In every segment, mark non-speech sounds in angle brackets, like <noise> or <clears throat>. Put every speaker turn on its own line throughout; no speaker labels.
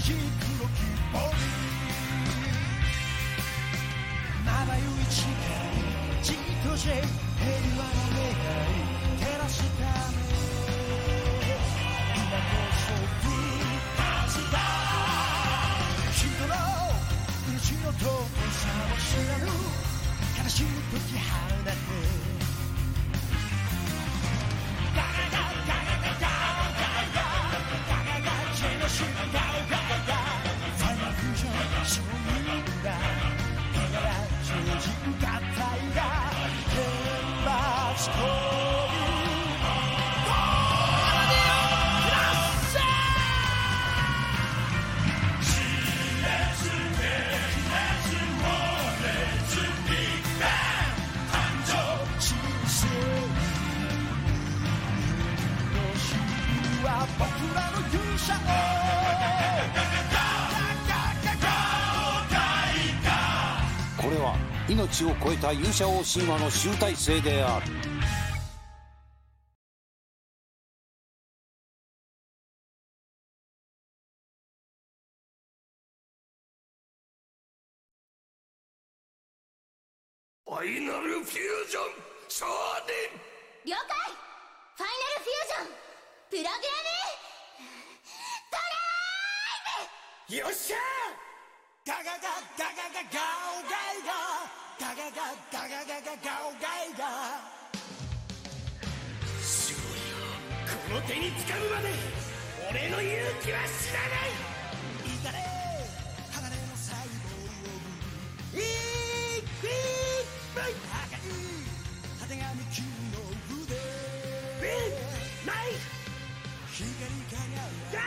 힘으로 기뻐니まばゆい力にじっとして平和の願い照らすため今こそブースだ人の命の尊さを知らぬ悲しみ解き放て僕らの勇者
これは命を超えた勇者王神話の集大成である
ファイナルフュージョンソーデン
了解ファイナルフュージョンプログラム
よっしゃ
ガガガガガガガオガイガガガガガガガガガオガイガ
すごいよこの手につかむまで俺の勇気は死なない
いかれ鋼の細胞
ウィークウィークナイ
赤い縦髪君の腕
フウィークナイ
光り
フ
輝く
誰よ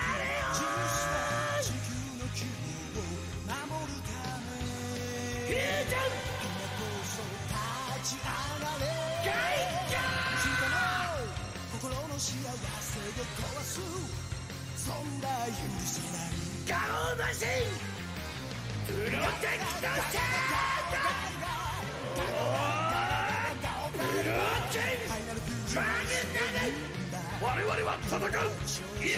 地球の君を守るため
フュージョン
今こそ立ち上がれ
ガイガ
人の心の幸せを壊すそんな許せない
ーガオマシンプロテクトシャードプロテクトドラグナイ我々は戦う命がある限り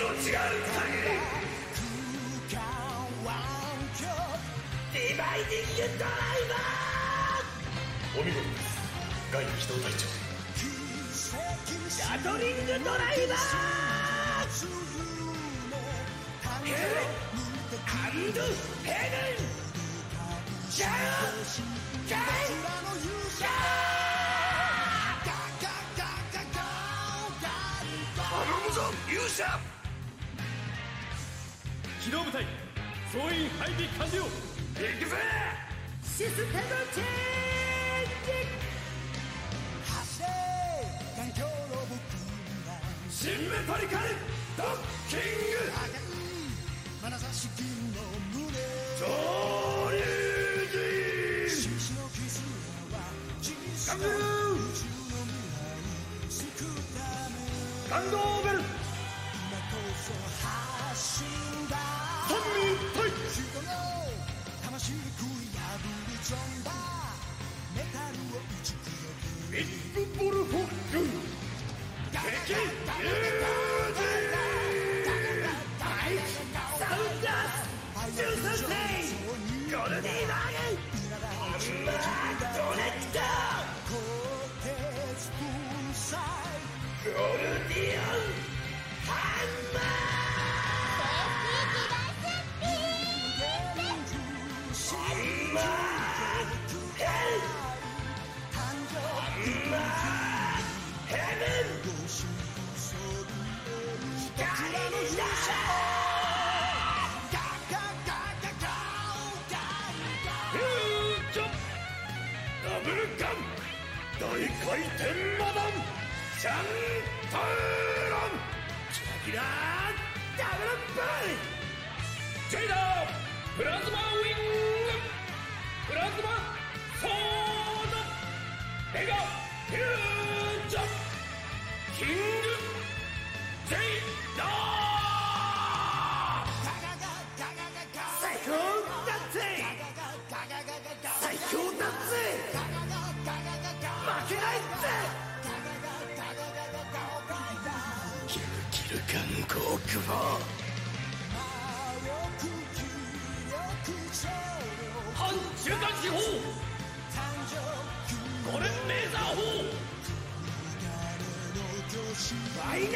空間湾
ディバイディングドライバーお見事ですガイ機動隊
峡
長ガトリングドライバ
奇跡
ーアンドヘレンジャージャー頼むぞ勇者
機動部隊総員配備完了
行くぜシステムチェ
発生環境の僕ら
ンジ新メタリカルドッキング
赤い眼差し君の胸
昇竜
「
陣
獅子の絆は小さな宇宙の未来救うため
感動ベル
今こそ発信だ」
三人隊
「人の魂が食い破り飛んだメタルを打ち砕く」
ビッグボルフォック敵友人大サウンダース13点ゴルディバーグンバーコネクト
「鋼鉄粉砕
ゴルディオンハンマーマーヘル
誕生
ヘブン
同心こそ
光の勇
ガガガガガオガ
フージョンダブルガン大回転マダンシャンプーロンキラキラダブルバイジェイダープラズマウィングプラズマソードメガフュージョンキングジェイダー最高だぜ最強だぜ負けないぜキルキル韓国語
「
週刊誌法これメーザー法
来年優勝よ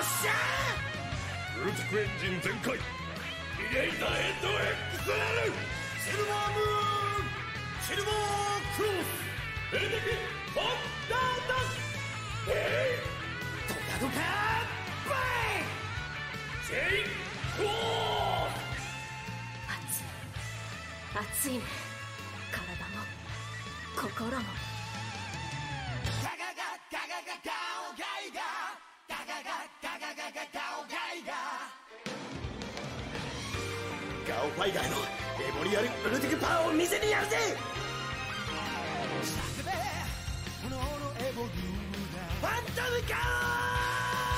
っしゃールトクエンジン全開リレイダーエンド XL シルバームーンシルバークロスエレデキホンダダスえいドカドカバイジェイコー
熱い熱いね体も心も
ガオファイガーのメモリアルウルティクパワーを見せてやるぜファントムガ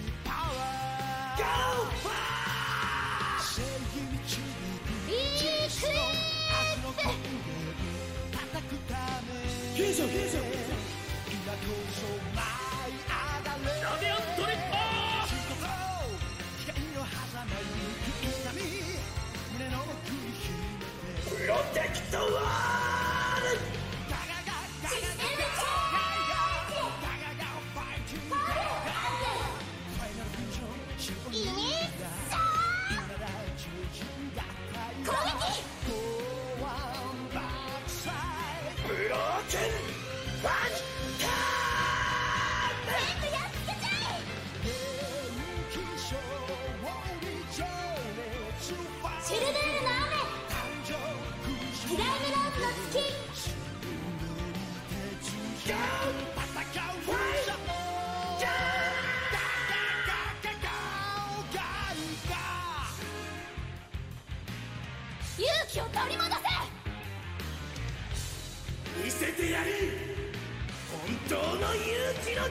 オガオファ
リークエ
ーヒーションヒーション
ラディアントリッパー
プロテクトワール
イイニサー攻撃
ブローケンファン
全部やっつけちゃえシルベールの雨クライムランドの月勇気を取り戻せ
見せてやる本当の勇気の力を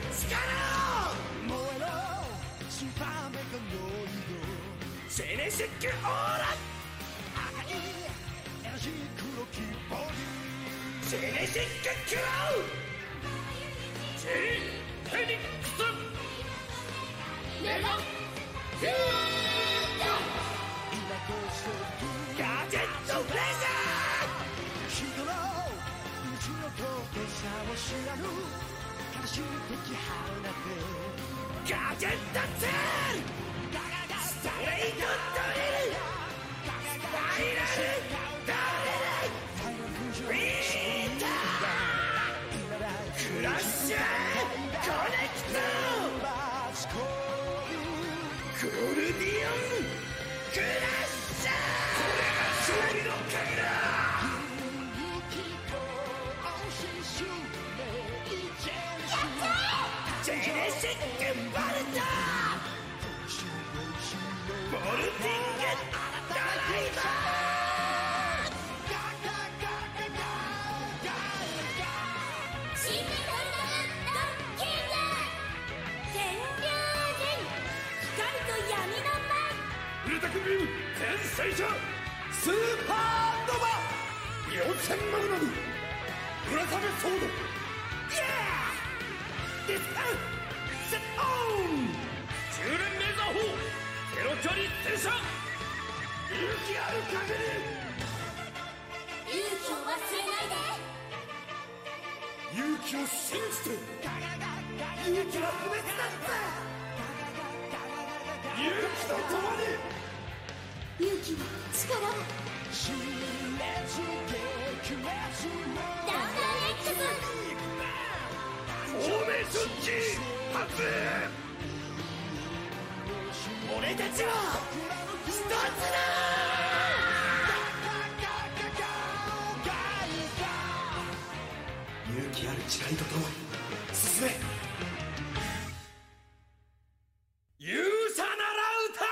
ジェネシックオーラジェネシッククロ
ジェイ・フェニックス
メガ
ウガジェットブレザーガジェットツールストレイトドリルクラッシュコネクトゴールディオンクラッシュこれが勝利の鍵だジェネシックボルトボルティングドライバ
シンメトルダムドッキング天竜人光と闇の
ウルタクビーム天聖者
ースーパーノバ妖戦マグナム村雨ソード Yeah! This is set on!
10連メーザー法テロ距離戦車
勇気ある限
門勇気を忘れないで
り勇気を信じて勇気は不滅だって勇気と共に
勇気は力をダウンター X
フォーメーション G 発俺たちは一つだ勇気ある誓いとともに進め勇者なら歌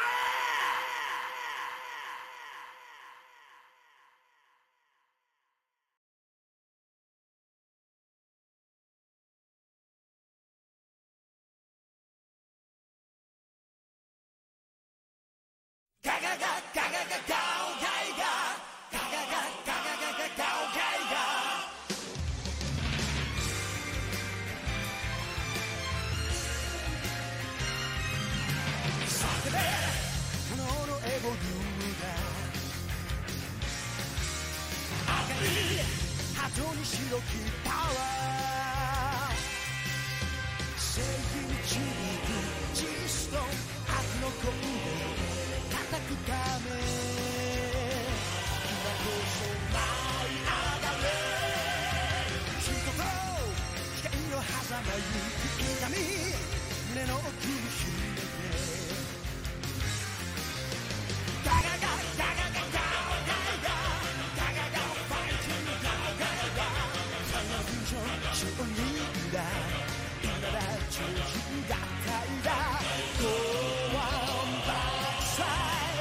え白きパワー聖銀地獄ジーストン悪のコン叩くため今こそ舞い上がれ人と光の狭間行く痛み胸の奥に秘めて勝利だ今だ超人がいだ Go on backside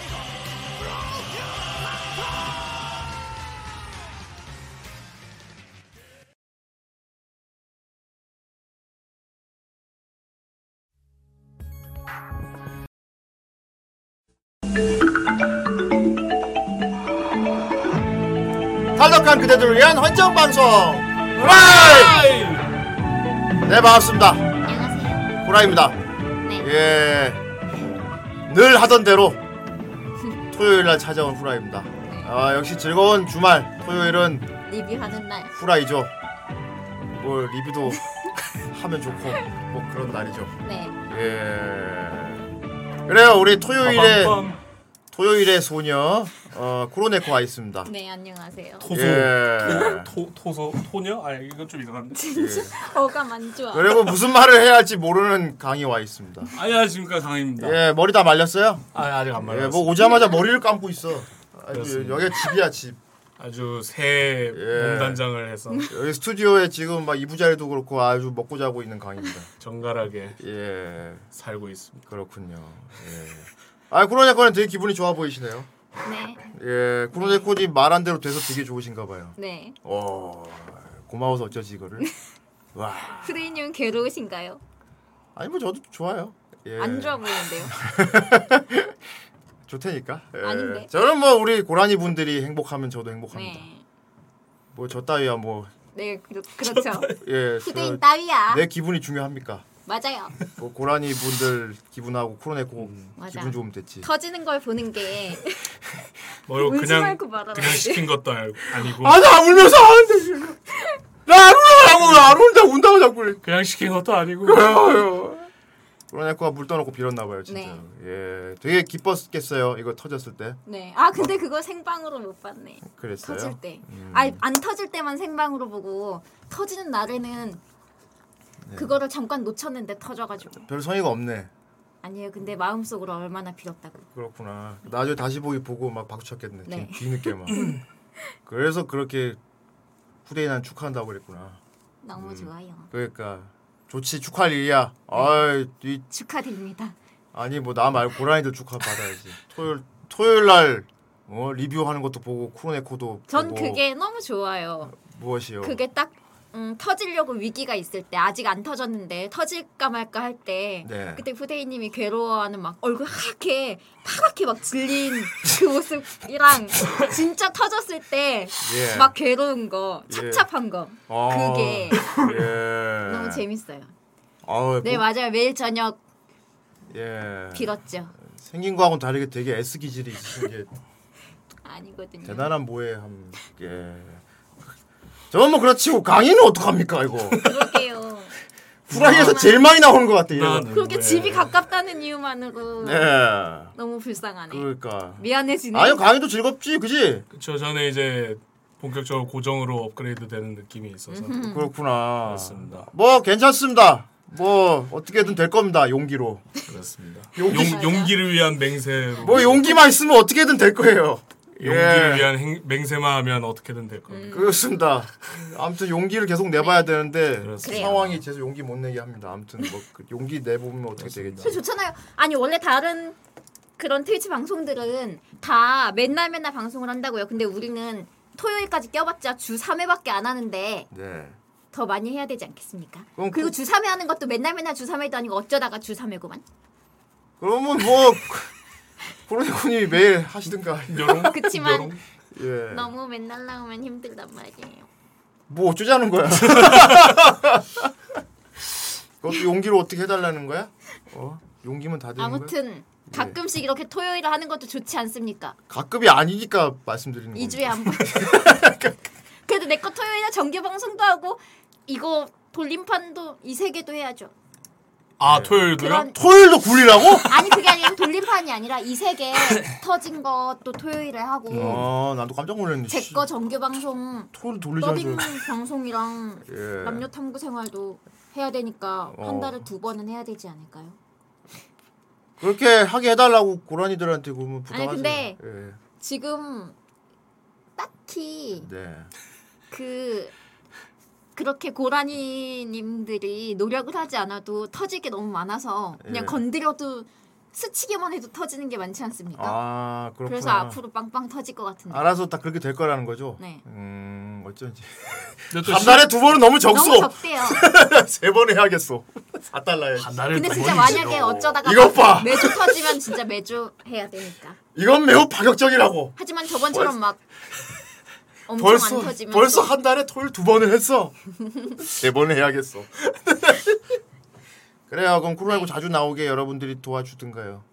탈덕한 그대들을 위한 헌정 방송 후라이 네 반갑습니다
안녕하세요.
후라이입니다
네.
예늘 하던
<laughs>
대로 토요일 날 찾아온 후라이입니다
네.
아 역시 즐거운 주말 토요일은
리뷰하는 날.
후라이죠 뭐
<laughs>
리뷰도 하면 좋고 뭐 그런 날이죠
네.
예 그래요 우리 토요일에 토요일에 소녀 어 쿠로네코 와 있습니다
네, 안녕하세요.
토소
예
토 토소 토녀? 아 이건 좀 이상한데.
어감 안 좋아.
그리고 무슨 말을 해야 할지 모르는 강이 와 있습니다.
안녕하십니까 강입니다.
예, 머리 다 말렸어요?
아 아직 아. 안
예,
말랐어요.
뭐 오자마자 머리를 감고 있어. 아주
그렇습니다.
여기 집이야 집.
아주 새
예.
몸단장을 해서
여기 스튜디오에 지금 막 이부자리도 그렇고 아주 먹고 자고 있는 강입니다.
정갈하게
예,
살고 있습니다.
그렇군요. 예. 아, 쿠로네코는 되게 기분이 좋아 보이시네요.
네.
예, 쿠로네코님 말한 대로 돼서 되게 좋으신가 봐요.
네.
어, 고마워서 어쩌지
<laughs>
이거를. 와,
프레님 괴로우신가요?
네. 아니 뭐 저도 좋아요. 예.
안 좋아 보이는데요.
좋다니까. 예.
아닌데.
저는 뭐 우리 고라니 분들이 행복하면 저도 행복합니다.
네.
뭐 저 따위야 뭐
네, 그, 그렇죠.
예.
후대인
저-
따위야.
내 기분이 중요합니까?
맞아요.
뭐 고라니 분들 기분하고 코로네코
맞아.
기분 좋으면 됐지.
터지는 걸 보는 게
뭐
울지
그냥
말고 말하라.
그냥 시킨 것도 알- 아니고
아나 울면서 안돼. 나안 울라고 안 운다 운다고 자꾸. 그래.
그냥 시킨 것도 아니고
코로네코가 물 떠놓고 빌었나 봐요 진짜.
네.
예. 되게 기뻤겠어요 이거 터졌을 때.
네. 아, 근데 그거 생방으로 못 봤네.
그랬어요. 음.
터질 때. 아니, 안 터질 때만 생방으로 보고 터지는 날에는
네.
그거를 잠깐 놓쳤는데 터져가지고
별 성의가 없네.
아니에요 근데 마음속으로 얼마나 빌었다고
그렇구나. 나중에 다시 보기 보고 막 박수 쳤겠네.
네.
뒤- 뒤늦게
<laughs>
막. 그래서 그렇게 후대인한 축하한다고 그랬구나.
너무
음.
좋아요
그러니까 좋지 축하할 일이야. 아이 이,
축하드립니다
아니 뭐 나 말고 고라니들 축하 받아야지. 토요일 토요일 날 어, 리뷰하는 것도 보고 쿠로네코도
전
보고
그게 너무 좋아요.
무엇이요?
그게 딱 음, 터지려고 위기가 있을 때 아직 안 터졌는데 터질까 말까 할 때
네.
그때 후대인님이 괴로워하는 막 얼굴 하얗게 파랗게 막 질린 그
<laughs>
모습이랑 진짜 터졌을 때
예.
막 괴로운 거 착잡한 거
아,
그게
예.
<laughs> 너무 재밌어요.
아우,
네
뭐-
맞아요 매일 저녁
예.
빌었죠.
생긴 거하고는 다르게 되게 S 기질이 있으신 게
아니거든요.
대단한 모해함. 예. 저건 뭐 그렇지고 강의는 어떡합니까
<laughs>
이거
그러게요.
후라이에서 제일 많이 나오는 것 같아 이런 거.
나는
그렇게
왜-
집이 가깝다는 이유만으로
예
너무 불쌍하네.
그러니까
미안해지네.
아유 강의도 즐겁지 그지
저 전에
네,
이제 본격적으로 고정으로 업그레이드 되는 느낌이 있어서
음.
그렇구나
그렇습니다.
뭐 괜찮습니다. 뭐 어떻게든 될 겁니다. 용기로.
그렇습니다.
용기-
용, 용기를 위한 맹세로
<laughs>
뭐 용기만 있으면 어떻게든 될 거예요.
용기를
예.
위한 행, 맹세만 하면 어떻게든 될
음.
겁니다.
그렇습니다. 아무튼 용기를 계속 내봐야 되는데
그렇습니다.
상황이 계속 용기 못 내게 합니다. 아무튼 뭐그 용기 내보면 어떻게
그
되겠지.
좋잖아요. 아니 원래 다른 그런 트위치 방송들은 다 맨날 맨날 방송을 한다고요. 근데 우리는 토요일까지 껴봤자 주 3회밖에 안 하는데
네.
더 많이 해야 되지 않겠습니까?
그럼
그리고
그-
주 3회 하는 것도 맨날 맨날 주 3회도 아니고 어쩌다가 주 3회고만.
그러면 뭐 <laughs> 코로네코님이 매일 하시든가.
여롱?
그치만-
여롱?
<laughs> 예.
너무 맨날 나오면 힘들단 말이에요.
뭐
<laughs>
어쩌자는 거야. 그것도 용기로 어떻게 해달라는 거야? 어? 용기면 다 되는 거야?
아무튼 가끔씩 이렇게 토요일에 하는 것도 좋지 않습니까?
음. <laughs> 가급이 아니니까 말씀드리는 거예요.
2주에 한 번. 그래도 내 거 토요일에 정규 방송도 하고 이거 돌림판도 이 세 개도 해야죠.
아 토요일도요?
그런
토요일도 굴리라고?
아니 그게 아니라 돌림판이 아니라 이 세 개 터진 것도 토요일에 하고
어 나도 깜짝 놀랐네.
제 거 정규 방송
토요일
더빙
돌리자죠.
방송이랑
<laughs> 예.
남녀 탐구 생활도 해야 되니까
어.
한 달에 두 번은 해야 되지 않을까요?
그렇게 하게 해달라고 고라니들한테 그러면
아니,
부탁하세요.
근데-
예.
지금 딱히
네.
그 그렇게 고라니님들이 노력을 하지 않아도 터질 게 너무 많아서 그냥
예.
건드려도 스치기만 해도 터지는 게 많지 않습니까?
아 그렇구나.
그래서 앞으로 빵빵 터질 것 같은데
알아서 딱 그렇게 될 거라는 거죠.
네.
음 어쩐지.
근데 또
한 달에 두 번은 너무 적소.
너무 적대요.
<laughs> 세 번 <laughs> 해야겠어. 4달러 해야지.
한 달에
근데
두
진짜
번이지.
만약에 어쩌다가
이것 봐.
매주 터지면 진짜 매주 해야 되니까.
이건 매우 파격적이라고.
하지만 저번처럼 막 엄청
벌써
안 터지면
벌써
또
한 달에 토요일 두 번을 <laughs> 했어. 세 번을 해야겠어. <laughs> 네. 그래요. 그럼 쿨하고 자주 나오게 여러분들이 도와주든가요.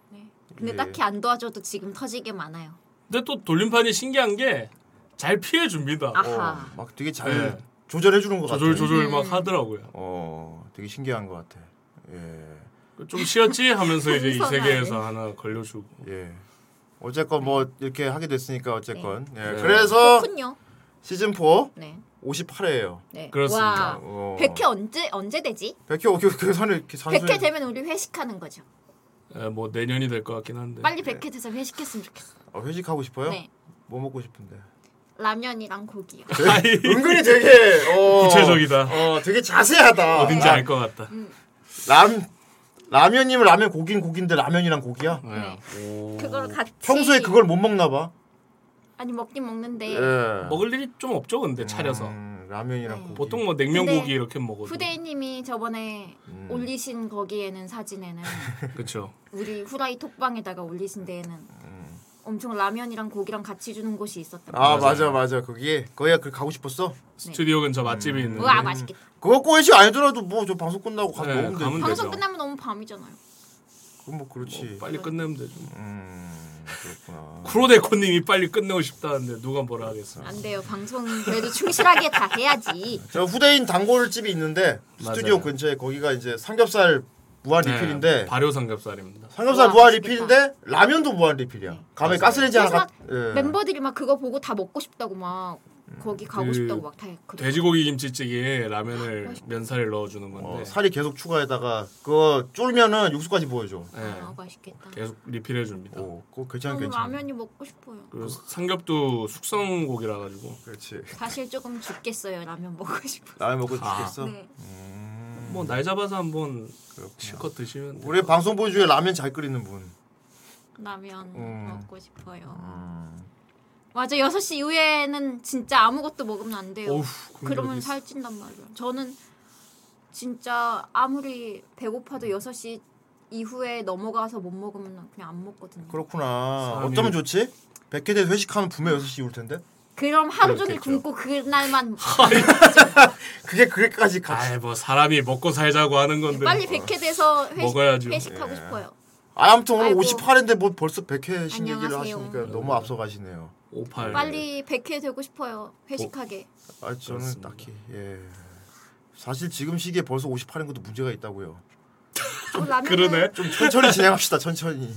근데
예.
딱히 안 도와줘도 지금 터지게 많아요.
어.
근데 또 돌림판이 신기한 게 잘 피해 줍니다.
아하.
막 되게 잘
예.
조절해 주는 것
조절
같아.
조절
음.
막 하더라고요.
어, 되게 신기한 것 같아. 예.
좀 쉬었지 하면서 이제 이
선선하네.
세계에서 하나 걸려주고.
예. 어쨌건 뭐 이렇게 하게 됐으니까 어쨌건. 예.
네.
그래서
그렇군요.
시즌 4
네.
58회예요.
네.
그렇습니다.
와.
어.
100회 언제 언제 되지?
100회 오케이 그 선을 이렇게
100회
산수해.
되면 우리 회식하는 거죠.
예, 뭐 내년이 될 것 같긴 한데.
네.
빨리 100회 돼서 회식했으면 좋겠어.
어, 회식하고 싶어요?
네.
뭐
<laughs>
먹고 싶은데.
라면이랑 고기요.
은근히 되게 어,
구체적이다.
어, 되게 자세하다.
어딘지 알 것 같다.
음.
람 라면이면 라면 고긴 고긴데 라면이랑 고기야?
예.
네. 그걸 같이
평소에 그걸 못 먹나 봐.
아니 먹긴 먹는데
예.
먹을 일이 좀 없죠 근데 차려서.
음,
네.
라면이랑 고기.
네. 보통 뭐 냉면
근데
고기 이렇게 먹어도.
후대인님이 저번에
음.
올리신 거기에는 사진에는
그렇죠.
우리 후라이 톡방에다가 올리신 데에는
음.
엄청 라면이랑 고기랑 같이 주는 곳이 있었다.
아 맞아 맞아 거기 거기야 그 가고 싶었어.
네.
스튜디오 근처
음.
맛집이 있는데.
우와 맛있겠다.
그거 꼬이지 아니더라도 뭐 저 방송 끝나고 가서
네,
먹으면
가면
되지.
되죠.
방송 끝나면 너무 밤이잖아요.
그건 뭐 그렇지.
빨리 끝내면 되죠.
음 그렇구나. 아,
쿠로데코님이 빨리 끝내고 싶다는데 누가 뭐라 하겠어.
안 돼요. 방송 그래도 충실하게 다 해야지.
<laughs>
저 후대인 단골집이 있는데 스튜디오
맞아요.
근처에 거기가 이제 삼겹살 무한 리필인데
네, 발효 삼겹살입니다.
삼겹살
우와,
무한
맛있겠다.
리필인데 라면도 무한 리필이야. 가면 가스레인지
그래서
하나
막
갖-
네.
예.
멤버들이 막 그거 보고 다 먹고 싶다고 막 거기 가고
그
싶다고 막다 그래.
돼지고기 김치찌개에
아,
라면을 면사리를 넣어주는 건데
어, 살이 계속 추가에다가 그거 쫄면은 육수까지 보여줘.
네,
아 맛있겠다.
계속 리필해 줍니다.
오, 그거 괜찮아 괜찮아.
너무 네. 어, 라면이 먹고 싶어요.
그리고 삼겹도 숙성 고기라 가지고
그렇지.
사실 조금 죽겠어요. 라면 먹고 싶어.
라면 먹고
아.
죽겠어.
네.
음.
뭐 날 잡아서 한번 실컷 드시면 돼요.
우리 방송부 중에 라면 잘 끓이는 분.
라면
음.
먹고 싶어요.
음.
맞아 6시 이후에는 진짜 아무것도 먹으면 안 돼요.
어우,
그러면 살찐단 말이야. 저는 진짜 아무리 배고파도 6시 이후에 넘어가서 못 먹으면 그냥 안 먹거든요.
그렇구나.
사람이-
어쩌면 좋지? 백회대 회식하면 분명 6시 이올 텐데.
그럼 하루 종일
그렇겠죠.
<laughs>
굶고 그날만
아,
그게 그게까지 같이.
아이 뭐 사람이 먹고 살자고 하는 건데 뭐.
빨리 백회돼서 회식,
네. 먹어야죠. 예.
회식하고 싶어요.
아, 아무튼 오늘
아이고.
58인데 뭐 벌써 백회 신기기를
안녕하세요. 음.
하시니까 너무 앞서가시네요.
58
빨리 백회 되고 싶어요. 회식하게.
아, 저는
그렇습니다.
딱히 예. 사실 지금 시기에 벌써 58인 것도 문제가 있다고요.
저 어, 라면
어. 그러네
좀 천천히 <laughs> 진행합시다. 천천히.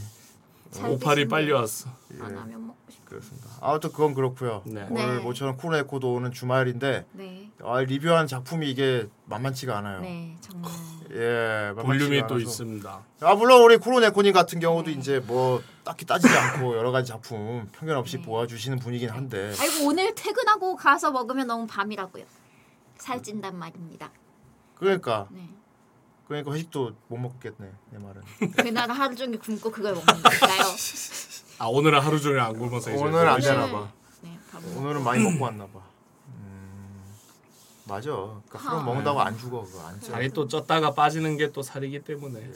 58이 빨리 왔어
아, 라면 먹고 싶어.
그렇습니다. 아무튼 그건 그렇고요.
네.
오늘
네.
모처럼 쿨네코도 오는 주말인데
네.
아, 리뷰한 작품이 이게 만만치가 않아요.
네, 정말.
예, 만만치가
볼륨이 또
않아서.
있습니다
아 물론 우리 쿠로네코님 같은 경우도 이제 뭐 딱히 따지지 않고 여러 가지 작품 편견 없이 보아주시는 분이긴 한데
아이고 오늘 퇴근하고 가서 먹으면 너무 밤이라고요. 살찐단 말입니다.
그러니까
네.
그러니까 회식도 못 먹겠네 내 말은.
그날 하루 종일 굶고 그걸 먹는다요.
<laughs>
아 오늘은 하루 종일 안 굶어서 이제
네, 오늘 안
먹으시-
되나 봐.
네, 밥 먹-
오늘은 많이 먹고 왔나 봐. 음, 맞아. 그러니까 그럼 먹는다고 안 죽어 그거 안 쪄.
살이 또 쪘다가 빠지는 게 또 살이기 때문에
네.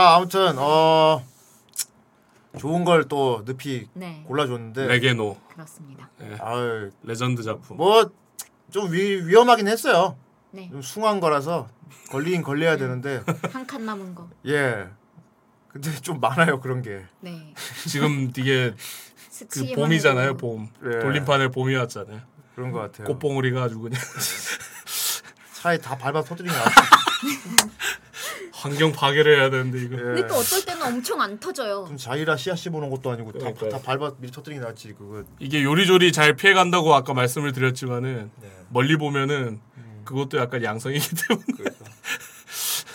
자 아무튼 어 좋은 걸 또 늪이
네.
골라줬는데
레게노
그렇습니다.
네. 아유
레전드
뭐?
작품
뭐좀 위험하긴 했어요.
네.
좀 숭한 거라서 걸리긴 걸려야 되는데
한 칸 남은 거.
예. 근데 좀 많아요 그런 게.
네.
지금 이게 그
스치기만 해도
봄이잖아요 봄
예.
돌림판에 봄이 왔잖아요
그런 것 같아요.
꽃봉오리가 아주 그냥 <laughs>
차에 다 밟아 터뜨린 것
환경 파괴를 해야 되는데 이거.
<laughs> 근데 또
같아요.
어떨 때는 엄청 안 터져요.
예. 자이라 씨앗씨 보는 것도 아니고 다,
그러니까요.
다 밟아 미리 터뜨린 게 낫지 그거.
이게 요리조리 잘 피해간다고 아까 말씀을 드렸지만은
네.
멀리 보면은
음.
그것도 약간 양성이기
그렇죠.
때문에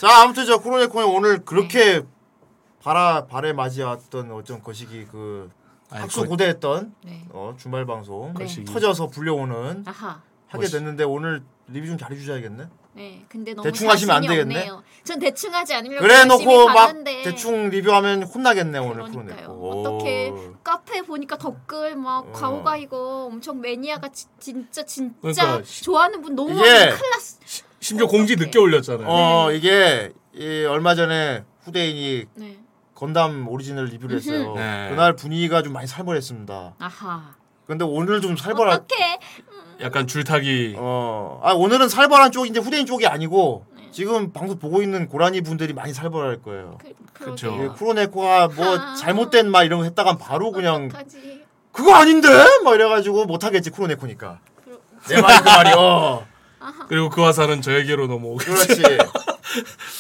자 아무튼 저 코로네코에 오늘 그렇게 바라 발에 맞이왔던 어쩐 거시기 그
아니, 네.
학수
거-
고대했던
네.
어, 주말 방송
거시기.
터져서 불려오는
아하.
하게 됐는데 오늘 리뷰 좀 잘해주셔야겠네.
네. 근데 너무
대충 하시면 안
자신이
되겠네?
없네요. 전 대충 하지 않으려고
그래
열심히
놓고 막
봤는데
대충 리뷰하면 혼나겠네 오늘
그러니까요.
코로네코.
어떻게
오.
카페 보니까 댓글 막 가오가 이거 엄청 매니아가 지- 진짜 진짜
그러니까 시-
좋아하는 분 너무
이게-
많은데 큰일 났어.
심지어 공지 늦게 올렸잖아요.
어 이게 이 얼마 전에 후대인이
네.
건담 오리지널 리뷰를 했어요.
네.
그날 분위기가 좀 많이 살벌했습니다.
아하.
근데 오늘 좀 살벌한
어떻게?
약간 줄타기
어, 아 오늘은 살벌한 쪽인데 후대인 쪽이 아니고 지금 방송 보고 있는 고라니 분들이 많이 살벌할 거예요.
그쵸.
이게
네. 그러게요.
쿠로네코가 뭐
아.
잘못된 말 이런 거 했다간 바로 그냥
어떡하지?
그거 아닌데 막 이래가지고 못하겠지 쿠로네코니까. 내 말이 그 말이요.
그리고 그 화살은 저에게로 넘어오게.
<laughs>
그렇지.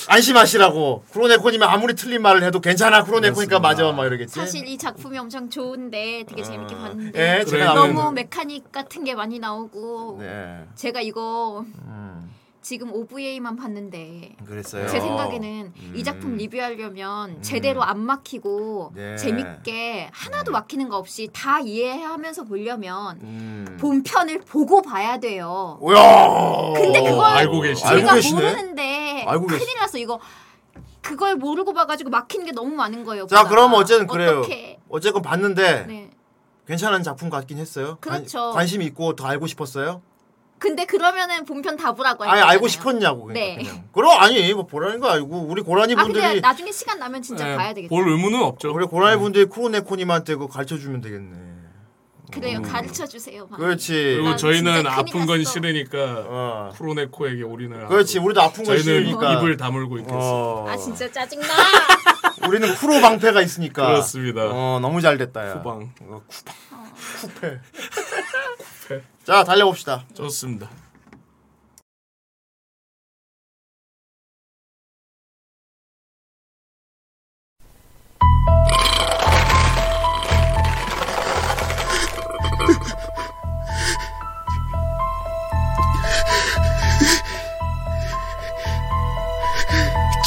안심하시라고. 쿠로네코님이 아무리 틀린 말을 해도 괜찮아. 쿠로네코니까 맞아. 막 이러겠지.
사실 이 작품이 엄청 좋은데 되게 재밌게 봤는데
예,
그래,
제가
너무
아무래도-
메카닉 같은 게 많이 나오고
네.
제가 이거
음,
지금 OVA만 봤는데
그랬어요. 음.
제 생각에는 이 작품 리뷰하려면 제대로 안 막히고
네.
재밌게 하나도 막히는 거 없이 다 이해하면서 보려면
음.
본편을 보고 봐야 돼요.
오야.
근데 그걸
알고 계시네.
알고
제가
계시네.
모르는데
알고 계시-
큰일 났어 이거 그걸 모르고 봐가지고 막힌 게 너무 많은 거예요.
자,
보다가.
그럼 어쨌든 그래요.
어떡해.
어쨌건 봤는데
네.
괜찮은 작품 같긴 했어요. 관-
그렇죠.
관심 있고 더 알고 싶었어요.
근데 그러면은 본편 다 보라고
아니
하잖아요.
알고 싶었냐고. 그러니까
네.
그냥. 그럼 아니 뭐 보라는 거 알고 우리 고라니
아 근데
분들이
나중에 시간 나면 진짜
예,
봐야 되겠다.
볼 의무는 없죠.
우리 고라니 분들이 쿠로네코님한테 그거 가르쳐 주면 되겠네.
그래요 가르쳐 주세요.
음. 그렇지.
그리고
난
저희는
진짜 큰일
아픈 건
났어.
싫으니까
어.
쿠로네코에게 올인을.
그렇지.
하고
우리도 아픈 걸
저희는
싫으니까.
입을 다물고 있겠습니다.
어.
아
<laughs>
진짜 짜증나.
우리는 쿠로 방패가 있으니까.
그렇습니다.
어 너무 잘 됐다. 야.
후방.
어, 쿠방. 쿠페. 자 달려봅시다.
좋습니다.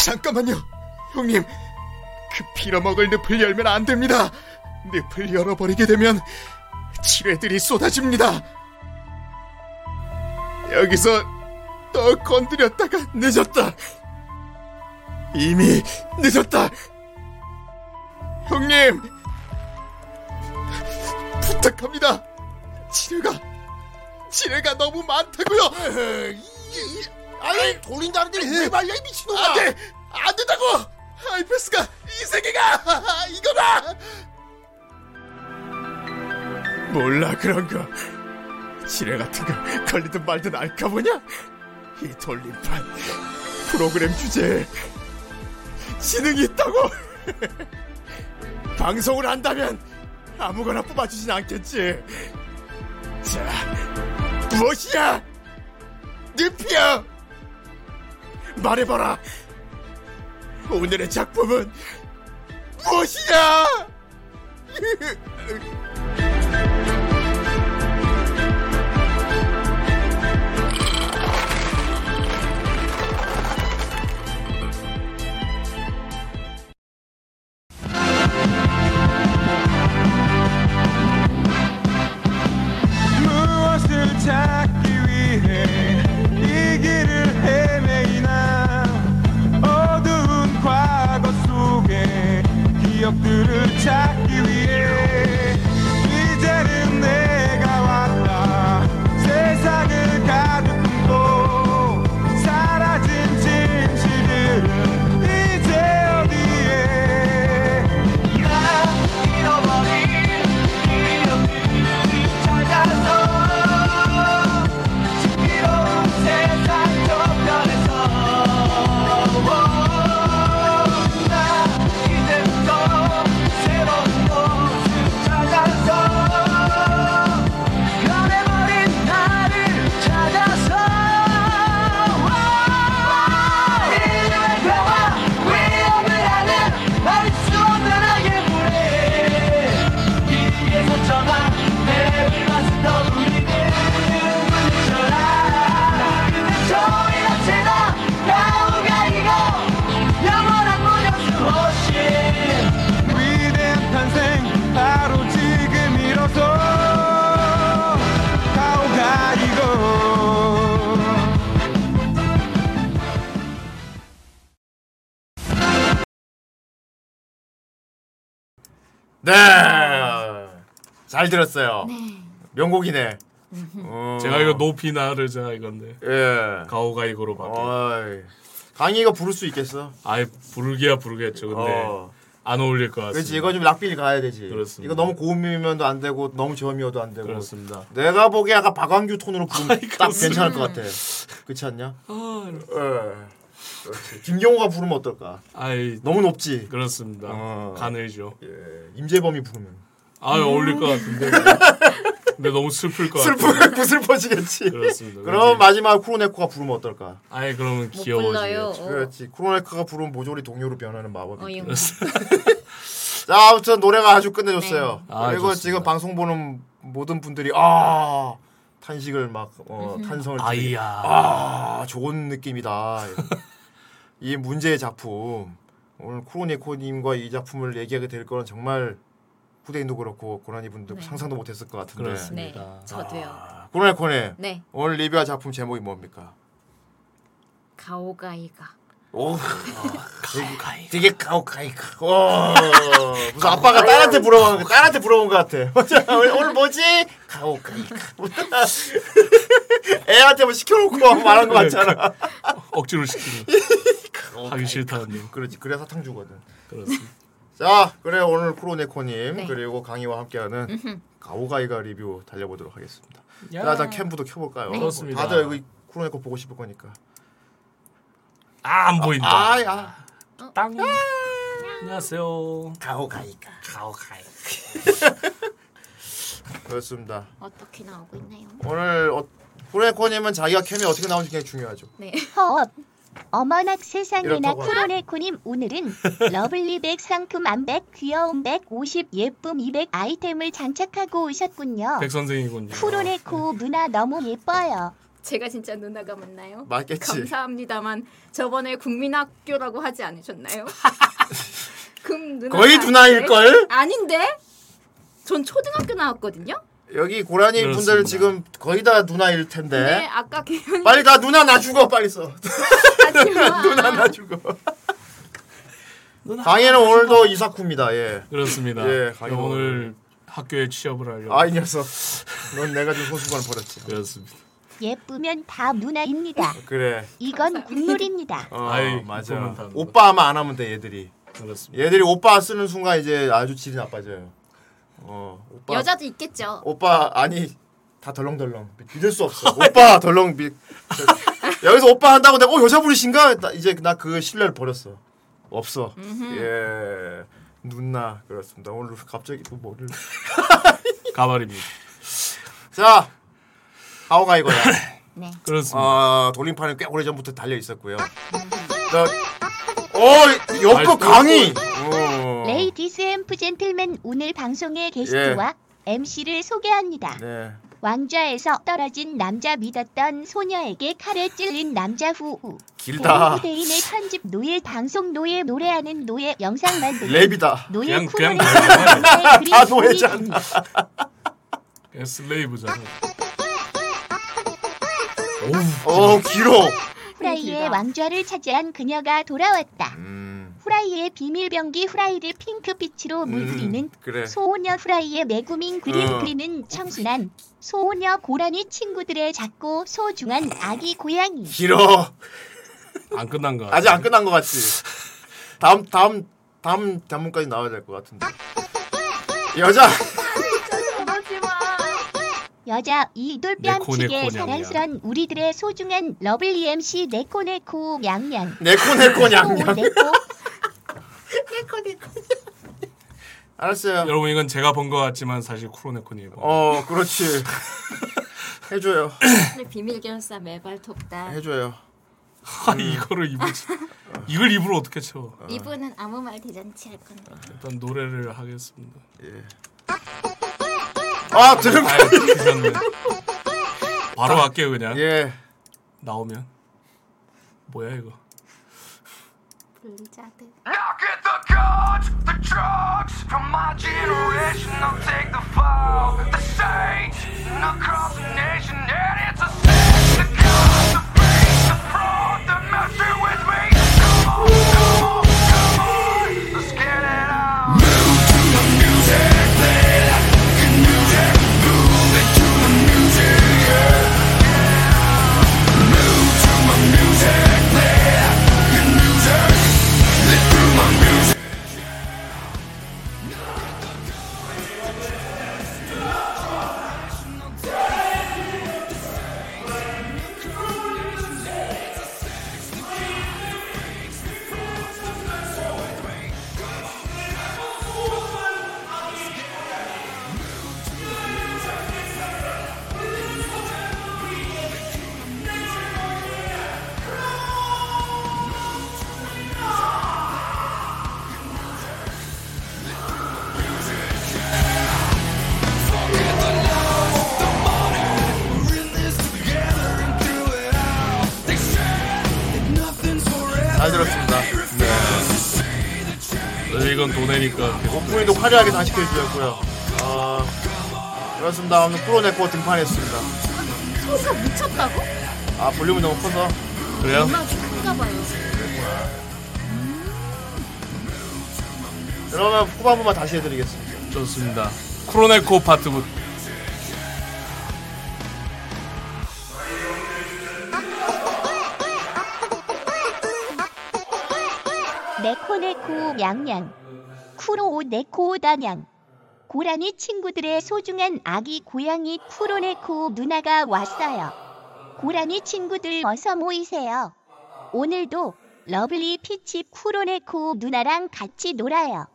잠깐만요, 형님. 그 빌어먹을 늪을 열면 안 됩니다. 늪을 열어버리게 되면 지뢰들이 쏟아집니다. 여기서 또 건드렸다가 늦었다. 이미 늦었다. 형님, 부탁합니다. 지뢰가 지뢰가 너무 많다고요. 아니 돌린다는데 왜 말려 이 미친놈아 안돼 안된다고 아이패스가 이 세계가 <laughs> 이거다 몰라 그런 거 지뢰 같은 거 걸리든 말든 알까 보냐 이 돌림판 프로그램 주제에 지능이 있다고 <laughs> 방송을 한다면 아무거나 뽑아주진 않겠지 자 무엇이냐 늪이야 말해봐라. 오늘의 작품은 <laughs> 무엇이냐?
무엇을 찾기 위해 이 길을 헤매이나 어두운 과거 속에 기억들을 찾기 위해
네. 잘 들었어요.
네.
명곡이네. 음.
제가 아, 이거 높이 나르자 이건데.
예.
가오가이고로 바뀌.
어. 강희가 부를 수 있겠어?
아예 부르기야 부르겠죠. 근데
어.
안 어울릴 것 같습니다.
그렇지 이거 좀 락빌 가야 되지.
네. 그렇습니다.
이거 너무 고음이면도 안 되고 너무 저음이어도 안 되고.
그렇습니다.
내가 보기에 아까 박완규 톤으로 부르면 딱
그렇습니다. 아,
괜찮을 것 같아. 그렇지 않냐? 예. 그렇지. 김경호가 부르면 어떨까?
아이
너무 어. 높지.
그렇습니다. 가늘죠.
임재범이 부르면
아 어울릴 것 같은데. 근데 너무 슬플 것그 같아요.
음. <laughs> 슬프고 슬퍼지겠지.
그렇습니다.
그럼 마지막 쿠로네코가 부르면 어떨까?
아예 그러면
못
귀여워지겠죠.
불러요.
그렇지. 쿠로네코가 부르면 모조리 동료로 변하는 마법이.
어,
있겠네.
이거.
자, 아무튼 노래가 아주 끝내줬어요.
네. 아,
그리고
좋습니다.
지금 방송 보는 모든 분들이 아 탄식을 막 어, 탄성을 지르게.
아이야.
아 좋은 느낌이다. 이 문제의 작품 오늘 쿠로네코님과 이 작품을 얘기하게 될 거는 정말 후대인도 그렇고 고라니 분들 도 상상도 못했을 것 같은데 아,
네,
그렇습니다.
저도요.
쿠로네코님
네,
오늘 리뷰할 작품 제목이 뭡니까?
가오가이가.
오, 가오가이. 되게 가오가이. 오, 무슨 아빠가 딸한테 물어본 거, 딸한테 물어본 것 같아. <laughs> 오늘, 오늘 뭐지? 가오가이. <laughs> 애한테 뭐 시켜놓고 말한 거 같잖아.
억지로
<laughs>
시키는. 하기 싫다는.
그렇지, 그래 사탕 주거든.
그렇습니다.
자, 그래 오늘 쿠로네코님
네.
그리고 강희와 함께하는 가오가이가 리뷰 달려보도록 하겠습니다.
야.
자, 일단 캠부도 켜볼까요?
네. 그렇습니다.
다들 여기 쿠로네코 보고 싶을 거니까.
아안 보인다.
아, 야,
땅. 안녕하세요.
가오가이가.
가오가이.
<laughs> 그렇습니다.
어떻게 나오고 있나요?
오늘 어, 쿠로네코님은 자기가 캠이 어떻게 나오는지 굉장히 중요하죠.
네.
허업. 어머나 세상에나
이렇다고 하네.
쿠로네코님
<laughs>
오늘은 러블리백 상큼 안백 귀여움백 50 예쁨 200 아이템을 장착하고
아.
오셨군요.
백 선생이군요.
쿠로네코 누나 너무 예뻐요.
제가 진짜 누나가 맞나요?
맞겠지.
감사합니다만 저번에 국민학교라고
<laughs>
하지 않으셨나요? 그럼 누나
거의 누나일걸?
아닌데? 전 초등학교 나왔거든요.
네.
여기 고라니 분들
그렇습니다.
지금 거의 다 누나일 텐데
네,
<laughs>
아까 기현이
빨리 다 누나 나 죽어 빨리 써 누나 나 죽어 강희는 오늘도 이사쿠입니다 예.
그렇습니다.
예,
예,
가요.
오늘 학교에 취업을 하려고.
아이 녀석 넌 내가 준 소수관 버렸지
그렇습니다.
예쁘면 다 누나입니다.
그래
이건 국룰입니다.
어,
아이,
맞아
그거는 다 누나.
오빠 하면 안 하면 돼 얘들이
그렇습니다.
얘들이 오빠 쓰는 순간 이제 아주 질이 나빠져요 어 오빠
여자도 있겠죠.
오빠 아니 다 덜렁덜렁 믿을 수 없어 오빠 덜렁 믿 <laughs> 여기서 오빠 한다고 내가 어 여자분이신가 나- 이제 나 그 신뢰를 버렸어 없어 예 누나 그렇습니다 오늘 갑자기 또 머리를
가발입니다.
자 가오가 이거야
그렇습니다.
아 돌림판에 꽤 오래 전부터 달려 있었고요 자, 어 옆구 강이
레이디스 앰프 젠틀맨 오늘 방송의 게스트와 MC를 소개합니다.
예. 네
왕좌에서 떨어진 남자 믿었던 소녀에게 칼에 찔린 남자 후우
길다
대인의 편집 노예 방송 노예 노래하는 노예 영상 만들기
네. 랩이다
노예
그냥- 그냥
쿠로네코
노예잖아.
노예 그림
다
소리
노예잖아.
듣기.
그냥 예, 슬레이브잖아.
어 길어
후라이의 왕좌를 차지한 그녀가 돌아왔다.
음,
후라이의 비밀병기 후라이를 핑크빛으로 물들이는
그래
소녀 후라이의 매구민 그림
어.
그리는 청순한 소녀 고라니 친구들의 작고 소중한 아기 고양이
길어
안 끝난 거.
아직 안 끝난 것 같지. 다음 다음 다음 단문까지 나와야 될 것 같은데. 여자
여자 이돌뺨
네코,
치게
네코,
사랑스런 우리들의 소중한 러블리 MC 네코네코 양양
네코네코
코
냥냥.
네코
알았어요.
여러분 이건 제가 본 것 같지만 사실 쿠로네코님. 어.
어 그렇지. 해줘요.
비밀 결사 매발 톱다.
해줘요.
<laughs> 아니 이거를 입을 이걸 입으로 어떻게 쳐?
이분은 아무 말 대잔치 할 건데.
일단 노래를 하겠습니다.
아 들은
아,
거.
괜찮네. 바로 할게요 그냥.
예.
나오면. 뭐야 이거?
블리자드.
Now get the guns, the drugs from my generation. I'll take the fall, the stage, and across the nation. And it's a sin. The guns, the face, the fraud, the mercy with me. Come on, come on, come on. Let's get it on. Move to the music.
잘 들었습니다.
네, 이건 도내니까
목부인도 화려하게 단식해 주셨고요. 아, 그렇습니다. 오늘 프로네코 등판했습니다.
소사 미쳤다고?
아, 볼륨이 너무 커서.
얼마나 큰가 봐요.
그러면 후반부만 다시 해드리겠습니다.
좋습니다. 크로네코 파트부
네코네코 냥냥 쿠로오 네코오다냥 고라니 친구들의 소중한 아기 고양이 쿠로네코 누나가 왔어요. 고라니 친구들 어서 모이세요. 오늘도 러블리 피치 쿠로네코 누나랑 같이 놀아요.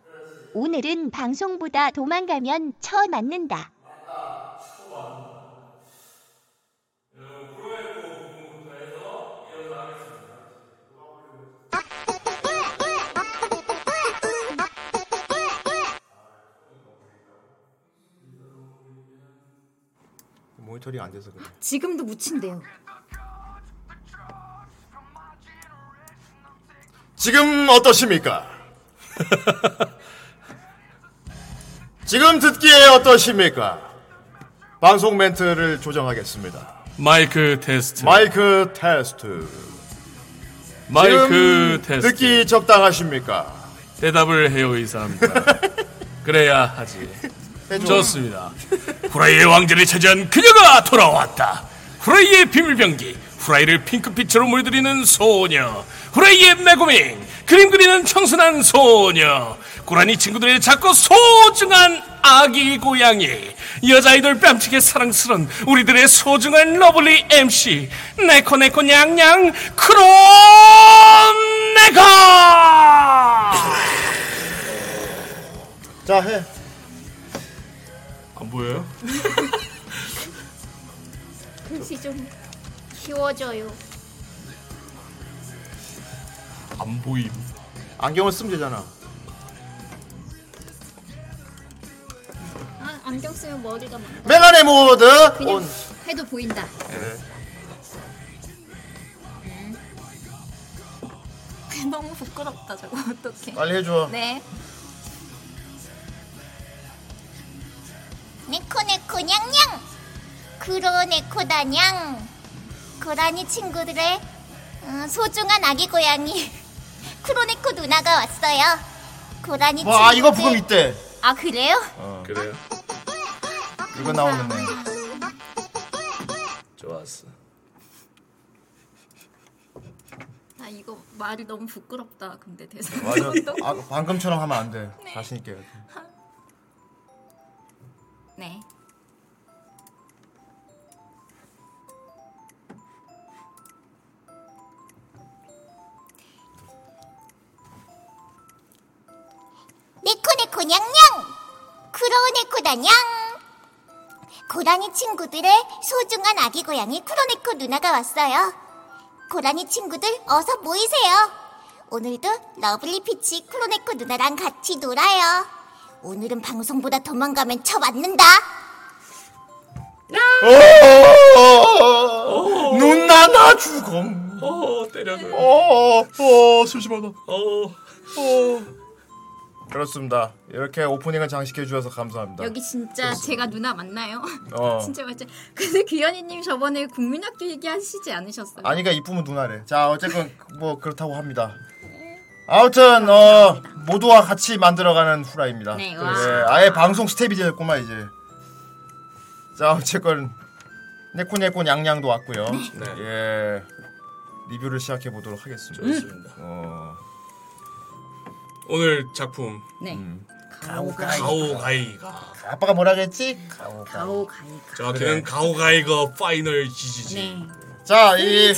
오늘은 방송보다 도망가면 처 맞는다.
모니터링 안 돼서 그래.
지금도 묻힌대요.
지금 어떠십니까? <laughs> 지금 듣기에 어떠십니까? 방송 멘트를 조정하겠습니다.
마이크 테스트.
마이크 테스트.
네. 마이크
지금
테스트.
듣기 적당하십니까?
대답을 해요 의사합니다. 그래야 하지.
해줘.
좋습니다. 후라이의 왕자를 차지한 그녀가 돌아왔다. 후라이의 비밀병기, 후라이를 핑크빛으로 물들이는 소녀, 후라이의 매고밍, 그림 그리는 청순한 소녀, 고라니 친구들의 작고 소중한 아기 고양이, 여자아이들 뺨치게 사랑스런 우리들의 소중한 러블리 MC, 네코네코 냥냥 크롬 네코!
자 해.
안 보여요?
글씨 좀 키워줘요.
안 보임.
안경을 쓰면 되잖아.
아, 안경 쓰면 머리가 막.
메가네 모드
그냥
온.
해도 보인다. 음. <laughs> 너무 부끄럽다 저거 어떡해.
빨리 해줘.
네.
네코네코 냥냥 크로네코다냥 고라니 친구들의 음, 소중한 아기 고양이 <laughs> 크로네코 누나가 왔어요 고라니 친구들
와 이거 부금 있대.
아 그래요?
어, 그래요.
이거 나오는 거.
좋았어.
아 이거 말이 너무 부끄럽다. 근데 대사.
맞아. 아, 방금처럼 하면 안 돼. 자신 있게. 해야 돼.
네.
네코네코 냥냥 크로네코다냥 고라니 친구들의 소중한 아기 고양이 크로네코 누나가 왔어요 고라니 친구들 어서 모이세요 오늘도 러블리 피치 크로네코 누나랑 같이 놀아요 오늘은 방송보다 도망가면 쳐 맞는다
어, 오! 누나 나 죽음.
어 때려줘.
어, 어, 심심하다.
어,
그렇습니다. 이렇게 오프닝을 장식해 주셔서 감사합니다.
여기 진짜 제가 누나 맞나요?
어.
<laughs> 진짜 맞죠. 근데 귀현이님 저번에 국민학교 얘기하시지 않으셨어요?
아니가 이쁘면 누나래. 자 어쨌건 뭐 그렇다고 합니다. 아무튼 어 모두와 같이 만들어가는 후라입니다.
네, 와.
예, 아예 방송 스텝이 됐구만 이제. 자 어쨌건 네코네코 양양도 왔고요.
네.
예 리뷰를 시작해 보도록 하겠습니다.
좋습니다.
어,
오늘 작품
네.
음.
가오가이가
아빠가 뭐라 그랬지? 가오. 가오
가이가.
정확히는 가오가이가 파이널 지지지.
네.
자이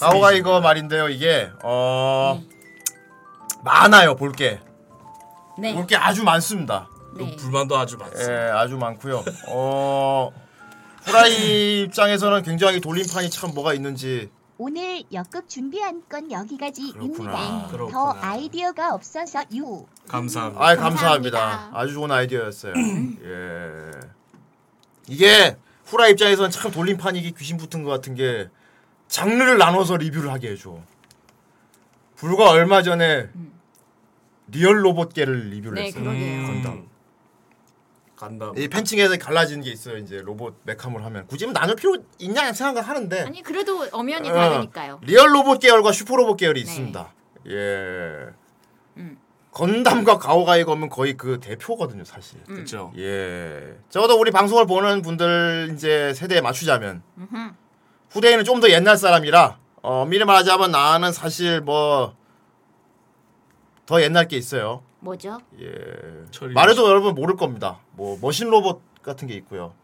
가오가 이거 말인데요. 이게 어 많아요 볼게.
네.
볼게 아주 많습니다.
네.
불만도 아주 많습니다.
예, 아주 많고요. 어
<laughs>
후라이 입장에서는 굉장히 돌림판이 참 뭐가 있는지
오늘 역급 준비한 건 여기까지입니다.
그렇구나.
더
그렇구나.
아이디어가 없어서 유.
감사합니다. 음.
아 감사합니다. 아주 좋은 아이디어였어요. 예. 이게 후라이 입장에서는 참 돌림판이 귀신 붙은 것 같은 게 장르를 나눠서 리뷰를 하게 해줘. 불과 얼마 전에 리얼 로봇계를 리뷰를
음. 네,
했어요.
그러게요.
건담.
간다.
이 팬층에서 갈라지는 게 있어요. 이제 로봇 메카물 하면 굳이 뭐 나눌 필요 있냐 생각하는데
아니 그래도 엄연히
어,
다르니까요.
리얼 로봇 계열과 슈퍼 로봇 계열이
네.
있습니다. 예.
음.
건담과 가오가이 검은 거의 그 대표거든요, 사실.
음.
그렇죠.
예. 적어도 우리 방송을 보는 분들 이제 세대에 맞추자면 후대인은 좀 더 옛날 사람이라 어, 미리 말하자면 나는 사실 뭐 더 옛날 게 있어요.
뭐죠?
예. 말해도 여러분 모를 겁니다. 뭐 머신 로봇 같은 게 있고요.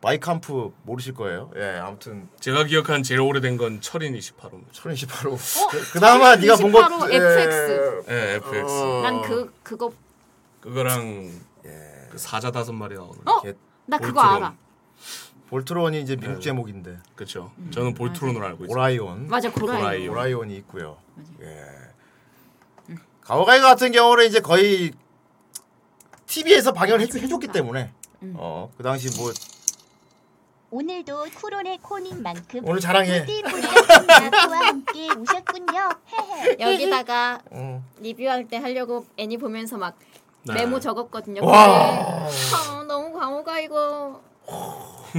마이캄프 모르실 거예요. 예, 아무튼
제가 기억한 제일 오래된 건 철인 28호.
철인
어?
28호. <laughs> 그- 그나마 네가 본 것-
28호 FX.
예, 네, FX.
어.
난 그 그거
그거랑 그 사자 다섯 마리 나오는.
어?
게-
나 그거
볼트론.
알아.
볼트론이 이제 미국 제목인데.
그렇죠.
음.
저는 볼트론으로 알고 있어요.
오라이온.
맞아, 고라이온.
고라이온.
오라이온이 있고요. 예.
음.
가오가이 같은 경우는 이제 거의 TV에서 방영을 해주, 해줬기 때문에
음.
어, 그 당시 뭐
오늘도 쿠론의 코님만큼
오늘 자랑해.
와 함께 오셨군요.
여기다가
어.
리뷰할 때 하려고 애니 보면서 막
네.
메모 적었거든요.
와.
근데 아, 너무 과오가 이거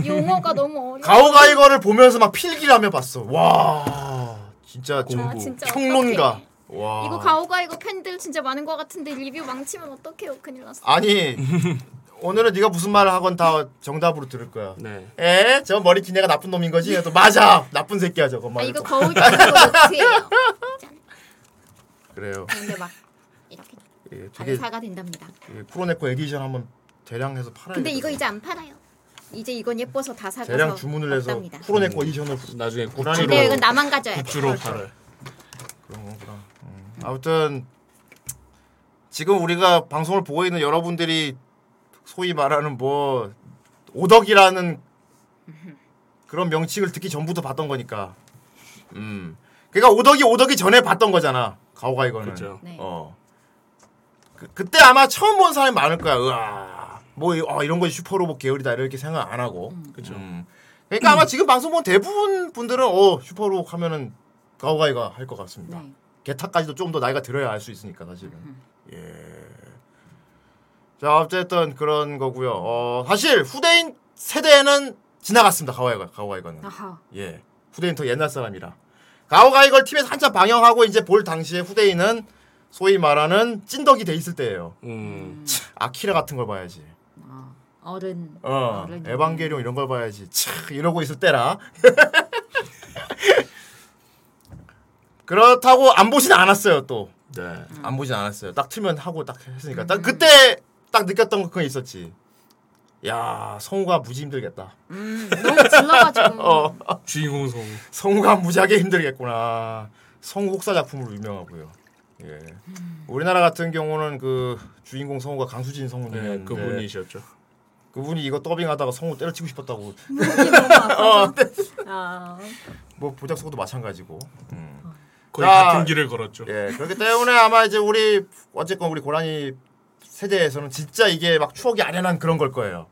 용어가 너무 어려.
가오가이거를 보면서 막 필기를 하며 봤어. 와. 진짜
공부.
정부
진짜
평론가. 와.
이거 가오가 이거 팬들 진짜 많은 것 같은데 리뷰 망치면 어떡해요 큰일 났어.
아니 오늘은 네가 무슨 말을 하건 다 정답으로 들을 거야.
네.
에? 저 머리 기내가 나쁜 놈인 거지? 또 맞아. 나쁜 새끼야 저거. 막
아, 이거
이러고.
거울 끼고 어떡해요.
그래요.
근데 막 이렇게
예, 되게
반사가 된답니다.
예, 쿠로네코 에디션 한번 대량 해서 팔아야
근데 이거 이제 안 팔아요. 이제 이건 예뻐서 다 사가서
대량 주문을 해서
없답니다.
쿠로네코 에디션을
나중에
고라니로
근데 네, 이건 나만 가져야 돼.
주로 팔을.
그런 거구나. 음. 아무튼 지금 우리가 방송을 보고 있는 여러분들이 소위 말하는 뭐 오덕이라는 그런 명칭을 듣기 전부터 봤던 거니까. 음. 그러니까 오덕이 오덕이 전에 봤던 거잖아. 가오가 이거는.
그렇죠.
네.
어. 그, 그때 아마 처음 본 사람이 많을 거야. 으아. 뭐 이- 어, 이런 거 슈퍼로봇 계열이다 이렇게 생각 안 하고.
그렇죠.
그러니까 아마 지금 방송 본 대부분 분들은 어 슈퍼로봇 하면은 가오가이가 할 것
네.
같습니다. 개타까지도 좀 더 나이가 들어야 알 수 있으니까 사실은. 예. 자 어쨌든 그런 거고요. 어 사실 후대인 세대에는 지나갔습니다. 가오가이가 가오가이가는.
아하.
예. 후대인 더 옛날 사람이라. 가오가이걸 팀에서 한참 방영하고 이제 볼 당시에 후대인은 소위 말하는 찐덕이 돼 있을 때예요.
음.
차, 아키라 같은 걸 봐야지.
어른.
어, 에반게리온 이런 걸 봐야지. 차, 이러고 있을 때라. <laughs> 그렇다고 안 보진 않았어요, 또.
네.
안 보진 않았어요. 딱 틀면 하고 딱 했으니까. 딱 그때 딱 느꼈던 거 그건 있었지. 야, 성우가 무지 힘들겠다.
음, 너무
<laughs>
질러가지고.
어.
네.
주인공 성우.
성우가 무지하게 힘들겠구나. 성우 혹사 작품으로 유명하고요. 예. 우리나라 같은 경우는 그 주인공 성우가 강수진 성우님.
네, 그분이셨죠.
그분이 이거 더빙하다가 성우 때려치고 싶었다고.
아파서.
어, 때-
아.
뭐 보작소도 마찬가지고. 음.
거의
자,
같은 길을 걸었죠.
예, 그렇기 때문에 아마 이제 우리 어쨌건 우리 고라니 세대에서는 진짜 이게 막 추억이 아련한 그런 걸 거예요.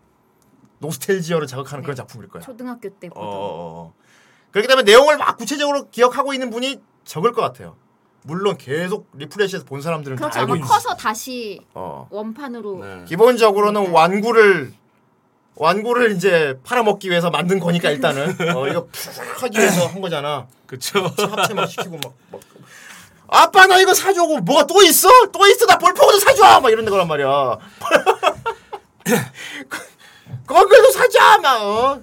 노스텔지어를 자극하는 그런 작품일 거야.
초등학교 때부터.
어, 어, 어. 그렇기 때문에 내용을 막 구체적으로 기억하고 있는 분이 적을 것 같아요. 물론 계속 리프레시해서 본 사람들은
그렇죠.
다 알고
아마
있는.
커서 다시
어.
원판으로. 네.
기본적으로는 완구를 완구를 이제 팔아먹기 위해서 만든 거니까 일단은 어, 이거 푹 하기 위해서 한 거잖아.
그쵸. <laughs>
합체 막 시키고 막, 막 아빠 나 이거 사줘고 뭐가 또 있어? 또 있어 나 볼펜도 사줘 막 이런 데 거란 말이야. <laughs> 건글도 사줘 막 어.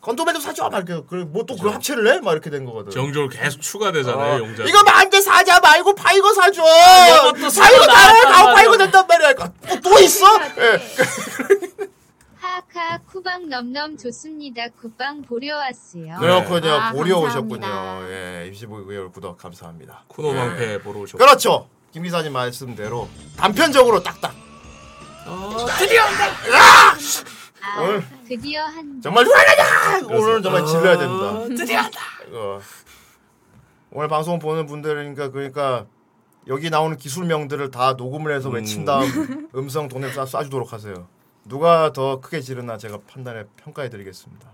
건도맨도 사줘 막 이렇게 뭐또 그걸 합체를 해? 막 이렇게 된 거거든.
정조를 계속 추가되잖아요,
어,
용자.
이거 만개 사자 말고 파이거 사줘.
이것도 사고
파이거 다해
나왔단
다
말이야.
파이거 된단 말이야. 아, 또, 또 있어? 예. <laughs>
하하 쿠방 넘넘 좋습니다. 쿠방 보려 왔어요.
네, 그렇군요.
아, 감사합니다.
보려 오셨군요. 예, 입시보 의열 구독 감사합니다.
쿠노 방패
예.
보러 오셨고.
그렇죠. 김 기사님 말씀대로 단편적으로 딱딱.
드디어
아!
아,
오늘
드디어 한
정말 후라이다! 오늘은 정말 질러야 됩니다.
드디어 한다.
이거. 오늘 방송 보는 분들이니까 그러니까 여기 나오는 기술명들을 다 녹음을 해서 외친 <laughs> 다음 음성 돈에 쏴, 쏴주도록 하세요. 누가 더 크게 지르나 제가 판단해 평가해드리겠습니다.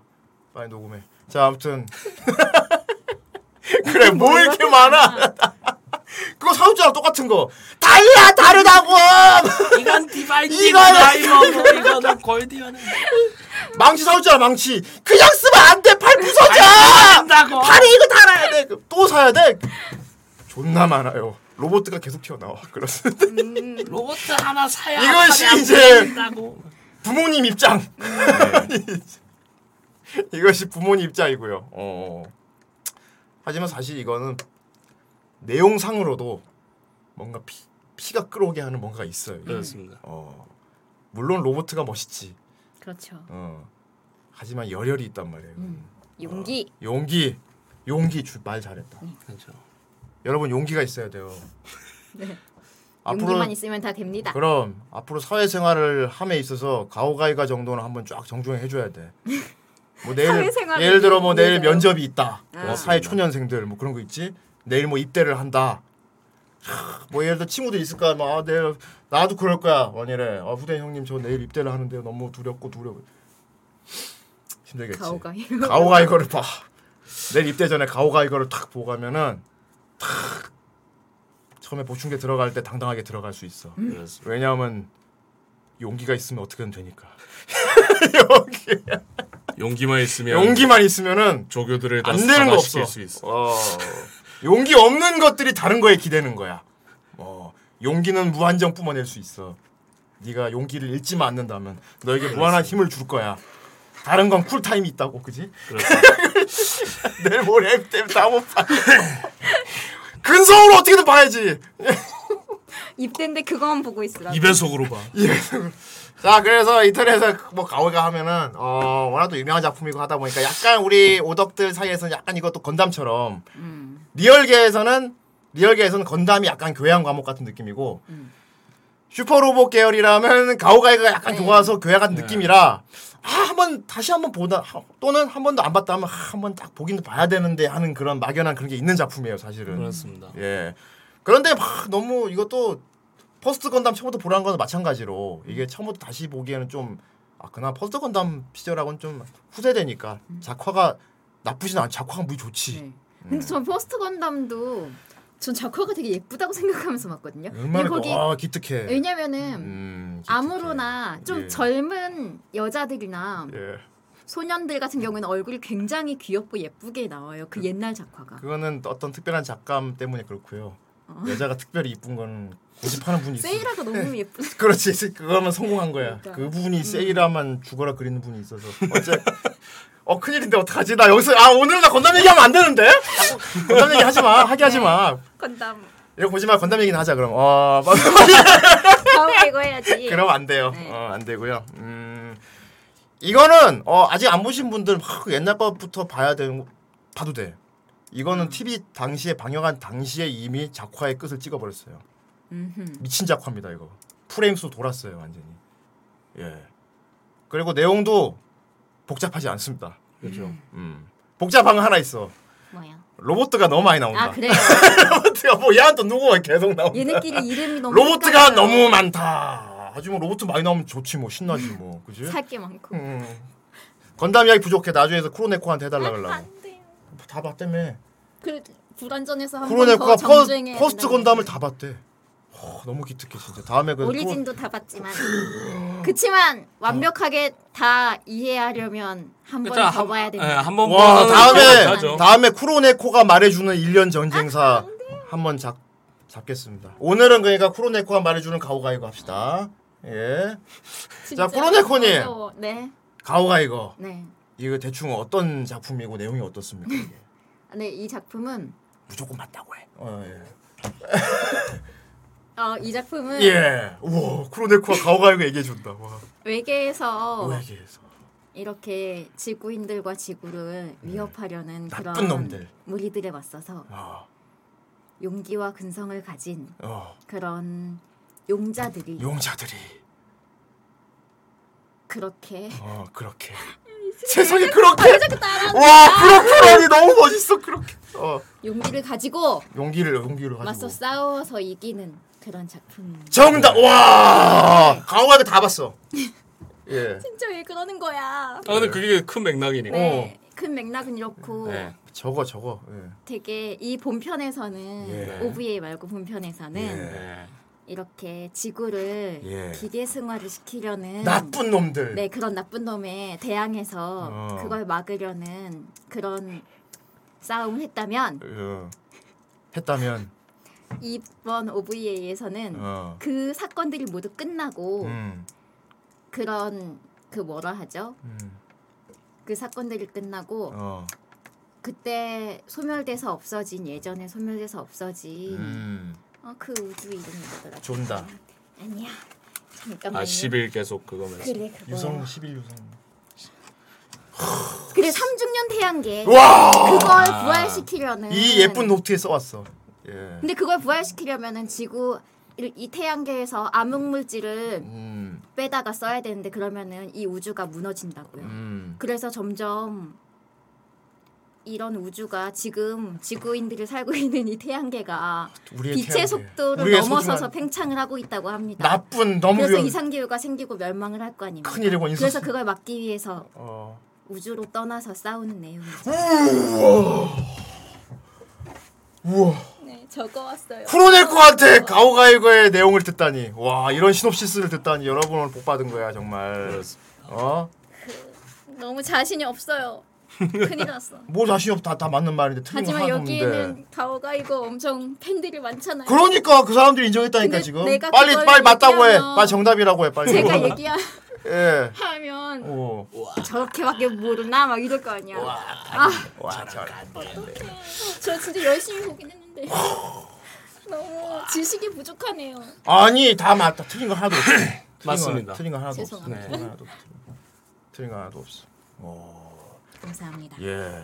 빨리 녹음해. <laughs> 자 아무튼 그래 뭐 이렇게 뭐 많아? <laughs> 그거 사줬잖아 똑같은 거. 달라 다르다고.
이건 디바인
이거는
이거는 골디언.
망치 사줬잖아 망치. 그냥 쓰면 안 돼. 팔 부서져. 팔에 이거 달아야 돼. 그럼 또 사야 돼. 존나 많아요. 로봇가 계속 튀어나와. 그렇습니다.
로봇 하나 사야
이것이
하나
이제-
보인다고.
부모님 입장. 네. <laughs> 이것이 부모님 입장이고요. 어. 하지만 사실 이거는 내용상으로도 뭔가 피, 피가 끓어오게 하는 뭔가가 있어요.
그렇습니다.
어. 물론 로보트가 멋있지.
그렇죠.
어. 하지만 열혈이 있단 말이에요.
음. 용기.
용기. 용기 주, 말 잘했다.
음.
그렇죠.
여러분 용기가 있어야 돼요.
<laughs> 네.
앞으로-
용기만 있으면 다 됩니다.
그럼 앞으로 사회생활을 함에 있어서 가오가이가 정도는 한번 쫙 정중히 해줘야 돼.
<laughs>
뭐 내일
사회생활을
예를 들어 뭐 내일
위해서요?
면접이 있다.
아.
뭐 사회 초년생들 뭐 그런 거 있지. 내일 뭐 입대를 한다. 캬, 뭐 예를 들어 친구들 있을 거야. 뭐 아, 내일 나도 그럴 거야. 원일에 아, 후대 형님 저 내일 입대를 하는데 너무 두렵고 두려워. 힘들겠지.
가오가이.
가오가이거를 봐. 내일 입대 전에 가오가이거를 탁 보고 가면은 탁 처음에 보충계 들어갈 때 당당하게 들어갈 수 있어.
그렇습니다.
왜냐하면 용기가 있으면 어떻게든 되니까.
용기만
예.
있으면
용기만 있으면은
조교들을 다
안 되는 거
사라시킬
없어.
수 있어.
어. 용기 없는 것들이 다른 거에 기대는 거야. 어. 용기는 무한정 뿜어낼 수 있어. 네가 용기를 잃지만 않는다면 너에게 무한한 힘을 줄 거야. 다른 건 쿨타임이 있다고, 그지? <laughs> 내일 모레 때문에 다못 봐. <laughs> 근성으로 어떻게든 봐야지.
<laughs> 입대인데 그거만 보고 있으라.
이배속으로 봐.
예. <laughs> 자 그래서 인터넷에서 뭐 가오가 하면은 어 워낙 또 유명한 작품이고 하다 보니까 약간 우리 오덕들 사이에서는 약간 이것도 건담처럼 리얼계에서는 리얼계에서는 건담이 약간 교양 과목 같은 느낌이고 슈퍼로봇 계열이라면 가오가이가 약간 좋아서 교양 같은
네.
느낌이라 아 한번 다시 한번 보다 하- 또는 한 번도 안 봤다 하면 아, 한번 딱 보긴 봐야 되는데 하는 그런 막연한 그런 게 있는 작품이에요 사실은
그렇습니다.
예 그런데 막 너무 이것도 퍼스트 건담 처음부터 보라는 거는 마찬가지로 이게 처음부터 다시 보기에는 좀 아, 그나 퍼스트 건담 시절하고는 좀 후세대니까 작화가 나쁘진 않아 작화가 무지 좋지
네. 근데 전 퍼스트 건담도 전 작화가 되게 예쁘다고 <laughs> 생각하면서 봤거든요.
얼마나
근데 거기
아 기특해
왜냐면은
음,
아무로나 좀
예.
젊은 여자들이나
예
소년들 같은 경우는 얼굴이 굉장히 귀엽고 예쁘게 나와요. 그 옛날 작화가.
그거는 어떤 특별한 작감 때문에 그렇고요 여자가 특별히 이쁜 건 고집하는 분이 있어
세일하가
<laughs>
너무 예쁜.
그렇지 그거만 성공한 거야 그
그러니까.
분이 세이라만 죽어라 그리는 분이 있어서 어째 어 큰일인데 어떡하지 나 여기서 아 오늘은 나 건담 얘기하면 안 되는데 건담 얘기 하지 마 하게 하지 마
건담.
이거 보지 마 건담 얘기는 하자 그럼 어
다음 이거 해야지.
그럼 안 돼요
네.
어, 안 되고요 음 이거는 어 아직 안 보신 분들 막 옛날 것부터 봐야 되는 거- 봐도 돼
음.
이거는 TV 당시에 방영한 당시에 이미 작화의 끝을 찍어버렸어요
음흠.
미친 작화입니다 이거 프레임 수 돌았어요 완전히 예 그리고 내용도 복잡하지 않습니다
그렇죠.
음 복잡한 거 하나 있어
뭐야?
로봇가 너무 많이 나온다
아 그래요.
로봇가 <laughs> 뭐 얘한테 누구가 계속 나온다
얘네끼리 이름이 너무.
로봇가
헷갈려요.
너무 많다 하지만 로봇 많이 나오면 좋지 뭐 신나지 뭐 그지
살게 많고.
음. 건담 이야기 부족해 나중에서 크로네코한테 해달라 그러려고 다 봤다며
그 불안전해서 한번
크로네코가
더
퍼,
정주행해.
퍼스트 건담을 다 봤대 허, 너무 기특해 진짜 다음에 그 크로-
오리진도 다 봤지만
<laughs>
그치만 완벽하게 다 이해하려면 한 번
일단
더
한-
봐야
네,
됩니다.
예, 한번
와
보면은
아, 다음에
기억나죠.
다음에 쿠로네코가 말해주는 일련
아,
전쟁사 한번 잡 잡겠습니다. 오늘은 그러니까 쿠로네코가 말해주는 가오가이거 합시다. 예.
진짜
자, 코로네코님.
무서워. 네.
가오가이거
네.
이거 대충 어떤 작품이고 내용이 어떻습니까? 이게?
네, 이 작품은
무조건 맞다고 해. 어, 예.
어, 이 작품은
예. 우와 쿠로네코가 가오가이거 얘기해 준다. 와.
외계에서
외계에서
이렇게 지구인들과 지구를 위협하려는
나쁜
그런
놈들.
무리들에 맞서서
아,
용기와 근성을 가진
어.
그런 용자들이
용자들이
그렇게
어 그렇게
아,
세상에 그렇게
자꾸 따라한다.
와 그렇게라니 너무 멋있어 그렇게 어
용기를 가지고
용기를 용기를
맞서
가지고
싸워서 이기는 그런 작품.
정답 와 강호가
<laughs>
다 봤어 예
진짜 왜 그러는 거야?
어.
그
아 근데 그게 큰 맥락이니까.
네. 큰 맥락은 이렇고
네. 저거 저거. 예.
네. 되게 이 본편에서는
예.
OVA 말고 본편에서는
예.
이렇게 지구를
예.
기계 승화를 시키려는
나쁜 놈들.
네 그런 나쁜 놈에 대항해서
어.
그걸 막으려는 그런 싸움을 했다면
어. 했다면
이번 OVA에서는
어.
그 사건들이 모두 끝나고
음.
그런 그 뭐라 하죠
음.
그 사건들이 끝나고
어.
그때 소멸돼서 없어진 예전에 소멸돼서 없어진
음.
어, 그 우주 이름이 뭐더라?
존다.
아니야. 잠깐만요.
아 10일 계속 그거 말씀.
네. 그래 그거.
유성 11 유성.
그래 삼중년 태양계.
와!
그걸
아.
부활시키려는.
이 예쁜 노트에 써왔어. 예.
근데 그걸 부활시키려면은 지구 이- 이 태양계에서 암흑 물질을
음.
빼다가 써야 되는데 그러면은 이 우주가 무너진다고요.
음.
그래서 점점 이런 우주가 지금 지구인들이 살고 있는 이 태양계가
우리의
빛의
태양계.
속도를
우리의
넘어서서
소중한-
팽창을 하고 있다고 합니다.
나쁜 너무
그래서
위험-
이상기후가 생기고 멸망을 할 거 아닙니까?
큰일이고 인수-
그래서 그걸 막기 위해서
어.
우주로 떠나서 싸우는 내용이죠.
우와. 우와.
네, 적어왔어요.
쿠로네코한테 가오가이거의 내용을 듣다니. 와 이런 시놉시스를 듣다니 여러분 오늘 복 받은 거야 정말. 어?
너무 자신이 없어요. <laughs> 큰일 났어.
뭐 자신 없다 다 맞는 말인데 틀린 거
하지만
하나도 없는데.
여기에는 가오가 이거 엄청 팬들이 많잖아요.
그러니까 그 사람들이 인정했다니까
근데
지금.
내가
빨리
그걸
빨리 맞다고 해.
얘기하면
빨리 정답이라고 해 빨리.
제가 얘기하
<laughs> 예.
하면
오.
저렇게밖에 모르나 막 이럴 거 아니야. 아,
와 잘.
저 진짜 열심히
<laughs>
보긴 했는데 너무 지식이 부족하네요.
아니 다 맞다. 틀린 거
<clears throat>
하나도 없어. 틀린 거-
맞습니다.
틀린 거 하나도 없어.
죄송합니다.
틀린 거 하나도 없어. 틀린 거 하나도 없어.
감사합니다.
예.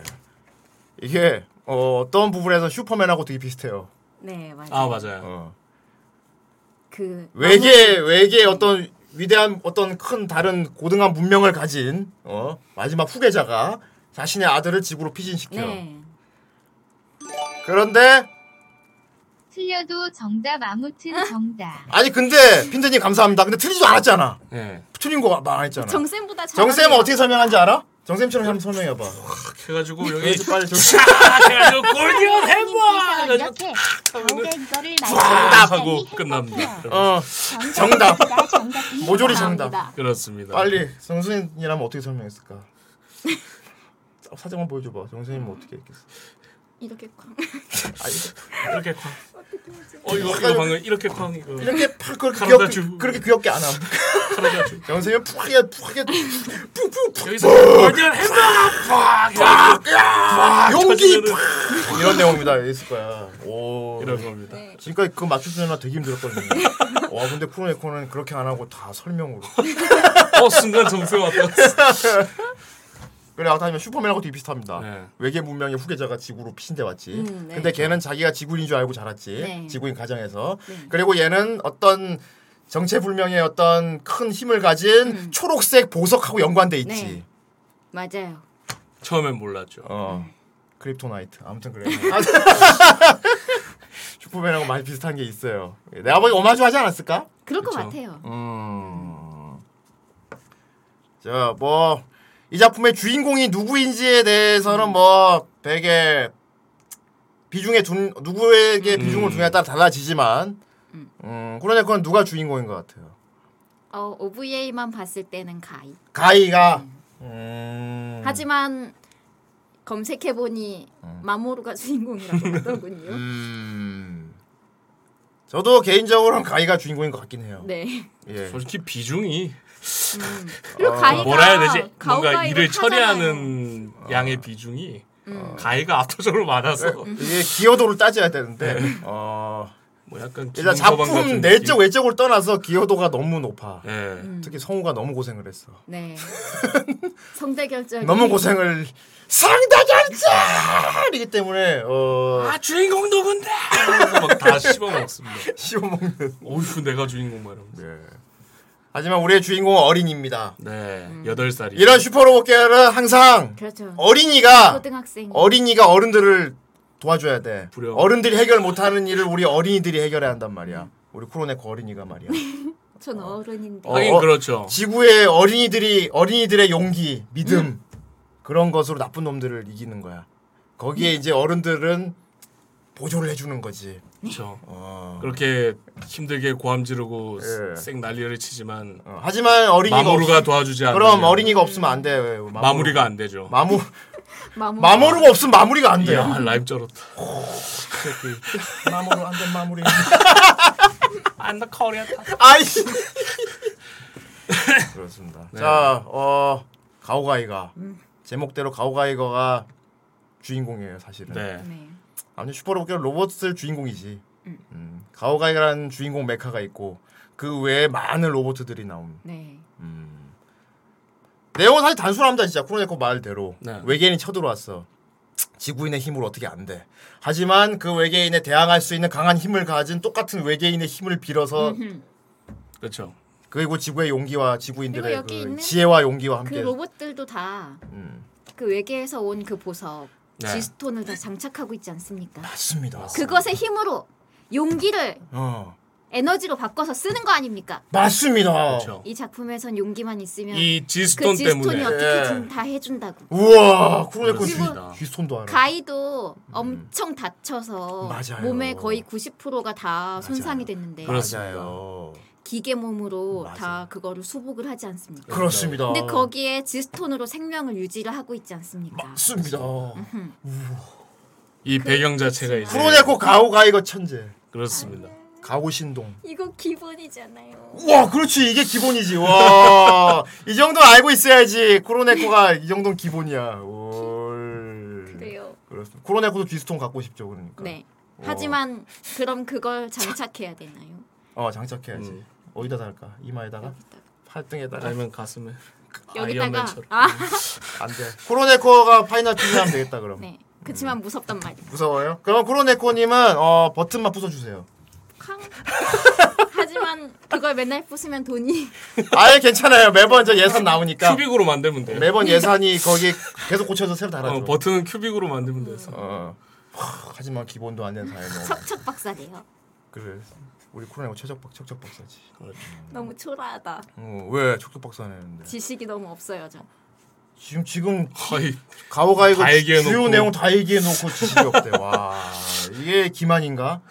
이게 어, 어떤 부분에서 슈퍼맨하고 되게 비슷해요.
네 맞아요.
어.
그
외계 외계 어떤 위대한 어떤 큰 다른 고등한 문명을 가진 어, 마지막 후계자가 자신의 아들을 지구로 피신시켜.
네.
그런데
틀려도 정답 아무튼 정답.
아니 근데 핀드님 감사합니다. 근데 틀리지도 않았잖아.
예.
틀린 거 말 안 했잖아.
정쌤보다 잘.
정쌤은 어떻게 설명한지 알아? 정쌤처럼 한번 설명해 봐.
해가지고 여기
빨리
<laughs>
좀.
해가지고 골디언 해봐. 해가지고
이렇게 가오가 이거를
쫙 하고 끝납니다.
어. 정답. 모조리 정답.
그렇습니다.
빨리 정수님이라면 어떻게 설명했을까? 사- 사진만 보여줘 봐. 정수님은 어떻게 했겠어?
이렇게 쾅.
아,
이렇게 쾅. 어 이거 이거 방금 이렇게 쾅 이거.
이렇게 팍 그렇게
가로다
귀엽게
주-
그렇게 귀엽게 안 함. 정수님 푸하게 푸하게
여기서 골디언 해봐.
용기 팍! 이런 내용입니다. 있을 거야. 오
이런 겁니다.
지금까지 그거 맞추느라 되게 힘들었거든요. 와 근데 쿠로네코는 그렇게 안 하고 다 설명으로.
어 순간 정세 왔다.
<laughs> 그래 아까 하면 슈퍼맨하고 되게 비슷합니다. 외계 문명의 후계자가 지구로 피신돼 왔지.
음, 네.
근데 걔는 자기가 지구인인 줄 알고 자랐지.
네.
지구인 가정에서.
네.
그리고 얘는 어떤 정체불명의 어떤 큰 힘을 가진
음.
초록색 보석하고 연관돼 있지.
네. <laughs> 맞아요.
처음엔 몰랐죠.
어. 크립토나이트. 아무튼 그래. <laughs> 슈퍼맨하고 많이 비슷한 게 있어요. 내 아버지 오마주 하지 않았을까?
그럴 것 같아요.
어.
음. 자, 뭐 이 작품의 주인공이 누구인지에 대해서는 뭐 되게 비중에 둔 누구에게 비중을
음.
두냐에 따라 달라지지만 음, 그러냐 그건 누가 주인공인 것 같아요.
어, OVA만 봤을
네.
때는 가이.
가이가 음.
하지만 검색해 보니
어.
마모루가
<laughs>
주인공이라고 하더군요.
음. 저도 개인적으로는 가이가 주인공인 것 같긴 해요.
네.
어,
예.
솔직히 비중이
그리고 가이가
뭐라 해야 되지? 뭔가
그러니까 가오가이로
일을
타잖아요. 음.
처리하는 양의 비중이 어, 가해가 압도적으로 많아서
이게 기여도를 따져야 되는데 어,
뭐 약간
일단
기름서방
작품
같은
내적
네. 느낌?
외적을 떠나서 기여도가 너무 높아.
음.
특히 성우가 너무 고생을 했어.
<laughs>
네. 성대 결절.
너무 고생을 상대 결절이기 때문에 어
아 주인공 누군데? 막다 씹어 먹습니다.
씹어 먹는.
오유 내가 주인공 말하면서.
예. 하지만 우리의 주인공은 어린이입니다.
네.
음.
여덟 살이.
이런 슈퍼로봇 계열은 항상
그렇죠.
어린이가
고등학생.
어린이가 어른들을 도와줘야 돼. 어른들이 해결 못하는 일을 우리 어린이들이 해결해야 한단 말이야. 우리 쿠로네코 어린이가 말이야.
<laughs>
전 어른인데.
그렇죠.
어, 어, 지구의 어린이들이 어린이들의 용기, 믿음 그런 것으로 나쁜 놈들을 이기는 거야. 거기에 이제 어른들은 보조를 해주는 거지.
그렇죠.
어.
그렇게 힘들게 고함 지르고 쌩
예.
난리를 치지만
하지만 어린이가
마모루가
없-
도와주지 않으면
그럼 어린이가 없으면 안 돼. 왜, 마모루.
아, 마무리가 안 되죠.
마모 마모루가 없으면 마무리가 안 돼.
이야, 라이브 쩔었다.
마모루 안 된 마무리.
<laughs> 안다 커리아 <laughs>
아이씨. 그렇습니다.
네.
자, 어 가오가이가 제목대로 가오가이거가 주인공이에요, 사실은.
네.
아니 슈퍼로봇 로봇을 주인공이지. 음, 가오가이라는 주인공 메카가 있고 그 외에 많은 로봇들이 나옵니다.
네.
내용은 사실 단순합니다 진짜 쿠로네코 말대로 외계인이 쳐들어왔어 지구인의 힘으로 어떻게 안 돼 하지만 그 외계인에 대항할 수 있는 강한 힘을 가진 똑같은 외계인의 힘을 빌어서
그렇죠
그리고 지구의 용기와 지구인들의
그리고 여기
그
있는
지혜와 용기와
그
함께
로봇들도 다 그
음.
외계에서 온 그 보석
네.
지스톤을 다 장착하고 있지 않습니까?
맞습니다
그것의 힘으로 용기를
어
에너지로 바꿔서 쓰는 거 아닙니까?
맞습니다
이 작품에선 용기만 있으면
이 지스톤
그 지스톤이
때문에.
어떻게든
예.
다 해준다고.
우와 쿠로네코
그리고
귀손도 알아
가이도
음.
엄청 다쳐서
맞아요.
몸의 거의 90%가 다 손상이 됐는데
맞아요
기계 몸으로 다 그거를 수복을 하지 않습니까?
그렇습니다.
어.
근데 거기에 지스톤으로 생명을 유지를 하고 있지 않습니까?
맞습니다
음흠.
이 배경 자체가 이제
쿠로네코 가오가이거 천재
그렇습니다.
가오신동
이거 기본이잖아요.
와, 그렇지. 이게 기본이지. 와. <laughs> 이 정도 알고 있어야지. 코로네코가 이 정도는 기본이야. 올.
그래요.
그렇습니다. 코로네코도 뒤스톤 갖고 싶죠, 그러니까.
네. 하지만 그럼 그걸 장착해야 되나요?
어, 장착해야지.
음.
어디다 달까? 이마에다가? 팔등에다가?
아니면 가슴에.
여기다가 아,
안 돼. 코로네코가 파이널 팀이면 되겠다, 그럼.
네. 그치만 무섭단 말이야.
무서워요? 그럼 코로네코님은 어, 버튼만 부숴주세요.
<laughs> 하지만 그걸 맨날 부수면 돈이 <laughs>
아예 괜찮아요. 매번 저 예산 나오니까.
<laughs> 큐빅으로 만들면 돼요.
매번 예산이 거기 계속 고쳐서 새로 달아줘. 어.
어, 버튼은 큐빅으로 만들면 돼서.
하지만 기본도 안 되는 사연.
척척 박사래요.
그래. 우리 코로네코 최적박, 척척박사지.
너무 초라하다.
어, 왜 척척박사는
지식이 너무 없어요, 저.
지금 지금
거의
어. 가오가이거
다 얘기해놓고.
주요 내용 다 얘기해놓고 지식이 없대. 와 이게 기만인가?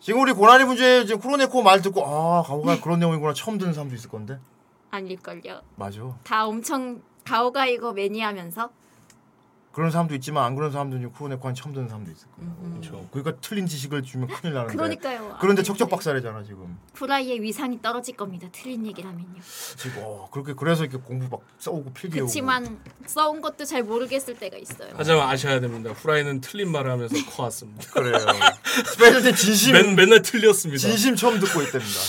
지금 우리 고난이 문제 지금 코로네코 말 듣고 아 가오가이 그런 내용이구나 처음 듣는 사람도 있을 건데
아닐걸요.
맞아.
다 엄청 가오가 이거 매니하면서
그런 사람도 있지만 안 그런 사람도 있고 코로네코 한 처음 듣는 사람도 있을 거야. 그렇죠. 그러니까 틀린 지식을 주면 큰일 나는데.
그러니까요.
그런데
아니, 네,
척척박사래잖아 지금.
프라이의 위상이 떨어질 겁니다. 틀린 얘기를 하면요.
지금 어, 그렇게 그래서 이렇게 공부 막 써오고 필기하고.
그치만 써온 것도 잘 모르겠을 때가 있어요.
하지만 아셔야 됩니다. 후라이는 틀린 말을
<laughs>
하면서 커왔습니다.
그래요. 스페셜 때 진심-
맨, 맨날 틀렸습니다.
진심 처음 듣고 있답니다.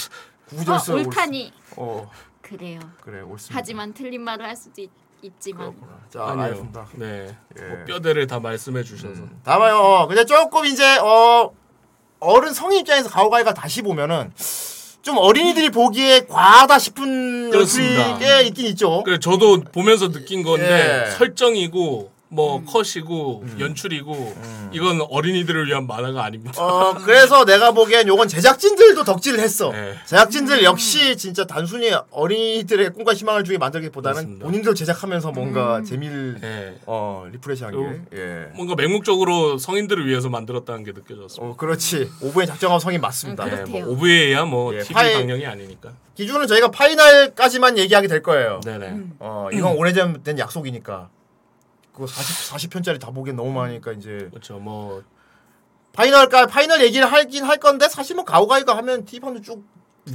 어, 울타니.
어
그래요.
그래 옳습니다.
하지만 틀린 말을 할 수도 있, 있지만
자
아니요.
알겠습니다. 예.
네. 뭐 뼈대를 다 말씀해 주셔서.
다봐요. 어, 근데 조금 이제 어 어른 성인 입장에서 가오가이가 다시 보면은 좀 어린이들이 보기에 과하다 싶은
그렇습니다.
요소이 꽤 있긴 있죠.
그래 저도 보면서 느낀 건데
예. 음.
설정이고 뭐 컷이고 연출이고 이건 어린이들을 위한 만화가 아닙니다.
어 그래서 내가 보기엔 요건 제작진들도 덕질을 했어.
네.
음.
제작진들 역시 진짜 단순히 어린이들의 꿈과 희망을 주게 만들기보다는 본인들 제작하면서 뭔가
음.
재미를
네.
어 리프레시하게.
요-
예.
예. 뭔가 맹목적으로 성인들을 위해서 만들었다는 게 느껴졌습니다.
어 그렇지. 오브의 작정한 성이 맞습니다.
음,
네, 뭐 오브에야 뭐 TV
예, 파일-
방영이 아니니까.
기준은 저희가 파이널까지만 얘기하게 될 거예요.
네네.
어, 이건 오래전 된 약속이니까. 그거 40 40편짜리 다 보기엔 너무 많으니까 이제
그렇죠. 뭐
파이널까 파이널 얘기를 하긴 할 건데 사실 뭐 가오가이가 하면 티판도 쭉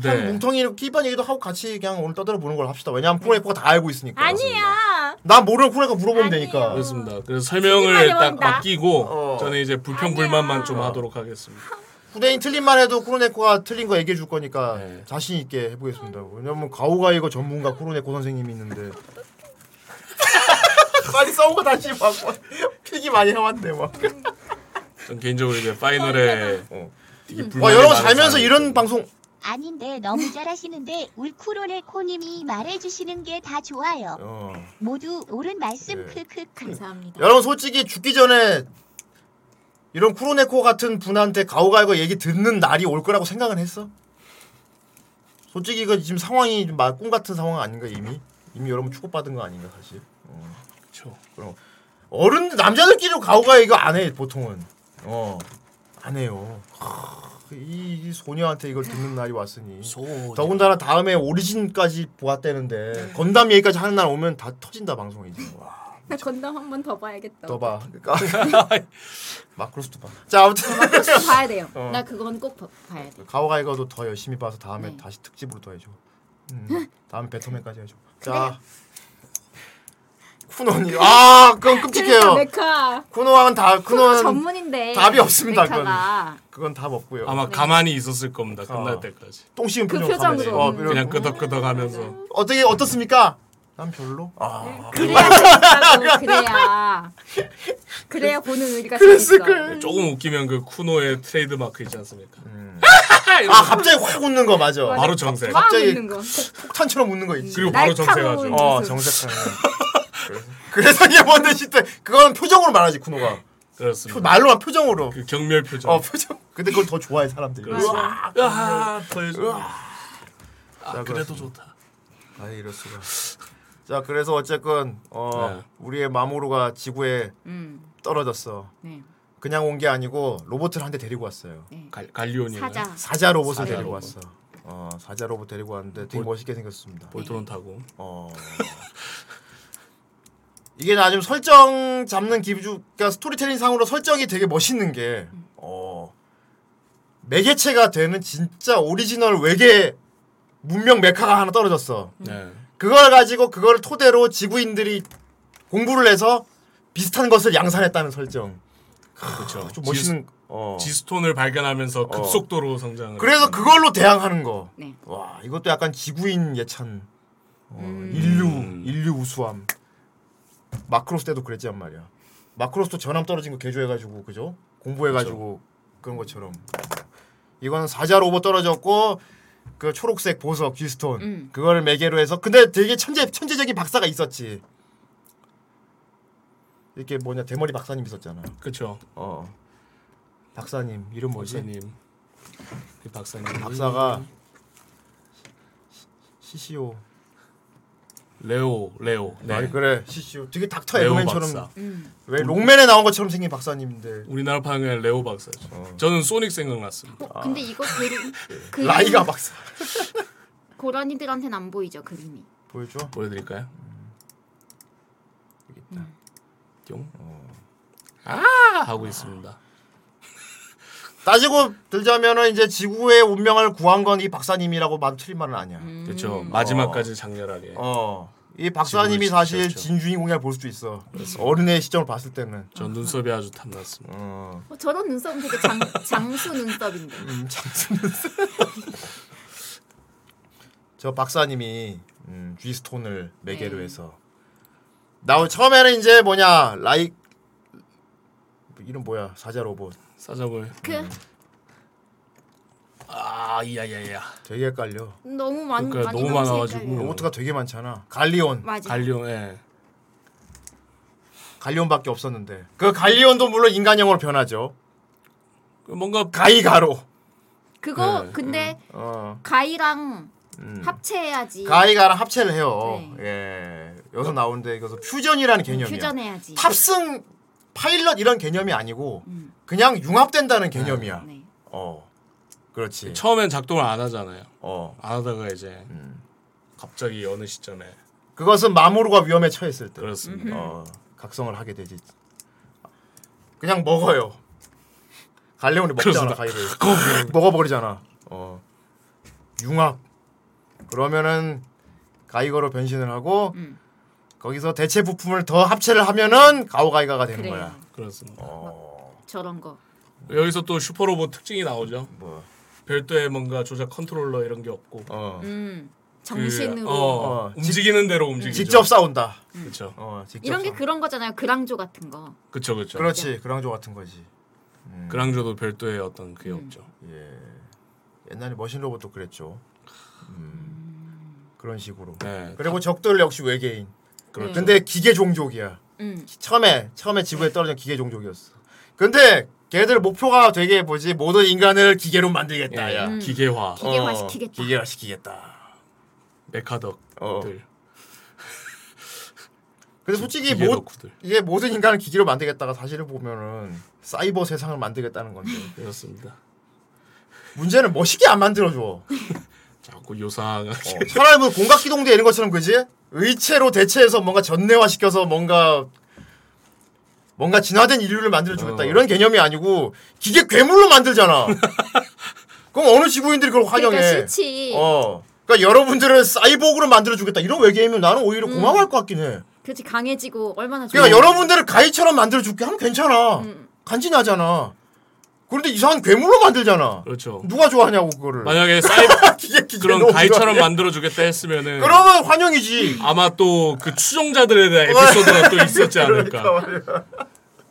그냥
네.
뭉텅이 티판 얘기도 하고 같이 그냥 오늘 떠들어 보는 걸 합시다. 왜냐면 쿠레코가 다 알고 있으니까.
아니야.
난 모르는 쿠레코 물어보면 되니까.
그렇습니다. 그래서
신이
설명을 딱
어려운다.
아끼고 저는 이제 불평 불만만 좀 하도록 하겠습니다.
후대인 틀린 말 해도 쿠로네코가 틀린 거 얘기해 줄 거니까 자신 있게 해보겠습니다. 왜냐면 가오가이거 전문가 쿠로네코 선생님이 있는데 빨리 써온 거 다시 막 <laughs> 필기 많이 해왔네 막.
전 개인적으로 이제
어,
파이널에 되게
와
불만이
어, 여러분
많은
살면서
사람이-
이런 방송
아닌데 너무 잘하시는데 울쿠로네코님이 말해주시는 게 다 좋아요.
어.
모두 옳은 말씀
네.
크크크.
감사합니다.
여러분 솔직히 죽기 전에 이런 쿠로네코 같은 분한테 가오가이거 얘기 듣는 날이 올 거라고 생각은 했어? 솔직히 이거 지금 상황이 좀꿈 같은 상황 아닌가 이미? 이미 여러분 축복받은 거 아닌가 사실? 어.
그렇죠.
그럼 어른 남자들끼리 가오가 이거 안 해 보통은. 어. 안 해요. 크, 이, 이 소녀한테 이걸 듣는 날이 왔으니 더군다나 다음에 오리진까지 보았다는데 건담 얘기까지 하는 날 오면 다 터진다 방송이 이제
나 건담 한 번 더 봐야겠다.
더 봐.
<laughs>
그러니까 마크로스도 봐. 자 아무튼
꼭 봐야 돼요.
어.
나 그건 꼭 봐- 봐야 돼.
가오가 이거도 더 열심히 봐서 다음에
네.
다시 특집으로 더 해줘. 음, 다음에 배터맨까지 해줘. 자 쿠노니 아 그건
그러니까
끔찍해요.
메카.
쿠노왕은 다
쿠노
쿠노는
그 전문인데
답이 없습니다,
메카가.
그건 답 없고요.
아마 가만히 있었을 겁니다.
어.
끝날 때까지.
똥 씹은
그
표정
표정으로.
가면서. 어,
음.
그냥 그 끄덕끄덕하면서
어떻게 어떻습니까? 난 별로. 아,
그래야
<laughs>
재밌다고, 그래야 그래야 보는 의리가 아,
그랬을
생겼어.
걸.
조금 웃기면 그 쿠노의 트레이드 마크 있지 않습니까?
아 갑자기 확 웃는 거 음. 맞아.
바로 정색.
갑자기
웃는 거. 네.
폭탄처럼 웃는 거 있지.
그리고 바로
날카로운
정색하죠.
어 정색하는. <laughs> 그래서 얘 뭔데 시대 그건 표정으로 말하지 쿠노가.
그렇습니다. 그
표- 말로만 표정으로.
경멸 표정.
어 표정. 근데 그걸 더 좋아해 사람들이.
그렇습니다. 으아, 더해줘.
자,
아,
그렇습니다.
그래도 좋다.
아 이럴 수가. 자 그래서 어쨌건 어
네.
우리의 마모루가 지구에
음.
떨어졌어.
네.
그냥 온 게 아니고 로봇을 한 대 데리고 왔어요.
갈,
네.
갈리오니
사자.
사자 로봇을
네. 사자
데리고
로봇.
왔어. 어 사자 로봇 데리고 왔는데 되게
볼-
멋있게 생겼습니다.
볼트론 타고.
어. <laughs> 이게 나 좀 설정 잡는 기주, 그러니까 스토리텔링 상으로 설정이 되게 멋있는 게, 어, 매개체가 되는 진짜 오리지널 외계 문명 메카가 하나 떨어졌어.
네.
그걸 가지고 그걸 토대로 지구인들이 공부를 해서 비슷한 것을 양산했다는 설정.
그렇죠.
아, 좀 멋있는- 어.
지스톤을 발견하면서 급속도로 성장을.
그래서
했습니다.
그걸로 대항하는 거.
네.
와, 이것도 약간 지구인 예찬. 어,
음.
인류, 인류 우수함. 마크로스 때도 그랬지 한 말이야. 마크로스도 전함 떨어진 거 개조해가지고 그죠? 공부해가지고 그런 것처럼. 이거는 사자 로봇 떨어졌고 그 초록색 보석 귀스톤
음.
그거를 매개로 해서 근데 되게 천재 천재적인 박사가 있었지. 이렇게 뭐냐 대머리 박사님 있었잖아.
그렇죠.
어. 박사님 이름 뭐지? 아,
박사님. 그 박사님.
박사가 시시오
레오 레오. 네.
아니, 그래 시시오 되게 닥터
레오
에그맨처럼
박사.
왜 롱맨에 나온 것처럼 생긴 박사님인데
우리나라 파는 그냥 레오 박사죠.
어.
저는 소닉 생각났습니다.
아.
어, 근데 이거 그림 그림
라이가 박사.
고라니들한테는 안 보이죠 그림이.
보여줘.
보여드릴까요? 여기다. 뿅. 아 하고 있습니다.
따지고 들자면은 이제 지구의 운명을 구한 건 이 박사님이라고 말 틀린 말은 아니야.
그렇죠. 마지막까지 장렬하게.
어. 이 박사님이
지구를
사실
지키셨죠.
진주인공이라 볼 수도 있어. 어른의 시점을 봤을 때는.
전 눈썹이 아주 탐났습니다.
어, 저런 눈썹은 되게 장, 장수 눈썹인데.
음. 저 박사님이 음, G스톤을 매개로 해서 나 처음에는 이제 뭐냐 라이 이름 뭐야 사자 로봇
사자볼.
그
아 이야야야.
되게 헷갈려
어. 너무 많
그러니까
많이
너무
넘치니까
많아가지고.
이거.
로봇가 되게 많잖아 갈리온
맞아.
갈리온 예.
갈리온밖에 없었는데 그 갈리온도 물론 인간형으로 변하죠
그 뭔가
가이가로
그거
네.
근데
음.
어,
가이랑
음.
합체해야지.
가이가랑 합체를 해요
네.
예 여기서 나오는데 이것은 퓨전이라는 개념이야
퓨전해야지.
탑승 파일럿 이런 개념이 아니고 그냥 융합된다는 개념이야
네.
어 그렇지
처음엔 작동을 안 하잖아요.
어.
안 하다가 이제
음.
갑자기 어느 시점에
그것은 마모루가 위험에 처했을 때
그렇습니다. 음.
어, 각성을 하게 되지. 그냥 먹어요. 갈레온이
<laughs>
먹잖아
그렇습니다.
가위를 먹어버리잖아. 어. 융합. 그러면은 가이거로 변신을 하고
음.
거기서 대체 부품을 더 합체를 하면은 가오가이가가 되는
그래요.
거야.
그렇습니다.
어.
저런 거.
여기서 또 슈퍼로봇 특징이 나오죠.
뭐.
별도의 뭔가 조작 컨트롤러 이런 게 없고
어.
음. 정신으로.
그, 어,
어,
움직이는 대로 움직이죠.
직접 싸운다.
그렇죠.
어, 직접
이런 게
싸운다.
그런 거잖아요. 그랑조 같은 거.
그렇죠. 그렇죠.
그렇지. 그랑조 같은 거지. 음.
그랑조도 별도의 어떤 그게 없죠.
예. 옛날에 머신 로봇도 그랬죠. 음. 그런 식으로.
네.
그리고 적들 역시 외계인. 네.
그렇죠.
근데 기계 종족이야.
음.
처음에 처음에 지구에 떨어진 기계 종족이었어. 근데 걔들 목표가 되게 뭐지? 모든 인간을 기계로 만들겠다. 야.
예, 기계화,
어,
기계화시키겠다.
기계화시키겠다.
메카덕들.
근데 솔직히
기계
모,
덕후들.
이게 모든 인간을 기계로 만들겠다가 사실을 보면은 사이버 세상을 만들겠다는 건데.
그렇습니다.
문제는 멋있게 안 만들어줘.
자꾸 요상하게.
차라리 뭐 공각기동대 이런 것처럼 그지? 의체로 대체해서 뭔가 전내화시켜서 뭔가 뭔가 진화된 인류를 만들어주겠다 이런 개념이 아니고 기계 괴물로
<laughs>
만들잖아. 그럼 어느 지구인들이 그걸 환영해?
그러니까 싫지.
어. 그러니까 여러분들을 사이보그로 만들어주겠다 이런 외계인은 나는 오히려
음.
고마워할 것 같긴 해.
그렇지 강해지고 얼마나 좋아.
음.
그러니까 여러분들을 가이처럼 만들어줄게 하면 괜찮아.
음.
간지나잖아. 그런데 이상한 괴물로 만들잖아.
<laughs> 그렇죠.
누가 좋아하냐고 그거를. <laughs>
만약에 사이버 그런
너무
가이처럼
좋아해.
만들어주겠다 했으면은
그러면 환영이지.
아마 또 그 추종자들에 대한
어.
에피소드가 또
<laughs>
있었지 않을까.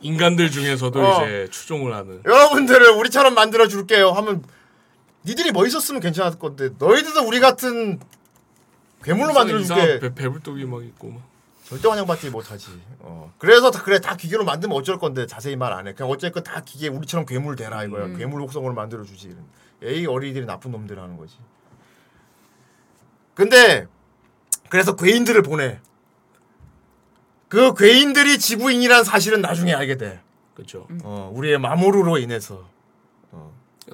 인간들 중에서도
그러니까. 어.
이제 추종을 하는.
여러분들을 우리처럼 만들어 줄게요 하면 니들이 뭐 멋있었으면 괜찮았을 건데 너희들도 우리 같은 괴물로 만들어
이상한
줄게
배- 배불뚝이 막 있고 막.
절대 환영받지 못하지 어. 그래서 다 그래 다 기계로 만들면 어쩔 건데 자세히 말 안 해 그냥 어쨌건 다 기계 우리처럼 괴물 되라 이거야
음.
괴물 혹성으로 만들어 주지 이런 에이 어린이들이 나쁜 놈들 하는 거지 근데 그래서 괴인들을 보내 그 괴인들이 지구인이란 사실은 나중에 알게 돼
그렇죠.
어, 우리의 마모루로 인해서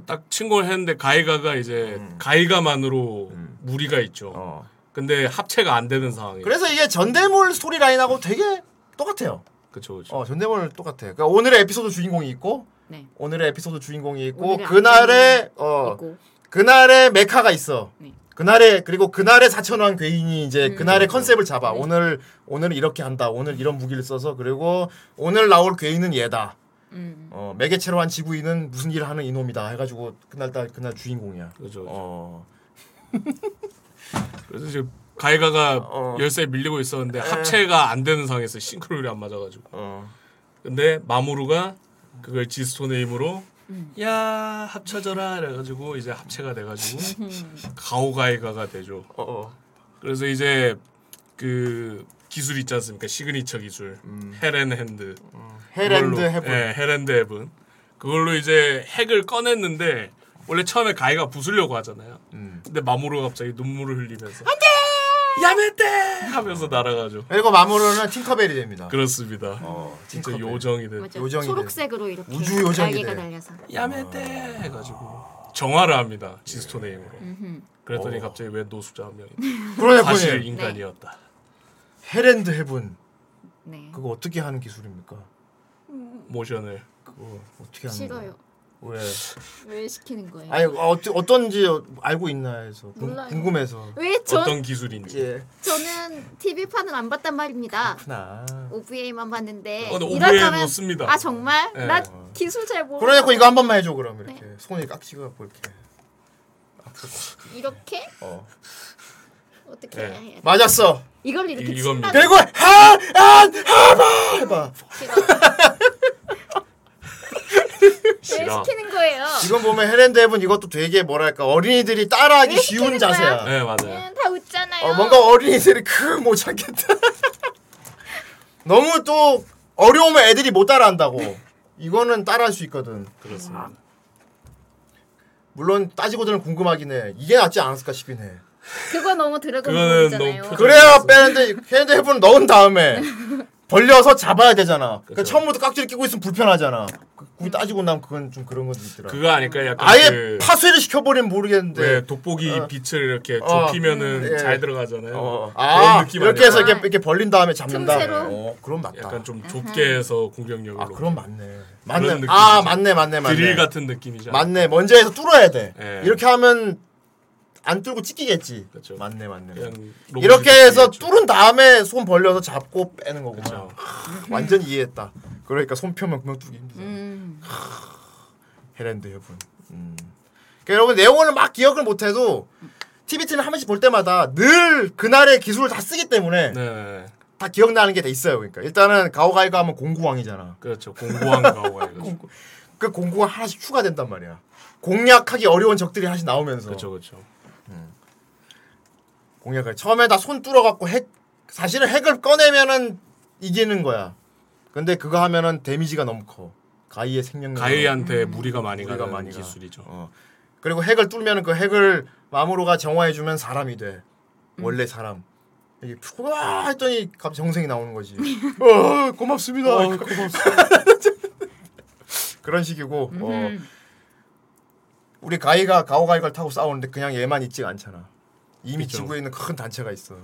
딱 친구를 했는데 가이가가 이제
음.
가이가만으로 무리가 있죠. 근데 합체가 안 되는 상황이에요.
어. 그래서 이게 전대물 스토리 라인하고 되게 똑같아요.
그렇죠. 그렇죠.
어, 전대물 똑같아. 그러니까 오늘의 에피소드 주인공이 있고
네.
오늘의 에피소드 주인공이 있고
오늘의
그날의
악당이
어
있고. 네.
그날의 메카가 있어. 그날의 그리고 그날의 사천왕 괴인이 이제
음.
음.
그날의 컨셉을
네.
잡아. 오늘 오늘 이렇게 한다. 오늘 이런 무기를 써서 그리고 오늘 나올 괴인은 얘다.
음.
어, 매개체로 한 지구인은 무슨 일을 하는 이놈이다 해가지고 그날 딱 그날 주인공이야.
그렇죠.
어.
그래서 지금 가이가가 열쇠 밀리고 있었는데 합체가 안 되는 상황에서 싱크로율이 안 맞아가지고. 근데 마모루가 그걸 지스톤의 힘으로 야 합쳐져라 이래가지고 이제 합체가 돼가지고 가오가이가가 되죠. 그래서 이제 그 기술 있지 않습니까? 시그니처 기술 헤렌 핸드.
헬앤드
그걸로-
헤븐.
예, 헤렌드 헤븐. 그걸로 이제 핵을 꺼냈는데 원래 처음에 가이가 부수려고 하잖아요.
음.
근데 마모루가 갑자기 눈물을 흘리면서 안돼 야메떼 하면서 날아가죠.
그리고 마모루는 팅커벨이 됩니다.
그렇습니다.
어,
진짜 요정이 된
맞아. 초록색으로 이렇게
우주 요정이
날개가
돼.
달려서.
야메떼
아.
해가지고 정화를 합니다. 지스톤의 힘으로.
음흠.
그랬더니
예. 어.
갑자기 왜 노숙자 한 명이
그러네,
사실
그러네.
인간이었다.
헬앤드 헤븐.
네.
그거 어떻게 하는 기술입니까?
모션을
그거 어떻게 하는
싫어요.
거야? 왜?
왜 시키는 거예요?
아니 어, 어떤지 알고 있나 해서 궁,
몰라요.
궁금해서
왜 전- 어떤
기술인지
예.
저는 TV 판을 안 봤단 말입니다.
나
OVA만 봤는데
어, 근데 OVA
이러다면
못 씁니다.
아 정말
네.
나 기술 잘 모르.
그러니까 이거 한 번만 해줘 그럼 이렇게
네.
손이 깍지가 뭐 이렇게
이렇게
어
어떻게
네.
해야 돼?
맞았어.
이걸 이렇게
이-
친다.
이겁니다. 그리고 하안 하바 해봐. <laughs>
왜
싫어.
시키는 거예요?
지금 보면 헤렌드 헤븐 이것도 되게 뭐랄까 어린이들이 따라하기
왜
쉬운
시키는
자세야.
거야?
네 맞아요.
음, 다 웃잖아요.
어, 뭔가 어린이들이 그못 참겠다. <laughs> 너무 또 어려우면 애들이 못 따라한다고. 이거는 따라할 수 있거든.
그렇습니다.
아. 물론 따지고들은 궁금하긴 해. 이게 낫지 않았을까 싶긴 해.
그거 너무 드래곤볼이잖아요.
그래야 빼는데 헤드 헤븐
<laughs>
넣은 다음에 벌려서 잡아야 되잖아.
그렇죠.
그러니까 처음부터 깍지를 끼고 있으면 불편하잖아. 그- 굳이 따지고 나면 그건 좀 그런 건 있더라.
음. 그거 아닐까 약간
아예
그
파쇄를 시켜버리면 모르겠는데.
왜 돋보기 빛을 이렇게
네. 어.
좁히면은
예.
잘 들어가잖아요. 그런
아
느낌
이렇게 해서
아닐까?
이렇게, 이렇게 벌린 다음에 잡는다.
틈새로?
어, 그럼 맞다.
약간 좀 좁게 해서 공격력으로. 아 그럼
맞네. 맞네. 아 맞네 맞네 맞네.
드릴 같은 느낌이죠.
맞네. 먼저 해서 뚫어야 돼.
그러니까. 예.
이렇게 하면 안 뚫고 찢기겠지.
그렇죠.
맞네 맞네.
그냥 로봇이
이렇게 해서 뚫은 다음에 손 벌려서 잡고 빼는 거구나.
그렇죠.
아, 완전 이해했다. 그러니까 손 펴면 그냥 뚫기 힘들어.
음.
헤랜드 여분. 음. 그러니까 여러분 내용을 막 기억을 못해도 TV팀을 한 번씩 볼 때마다 늘 그날의 기술을 다 쓰기 때문에
네.
다 기억나는 게 돼 있어요. 그러니까 일단은 가오가이가 하면 공구왕이잖아.
그렇죠. 공구왕 가오가이가.
공구, 그 공구가 하나씩 추가된단 말이야. 공략하기 어려운 적들이 하나씩 나오면서.
그렇죠, 그렇죠.
공략을 처음에 다 손 뚫어갖고 핵 사실은 핵을 꺼내면은 이기는 거야. 근데 그거 하면은 데미지가 너무 커. 가이의 생명력.
가이한테 무리가 많이
음. 무리가
가는
많이 가. 어.
기술이죠.
그리고 핵을 뚫면은 그 핵을 마모로가 정화해주면 사람이 돼. 원래 사람. 이게 푸구나 했더니 갑자기 정생이 나오는 거지. 어, 고맙습니다. <laughs>
어,
고맙습니다. 그런 식이고 어, 우리 가이가 가오가이걸 타고 싸우는데 그냥 얘만 있지가 않잖아. 이미
그죠.
지구에 있는 큰 단체가 있어.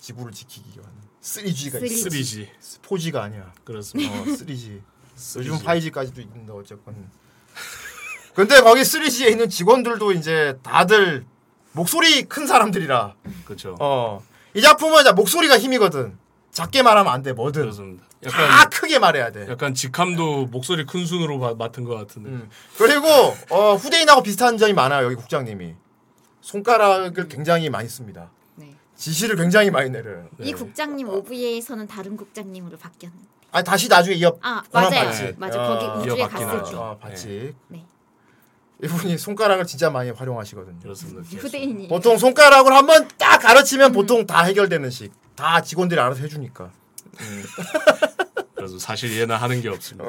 지구를 지키기 위한 3G가 있어.
3G.
4G가 아니야.
그렇습니다.
어, 3G.
3G.
요즘 5G까지도 있는데 어쨌건. 근데 거기 3G에 있는 직원들도 이제 다들 목소리 큰 사람들이라.
그렇죠.
어. 이 작품은 이제 목소리가 힘이거든. 작게 말하면 안 돼. 뭐든. 다 크게 말해야 돼.
약간 직함도 목소리 큰 순으로 마- 맡은 것 같은데.
음. 그리고 어, 후대인하고 비슷한 점이 많아요. 여기 국장님이 손가락을 굉장히 많이 씁니다. 지시를 굉장히 많이 내려요.
네. 이
어.
국장님 OVA에서는 다른 국장님으로 바뀌었는데.
아 다시 나중에 이어
아,
권한
맞아요.
받지.
맞아. 거기 우주에
이어 받긴
갔을
하죠.
때.
아, 받지.
네.
이분이 손가락을 진짜 많이 활용하시거든요.
후대인이.
보통 손가락을 한번 딱 가르치면 보통 다 해결되는 식. 다 직원들이 알아서 해주니까.
그래서 사실 얘는 하는 게
어.
없습니다.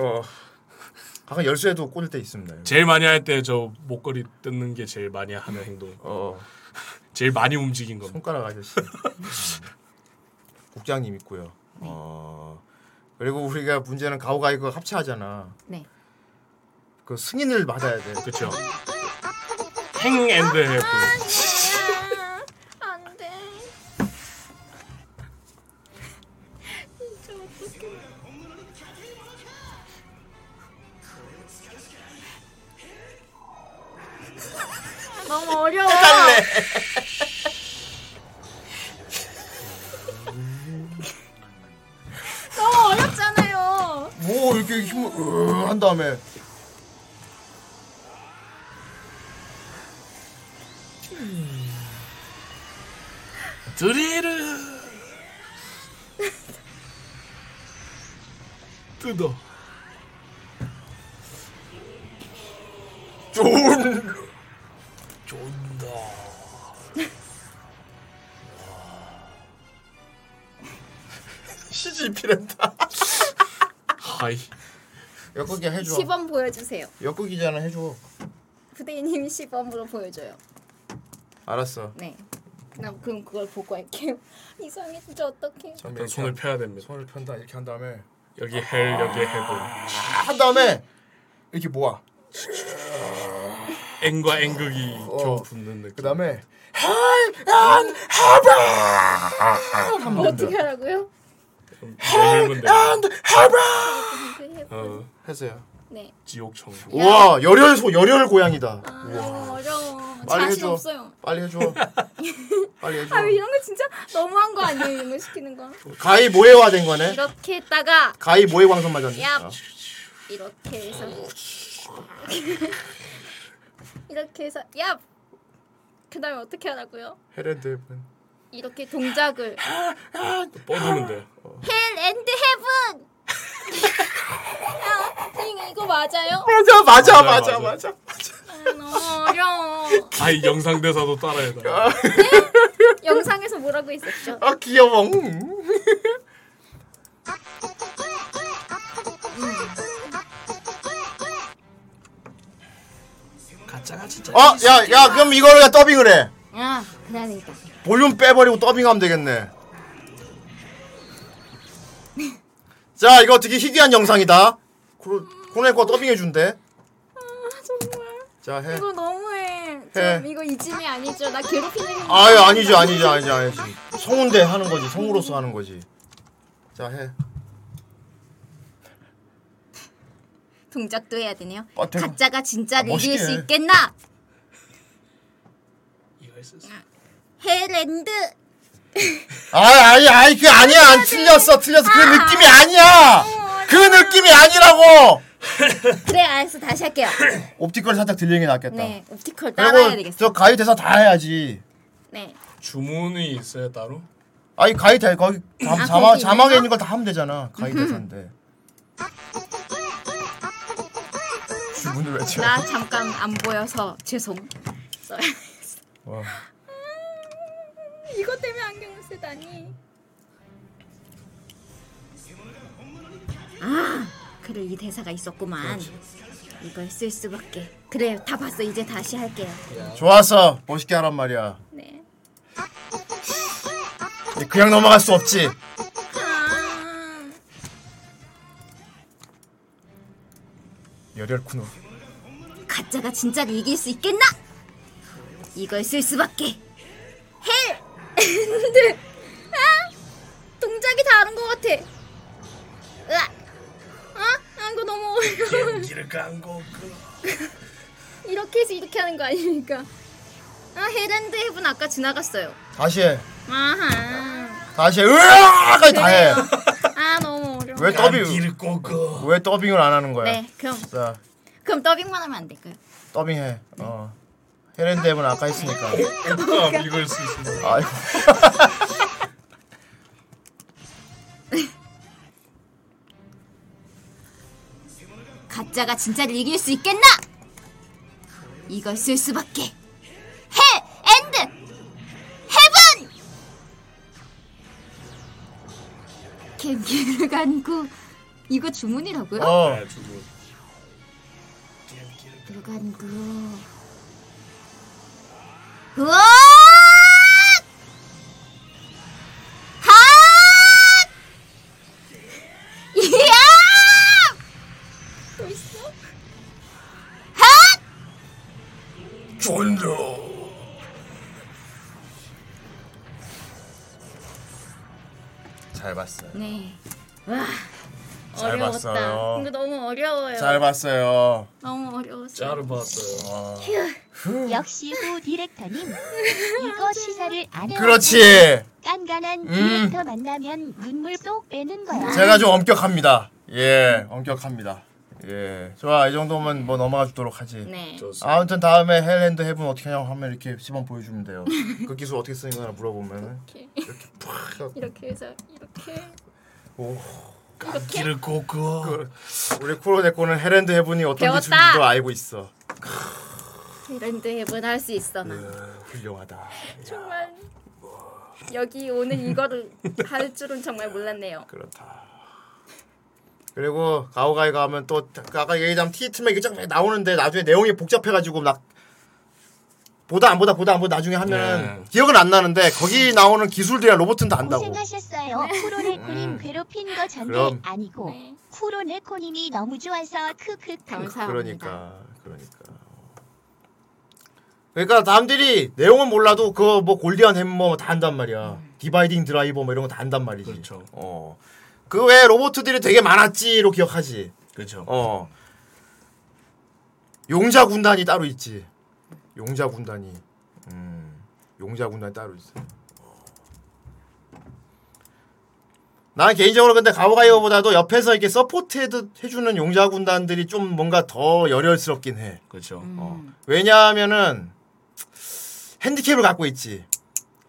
가끔 열쇠도 꽂을 때 있습니다.
제일 많이 할 때 저 목걸이 뜯는 게 제일 많이 하는 행동.
어.
제일 많이 움직인 겁니다.
손가락 아저씨. <laughs> 국장님 있고요. 어, 그리고 우리가 문제는 가오가이거 합체하잖아.
네.
그 승인을 받아야 돼. 그렇죠.
행앤드 해프.
안돼. 너무 어려워. 너무 어렵잖아요.
뭐 이렇게 힘을 으, 한 다음에
드릴을 뜯어.
존
존다.
CGP랜다.
하이.
엮기 해줘.
시범 보여주세요.
엮기잖아 해줘.
부대인님 시범으로 보여줘요.
알았어.
네. 그럼 그럼 그걸 보고 할게요. <laughs> 이상해 진짜 어떡해.
일단 손을 펴야 됩니다.
손을 편다 이렇게 한 다음에
여기 헬 여기 해브.
한 다음에 이렇게 모아.
N과 N극이 겨 붙는 느낌.
그다음에
헬안
해브.
어떻게 하라고요?
헬
해브.
어.
해서요.
네.
지옥청.
우와 열혈 소 열혈 고양이다.
아, 너무 어려워.
빨리
자신
해줘.
없어요.
빨리 해줘. 빨리 해줘.
아 왜 이런 거 진짜 너무한 거 아니에요? 이런 거 시키는 거.
가히 모해화 된 거네.
<laughs> 이렇게 했다가
가히 모해 광선 맞았네.
야.
아.
이렇게 해서 <laughs> 이렇게 해서 야. 그다음에 어떻게 하라고요?
헤렌드
이렇게 동작을
뻗으면 돼.
헬 앤드 헤븐. 아, 이- 이거 맞아요?
맞아 맞아 맞아
맞아요,
맞아.
아, 너무 어려워.
아이 영상 대사도 따라해.
<laughs> 영상에서 뭐라고 있었죠?
아 귀여워. 음.
가짜가 진짜.
어, 야, 야, 그럼 이거를 왜 더빙을 해.
아, 그러니까.
볼륨 빼버리고 더빙하면 되겠네. 자, 이거 되게 희귀한 영상이다. 코로- 코네코 더빙해 준대.
아, 정말.
자, 해.
이거 너무해.
해.
지금 이거 이짐이 아니죠. 나 괴롭히는 거.
아유, 아니지, 아니지, 아니지, 아니지. 성운대 하는 거지, 성우로서 하는 거지. 자, 해.
동작도 해야 되네요.
아, 대박.
가짜가 진짜를
아, 멋있게
이길 수
해.
있겠나? 아, 헬랜드.
아이, 아이, 아이, 그 아니야. 안 틀렸어, 틀렸어. 그 느낌이 아니야. 그 느낌이 아니라고.
그래, 알았어. 다시
<coughs>
할게요.
옵티컬 살짝 들리는 게 낫겠다.
네, 옵티컬 따라야
그리고
되겠어.
저 가위 대사 다 해야지.
네.
주문이 있어요 따로?
아니 가위 대 거기 자막
아, 거기 있네요?
자막 자막에 있는 걸 다 하면 되잖아. 가위
음흠.
대사인데. 주문을 외쳐.
나 잠깐 안 보여서 죄송. 써야 했어.
와.
이것 때문에 안경을 쓰다니. 아, 그래 이 대사가 있었구만. 이걸 쓸 수밖에. 그래, 다 봤어. 이제 다시 할게요.
좋았어. 멋있게 하란 말이야.
네.
그냥 넘어갈 수 없지.
아.
열혈 쿠노.
가짜가 진짜를 이길 수 있겠나? 이걸 쓸 수밖에. 헬! 근데 <laughs> 아 동작이 다른 것 같아. 으악. 아 이거 너무 어려워. <laughs>
겐지를 깐고
이렇게 해서 이렇게 하는 거 아닙니까? 아 헬랜드 헤븐 아까 지나갔어요.
다시 해.
아하.
다시 해. 으아까지 다 해.
아 너무 어려워.
왜 더빙? 왜 더빙을 안 하는 거야?
네 그럼
자,
그럼 더빙만 하면 안 될까요?
더빙해. 어. 헤렌 데븐 아까 했으니까.
그러니까.
이걸 수 있어.
아이고.
가짜가 진짜를 이길 수 있겠나? 이걸 쓸 수밖에. 헬 앤드 헤븐. 갱기를 간구 이거 주문이라고요?
어.
불간구. 으악! 하! 이야! 벌써? 하!
존도
잘 봤어요.
네. 와.
잘
어려웠다.
봤어요.
이거 너무 어려워요.
잘 봤어요.
너무 어려웠어.
잘 봤어요.
역시 후 디렉터님 이거 시사를 안 해.
그렇지. 음.
깐깐한 디렉터 만나면 눈물 쏙 빼는 거야.
제가 좀 엄격합니다. 예, 엄격합니다. 예. 좋아, 이 정도면 뭐 넘어가 주도록 하지.
네.
좋습니다.
아무튼 다음에 헬랜드 헤븐 어떻게 하냐고 하면 이렇게 시범 보여주면 돼요. 그 기술 어떻게 쓰는 거나 물어보면
이렇게 해서 이렇게
오.
이렇게
길을 꼬고 우리 쿠로네코는 헬랜드 헤븐이 어떤
배웠다.
기술인지도 알고 있어.
이랜드 헤븐 할 수 있어 나.
네, 훌륭하다.
정말 여기 오늘 이거를 할 줄은 정말 몰랐네요.
그렇다. 그리고 가오가이가 하면 또 아까 얘기한 티트맥 이쫙 나오는데 나중에 내용이 복잡해가지고 막 보다 안 보다 보다 안 보다 나중에 하면은 기억은 안 나는데 거기 나오는 기술들이랑 로봇은 다 안다고.
고생하셨어요. 쿠로네코님 괴롭힌 거 전부
음. 그럼.
아니고 쿠로네코님이 너무 좋아서 크크
그러니까 그러니까. 그러니까 남들이 내용은 몰라도 그 뭐 골디안 햄머 다 한단 말이야. 디바이딩 드라이버 뭐 이런 거 다 한단 말이지. 그렇죠. 어. 그 외에 로봇들이 되게 많았지로 기억하지.
그렇죠.
어. 용자 군단이 따로 있지. 용자 군단이. 음. 용자 군단이 따로 있어. 난 개인적으로 근데 가오가이오보다도 옆에서 이렇게 서포트 해주는 용자 군단들이 좀 뭔가 더 열혈스럽긴 해.
그렇죠.
어. 왜냐하면은 핸디캡을 갖고 있지.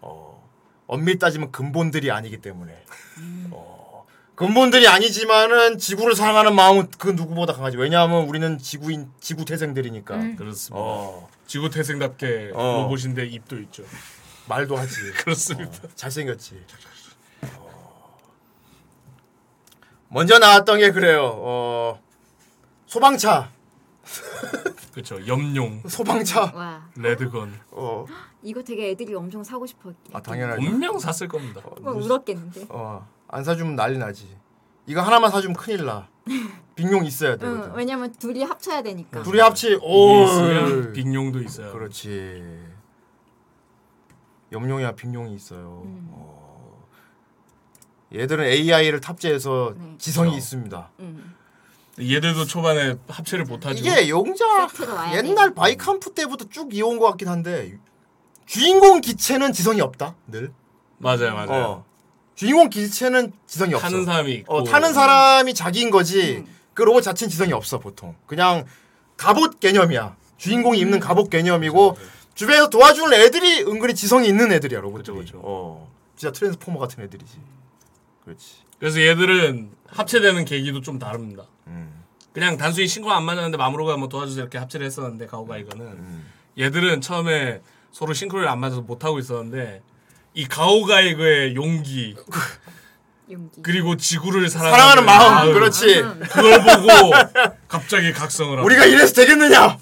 어. 엄밀히 따지면 근본들이 아니기 때문에. 어. 근본들이 아니지만은 지구를 사랑하는 마음은 그 누구보다 강하지. 왜냐하면 우리는 지구인 지구 태생들이니까.
그렇습니다.
어.
지구 태생답게
어.
로봇인데 입도 있죠.
말도 하지.
그렇습니다.
잘생겼지. 어, 먼저 나왔던 게 그래요. 어. 소방차. 어.
그렇죠. 염룡.
소방차.
와.
레드건.
어.
이거 되게 애들이 엄청 사고 싶어.
아 당연하지.
분명 샀을 겁니다.
뭐 울었겠는데.
어, 안 사주면 난리 나지. 이거 하나만 사주면 큰일
<laughs>
나. 빅용 있어야 돼.
응, 왜냐면 둘이 합쳐야 되니까.
네, 둘이 합치
이게
오.
있으면 빅룡도 있어요.
그렇지. 염룡이야 빅룡이 있어요.
음.
어. 얘들은 AI를 탑재해서
네.
지성이 있습니다.
얘들도 초반에 합체를 못하죠.
이게 용자
와야
옛날 바이캄프 때부터 쭉 이어온 것 같긴 한데 주인공 기체는 지성이 없다 늘.
맞아요, 맞아요.
어. 주인공 기체는 지성이 없어.
타는 사람이 있고.
어, 타는 사람이 자기인 거지. 그 로봇 자체는 지성이 없어 보통. 그냥 갑옷 개념이야. 주인공이 입는 갑옷 개념이고
그렇죠,
주변에서 도와주는 애들이 은근히 지성이 있는 애들이야
그렇죠,
로봇들이. 어, 진짜 트랜스포머 같은 애들이지. 그렇지.
그래서 얘들은 합체되는 계기도 좀 다릅니다.
음.
그냥 단순히 신고 안 맞았는데 마무로가 뭐 도와주세요 이렇게 합체를 했었는데 가오가 이거는
음.
얘들은 처음에 서로 싱크로를 안 맞아서 못 하고 있었는데 이 가오가 이거의 용기 그리고 지구를 사랑하는,
사랑하는 마음, 그렇지.
그걸 보고 갑자기 각성을 하고
우리가 이래서 되겠느냐?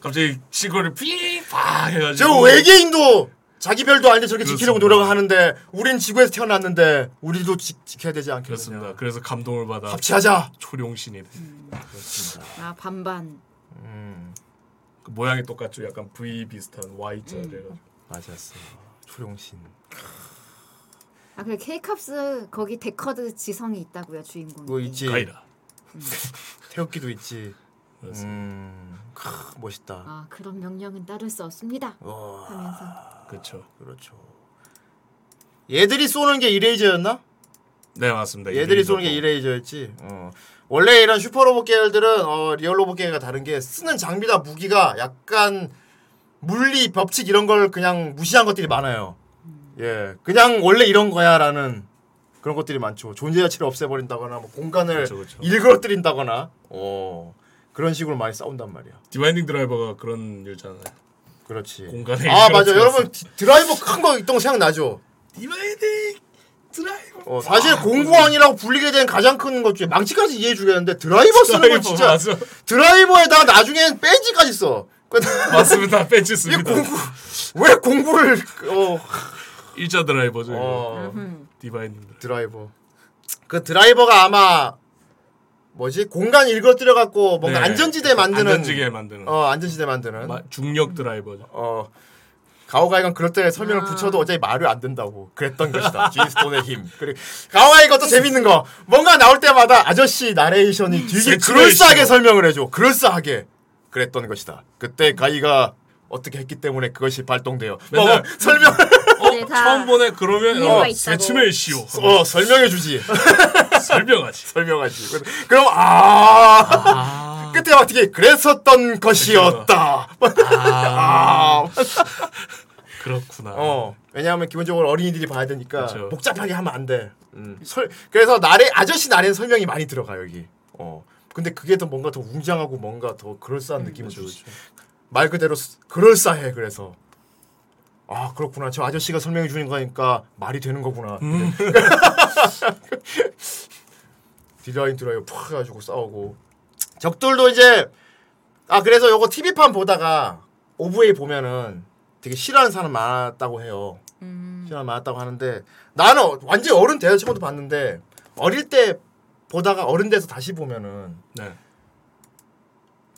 갑자기 지구를 피팍 해가지고
저 외계인도 자기 별도 아닌데 저렇게 지키려고 노력하는데 우린 지구에서 태어났는데 우리도 지, 지켜야 되지 않겠냐.
그렇습니다. 그래서 감동을 받아
합치하자.
초룡신이 그렇습니다.
아 반반.
그 모양이 똑같죠. 약간 V 비슷한 Y자
음.
래가
맞았어. 초룡신.
아 그래 케이캅스 거기 데커드 지성이 있다고요 주인공.
그거 있지.
음, 가이라.
태극기도 있지. 음. 크, 멋있다.
아 그런 명령은 따를 수 없습니다.
와.
하면서
그렇죠.
그렇죠. 얘들이 쏘는 게 이레이저였나?
네 맞습니다.
얘들이 쏘는 게 이레이저였지. 어. 원래 이런 슈퍼 로봇 계열들은 어, 리얼 로봇 계열과 다른 게 쓰는 장비나 무기가 약간 물리 법칙 이런 걸 그냥 무시한 것들이 많아요. 예, 그냥 원래 이런 거야라는 그런 것들이 많죠. 존재 자체를 없애버린다거나 뭐 공간을 일그러뜨린다거나 어, 그런 식으로 많이 싸운단 말이야.
뭐 디바인딩 드라이버가 그런 일잖아요.
그렇지.
공간에
아 맞아, 여러분 디- 드라이버 큰 거 있던 거 생각나죠?
디바인딩 드라이버. 아,
어, 사실 공구왕이라고 불리게 된 가장 큰 것 중에 망치까지 이해해 주겠는데 드라이버 쓰는 건
드라이버,
진짜
맞아.
드라이버에다가 나중엔 벤치까지 써. <laughs>
맞습니다. 벤치 씁니다.
왜 공구를 어
일자 드라이버죠.
어.
이거. 디바인딩
드라이버. 그 드라이버가 아마 뭐지 공간 일그러뜨려 갖고 뭔가
네.
안전지대 만드는
안전지게 만드는.
어 안전지대 만드는
마- 중력 드라이버죠.
어 가오가이건 그럴 때 설명을 붙여도 어차피 말이 안 된다고 그랬던 것이다 <laughs> 지스톤의 힘 그리고 가오가이 것도 재밌는 거 뭔가 나올 때마다 아저씨 나레이션이 되게
세츄레이션.
그럴싸하게 설명을 해줘 그럴싸하게 그랬던 것이다 그때 가이가 어떻게 했기 때문에 그것이 발동돼요 뭐, 뭐,
맨날 <laughs>
설명
어,
처음 보네 그러면
아. 이유가
어,
있다고.
세침의
<laughs>
시오.
어 설명해주지 <laughs>
설명하지.
설명하지. 그럼 아, 끝에 막 되게 그랬었던 것이었다. 아,
그렇구나.
어 왜냐하면 기본적으로 어린이들이 봐야 되니까
그쵸.
그러니까 복잡하게 하면 안 돼. 설 그래서 나래 아저씨 나래는 설명이 많이 들어가 여기. 어 근데 그게 더 뭔가 더 웅장하고 뭔가 더 음, 그렇죠, 그럴싸한 느낌을 주지. 말 그대로 스- 그럴싸해 그래서. 아 그렇구나 저 아저씨가 설명해 주는 거니까 말이 되는 거구나 <laughs> 디자인 드라이어 팍 해가지고 싸우고 적들도 이제 아 그래서 요거 TV판 보다가 오브웨이 보면은 되게 싫어하는 사람 많았다고 해요 싫어하는 사람 많았다고 하는데 나는 어- 완전히 어른 돼서 처음부터 봤는데 어릴 때 보다가 어른 돼서 다시 보면은
네.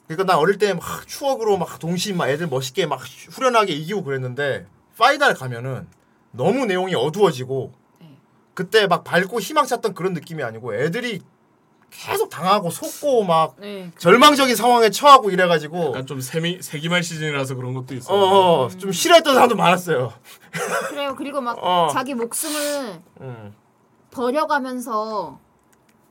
그러니까 나 어릴 때 막 추억으로 막 동심 막 애들 멋있게 막 후련하게 이기고 그랬는데 파이널 가면은 너무 내용이 어두워지고 그때 막 밝고 희망 찾던 그런 느낌이 아니고 애들이 계속 당하고 속고 막
네.
절망적인 상황에 처하고 이래가지고
약간 좀 세미 세기말 시즌이라서 그런 것도 있어요.
어, 어, 좀 싫어했던 사람도 많았어요.
그래요. 그리고 막
어.
자기 목숨을
음.
버려가면서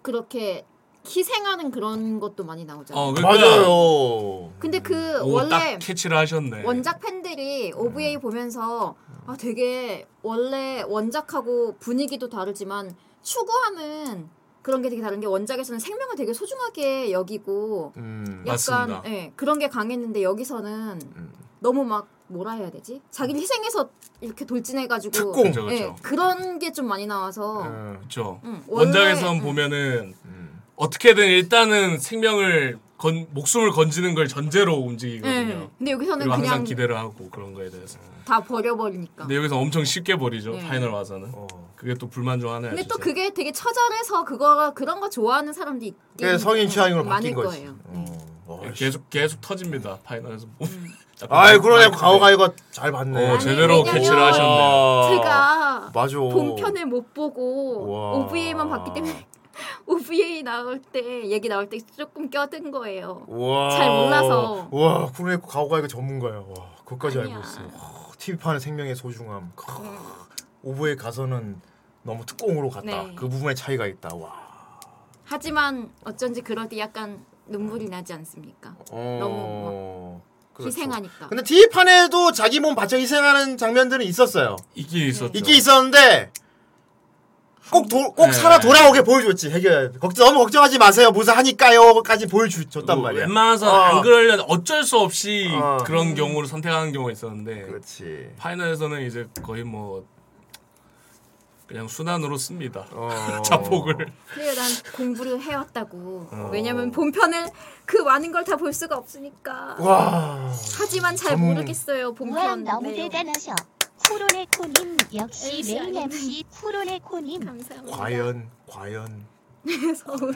그렇게 희생하는 그런 것도 많이 나오잖아요.
어,
맞아요.
근데 그
오,
원래
딱 캐치를 하셨네. 음.
원작 팬들이 OVA 보면서 아 되게 원래 원작하고 분위기도 다르지만 추구하는 그런 게 되게 다른 게 원작에서는 생명을 되게 소중하게 여기고
음,
약간 예, 그런 게 강했는데 여기서는
음.
너무 막 뭐라 해야 되지? 자기를 희생해서 이렇게 돌진해가지고
특공. 그죠, 그죠.
예, 그런 게 좀 많이 나와서
음.
그렇죠.
응,
원작에선
원래-
보면은 어떻게든 일단은 생명을 건 목숨을 건지는 걸 전제로 움직이거든요.
예, 근데 여기서는
그리고
그냥
항상 기대를 네, 하고 그런 거에 대해서.
다 버려버리니까
근데 여기서 엄청 쉽게 버리죠.
네.
파이널 와서는.
어.
그게 또 불만 중 하나야.
근데 또
진짜.
그게 되게 처절해서 그거 그런 거 좋아하는 사람도 있긴
그게 네, 성인 취향으로
많을
바뀐 거지.
거예요.
음.
네.
어, 계속 계속 터집니다. 파이널에서. <laughs> 자꾸
아이
마이크
그러네
때문에.
가오가이가 잘 봤네.
어, 제대로
왜냐면 어.
캐치를 하셨네.
제가
맞아.
본편을 못 보고
우와.
OVA만 봤기 때문에 <laughs> OVA 나올 때 얘기 나올 때 조금 껴든 거예요.
우와.
잘 몰라서.
와, 쿠로네코 가오가이가 전문가야. 와, 그것까지 알고 있어. 와, TV판의 생명의 소중함. 크,
네.
오브에 가서는 너무 특공으로 갔다.
네.
그 부분의 차이가 있다. 와.
하지만 어쩐지 그러디 약간 눈물이 나지 않습니까?
어,
너무
뭐
그렇죠.
희생하니까.
근데 TV판에도 자기 몸 바쳐 희생하는 장면들은 있었어요.
있긴 있었죠.
있긴 있었는데 꼭, 도,
네.
꼭 살아 돌아오게 보여줬지 해결 걱정 너무 걱정하지 마세요 무사하니까요까지 보여줬단 말이야
뭐 웬만해서
어.
안 그러려면 어쩔 수 없이 그런 경우를 선택하는 경우가 있었는데
그
파이널에서는 이제 거의 뭐 그냥 순환으로 씁니다. <laughs>
어.
어.
<laughs>
자폭을
그래요, 난 공부를 해왔다고.
어.
왜냐면 본편을 그 많은 걸 다 볼 수가 없으니까.
와.
하지만 잘
전문-
모르겠어요.
우와,
본편 네.
너무
내용.
대단하셔. 쿠로네코님 역시 메인 MC 쿠로네코님
음. 과연 과연
서울 <laughs>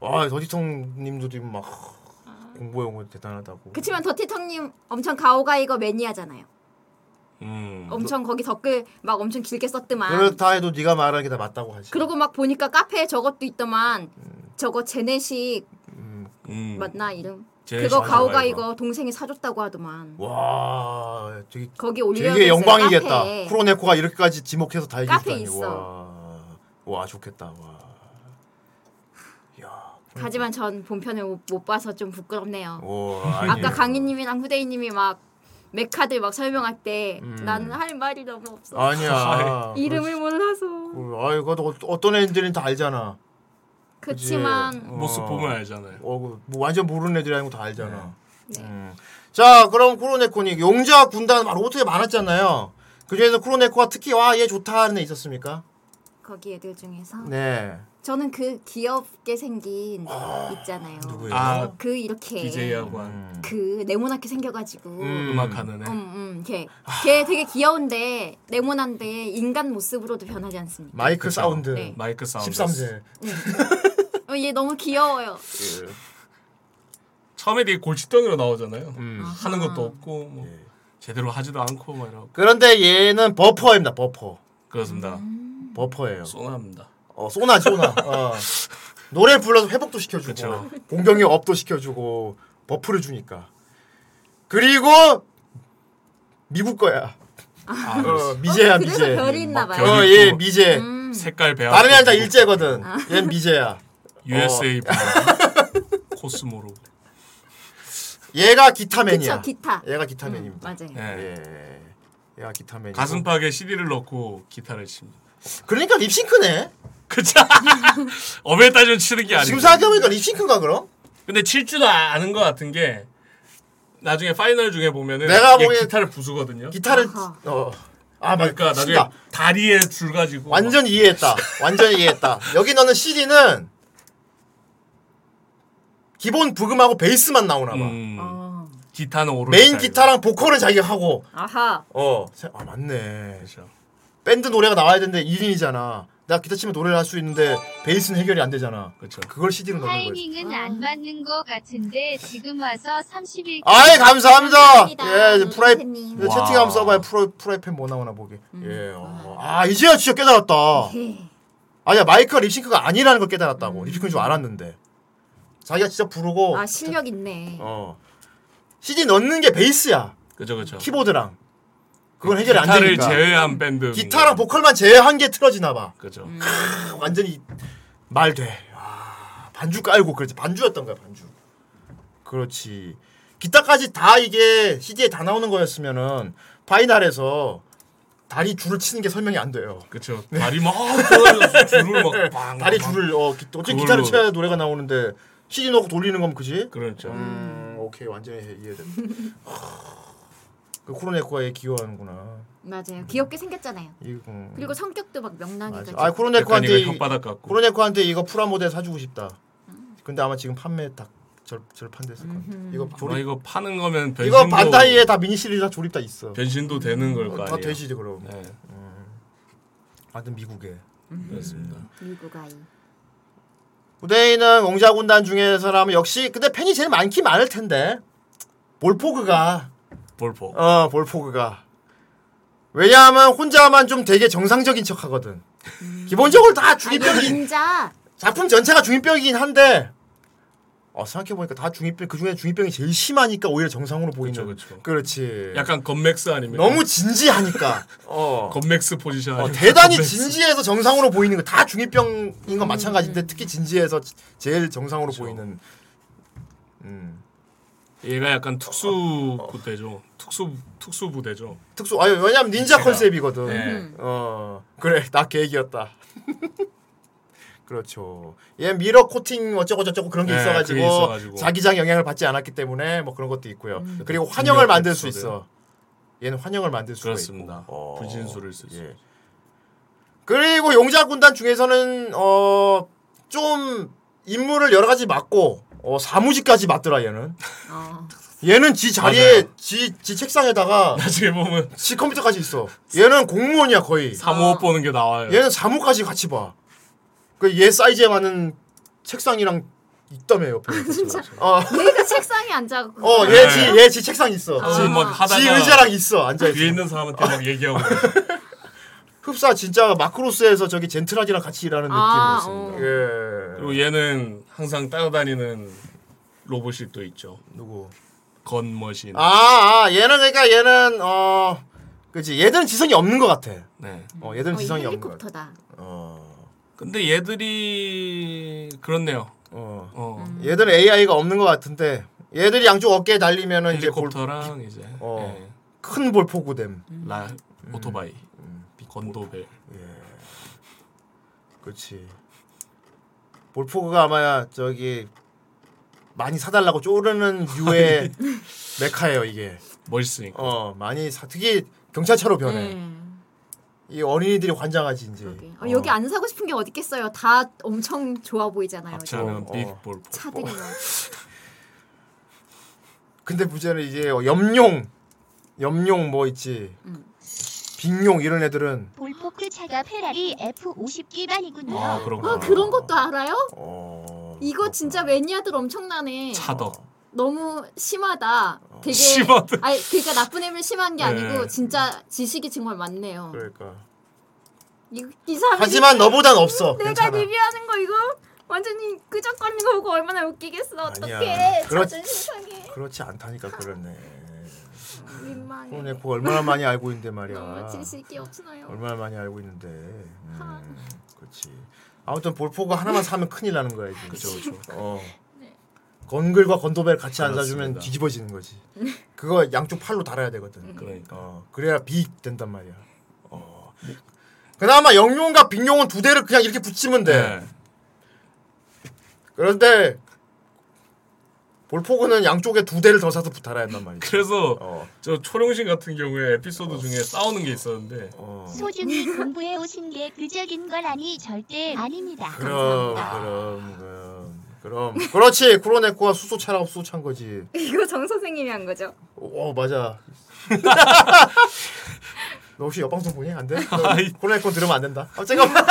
와 더지통님들이 막 공부 용어 대단하다고.
그치만 더티텅님 엄청 가오가이거 매니아잖아요
음.
엄청 거기 댓글 막 엄청 길게 썼더만
그렇다 해도 네가 말하는 게 다 맞다고 하지.
그러고 막 보니까 카페에 저것도 있더만
음.
저거 제네식
음.
맞나 이름
제네식
그거
가오가이거.
가오가이거 동생이 사줬다고 하더만
와 되게
거기 올려야
되게
됐어요,
영광이겠다.
카페에.
쿠로네코가 이렇게까지 지목해서 다
카페에
얘기했다니.
있어.
와, 와 좋겠다. 와.
하지만 전 본편을 못- 못 봐서 좀 부끄럽네요
오, 아니에요.
아까 강희님이랑 후대인님이 막 메카들 막 설명할 때
음.
나는 할 말이 너무 없어
아니야.
이름을 몰라서
아 이거 어떤 애들은 다 알잖아. 그치?
그치만
모습 보면 알잖아요.
어, 그뭐 완전 모르는 애들이 아니고 다 알잖아.
네.
음. 자, 그럼 쿠로네코님 용자 군단 막 로봇이 많았잖아요. 그 중에서 쿠로네코가 특히 와 얘 좋다 하는 애 있었습니까?
거기 애들 중에서
네.
저는 그 귀엽게 생긴 있잖아요
누구예요?
아,
그 이렇게
DJ하고
음.
한
그 네모나게 생겨가지고
음. 음악하는 애.
음, 음, 걔. 걔 되게 귀여운데 네모난데 인간 모습으로도 변하지 않습니까?
마이크 사운드.
네.
마이크 그 사운드.
13세.
어, 얘 너무 귀여워요.
처음에 되게 골칫덩이로 나오잖아요.
음.
하는 것도 없고 뭐
예.
제대로 하지도 않고 막 이러고.
그런데 얘는 버퍼입니다. 버퍼.
그렇습니다.
버퍼예요.
소나입니다.
어,
<laughs>
소나 소나. 어. 노래 불러서 회복도 시켜주고
그쵸.
공격력 업도 시켜주고 버프를 주니까. 그리고 미국 거야.
아,
어, 미제야
어, 음. 그래서
미제.
별이 있나 봐요.
어,
별이
얘
있고.
미제.
색깔 배합.
다른 애는 다 일제거든. 얘는 미제야.
USA
<laughs> 어.
코스모로.
얘가 기타맨이야.
그쵸, 기타. 음,
얘가 기타맨입니다.
맞아요.
네.
예. 얘가 기타맨.
가슴팍에 CD를 넣고 기타를 칩니다.
그러니까 립싱크네.
그쵸. <laughs> 업에 따지면 치는 게 아니고.
지금 생각해보니까 립싱크인가 그럼?
근데 칠 줄 아는 것 같은 게 나중에 파이널 중에 보면은
내가
얘
보기엔
기타를 부수거든요.
기타를 어. 아, 맞-
그러니까 나중에
친다.
다리에 줄 가지고
완전 이해했다. 완전 이해했다. 여기 너는 CD는 기본 부금하고 베이스만 나오나 봐.
음, 기타는 오른
메인 기타랑 보컬은 자기가 하고.
아하.
어. 세- 아 맞네.
그렇죠.
밴드 노래가 나와야 되는데 1인이잖아. 내가 기타 치면 노래를 할 수 있는데 베이스는 해결이 안 되잖아.
그렇죠.
그걸 CD로 넣는 거지.
타이밍은 안 맞는 것 같은데 지금 와서 31.
아이 감사합니다. 예,
음,
이제 프라이
선생님. 음,
채팅 한번 써봐요. 프로 프라이팬 뭐 나오나 보게. 예. 어. 아 이제야 진짜
<laughs>
깨달았다.
네.
아니야 마이크가 립싱크가 아니라는 걸 깨달았다고. 립싱크인 줄 알았는데 자기가 진짜 부르고
아 실력 있네.
어 CD 넣는 게 베이스야.
그죠 그죠.
키보드랑 그건 해결이 안
어. 기타를
되니까.
제외한 밴드
기타랑 보컬만 제외한 게 틀어지나 봐.
그죠.
크, 완전히 말 돼. 아, 반주 깔고 그렇지 반주였던 거야 반주. 그렇지. 기타까지 다 이게 CD에 다 나오는 거였으면은 파이널에서 다리 줄을 치는 게 설명이 안 돼요.
그렇죠. 다리 막 돌아가면서 줄을 막 빵,
다리
빵.
줄을 어 기, 어떻게
그걸로.
기타를 쳐야 노래가 나오는데 CD 넣고 돌리는 거면 그지?
그렇죠.
음, 오케이 완전히 이해된다. 그 코로네코가 얘 귀여워하는구나.
맞아요. 귀엽게 생겼잖아요.
이, 음.
그리고 성격도 막
맞아.
명랑해가지고.
아 코로네코한테
약간 이거 혓바닥 같고.
코로네코한테 이거 프라모델 사주고 싶다.
음.
근데 아마 지금 판매 딱절 절판 됐을 건데. 이거
아마
조립
이거 파는 거면 변신도
이거 반다이에 다 미니 시리즈 다 조립 다 있어.
변신도 되는 걸 거
어,
아니에요.
다 되시지, 그럼.
네.
하여튼 미국에.
그렇습니다.
미국 아이.
후대인은 옹자 군단 중에서라면 역시 근데 팬이 제일 많긴 많을 텐데. 볼포그가
볼포.
어 볼포그가 왜냐하면 혼자만 좀 되게 정상적인 척하거든. 기본적으로 다
아니,
중이병이
진짜
작품 전체가 중이병이긴 한데 어, 생각해보니까 다 중이병 그 중에 중이병이 제일 심하니까 오히려 정상으로 보이는 그렇지
약간 건맥스 아닙니까?
너무 진지하니까
어. 건맥스 포지션.
어,
아닙니까?
대단히
건맥스.
진지해서 정상으로 보이는 거 다 중이병인 건 마찬가지인데 특히 진지해서 지- 제일 정상으로
그렇죠.
보이는 음,
얘가 약간
어,
특수 부대죠. 특수 특수 부대죠.
특수 아유 왜냐면 닌자
제가-
컨셉이거든
네.
어 그래 나 계획이었다 <laughs> 그렇죠 얘 미러 코팅 어쩌고 저쩌고 그런 게
네,
있어가지고,
그게 있어가지고. 음.
자기장 영향을 받지 않았기 때문에 뭐 그런 것도 있고요 그리고 환영을 만들 수 있어 얘는 환영을 만들 수가
그렇습니다.
어.
분신술을 쓸
예.
수. 있어요.
그리고 용자 군단 중에서는 어 좀 임무를 여러 가지 맡고 어, 사무직까지 맡더라 얘는. 얘는 지 자리에
맞아요.
지, 지
<laughs>
책상에다가
나중에 보면
지 컴퓨터까지 있어. 얘는 공무원이야 거의.
사무업 보는 게 나와요.
얘는 사무까지 같이 봐. 그 얘 사이즈에 맞는 책상이랑 있다며 옆에.
아, 진짜
어.
얘가 책상에 앉아.
어, 얘 지, 얘 지 책상 있어.
네. 아,
지,
막 하다가
지 의자랑 네. 있어, 앉아있어.
위에 있는 사람한테 막
<laughs>
얘기하고.
흡사 진짜 마크로스에서 저기 젠틀하기랑 같이 일하는
아,
느낌이었습니다. 예.
그리고 얘는 항상 따라다니는 로봇이 또 있죠.
누구?
건머신.
아, 아, 얘는 그러니까 얘는 어, 그렇지. 얘들은 지성이 없는 것 같아.
네.
어, 얘들은 지성이 없는 것 같아.
뭐 헬리콥터다.
근데 얘들이 그렇네요.
어. 얘들은 AI가 없는 것 같은데 얘들이 양쪽 어깨에 달리면은 이제 볼,
헬리콥터랑 네. 이제 예,
어, 음. 큰 볼포구됨.
라 오토바이, 건도벨.
그렇지. 볼포그가 아마 저기 많이 사달라고 쪼르는 유의 메카예요 이게.
멋있으니까.
어 많이 사 특히 경찰차로 변해.
네.
이 어린이들이 관장하지 이제.
어, 여기 안 사고 싶은 게 어디 있겠어요. 다 엄청 좋아 보이잖아요.
앞차는
지금.
빅 볼-
차들이 막.
근데 문제는 이제 염룡, 염룡 뭐 있지,
음.
빅룡 이런 애들은
볼포크 차가 페라리 F50 기반이군요.
아,
어.
그렇구나.
와, 그런 것도 알아요?
어,
이거 진짜 매니아들 엄청나네.
차덕.
너무 심하다. 되게
심하다.
아니 그러니까 나쁜 애면 심한 게
네.
아니고 진짜 지식이 정말 많네요.
그러니까.
이, 이 사람이
하지만 너보단 없어.
음, 내가 네
괜찮아.
리뷰하는 거 이거 완전히 끄적거리는 거 보고 얼마나 웃기겠어. 어떡해.
아니야. 그렇-
자존심 상해.
그렇지 않다니까 그렇네.
민망해.
프로네코 얼마나 많이 알고 있는데 말이야.
지식이 없나요?
얼마나 많이 알고 있는데. 음, 그렇지. 아무튼 볼포가 하나만 사면 큰일 나는 거야 이제.
그쵸, 그쵸. 네.
어. 건글과 건도벨 같이 앉아주면
그렇습니다.
뒤집어지는 거지.
네.
그거 양쪽 팔로 달아야 되거든.
그러니까.
어, 그래야 빅 된단 말이야. 어. 그나마 영용과 빅용은 두 대를 그냥 이렇게 붙이면 돼.
네.
그런데 볼포그는 양쪽에 두 대를 더 사서 달아야 한단 말이지.
그래서
어.
저 초룡신 같은 경우에 에피소드 중에 싸우는 게 있었는데
어.
소중히 공부해 오신 게 그적인 걸 아니 절대 아닙니다.
그럼 그럼 그럼 그럼 그렇지 쿠로네코가 수소차라고 수소차인 거지.
이거 정 선생님이 한 거죠?
어 맞아. <laughs> 너 혹시 옆방송 보니? 안 돼? 코로네코 들으면 안 된다. 아, 잠깐만.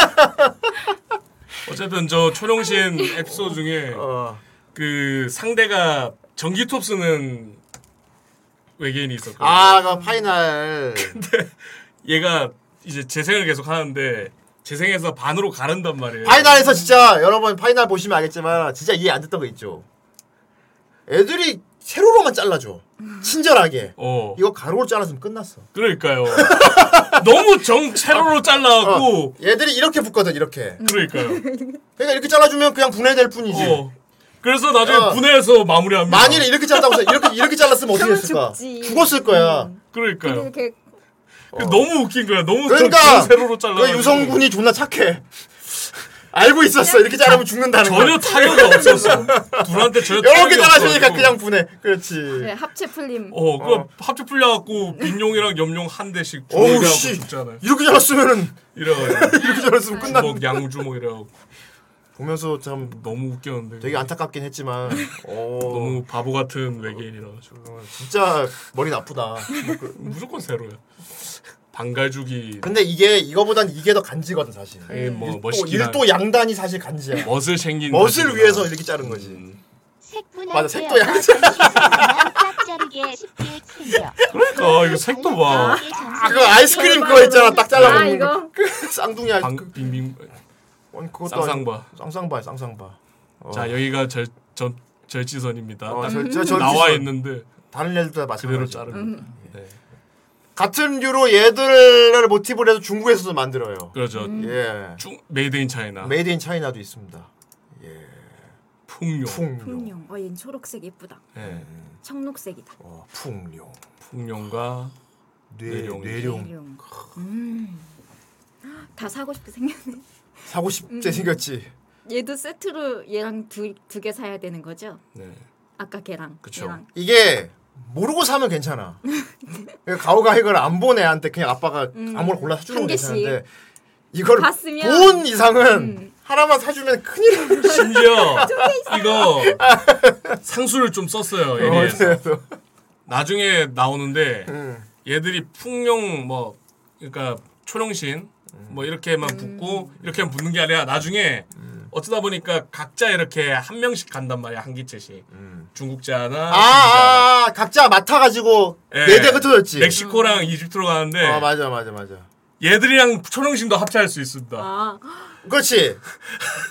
어쨌든 저 초룡신 에피소드 중에
어.
그 상대가 전기톱 쓰는 외계인이 있었거든요.
아, 그 파이널.
얘가 이제 재생을 계속 하는데 재생해서 반으로 가른단 말이에요.
파이널에서 진짜 여러분 파이널 보시면 알겠지만 진짜 이해 안 됐던 거 있죠. 애들이 세로로만 잘라줘. 친절하게. 이거 가로로 잘랐으면 끝났어.
그러니까요. <laughs> 너무 정 세로로 잘라갖고
얘들이 이렇게 붙거든 이렇게.
그러니까요.
그러니까 이렇게 잘라주면 그냥 분해될 뿐이지.
어. 그래서 나중에
어.
분해해서 마무리합니다.
만일 이렇게 잘랐다고 해서 이렇게 이렇게 잘랐으면 어떻게
그러면
됐을까?
죽지. 음.
죽었을 거야.
그러니까요. 그 너무 웃긴 거야. 너무
어. 그러니까
정 세로로 잘라.
그 유성군이 존나 착해. 알고 있었어. 이렇게 자르면 죽는다는 거.
전혀 타격이 없었어. 둘한테 전혀
이렇게
타격이
잘라주니까
없어가지고.
그냥 분해. 그렇지.
네, 합체 풀림.
어, 그 합주 풀려갖고 민용이랑 염용 한 대씩
어우,
주먹이라고
씨.
죽잖아요.
이렇게 잘랐으면은
이래가지고
이렇게 잘랐으면 끝났.
주먹 양주먹 뭐 이래갖고
보면서 참
너무 웃겼는데.
되게 안타깝긴 했지만 어,
너무 바보 같은 외계인이라가지고
진짜 머리 나쁘다.
무조건 세로야. 방갈죽이
근데 이게 이거보단 이게 더 간지거든 사실.
에이, 뭐
일도,
멋있긴
일도
하네. 음.
양단이 사실 간지야.
멋을 챙긴
멋을
사진이다.
위해서 이렇게 자른 거지.
음.
맞아, 색도
양
양자.
딱 자르게 쉽게 챙겨.
그러니까 이거 색도 봐.
그 아이스크림 그거 있잖아. 딱 잘라먹는 거. 그 쌍둥이 아이스.
방 빙빙
아니, 그것도
쌍쌍바.
아니고. 쌍쌍바 쌍쌍바.
자 여기가 절전 절지선입니다.
어,
딱
절- 저- 절지선.
나와 있는데
다른 애들도 다
그대로
마찬가지.
자르는. 네.
같은 류로 얘들을 모티브로 해서 중국에서도 만들어요.
그렇죠.
예.
중 메이드 인 차이나.
메이드 인 차이나도 있습니다.
풍룡.
풍룡. 어, 얘는 초록색 예쁘다.
예.
청록색이다.
어. 풍룡.
풍룡과 뇌룡.
뇌룡. 음. 다 사고 싶게 생겼네.
사고 싶게
음.
생겼지.
얘도 세트로 얘랑 두 두 개 사야 되는 거죠?
네.
아까 걔랑 얘랑.
이게 모르고 사면
<laughs>
괜찮아. 그러니까 가오가 이걸 안 본 애한테 그냥 아빠가
음.
아무거나 골라 사주는 건
한 개씩.
괜찮은데 이걸
봤으면- 음.
본 이상은 하나만 사주면 큰일 나는
심지어 이거 상수를 좀 썼어요.
어,
예리에서. 나중에 나오는데
음.
얘들이 풍룡 뭐 그러니까 초룡신
음.
뭐 이렇게만 붙고 이렇게만 붙는 게 아니라 나중에
음.
어쩌다 보니까 각자 이렇게 한 명씩 간단 말이야 한 기체씩 중국자나
음. 아, 아, 각자 맡아가지고
예,
네대 흩어졌지.
멕시코랑 이집트로 가는데
아 맞아 맞아 맞아.
얘들이랑 초룡신도 합체할 수 있습니다.
아,
그렇지.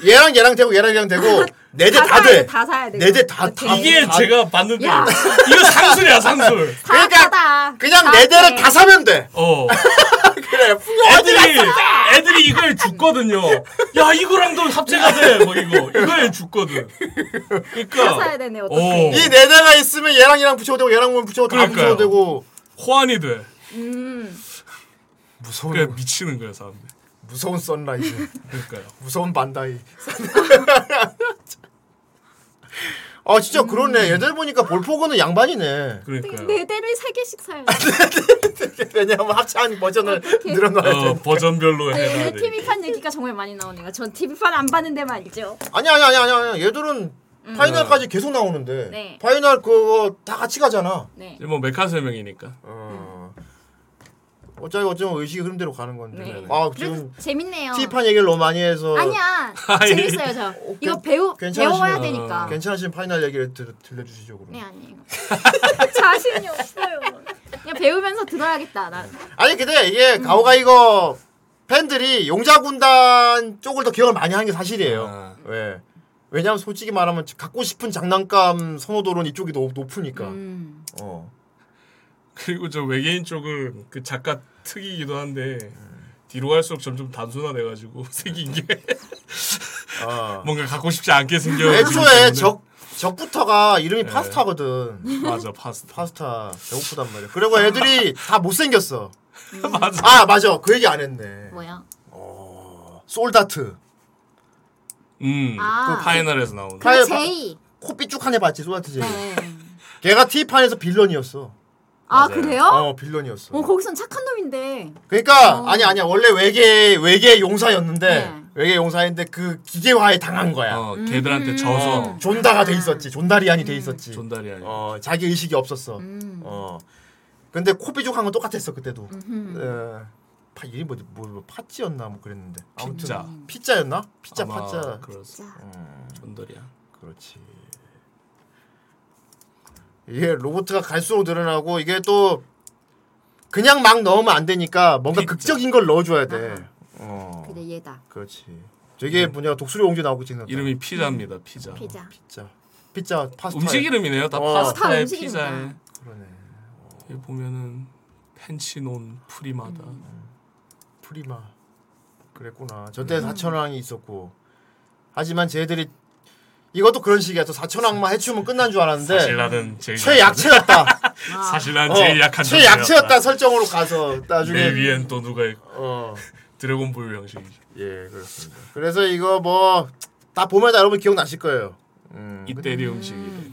얘랑 얘랑 되고 얘랑 얘랑 되고 네 대 다
사야
돼.
다 사야 돼.
네 대 다 다.
이게 제가 봤는데
아, 야.
이거 상술이야 상술.
그러니까
그냥 네 대를 다 사면
<laughs>
돼.
어. 애들이 애들이 이걸 죽거든요. 야 이거랑도 합체가 돼. 뭐 이거 이거에 죽거든.
다
그러니까
사야 되네
어.
어떻게?
이 네 대가 있으면 얘랑 얘랑 붙여도 되고 얘랑 붙여도 다
그러니까요.
붙여도 되고.
호환이 돼.
음.
무서운
그냥 미치는 거야 사람들.
무서운 선라이즈.
그러니까요.
무서운 반다이. <laughs> 아 진짜 그러네. 예전에 보니까 볼포그는 양반이네.
그러니까요.
네 대를 세 개씩 사야
왜냐면 합체한 버전을 늘어놔야 돼.
어, 버전별로
네,
해놔야
네
돼.
TV판 얘기가 정말 많이 나오네요. 전 TV판 안 봤는데 말이죠.
아니 아니 아니 아니 아니. 얘들은
음.
파이널까지 계속 나오는데
네.
파이널 그거 다 같이 가잖아.
네.
뭐 메카 세 명이니까.
어. 음. 어차피 어쩌면 의식의 흐름대로 가는 건데.
네.
아
그래도
지금
재밌네요.
티판 얘기를 너무 많이 해서
아니야. 재밌어요 저. 이거 배우
괜찮으시면- 어,
배워야 되니까.
괜찮으신 파이널 얘기를 들, 들려주시죠 그럼.
네 아니에요. <laughs> 자신이 없어요. 그냥 배우면서 들어야겠다. 나.
아니 근데 이게 가오가 이거 팬들이 용자 군단 쪽을 더 기억을 많이 하는 게 사실이에요.
아.
왜? 왜냐면 솔직히 말하면 갖고 싶은 장난감 선호도는 이쪽이 더 높으니까. 어.
그리고 저 외계인 쪽은 그 작가 특이기도 한데 뒤로 갈수록 점점 단순화돼가지고 <laughs> 생긴 게 아. 뭔가 갖고 싶지 않게 생겨.
아. 애초에
음.
적 적부터가 이름이
네.
파스타거든.
맞아 파스타.
파스타 배고프단 말이야. 그리고
<laughs>
애들이 다 못생겼어.
맞아.
아 맞아. 그 얘기 안 했네.
뭐야?
솔다트.
음.
아.
그 파이널에서 나오는.
그
파이널
제이.
코 삐죽한 애 봤지 솔다트 제이.
네.
걔가 T판에서 빌런이었어.
아 그래요? 어,
어 빌런이었어.
거기선 착한 놈인데.
그러니까 아니 아니야 원래 외계 외계 용사였는데 외계 용사인데 그 기계화에 당한 거야.
어, 걔들한테 져서.
어, 존다가 돼 있었지. 존다리안이 돼 있었지. 존다리안. 어 자기 의식이 없었어. 어 근데 코비족한 건 똑같았어 그때도. 예. 파 이름 뭐지 뭐, 뭐 파찌였나 뭐 그랬는데. 아무튼
피자.
피자였나? 피자
아마
파짜.
그렇소. 존다리안.
그렇지. 이게 로봇가 갈수록 늘어나고 이게 또 그냥 막 넣으면 안 되니까 뭔가 극적인 걸 넣어줘야 돼. 어.
근데 얘다.
그렇지. 되게 뭐냐 독수리 옹주 나오고 찍는.
이름이 피자입니다. 음. 피자.
피자.
피자. 피자 파스타.
음식 이름이네요. 다
어.
다
파스타에
음식
피자에.
이름이다.
그러네.
여기 보면은 펜치논 프리마다.
프리마. 그랬구나.
음.
전때 사천왕이 있었고. 하지만 쟤들이 이것도 그런 식이야. 또 사천왕만 해치우면 끝난 줄 알았는데.
사실 나는 제일
최약체였다.
사실 난 <laughs> 제일
음. 어,
약한
최약체였다 설정으로 가서 나중에
내 위엔 또 누가 있고.
어.
드래곤볼 형식이죠.
예, 그렇습니다. 그래서 이거 뭐 다 보면 다 여러분 기억나실 거예요. 음.
이태리 음식이.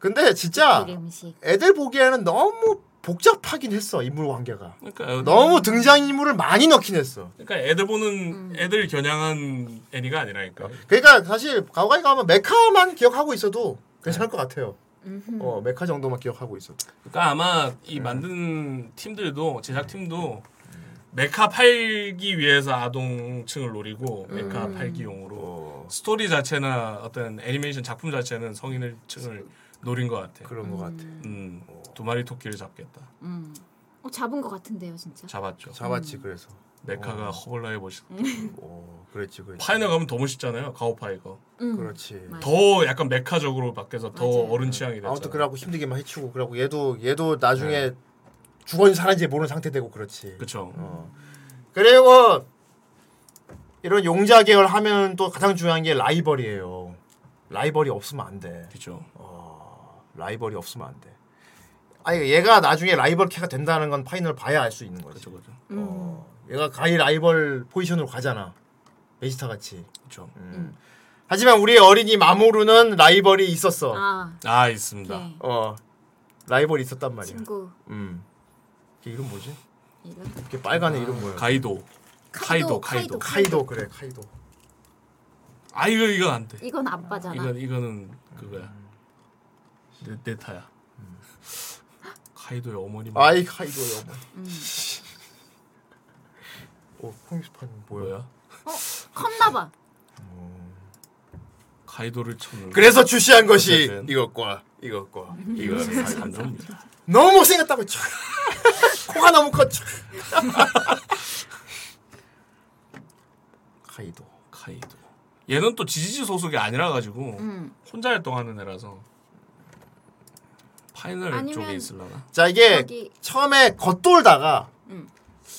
근데 진짜
음식.
애들 보기에는 너무 복잡하긴 했어 인물 관계가.
그러니까
너무 등장 인물을 많이 넣긴 했어.
그러니까 애들 보는 애들 겨냥한 애니가 아니라니까.
그러니까 사실 가오가이 가면 메카만 기억하고 있어도
네.
괜찮을 것 같아요. 어 메카 정도만 기억하고 있어도.
그러니까 아마
네.
이 만든 팀들도 제작 팀도 메카 팔기 위해서 아동층을 노리고
음.
메카
어.
팔기용으로 스토리 자체나 어떤 애니메이션 작품 자체는 성인층을 노린 것 같아.
그런 어. 것 같아.
음, 두 마리 토끼를 잡겠다.
음. 어, 잡은 것 같은데요 진짜.
잡았죠.
잡았지 그래서.
메카가 허벌나게 멋있.
오, 그렇지 그렇지.
파이널 가면 더 멋있잖아요. 가오파이거.
음.
그렇지.
더 약간 메카적으로 바뀌어서 더 어른 취향이 됐잖아.
아무튼 그러고 힘들게만 해치고 그러고 얘도 얘도 나중에 죽었는지 살았는지 모르는 상태 되고 그렇지.
네. 그렇죠.
어. 그리고 이런 용자 계열 하면 또 가장 중요한 게 라이벌이에요. 라이벌이 없으면 안 돼.
그렇죠.
라이벌이 없으면 안 돼. 아니 얘가 나중에 라이벌 캐가 된다는 건 파이널 봐야 알 수 있는 거지.
그렇죠,
어,
그렇죠.
음.
얘가 가히 라이벌 포지션으로 가잖아. 베지타 같이.
그렇죠.
음. 하지만 우리 어린이 마모루는 라이벌이 있었어.
아
아 있습니다.
네.
어 라이벌이 있었단 말이야.
친구.
음. 걔 이름 뭐지?
이름?
걔 빨간 애 이름 뭐야?
아, 가이도. 카이도,
카이도,
카이도.
카이도.
카이도 그래 카이도.
음. 아 이거 이건 안 돼.
이건 아빠잖아.
이건 이거는 그거야. 내, 내 타야. 카이도의 어머니.
아이 카이도의 어머니.
음.
어, 콩스판
뭐야?
어, 컸나봐.
카이도를 쳤는.
그래서 출시한 것이 이것과 이것과 이것을
산정입니다.
너무 못생겼다고 쳐. <laughs> 코가 너무 컸죠.
카이도. 카이도. 얘는 또 지지지 소속이 아니라 가지고
음.
혼자 활동하는 애라서 파이널
아니면-
쪽에 있으려나?
자 이게
저기-
처음에 겉돌다가
음.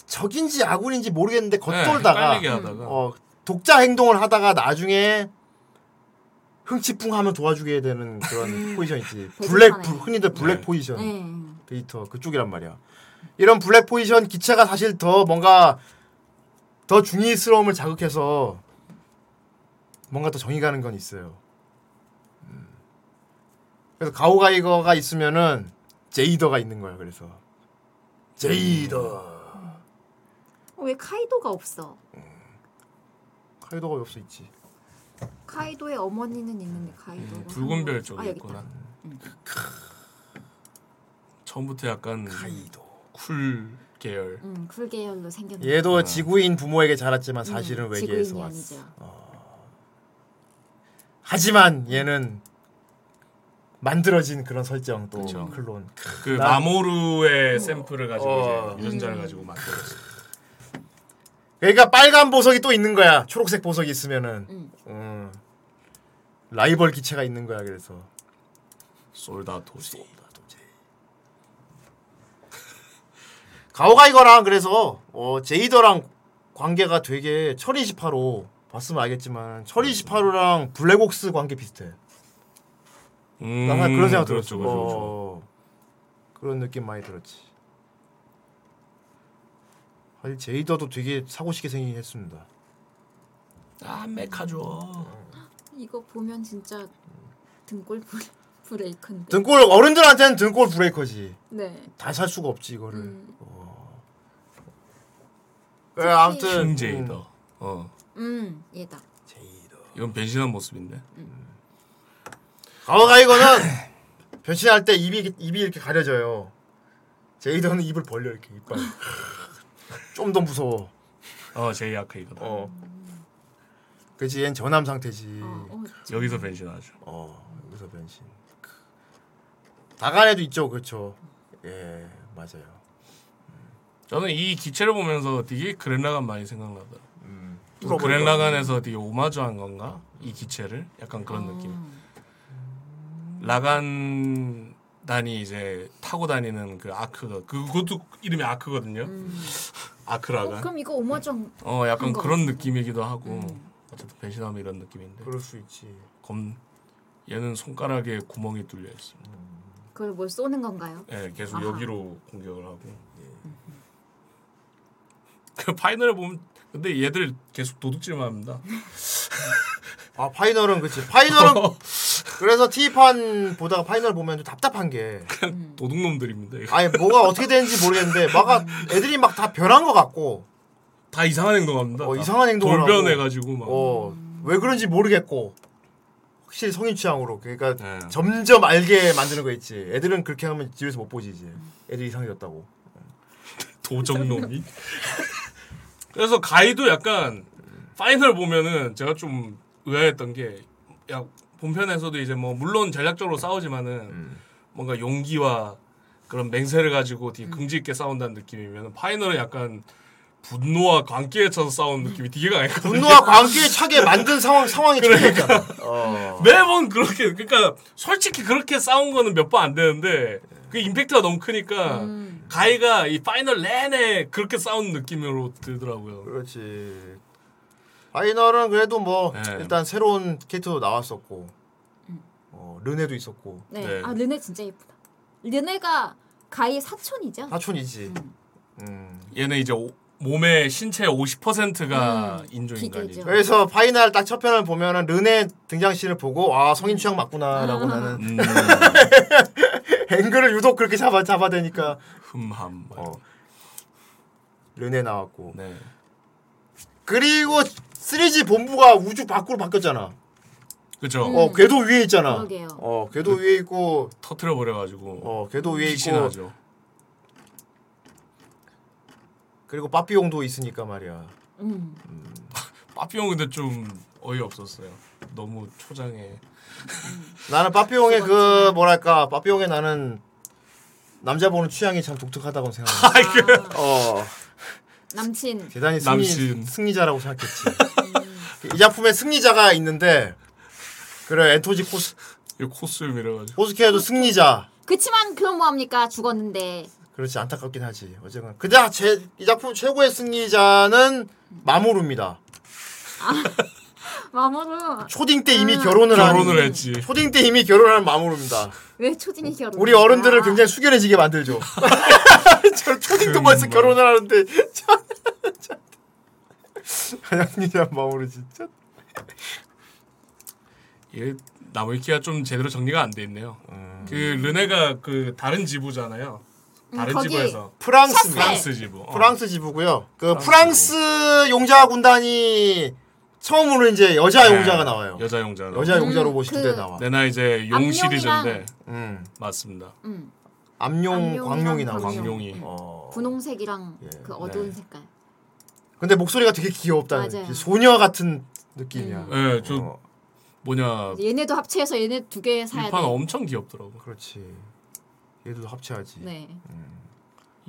적인지 아군인지 모르겠는데
네,
겉돌다가
헷갈리게 하다가.
어, 독자 행동을 하다가 나중에 흥치풍 하면 도와주게 되는
<laughs>
그런 포지션 있지. 블랙
배급하네.
부- 흔히들 블랙
네.
포지션
네.
데이터 그쪽이란 말이야. 이런 블랙 포지션 기체가 사실 더 뭔가 더 중의스러움을 자극해서 뭔가 더 정이 가는 건 있어요. 음. 그래서 가오가이거가 있으면은 제이더가 있는 거야. 그래서 제이더
음.
어, 왜 카이도가 없어?
카이도가 왜 없어 있지.
카이도의 어머니는 있는데 카이도. 가
음, 붉은 별 쪽에
아, 여기
있구나.
있다.
처음부터 약간 카이도 쿨 계열.
음, 쿨 계열로 생겼네.
얘도
음.
지구인 부모에게 자랐지만
음,
사실은 외계에서
지구인이
왔어.
아니죠.
하지만 얘는 만들어진 그런 설정 또
그쵸.
클론.
그
나-
마모루의 샘플을 가지고
어.
이제 유전자를 가지고 만들었어.
그러니까 빨간 보석이 또 있는 거야. 초록색 보석이 있으면은 음. 라이벌 기체가 있는 거야. 그래서
솔다 도시.
가오가이거랑 그래서 어, 제이더랑 관계가 되게 철인 18호 봤으면 알겠지만 철인 18호랑 블랙옥스 관계 비슷해.
음,
나 그런
그렇죠,
생각 들었죠.
그렇죠, 그렇죠.
어, 그런 느낌 많이 들었지. 사실 제이더도 되게 사고시게 생긴 했습니다.
아 메카죠.
이거 보면 진짜 등골 <laughs> 브레, 브레이크인데.
등골 어른들한테는 등골 브레이커지.
네.
다 살 수가 없지 이거를. 어. 예,
킹
아무튼
제이더.
음.
어.
음, 얘다.
이건 변신한 모습인데.
아, 가오가이거는 변신할 때 입이 입이 이렇게 가려져요. 제이더는 입을 <laughs> 벌려 이렇게 이빨. 좀 더 무서워.
어 제이 아크이거든.
그지 얘는 전함 상태지.
어.
여기서 변신하죠.
어 여기서 변신. 다간에도 있죠, 그렇죠. 예 맞아요.
저는 이 기체를 보면서 되게 그랜라간 많이 생각나더라. 음.
뚫어버리고.
그랜라간에서 되게 오마주한 건가? 이 기체를 약간 그런
아.
느낌. 라간 단이 이제 타고 다니는 그 아크가 그것도 이름이 아크거든요.
음.
<laughs>
어,
아크라간.
그럼 이거 오마정.
어 약간
한 거. 음.
그런 느낌이기도 하고 어쨌든 배신하면 이런 느낌인데.
그럴 수 있지.
검 얘는 손가락에 구멍이 뚫려 있습니다.
그걸 뭘 쏘는 건가요?
예, 계속
아하.
여기로 공격을 하고. 예. <laughs> 그 파이널을 보면 근데 얘들 계속 도둑질만 합니다.
음.
아 파이널은 그치. 파이널은 그래서 T판 보다가 파이널 보면 좀 답답한 게
도둑놈들입니다. 이거.
아니 뭐가 어떻게 되는지 모르겠는데 막 애들이 막 다 변한 것 같고
다 이상한 행동합니다.
어, 이상한 행동을 하고.
돌변해가지고 막.
어, 왜 그런지 모르겠고 확실히 성인 취향으로 그러니까 점점 알게 만드는 거 있지. 애들은 그렇게 하면 집에서 못 보지 이제. 애들이 이상해졌다고.
도적놈이. <laughs> 그래서 가이도 약간 파이널 보면은 제가 좀 의아했던 게 야 본편에서도 이제 뭐 물론 전략적으로 싸우지만은
음.
뭔가 용기와 그런 맹세를 가지고 되게 긍지 있게 싸운다는 느낌이면 파이널은 약간 분노와 광기에 차서 싸우는 느낌이 되게 강했거든요.
분노와 광기에 차게 만든 상황 상황이 처해졌잖아.
매번 그렇게 그러니까 솔직히 그렇게 싸운 거는 몇 번 안 되는데 그 임팩트가 너무 크니까 가이가 이 파이널 내내 그렇게 싸운 느낌으로 들더라고요.
그렇지. 파이널은 그래도 뭐
네.
일단 새로운 캐릭터도 나왔었고 어, 르네도 있었고
네. 아 르네 진짜 예쁘다. 르네가 가이의 사촌이죠?
사촌이지.
얘는 이제 오- 몸의 신체 50%가 인조인간이죠.
그래서 파이널 딱 첫 편을 보면은 르네 등장씬을 보고 아 성인
<laughs>
취향 맞구나라고 나는
음,
앵글을 유독 그렇게 잡아 잡아대니까
흠함.
어. 르네 나왔고. 그리고 3G 본부가 우주 밖으로 바뀌었잖아.
그죠.
어, 궤도 위에 있잖아.
음. 그러게요.
어, 궤도 위에 있고
터트려 버려가지고.
어, 궤도 위에 있고
귀신하죠.
그리고 빠삐용도 있으니까 말이야.
음.
빠삐용 근데 좀 어이없었어요. 너무 초장에
나는 빠삐용의 그 뭐랄까 빠삐용의 나는 남자 보는 취향이 참 독특하다고 생각해.
아.
어
남친.
대단히 승리, 승리자라고 생각했지. 이 작품에 승리자가 있는데 그래 엔토지 코스
코스튬이라가지고
코스케도 승리자.
그치만 그럼 뭐합니까? 죽었는데.
그렇지 안타깝긴 하지 어쨌건 근데 아, 제이 작품 최고의 승리자는 마모루입니다.
마모로.
초딩 때 이미 결혼을 한
결혼을 했지.
초딩 때 이미 결혼한 마모루입니다.
왜 초딩이 결혼?
음, 우리 어른들을 굉장히
<laughs>
숙연해지게 만들죠. 저 초딩 때
그러니까.
벌써 결혼을 하는데 <laughs> 한양이란 마모루 진짜.
얘 예, 나무위키가 좀 제대로 정리가 안 돼 있네요.
음.
그 르네가 그 다른 지부잖아요.
음,
다른 지부에서
네.
프랑스
프랑스 지부. 어.
프랑스 지부고요. 그 프랑스, 용자 군단이 처음으로 이제 여자
네,
용자가 나와요.
여자 용자. 네.
여자
음,
용자 로봇인데
그
나와.
내나 이제 용
암용이랑-
시리즈인데.
음.
맞습니다.
음.
암용
암용이랑
광룡이 나와.
광룡.
광룡이.
어.
어.
분홍색이랑
예,
그 어두운
네.
색깔.
근데 목소리가 되게 귀엽다는
맞아요.
느낌. 소녀 같은 느낌이야.
예, 저
어.
뭐냐
얘네도 합체해서 얘네 두
음,
개 사야 돼.
일판 엄청 귀엽더라고.
그렇지. 얘들도 합체하지.
네.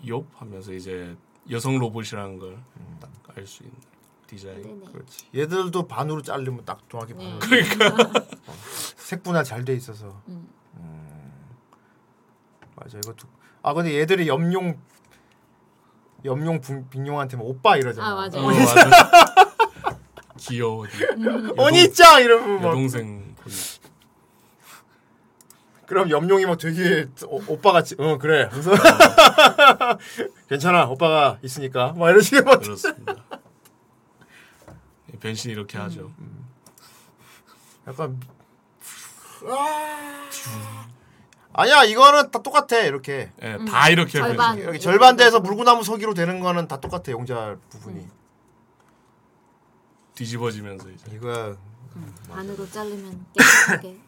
옆 하면서 이제 여성 로봇이라는 걸
음.
알 수 있는 디자인.
네.
그렇지. 얘들도 반으로 자르면 딱 정확히 반으로.
그러니까.
어, 색분화 잘 돼 있어서.
음.
맞아 이것도. 아 근데 얘들이 염룡 염룡 분- 빙룡한테 막 오빠 이러잖아.
아, 맞아.
어,
언니-
맞아. <laughs> 귀여워.
음.
어, 언니짱 이러면 뭐 막.
여동생 보니.
그럼 염룡이 막 되게 어, 오빠 같이 어 그래. 그래서 <laughs> 괜찮아 오빠가 있으니까 막 이런 식으로 막
그렇습니다. 변신 이렇게
음.
하죠.
약간 아! 아니야 이거는 다 똑같아 이렇게.
예, 다 이렇게
음, 절반.
변신.
이렇게 절반돼서 물구나무 서기로 되는 거는 다 똑같아 용자 부분이.
음.
뒤집어지면서 이제.
이거
반으로 자르면 깨끗하게.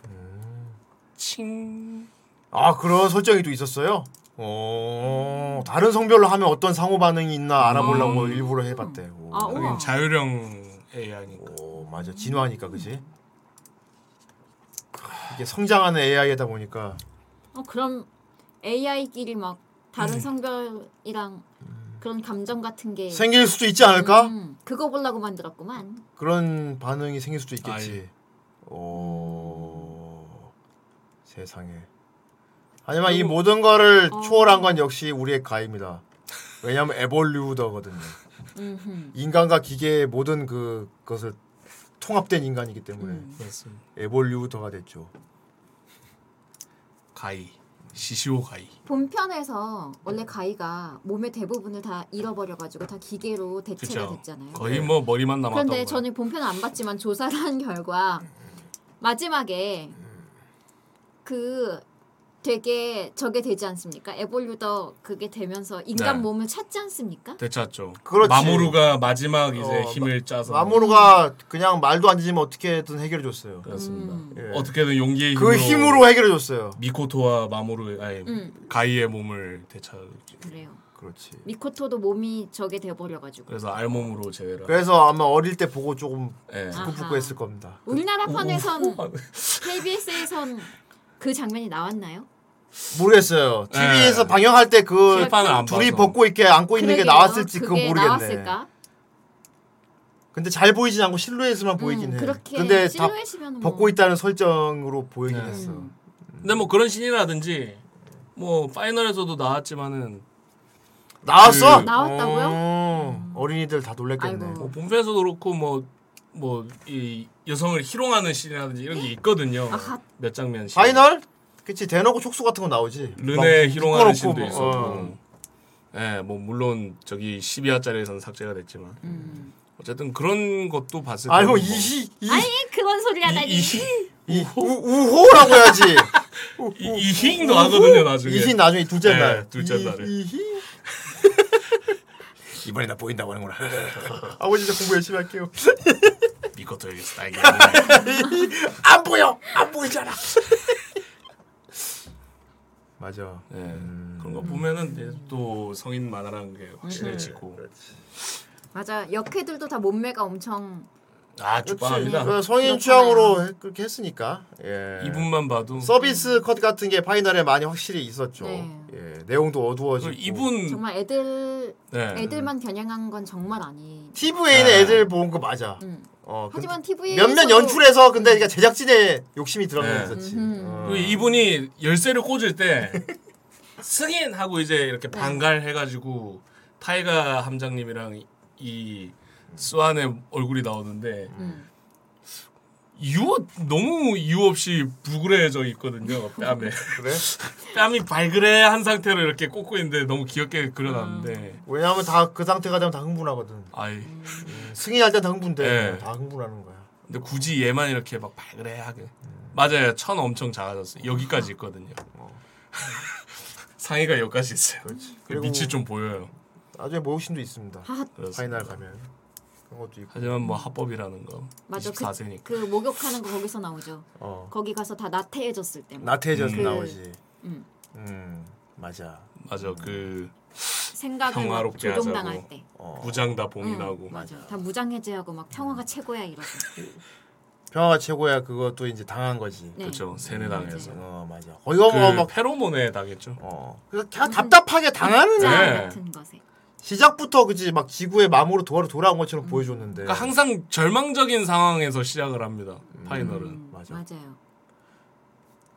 칭.
아 그런 설정이 또 있었어요. 어 다른 성별로 하면 어떤 상호 반응이 있나 알아보려고 일부러 해봤대. 오.
음. 아, 우와.
여긴 자유령 AI니까.
오, 어, 맞아 진화하니까 그지. 이게 성장하는 AI이다 보니까
어 그럼 AI끼리 막
네.
다른 성별이랑 그런 감정 같은 게
생길 수도 있지 않을까?
네. 음, 그거 보려고 만들었구만.
그런 반응이 생길 수도 있겠지. 오 세상에. 하지만 이 모든 거를 초월한 건 역시 우리의 가입니다. 왜냐하면 에볼루더거든요. 인간과 기계의 모든 그 것을 통합된 인간이기 때문에
그렇습니다.
에볼루더가 됐죠.
가이 시시오 가이.
본편에서 원래 가이가 몸의 대부분을 다 잃어버려가지고 다 기계로 대체가
그렇죠.
됐잖아요. 네.
거의
네.
뭐 머리만 남았다고.
그런데 저는 본편은 안 봤지만 조사를 한 <laughs> 결과 마지막에 그 되게 저게 되지 않습니까? 에볼루더 그게 되면서 인간
네.
몸을 찾지 않습니까?
되찾죠.
그렇지.
마모루가 마지막 이제
어,
힘을 짜서
마모루가 그냥 말도 안 되지만 어떻게든 해결해 줬어요.
그렇습니다.
음.
어떻게든 용기의 힘으로
예. 그 힘으로 해결해 줬어요.
미코토와 마모루 아니
음.
가이의 몸을 되찾.
그래요.
그렇지.
미코토도 몸이 저게 돼버려가지고
그래서 알몸으로 제외를.
그래서 아마 어릴 때 보고 조금
예.
부끄부끄했을 겁니다.
우리나라
<laughs>
편에선 KBS에선 그 장면이 나왔나요?
모르겠어요. TV에서 방영할 때 그
실판을 네. 안
둘이
봐서.
벗고 이렇게 안고 있는 게
그러게요.
나왔을지 그건
그게
모르겠네.
나왔을까? 음,
근데 잘 보이진 않고 실루엣만 보이긴 해.
그렇게
근데 다
실루엣이면은 뭐.
벗고 있다는 설정으로 보이긴
네.
했어.
음.
근데 뭐 그런 신이라든지 뭐 파이널에서도 나왔지만은
나왔어?
그-
어... 어린이들 다 놀랬겠네.
뭐 본편에서도 그렇고 뭐 뭐 이 여성을 희롱하는 신이라든지 이런 게 있거든요. 몇 장면 신.
파이널? 그치 대놓고 촉수 같은 거 나오지.
르네
막
희롱하는
묶어놓고
신도
뭐,
있었고. 예, 뭐 물론 저기 12화짜리에서는 삭제가 됐지만.
음.
어쨌든 그런 것도 봤을 때
아니 뭐
뭐
이시
아니 그런 소리가 나니.
이 우- 우호라고 해야지.
이희도 하거든요 나중에.
이시 나중에 둘째
예,
날.
둘째 날에.
<laughs> 이번에 나 보인다고 하는구나. <laughs> 아버지 진짜 공부 열심히 할게요. 네
미코토 여기 스타일.
<laughs> 안 보여. 안 보이잖아. 맞아.
예. 그런 거 보면은 이제 또 성인 만화라는 게 확실해지고.
음. 맞아. 역회들도 다 몸매가 엄청
아
그
죽방합니다.
성인 취향으로 해- 그렇게 했으니까 예.
이분만 봐도
서비스 컷 같은 게 파이널에 많이 확실히 있었죠.
네.
예, 내용도 어두워지고
정말 애들
네.
애들만 겨냥한 건 정말 아니.
TV에는
네.
애들 본 거 맞아.
음.
어, 그-
하지만 TV
몇몇 연출에서 근데 그러니까 제작진의 욕심이 들어가
네.
있었지.
그리고 이분이 열쇠를 꽂을 때 <laughs> 승인 하고 이제 이렇게 반갈해가지고 타이가 함장님이랑 이- 이 스완의 얼굴이 나오는데 유 너무 이유 없이 부그레져 있거든요 뺨에
그래?
뺨이 발그레한 상태로 이렇게 꽂고 있는데 너무 귀엽게 그려놨는데
왜냐하면 다 그 상태가 되면 다 흥분하거든.
아이
승인할 땐다 흥분돼.
음. 네.
다 흥분하는 거야.
근데 굳이 얘만 이렇게 막 발그레하게 맞아요 천 엄청 작아졌어 요 여기까지 있거든요 <laughs> 상의가 여기까지 있어요 그
어. 그리고-
밑이 좀 보여요
나중에 모욕심도 있습니다.
그렇습니다.
파이널 가면 그런 것도 있고.
하지만 뭐 합법이라는 거
맞아. 그,
24세니까
그 목욕하는 거 거기서 나오죠.
어.
거기 가서 다 나태해졌을 때.
나태해져서
그-
나오지.
음.
음 맞아.
맞아 그
생각을 막
평화롭게
조종당할
하자고
때.
어.
무장 다 봉이
응,
나고
맞아. 다 무장해제하고 막 평화가 최고야 이러고.
평화가 최고야 그것도 이제 당한 거지.
네.
그쵸, 세뇌당해서.
어 맞아.
그
거기 가면 막 어.
페로몬에 당했죠
그냥 답답하게 당하는
네.
거야.
같은
것에.
시작부터 그지 막 지구의 마음으로 도하로 돌아온 것처럼 보여줬는데.
그러니까 항상 절망적인 상황에서 시작을 합니다
음.
파이널은
음.
맞아.
맞아요.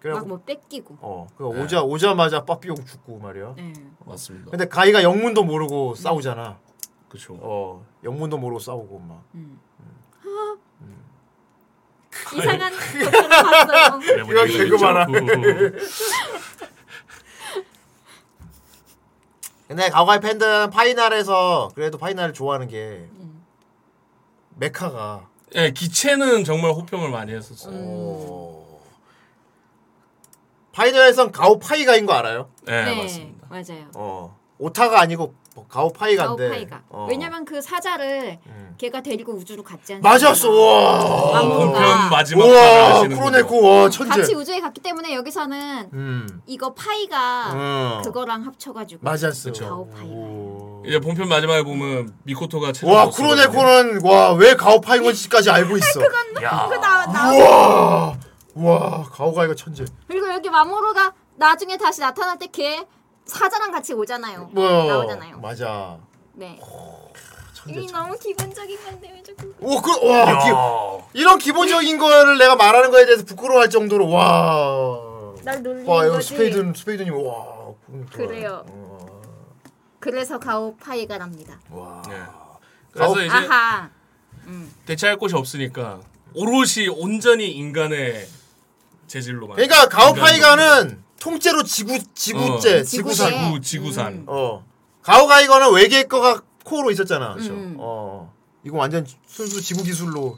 그래
막 뭐 뺏기고.
어, 그 오자 오자마자 빠삐용 죽고 말이야.
네.
맞습니다.
근데 가이가 영문도 모르고 싸우잖아.
그쵸.
어, 영문도 모르고 싸우고 막.
<laughs> 이상한 것처럼 봤어요.
네, 뭐
이거
<laughs>
개그 많아. 근데 가오가이 팬들은 파이널에서 그래도 파이널을 좋아하는 게 메카가
예, 기체는 정말 호평을 많이 했었어요.
음.
파이널에선 가오파이가인 거 알아요?
네,
맞아요.
어, 오타가 아니고 가오파이가인데.
가오파이가.
어. 음.
왜냐면 그 사자를 걔가 데리고 우주로 갔지 않습니까? 그러니까
맞았어. 와.
아.
본편 마지막 판을
우와,
하시는
크로네코
거죠.
와, 천재.
같이 우주에 갔기 때문에 여기서는
음.
이거 파이가
음.
아, 그거랑 합쳐가지고
맞았어.
이제 본편 마지막에 보면 미코토가 체중
와,
없어가지고
크로네코는 와, 왜 가오파인 건지까지 알고 있어.
야.
그 나, 나.
우와.
네.
와, 가오가이가 천재.
그리고 여기 마모루가 나중에 다시 나타날 때 걔 사자랑 같이 오잖아요.
뭐야. 어,
나오잖아요.
맞아.
네.
천재,
이 너무 기본적인 건데 왜 자꾸
오, 그, 와, 기, 이런 기본적인 거를 내가 말하는 거에 대해서 부끄러워할 정도로 와.
날 놀리는
와, 이거
거지.
스페이든 스페이든이 와. 그러니까.
그래요. 그래서 가오파이가 납니다.
와.
네. 그래서 이제
아하.
대체할 곳이 없으니까 오롯이 온전히 인간의 재질로만.
그러니까 가오파이가는 통째로 지구 지구제
어,
지구산.
지구 지구산.
음.
어. 가오가이거는 외계 거가 코어로 있었잖아.
그렇죠.
어. 이거 완전 순수 지구 기술로.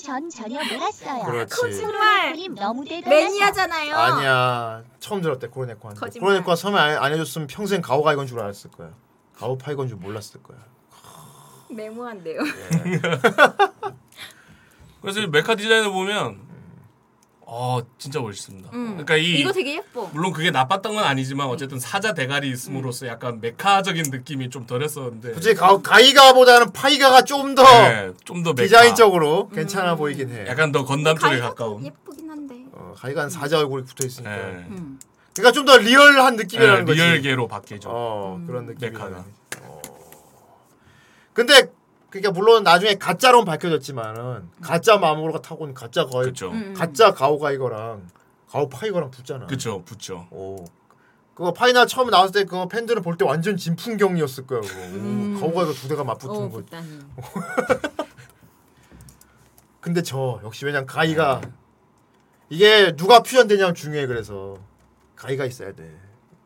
전 전혀 몰랐어요.
그렇지.
정말 너무 대단하다.
매니아잖아요.
아니야. 처음 들었대 코로네코한테.
거짓말.
코로네코가 설명 안, 안 해줬으면 평생 가오가이건 줄 알았을 거야. 가오파이건 줄 몰랐을 거야.
메모한대요.
그래서 이 메카 디자인을 보면 아 진짜 멋있습니다.
음.
그러니까 이
이거 되게 예뻐.
물론 그게 나빴던 건 아니지만 어쨌든 사자 대가리 있음으로써 약간 메카적인 느낌이 좀 덜했었는데.
굳이 가, 가이가보다는 파이가가 좀 더
네, 좀더 메카.
디자인적으로 괜찮아 보이긴 해.
약간 더 건담 쪽에 가까운.
예쁘긴 한데.
어, 가이가 한 사자 얼굴이 붙어 있으니까.
음.
그러니까 좀 더 리얼한 느낌이라는
네,
거지.
리얼계로 바뀌죠.
어, 그런 느낌.
메카가.
근데 그러니까 물론 나중에 가짜로는 밝혀졌지만은 가짜 마모로가 타고 온 가짜 거의
그쵸. 음.
가짜 가오가이거랑 가오파이거랑 붙잖아.
그쵸, 붙죠.
오. 그거 파이널 처음 나왔을 때 그거 팬들은 볼 때 완전 진풍경이었을 거야. 그거. 오, 가오가이거 두 대가
어,
맞붙은 어, 거. 근데 저 역시 왜냐면 가이가
네.
이게 누가 퓨전되냐면 중요해 그래서 가이가 있어야 돼.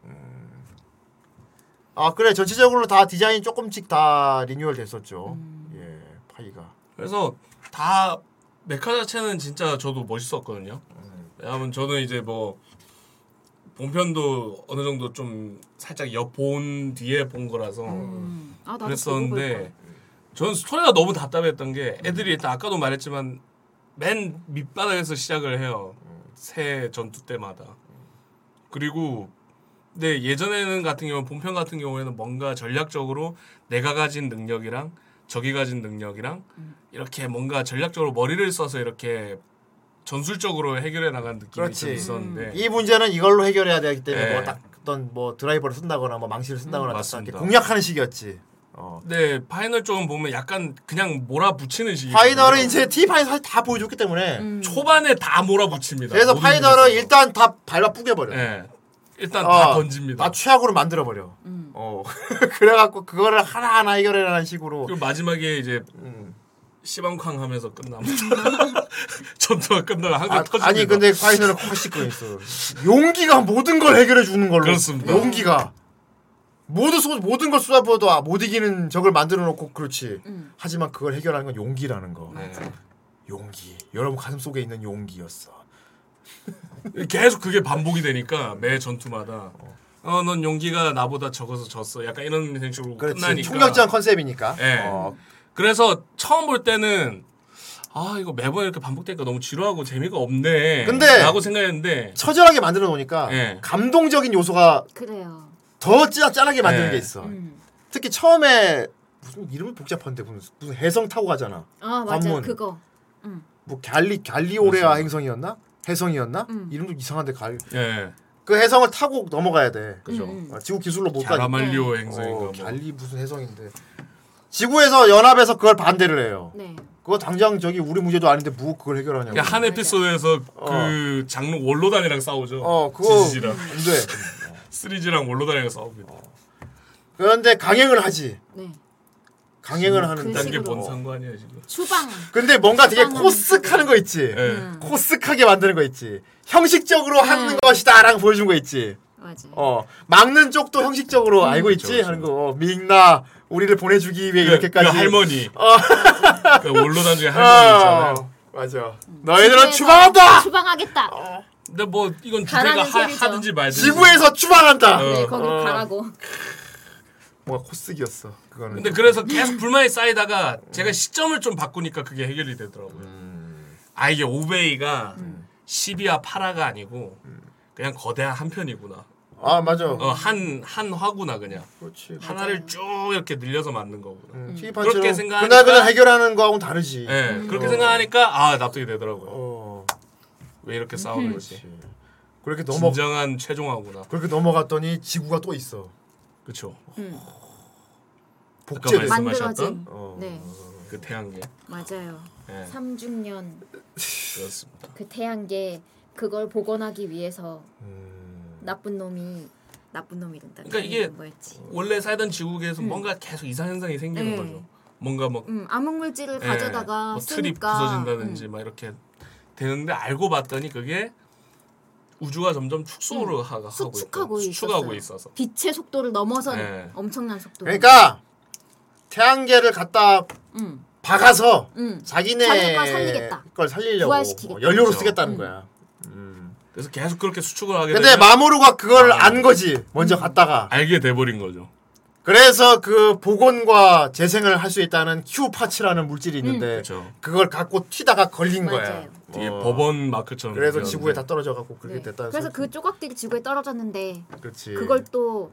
음. 아 그래 전체적으로 다 디자인 조금씩 다 리뉴얼 됐었죠. 예 파이가.
그래서 다 메카 자체는 진짜 저도 멋있었거든요. 왜냐하면 저는 이제 뭐 본편도 어느 정도 좀 살짝 옆본 뒤에 본 거라서
아, 나도 보고
그랬었는데 전 스토리가 너무 답답했던 게 애들이 일단 아까도 말했지만 맨 밑바닥에서 시작을 해요. 새 전투 때마다. 그리고 근데 예전에는 같은 경우 본편 같은 경우에는 뭔가 전략적으로 내가 가진 능력이랑 적이 가진 능력이랑
음.
이렇게 뭔가 전략적으로 머리를 써서 이렇게 전술적으로 해결해 나간 느낌이 좀
그렇지. 음.
있었는데
이 문제는 이걸로 해결해야 되기 때문에
네.
뭐딱 어떤 뭐 드라이버를 쓴다거나 뭐 망치를
음,
쓴다거나 딱
맞습니다.
이렇게 공략하는 시기였지.
네 파이널 쪽은 보면 약간 그냥 몰아붙이는 식이
파이널은 이제 T 파이널 사실 다 보여줬기 때문에
음. 초반에 다 몰아붙입니다.
그래서
모든
파이널은 일단 어. 다 발라 뿌겨버려.
음. 네. 일단 다 던집니다.
나 최악으로 만들어버려. 어. <laughs> 그래갖고 그거를 하나하나 해결해라는 식으로.
그리고 마지막에 이제
음.
시방쾅 하면서 <laughs> 끝납니다. 전투가 끝나면 항상
아,
터집니다.
아니 근데 파이널은 확실고 있어. 용기가 모든 걸 해결해 주는 걸로.
그렇습니다.
용기가 모든 소, 모든 걸 쏟아부어도 아, 못 이기는 적을 만들어 놓고 그렇지. 하지만 그걸 해결하는 건 용기라는 거.
네.
용기. 여러분 가슴 속에 있는 용기였어.
계속 그게 반복이 되니까 매 전투마다 어 넌 용기가 나보다 적어서 졌어. 약간 이런 식으로
그렇지.
끝나니까
총격전 컨셉이니까.
예.
어.
그래서 처음 볼 때는 아 이거 매번 이렇게 반복되니까 너무 지루하고 재미가 없네.
근데
라고 생각했는데
처절하게 만들어 놓으니까
예.
감동적인 요소가
그래요.
더 짜, 짠하게 만드는
예.
게 있어.
음.
특히 처음에 무슨 이름이 복잡한데 무슨, 무슨 해성 타고 가잖아.
아 맞아
관문.
그거.
뭐 갈리 갈리오레아 행성이었나? 해성이었나? 이름도 이상한데 갈.
예.
그 해성을 타고 넘어가야 돼.
그죠.
어, 지구 기술로 못 가.
갸라말리오
어,
행성인가 뭐.
갈리 무슨 해성인데. 지구에서 연합에서 그걸 반대를 해요.
네.
그거 당장 저기 우리 문제도 아닌데 뭐 그걸 해결하냐고.
그러니까 한 에피소드에서 그 장르 원로단이랑 싸우죠.
어, 그거
지지랑
안 돼.
쓰리지랑 원로단이랑 싸웁니다.
그런데 강행을 하지.
네.
강행을
음,
하는데.
그딴 게뭔 상관이야 지금.
추방.
근데 뭔가 되게 코스하는 거
예.
있지. 코스하게 만드는 거 있지. 형식적으로 하는 것이다라고 보여준 거 있지.
맞아.
어 막는 쪽도 형식적으로
음.
알고 있지 하는 거. 어, 민나 우리를 보내주기 위해
그,
네, 이렇게까지.
그 할머니.
어.
<laughs> 그 원로단 중에 할머니 있잖아요.
맞아. 너희들은 추방한다.
추방하겠다.
근데 뭐 이건
가라는
주제가 하,
소리죠.
하든지 말든지. 어.
지구에서 추방한다.
네 거기로 가라고.
뭔가 코스기였어. 그거는.
근데 그래서 계속 불만이 쌓이다가 제가 시점을 좀 바꾸니까 그게 해결이 되더라고요. 아 이게 오베이가 시비와 파라가 아니고 그냥 거대한 한 편이구나. 어,
아 맞아.
한한 화구나 그냥.
그렇지. 음,
하나를 쭉 이렇게 늘려서 만든 거구나.
티파처럼
그렇게 생각하니까
그날 그날 해결하는 거하고는 다르지.
예, 그렇게
어.
생각하니까 아 납득이 되더라고요. 왜 이렇게
음. 뭐
싸우는 거지?
그렇게 넘어-
진정한 최종화구나.
그렇게 넘어갔더니 지구가 또 있어.
그렇죠.
음.
아까
복제돼.
말씀하셨던
만들어진. 네
그 태양계.
맞아요.
네.
삼중년
그렇습니다.
그 태양계 그걸 복원하기 위해서 나쁜 놈이 나쁜 놈이 된다.
그러니까 이게 원래 살던 지구계에서
음.
뭔가 계속 이상 현상이 생기는
네.
거죠. 뭔가 막
음, 암흑물질을
예,
가져다가
뭐 틀이
쓰니까 음.
부서진다든지 막 이렇게 되는데 알고 봤더니 그게 우주가 점점 축소를 하, 하고
음. 수축하고
있고 수축하고
있었어요.
있어서
빛의 속도를 넘어선
네.
엄청난 속도.
그러니까 태양계를 갖다
음.
박아서
음.
자기네
자기 걸 살리겠다.
걸 살리려고
부활시키겠다.
어, 연료로
그렇죠.
쓰겠다는 거야.
그래서 계속 그렇게 수축을 하게
근데
되면
마모루가 그걸
아.
안 거지. 먼저
음.
갔다가.
알게 돼버린 거죠.
그래서 그 복원과 재생을 할 수 있다는 Q 파츠라는 물질이 있는데
그렇죠.
그걸 갖고 튀다가 걸린 거야. 어.
이게 법원 마크처럼
그래서
생겼는데.
지구에 다 떨어져 갖고 그렇게
네.
됐다는 예.
그래서
소리.
그 조각들이 지구에 떨어졌는데
그렇지.
그걸 또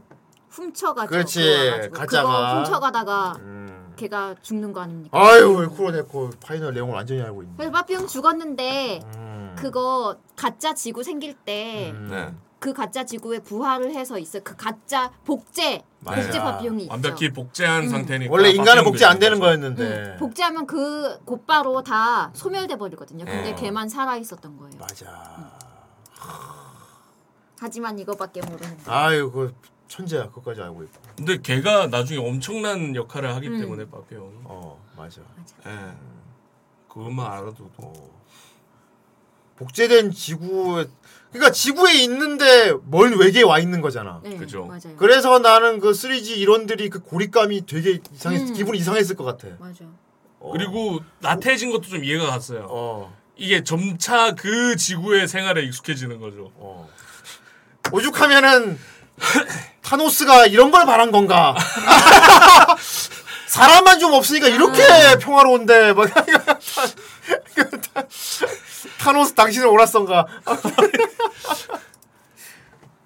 훔쳐가지고
그렇지. 가짜가. 음. 어.
그거 훔쳐가다가
음.
걔가 죽는 거 아닙니까?
아유, 쿠로네코 파이널 내용을 완전히 알고 있네.
그래서 빠삐용 죽었는데
음.
그거 가짜 지구 생길 때 그
네.
가짜 지구에 부활을 해서 있어 그 가짜 복제
맞아요.
복제 빠삐용이 있죠. 음.
완벽히 복제한 상태니까
원래
바뀌는
인간은 복제 안
그러니까 거죠.
되는 거였는데.
복제하면 그 곧바로 다 소멸돼 버리거든요. 근데
네.
걔만 살아 있었던 거예요.
맞아.
하지만 이거밖에 모르는 거.
아유, 그 천재야. 그것까지 알고 있고.
근데 걔가 나중에 엄청난 역할을 하기
음.
때문에 빠삐 형이.
어 맞아.
예. 그것만 알아도
복제된 지구에 그러니까 지구에 있는데 먼 외계에 와 있는 거잖아.
네, 그죠. 맞아요.
그래서 나는 그 3G 이론들이 그 고립감이 되게 이상했
음.
기분이 이상했을 것 같아.
맞아.
어.
그리고 나태해진 것도 좀 이해가 갔어요. 이게 점차 그 지구의 생활에 익숙해지는 거죠.
어. 오죽하면은 타노스가 이런 걸 바란 건가? <laughs> 사람만 좀 없으니까 이렇게
음.
평화로운데 뭐 <laughs> 막 타노스 당신을 오라선가.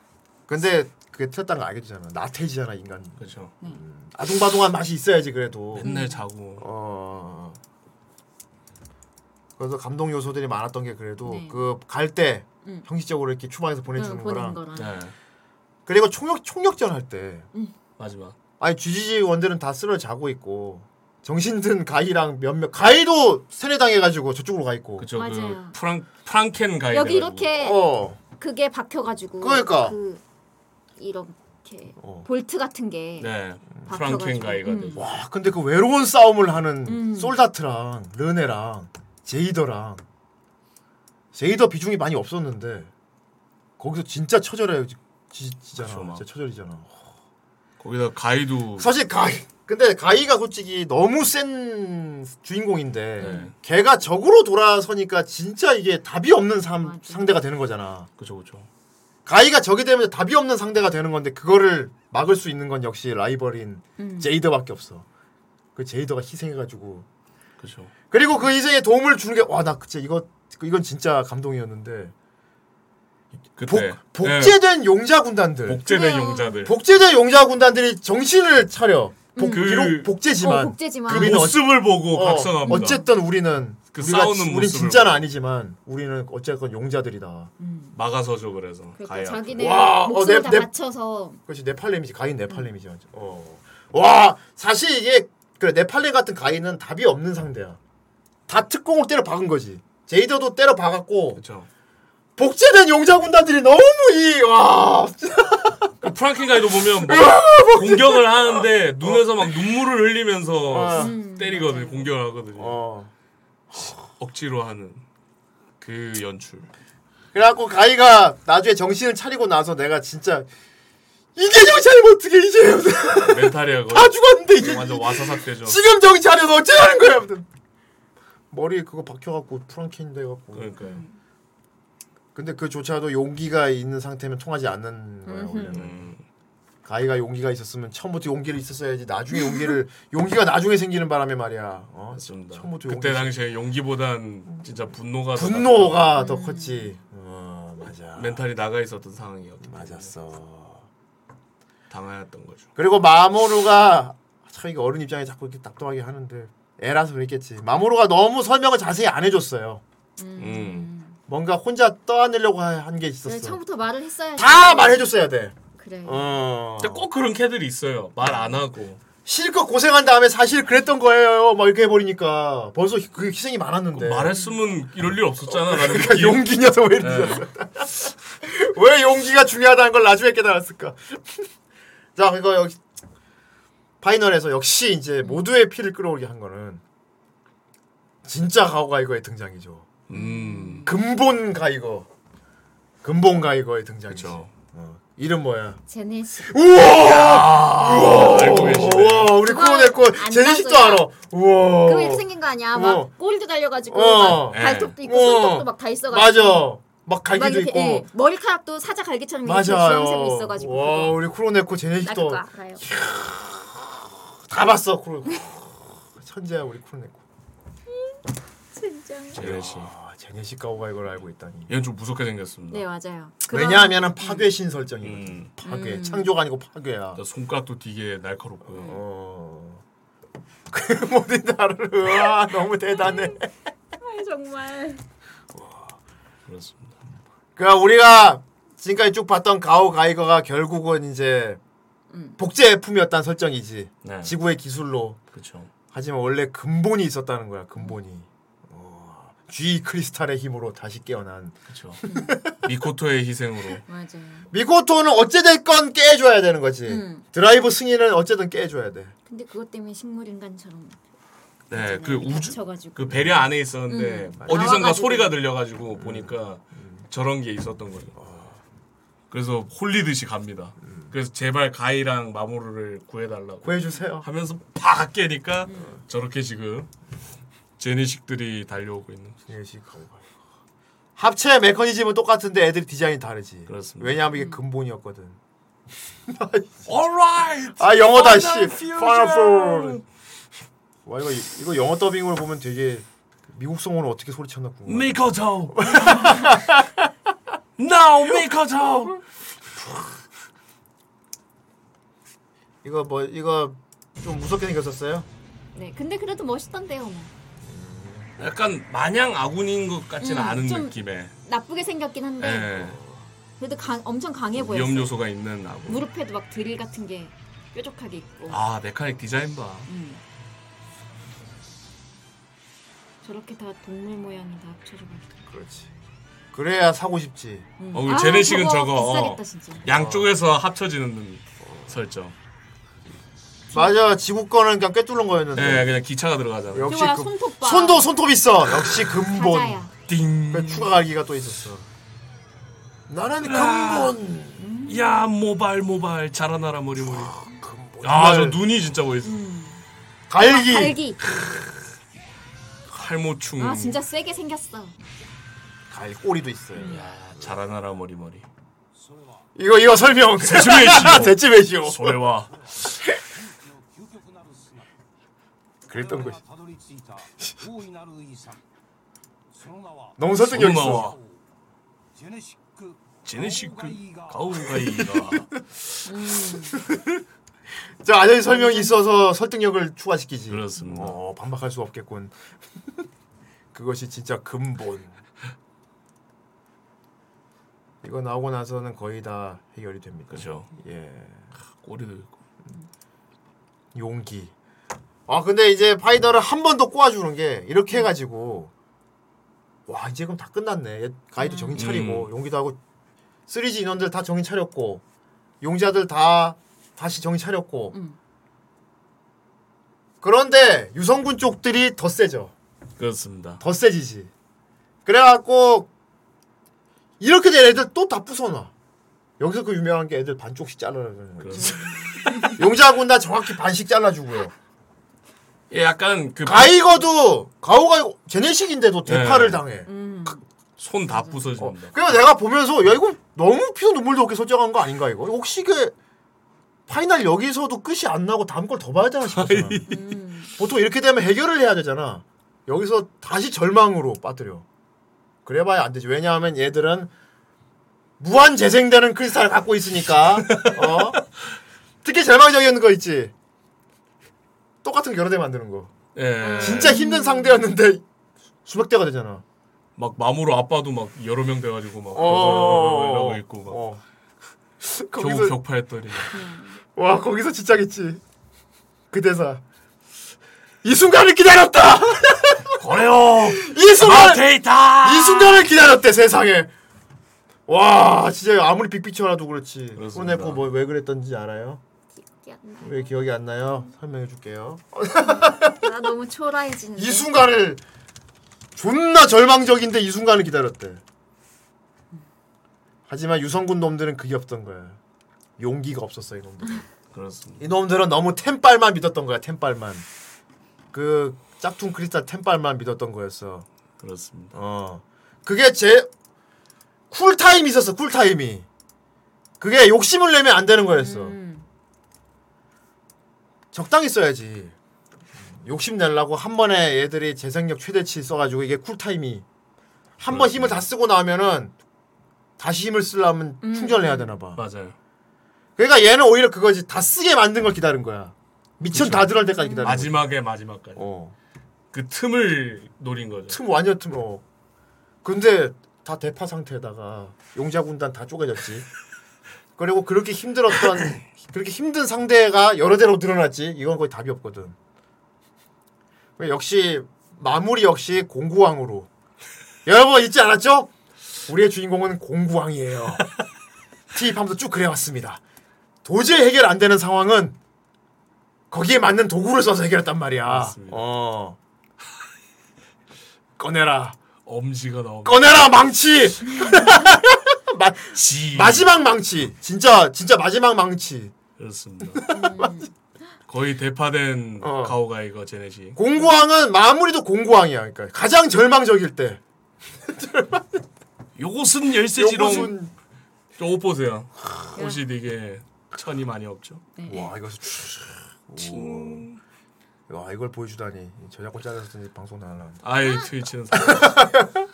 <laughs> 근데 그게 틀렸다는 걸 알게 되잖아. 나태해지잖아 인간. 음,
그렇죠.
아둥바둥한 맛이 있어야지 그래도.
맨날
음.
자고.
어. 그래서 감동 요소들이 많았던 게 그래도
네.
그 갈 때
음.
형식적으로 이렇게 추방해서 <laughs> 보내주는
응,
거랑,
보내는 거랑. 네.
그리고 총력 총력전 할 때.
음. 마지막.
아니 GGG 원들은 다 쓰러 자고 있고 정신든 가이랑 몇몇 가이도 세뇌당해가지고 저쪽으로 가 있고.
그쵸,
그 맞아요.
프랑 프랑켄 가이.
여기 이렇게
네.
네.
어.
그게 박혀가지고
그러니까.
그 이렇게
어.
볼트 같은 게 어,
네.
박혀가지고. 음.
프랑켄 가이가 되죠.
와 근데 그 외로운 싸움을 하는
음.
솔다트랑 르네랑 제이더랑 제이더 비중이 많이 없었는데 거기서 진짜 처절해요 지- 지- 지잖아 진짜 처절이잖아
거기다 가이도
사실 가이 근데 가이가 솔직히 너무 센 주인공인데
네.
걔가 적으로 돌아서니까 진짜 이게 답이 없는 삶, 상대가 되는 거잖아
그쵸 그쵸
가이가 적이 되면 답이 없는 상대가 되는 건데 그거를 막을 수 있는 건 역시 라이벌인
음.
제이더밖에 없어. 그 제이더가 희생해가지고.
그죠.
그리고 그 희생에 도움을 주는 게 와 나 진짜 이거 이건 진짜 감동이었는데.
그때 네.
복, 제된 용자 군단들.
복제된 용자들.
복제된 용자 군단들이 정신을 차려. 복,
그-
비록 음. 복제지만,
어, 복제지만.
우리는
그 모습을 보고
아. 어,
각성합니다.
어쨌든 우리는
그
우리가
싸우는
진-
모습을
우리 진짜는 아니지만 우리는 어쨌건 용자들이다.
막아서죠 그래서.
그러니까
가이 앞에.
자기네
와, 어,
목숨을
넵,
다
넵.
바쳐서
그렇지 네팔렘이지 가인 네팔렘이지
음.
완전. 어. 와 사실 이게 그래 네팔렘 같은 가인은 답이 없는 상대야. 다 특공을 때려 박은 거지. 제이더도 때려 박았고.
그렇죠.
복제된 용자 군단들이 너무 이와
그 프랑켄 가이도 보면 뭐
아,
공격을 하는데 눈에서 막 눈물을
아.
흘리면서 때리거든 요 공격을 하거든요. 어. 억지로 하는 그 연출.
그래갖고 가이가 나중에 정신을 차리고 나서 내가 진짜 이제 정신을 어떻게 <laughs> 이제
멘탈이야 그거.
다 죽었는데 이제
완전 와사삭 되죠.
지금 정신 차려서 어쩌라는 거야 아무튼. 머리에 그거 박혀갖고 프랑켄 돼갖고
그러니까요.
근데 그조차도 용기가 있는 상태면 통하지 않는 거야 원래는
음,
가이가 용기가 있었으면 처음부터 용기를 있었어야지 나중에 용기를 용기가 나중에 생기는 바람에 말이야 어? 처음부터 용기
그때 당시에 용기보단 진짜 분노가 더
분노가
났다.
더 컸지 어 맞아
멘탈이 나가 있었던 상황이었기
맞았어.
당하였던 거죠.
그리고 마모루가 참 이거 어른 입장에 자꾸 이렇게 답답하게 하는데 애라서 그랬겠지. 마모루가 너무 설명을 자세히 안 해줬어요.
음.
뭔가 혼자 떠안으려고 한 게
그래,
있었어.
처음부터 말을 했어야
다 말해줬어야 돼.
그래.
어.
근데 꼭 그런 캐들이 있어요. 말 안 하고.
실컷 고생한 다음에 사실 그랬던 거예요. 막 이렇게 해버리니까 벌써 그 희생이 많았는데.
말했으면 이럴 일 없었잖아. 나는
그러니까 용기냐서 왜 늦었어? <laughs> 왜 용기가 중요하다는 걸 나중에 깨달았을까? <laughs> 자, 이거 역시 파이널에서 역시 이제 모두의 피를 끌어오게 한 거는 진짜 가오가 이거의 등장이죠.
음,
근본 가이거, 근본 가이거의 등장이죠. 어. 이름 뭐야?
제네시
우와! 우와!
알고 계시네.
우와! 우리
그거
코로네코
안
제니식도
봤어요?
알아. 우와!
그거 이렇게 생긴 거 아니야
어.
막 꼬리도 달려가지고
어.
막 발톱도 있고
예.
손톱도
어.
막 다 있어가지고
맞아. 막
막
갈기도
이렇게,
있고.
예, 머리카락도 사자 갈기처럼 이렇게
맞아요.
주황색이 있어가지고
와
그거.
우리 쿠로네코
나
제네식도
그거 알아요
다 봤어 쿠로 천재야 우리 쿠로네코.
진짜
제네시.
아, 제네식 가오가 이걸 알고 있다니.
얘는 좀 무섭게 생겼습니다.
네 맞아요
왜냐하면은 파괴 신설정이거든. 파괴
음.
창조가 아니고 파괴야. 어.
손가락도 되게 날카롭고요.
네.
<laughs> 그 모든 나를 와 너무 대단해.
아이, 정말
그렇습니다.
그러니까 우리가 지금까지 쭉 봤던 가오 가이거가 결국은 이제 복제품이었다는 설정이지.
네.
지구의 기술로.
그렇죠.
하지만 원래 근본이 있었다는 거야. 근본이. 어, G 크리스탈의 힘으로 다시 깨어난.
그렇죠. 미코토의 희생으로.
맞아요
미코토는 어찌됐건 깨줘야 되는 거지.
음.
드라이브 승인은 어쨌든 깨줘야 돼.
근데 그것 때문에 식물인간처럼
네, 그 우주
갇혀가지고.
그 배려 안에 있었는데
음.
어디선가
나와가지고.
소리가 들려가지고 보니까 저런 게 있었던 거죠. 그래서 홀리듯이 갑니다. 그래서 제발 가이랑 마모루를 구해달라고
구해주세요.
하면서 팍 깨니까
음.
저렇게 지금 제니식들이 달려오고 있는.
제니식 합체 메커니즘은 똑같은데 애들이 디자인이 다르지. 왜냐하면 이게 근본이었거든.
Alright.
아 영어다 씨.
Final Fusion.
파이어풀. 와 이거 이거 영어 더빙으로 보면 되게 미국 성우는 어떻게 소리쳤나 궁금.
미코토. <laughs> Now 미코토.
이거 뭐 이거 좀 무섭게 생겼었어요.
네, 근데 그래도 멋있던데요. 뭐.
약간 마냥 아군인 것 같지는
음,
않은
좀-
느낌의
나쁘게 생겼긴 한데
예,
네.
그래도 강, 엄청 강해 보였어요.
위험 요소가 있는 아군.
무릎에도 막 드릴 같은 게 뾰족하게 있고.
아 메카닉 디자인 봐.
음. 저렇게 다 동물 모양이 다 합쳐져서.
그렇지. 그래야 사고 싶지.
어, 우리 제네식은 저거 어,
아, 비싸겠다 진짜.
양쪽에서 합쳐지는 설정.
맞아 지구 거는 그냥 꿰뚫는 거였는데.
예, 그냥 기차가 들어가잖아.
역시 그 손도 뭐 손톱 있어. 역시 근본.
띵.
그 추가 갈기가 또 있었어. 나는
아.
근본.
야 모발 모발 자라나라 머리 머리. 아 저 눈이 진짜 멋있어.
음. 아, 갈기.
음.
칼모충.
아 진짜 세게 생겼어.
갈 꼬리도 있어요.
야 자라나라 머리 머리.
이거 이거 설명.
<laughs> 대치메시오.
<laughs> 대치메시오.
소래와.
그랬던 거지.
たどり着いた大いなる遺産その名は
너무 설득력
소나와.
있어.
ジェネシック
제네시크 가오가이가.
자 아저씨 설명이 있어서 설득력을 추가시키지. 그렇습니다. 어, 반박할 수 없겠군. <laughs> 그것이 진짜 근본. 이거 나오고 나서는 거의 다 해결이 됩니다. 그렇죠. 예.
꼬리도 있고.
용기. 아 근데 이제 파이더를 한 번 더 꼬아주는 게 이렇게 해가지고 와 이제 그럼 다 끝났네. 얘 가이드 정신 차리고 용기도 하고 3G 인원들 다 정신 차렸고 용자들 다 다시 정신 차렸고 그런데 유성군 쪽들이 더 세죠.
그렇습니다.
더 세지지. 그래갖고 이렇게 된 애들 또 다 부숴놔. 여기서 그 유명한 게 애들 반쪽씩 잘라주는 거죠. 용자군 다 정확히 반씩 잘라주고요.
예, 약간 그
가이거도 가오가 제네식인데도
예.
대파를 당해.
손 다 부서집니다.
그래서 내가 보면서 야 이거 너무 피도 눈물도 없게 설정한 거 아닌가 이거? 혹시 이게 파이널 여기서도 끝이 안 나고 다음 걸 더 봐야 되나 싶었잖아. 보통 이렇게 되면 해결을 해야 되잖아. 여기서 다시 절망으로 빠뜨려. 그래봐야 안 되지. 왜냐하면 얘들은 무한 재생되는 크리스탈을 갖고 있으니까. 어? 특히 절망적인 거 있지. 똑같은 거 여러 대 만드는 거.
예.
아.
진짜 힘든 상대였는데 수백 대가 되잖아.
막 마모로 아빠도 막 여러 명 돼가지고 막
어.
뭐 이러고 있고 막 <laughs> 겨우
거기서- <laughs>
격파했더니
와 거기서 진짜겠지. 그 대사. 이 순간을 기다렸다. <laughs>
그래요.
이
아,
순간.
마테이타!
이 순간을 기다렸대 세상에. 와 진짜 아무리 빅피처라도 그렇지. 코네코 뭐 왜 그랬던지 알아요? 왜 기억이 안 나요? 설명해 줄게요.
나 너무 초라해지는.
이 순간을 존나 절망적인데 이 순간을 기다렸대. 하지만 유성군 놈들은 그게 없던 거야. 용기가 없었어 이놈들.
그렇습니다.
이놈들은 너무 템빨만 믿었던 거야 템빨만. 그 짝퉁 크리스탈 템빨만 믿었던 거였어.
그렇습니다.
어. 그게 제 쿨타임 이 있었어 쿨타임이. 그게 욕심을 내면 안 되는 거였어. 적당히 써야지. 욕심 내려고 한 번에 얘들이 재생력 최대치 써가지고 이게 쿨타임이 한 번 힘을 다 쓰고 나면은 다시 힘을 쓰려면 충전을 해야 되나 봐.
맞아요.
그러니까 얘는 오히려 그거지 다 쓰게 만든 걸 기다린 거야. 미천 다 들어갈 때까지 기다린 거야.
마지막에 마지막까지. 그 틈을 노린 거죠.
어. 틈 완전 틈. 어. 근데 다 대파 상태에다가 용자 군단 다 쪼개졌지. 그리고 그렇게 힘들었던 그렇게 힘든 상대가 여러 대로 늘어났지. 이건 거의 답이 없거든. 그래, 역시 마무리 역시 공구왕으로. 여러분 잊지 않았죠? 우리의 주인공은 공구왕이에요. 티입하면서 쭉 그래왔습니다. 도저히 해결 안 되는 상황은 거기에 맞는 도구를 써서 해결했단 말이야. 어. 꺼내라.
엄지가 나오.
꺼내라 망치. 마, 마지막 망치. 진짜 진짜 마지막 망치. <laughs>
그렇습니다. 거의 대파된
어.
가오가 이거 제네시.
공구왕은 마무리도 공구왕이야. 그러니까 가장 절망적일 때.
요것은 열쇠지롱.
요것은-
저옷 보세요. 옷이 되게 천이 많이 없죠.
와 이거 오. 와 이걸 보여주다니 저작권 잘라서든지 방송 나가려는.
아이 트위치는 사. 어.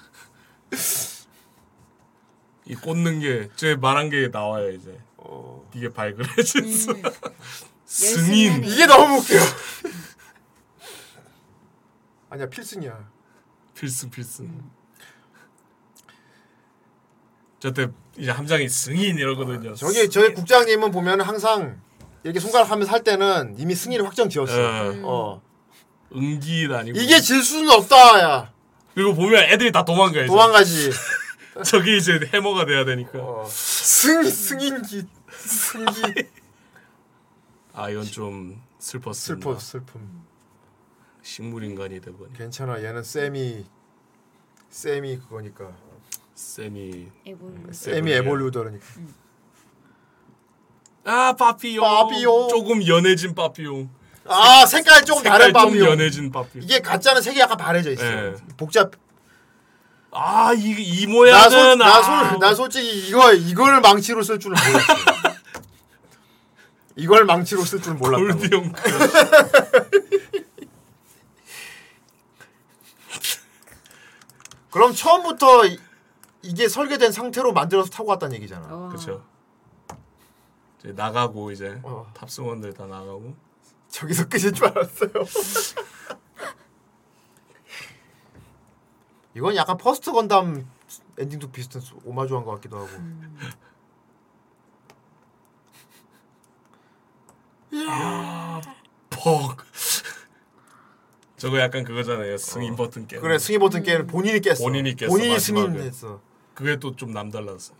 이 꽂는 게 제 말한 게 나와요 이제. 이게 발그레졌어. 승인.
이게 너무 웃겨. <laughs> 아니야 필승이야.
필승 필승. 저때 이제 함장이 승인 이러거든요.
저기 저희 국장님은 보면 항상 이렇게 손가락 하면서 할 때는 이미 승리를 확정 지었어.
예.
어.
응기 아니고
이게 질 수는 없다 야.
그리고 보면 애들이 다 도망가야지. 어.
도망가지.
저게 이제 해머가 돼야 되니까.
승 승인기 승기.
아 이건 좀 슬펐습니다.
슬퍼 슬픔.
식물 인간이 되버니.
괜찮아 얘는 쌤이 쌤이 그거니까.
쌤이
에볼루.
쌤이 에볼루더니까.
아 빠삐용. 조금 연해진 빠삐용.
아 색깔 조금 다른
색깔 좀
밤이요.
연해진 빠삐용.
이게 가짜는 색이 약간 바래져 있어.
예.
복잡.
아이이 모양은
나, 솔,
아.
나, 솔, 나 솔직히 이거 이걸 망치로 쓸 줄은 몰랐어. 이걸 망치로 쓸 줄은 몰랐다.
골드용.
그럼 처음부터 이- 이게 설계된 상태로 만들어서 타고 왔다는 얘기잖아.
그렇죠. 이제 나가고 이제
어.
탑승원들 다 나가고.
저기서 끝인 줄 알았어요. <laughs> 이건 약간 퍼스트 건담 엔딩도 비슷한 소- 오마주한 것 같기도 하고.
음.
야, 퍽. <laughs> 저거 약간 그거잖아요. 승인 버튼 깨.
어. 그래 승인
음.
버튼 깨는 본인이 깼어.
본인이 깼어.
본인이
마지막에.
승인했어.
그게 또 좀 남달랐어.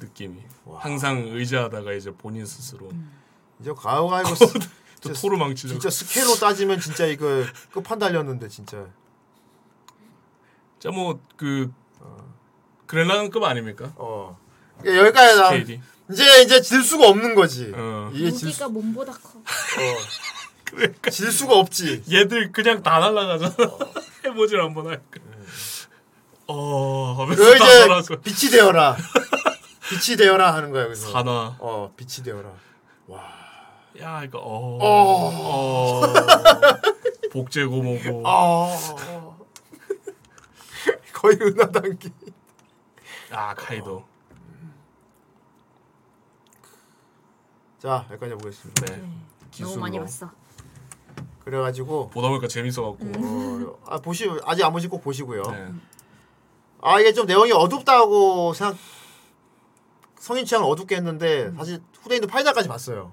느낌이. 항상 의지하다가 이제 본인 스스로.
이제
<laughs>
가오가이고
저 토르 망치죠.
진짜 스케일로 따지면 진짜 이거 끝판 달렸는데 진짜.
자뭐그 그랜라간급 아닙니까?
어. 여기까지 나
스케일이. 어.
이제 이제 질 수가 없는 예, 거지. 이게 질, 수, 아, 어.
무기가 몸보다 커.
<laughs> 그러니까.
질 수가 없지.
얘들 그냥 다 날라가잖아.
어.
<laughs> 해보질 한번 할까. 어. 하면서
그
다
음. 이제
날아가.
빛이 되어라. 빛이 되어라 하는 거야 여기서.
산화.
어 빛이 되어라.
야 이거 어.
어. 아.
어. 복제고 뭐고.
어. <laughs> 거의 은하 단계.
아 카이도.
자 여기까지 해보겠습니다.
네.
음, 너무 많이 봤어.
그래가지고
보다 보니까 재밌어갖고
음.
네.
어, 아 보시 아직 안 보신 꼭 보시고요. 아 이게 좀 내용이 어둡다고 생각 성인 취향을 어둡게 했는데 사실 후대인도 파이널까지 봤어요.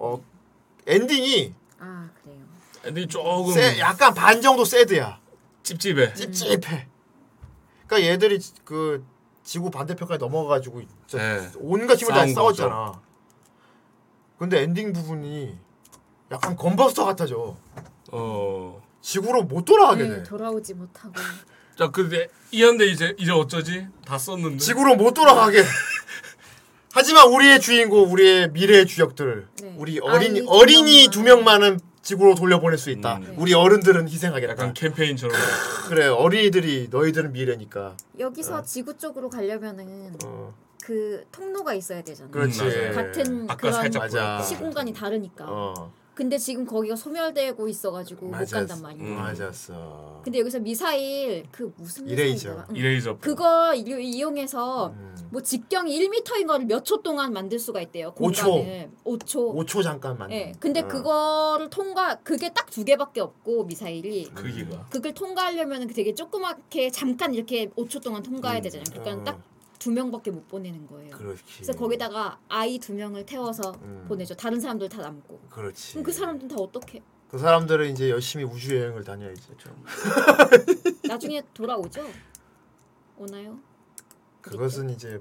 어 엔딩이
아 그래요.
엔딩 조금
세, 약간 반 정도 새드야.
찝찝해.
찝찝해. 그러니까 얘들이 지- 그 지구 반대편까지 넘어가가지고 진짜
네.
온갖 힘을 다
싸운
싸웠잖아. 근데 엔딩 부분이 약간 건버스터 같아져.
어.
지구로 못 돌아가게
네,
돼.
돌아오지 못하고.
자 근데 이한데 이제 이제 어쩌지? 다 썼는데.
지구로 못 돌아가게. <laughs> 하지만 우리의 주인공, 우리의 미래의 주역들,
네.
우리 어린 이 어린이 두 명만은 지구로 돌려보낼 수 있다. 우리 어른들은
음.
희생하겠다.
약간 캠페인처럼.
그래, 어린이들이 너희들은 미래니까.
여기서 지구 쪽으로 가려면은
아. 어.
그 통로가 있어야 되잖아.
음,
그렇지. 맞아요.
같은
아까
그런
살짝 보였다.
시공간이 다르니까.
어,
근데 지금 거기가 소멸되고 있어가지고 못
맞았어.
간단 말이야.
음, 맞았어.
근데 여기서 미사일 그 무슨
이레이저. 음.
미사일이더라? 응.
이레이저.
그거 이- 이용해서 뭐 직경이 1m인 거를 몇 초 동안 만들 수가 있대요.
오 초.
공간을. 5초.
5초 잠깐만.
어. 예. 근데
어.
그거를 통과 그게 딱 두 개밖에 없고 미사일이
크기가.
그걸 통과하려면 되게 조그맣게 잠깐 이렇게 5초 동안 통과해야 되잖아요. 그러니까 딱 두 명밖에 못 보내는 거예요.
그렇지.
그래서 거기다가 아이 두 명을 태워서
음.
보내죠. 다른 사람들 다 남고.
그렇지.
그럼 그 사람들은 다 어떻게?
그 사람들은 이제 열심히 우주 여행을 다녀야지.
나중에 돌아오죠? 오나요?
그것은 이제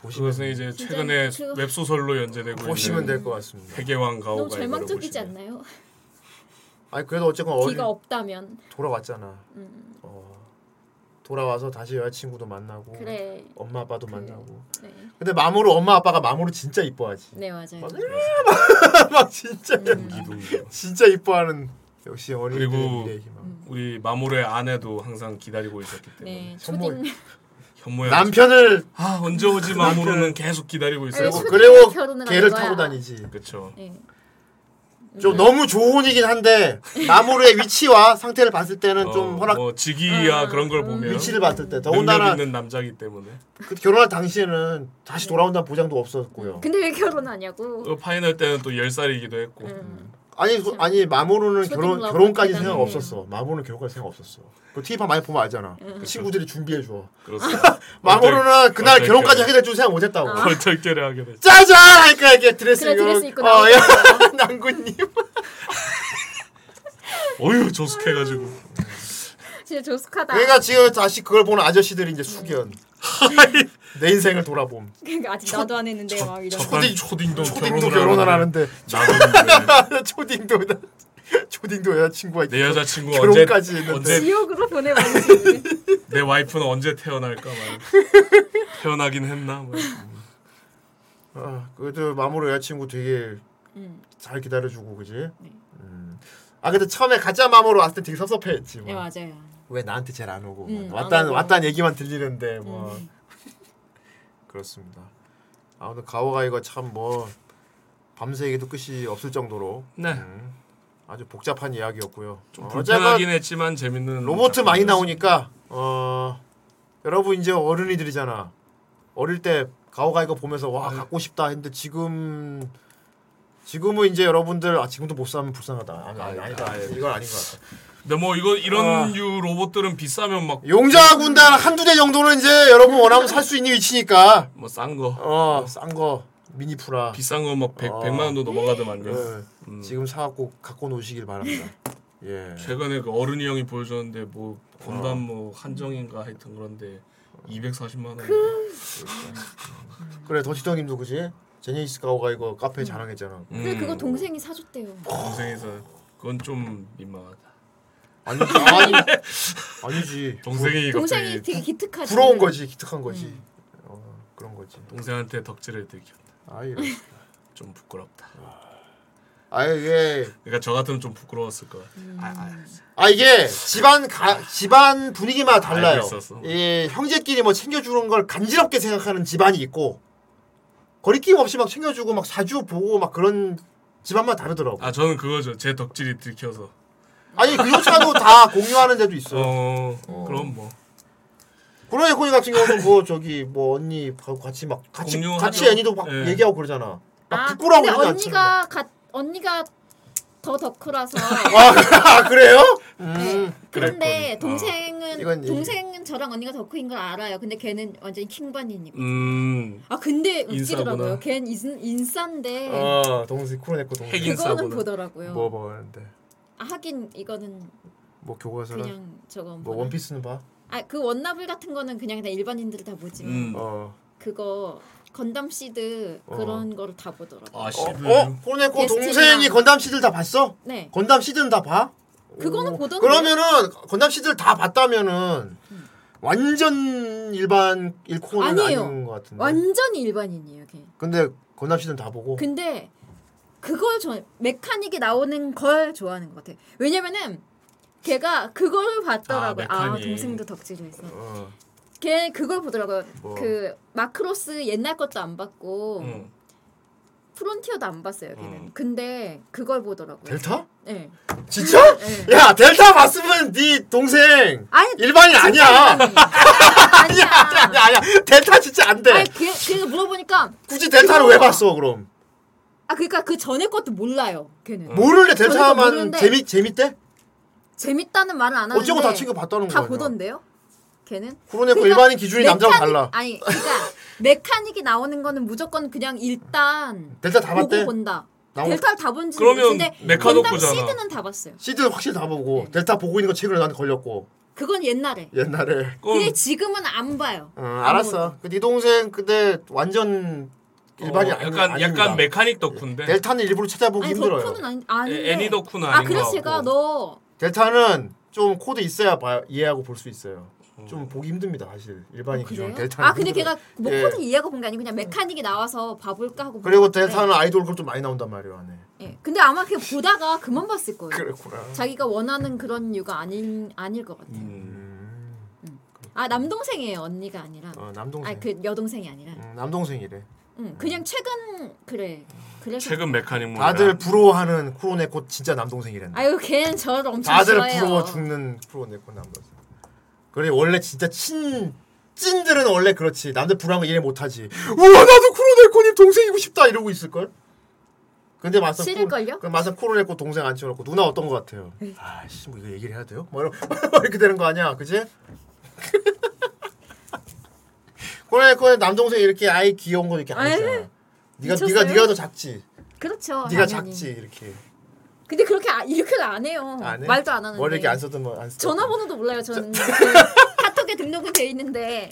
보시면
그것은 이제 최근에
진짜
웹 소설로 연재되고
보시면 될것 같습니다.
해계왕 가오가
너무
이거를
절망적이지 않나요?
아니 그래도 어쨌건 어린
기가 없다면.
돌아왔잖아. 어.
음.
돌아와서 다시 여자친구도 만나고
그래.
엄마 아빠도 만나고.
네.
근데 마모로 엄마 아빠가 마모로 진짜 이뻐하지.
네 맞아요.
<laughs> 막 진짜
음.
진짜 이뻐하는 역시 어린이들의
그리고
미래의 희망.
음.
우리 마모르의 아내도 항상 기다리고 있었기 때문에
네 초딩.
현모야
남편을
아 언제 오지
그
마모르는
남편을-
계속 기다리고
그리고
있어요.
그리고 걔를
거야?
타고 다니지.
그렇죠.
네.
좀 너무 조혼이긴 한데 나무르의 위치와 상태를 봤을 때는 좀 허락
뭐
음,
직위야 그런 걸 보면
위치를 봤을
능력
때 더군다나
있는 남자기 때문에
그 결혼할 당시에는 다시 돌아온다는 보장도 없었고요.
근데 왜 결혼하냐고.
그 파이널 때는 또 10살이기도 했고
음.
아니 그- 아니 마모르는
저도
결혼
몰라.
결혼까지
그렇게
생각
생각해요.
없었어. 마모르는 결혼까지 생각 없었어. 그 티파 많이 보면 알잖아. 그
음.
친구들이 준비해 줘.
그렇습니다. <laughs>
마모르는
완전-
그날
완전
결혼까지
결혼.
하게 될 줄 생각 못했다고.
걸절결에 하게 됐어
짜잔! 하니까 이게 드레스
아. 그래, 드레스 입고
어,
나오는
야,
거야.
<laughs> 남군님.
어휴 조숙해가지고
진짜 조숙하다.
그러니까 지금 다시 그걸 보는 아저씨들이
<laughs>
이제 숙연. 내 인생을 돌아봄.
<laughs> 그러니까 아직 나도 안 했는데 막 이런.
초딩
초딩도
초딩도
결혼을
결혼을
하는데.
하는데. <laughs> 초딩도 초딩도 여자친구가
내
<laughs>
여자친구 언제
결혼까지 했는데.
언제
지옥으로 보내버리지.
내 와이프는 언제 태어날까
<laughs>
말 태어나긴 했나 뭐.
아, 그래도 마모로 여자친구 되게
음.
잘 기다려주고 그지?
네.
음. 아 근데 처음에 가짜 마모로 왔을 때 되게 섭섭해했지 뭐.
네 맞아요.
왜 나한테 잘 안 오고 뭐.
음, 안
왔다는
오고.
왔다는 얘기만 들리는데 뭐
음.
<laughs> 그렇습니다. 아무튼 가오가이가 참 뭐 밤새기도 끝이 없을 정도로
네.
음, 아주 복잡한 이야기였고요. 어, 좀
불편하긴 했지만 재밌는
로봇
작품이었어요.
많이 나오니까 어 여러분 이제 어른이들이잖아. 어릴 때 가오가 이거 보면서 와 갖고 싶다 했는데 지금 지금은 이제 여러분들 아 지금도 못 사면 불쌍하다. 아니, 아니, 아니다. 예. 이건 아닌 것 같아.
근데 뭐 이거 이런
아.
유 로봇들은 비싸면 막
용자 군단 한두 대 정도는 이제 여러분 원하면 살 수 있는 위치니까.
뭐 싼 거.
어, 싼 거. 미니프라.
비싼 거막 100,
어.
만 원도 넘어가더만요.
네. 지금 사 갖고 갖고 노시길 바랍니다. 예.
최근에 그 어른이 형이 보여줬는데 뭐
아.
건담 뭐 한정인가 하여튼 그런데 240만
그,
원.
그래 더치더님도 그지? 제니스 가오가 이거 카페 자랑했잖아.
근데 그거 동생이 사줬대요.
음, 동생에서 그건 좀 민망하다.
아니지. 아니, 아니지.
동생이
동생이
갑자기
되게 기특하지.
그 부러운 거지, 기특한 거지.
음.
어, 그런 거지.
동생한테 덕질을 들켰다.
아예.
좀 부끄럽다.
아예 이게
그러니까 저 같으면 좀 부끄러웠을 것 같아.
음.
아, 아.
아 이게 집안 가, 집안 분위기마다 달라요.
알고 있었어.
예, 형제끼리 뭐 챙겨주는 걸 간지럽게 생각하는 집안이 있고 거리낌 없이 막 챙겨주고 막 자주 보고 막 그런 집안마다 다르더라고.
아 저는 그거죠. 제 덕질이 들켜서.
아니
<laughs>
그조차도 다 공유하는 데도 있어.
어, 그럼 뭐.
그런 코니 같은 경우는 뭐 저기 뭐 언니 가- 같이 막 같이
공유하죠.
같이 애니도 막
예.
얘기하고 그러잖아. 막
아,
부끄러워
근데
그러지
언니가 가, 언니가 더 덕후라서.
<laughs> 아 그래요?
네.
음. 그랬군. 어.
그런데 동생은
이건 얘기-
동생은 저랑 언니가 덕후인 걸 알아요. 근데 걔는 완전히 킹반이니까.
음.
아 근데
인싸구나.
웃기더라고요. 걘 인, 인싸인데
어 동생 쿠로네코 동생.
그거는 보더라고요.
뭐 먹었는데
아, 하긴 이거는
뭐 교과서나
그냥 저거
뭐 원피스는 봐.
아그 원나블 같은 거는 그냥 다 일반인들 다 보지. 만
어.
그거 건담 시드
어.
그런 거를 다 보더라고. 요
어, 어? 코네코
데스티니랑-
동생이 건담 시들 다 봤어?
네.
건담 시들은 다 봐?
그거는 보던데. 음.
그러면은 건담 시들 다 봤다면은 완전 일반 일코는
아니에요.
아닌 것 같은데.
완전히 그- 일반인이에요, 걔.
근데 건담 시들 다 보고.
근데 그걸 저 메카닉이 나오는 걸 좋아하는 것 같아. 왜냐면은 걔가 그걸 봤더라고요.
아,
아,
메카닉.
동생도 덕질을 했어.
어.
걔 그걸 보더라고요.
뭐.
그 마크로스 옛날 것도 안 봤고 프론티어도 안 봤어요. 걔는. 근데 그걸 보더라고요.
델타?
네.
진짜? 야 델타 봤으면 네 동생
아니,
일반인
진짜
아니야. <laughs> 아니야 아니야 아니야 아니야. 델타 진짜 안 돼.
아니 걔 걔가 물어보니까
굳이 델타를 왜 봤어 그럼?
아 그러니까 그 전에 것도 몰라요. 걔는.
모를래
전에 거
델타만
모르는데
재미 재밌대?
재밌다는 말은 안 하는데
어쩌고 다 챙겨 봤다는
다
거야.
보던데요? 걔는? 그러니까
그러네, 그 일반인 기준이 남자랑
메카닉-
달라. <laughs>
아니, 그러니까 메카닉이 나오는 거는 무조건 그냥 일단
델타 다
보고
봤대?
본다.
나온-
델타를 다 본지
그러면
모르는데
메카노코잖아.
건담 시드는 다 봤어요.
시드 확실히 다 보고 델타 보고 있는 거 최근에 나한테 걸렸고
그건 옛날에.
옛날에.
어.
근데 지금은 안 봐요.
어, 알았어. 그네 동생 근데 완전 일반인
어, 약간 약간 네. 메카닉 덕후인데.
델타는 일부러 찾아보기
아니
힘들어요.
덕후는 아니 아닌데.
애- 애니 덕후는
아
아닌
그래서
것
제가 너
델타는 좀 코드 있어야 봐, 이해하고 볼 수 있어요. 좀 보기 힘듭니다 사실 일반인 기준
그래요?
델타는.
아 근데
힘들어요.
걔가 뭐
예.
코드 네. 이해하고 본 게 아니고 그냥 메카닉이 나와서 봐볼까 하고.
그리고
봤는데.
델타는 아이돌 그룹도 많이 나온단 말이에요 안에.
예. 근데 아마 걔 보다가 그만 봤을 거예요.
그렇구나.
자기가 원하는 그런 이유가 아닌 아닐 것 같아요.
음.
아 남동생이에요 언니가 아니라. 아,
어, 남동생.
아그 여동생이 아니라.
음, 남동생이래.
응, 그냥 최근 그래. 그래서
최근 메카닉 그
다들 부러워하는 쿠로네코 진짜 남동생이란다.
아유 걔는 저를 엄청
다들
좋아해요.
부러워 죽는 쿠로네코 남동생. 그래 원래 진짜 친 찐들은 원래 그렇지. 남들 부러운 거 이해 못하지. 우와 나도 쿠로네코님 동생이고 싶다 이러고 있을 걸. 근데 막상
싫을걸요? 네.
그 막상 쿠로네코 동생 안 찍어놓고 누나 어떤 거 같아요? 아씨 뭐 이거 얘기를 해야 돼요? 뭐 이러- 이렇게 되는 거 아니야, 그지? <laughs> 쿠로네코는 남동생 이렇게 아이 귀여운 거 이렇게 안
에이,
잖아 네가 네가
미쳤어요?
네가 더 작지.
그렇죠.
네가
당연히.
작지 이렇게.
근데 그렇게 아, 이렇게 안 해요.
안 해?
말도 안 하는데.
머리 이렇게 안 쓰던 뭐안 쓰.
전화번호도 몰라요. 저는 그
<laughs>
카톡에 등록은 돼 있는데.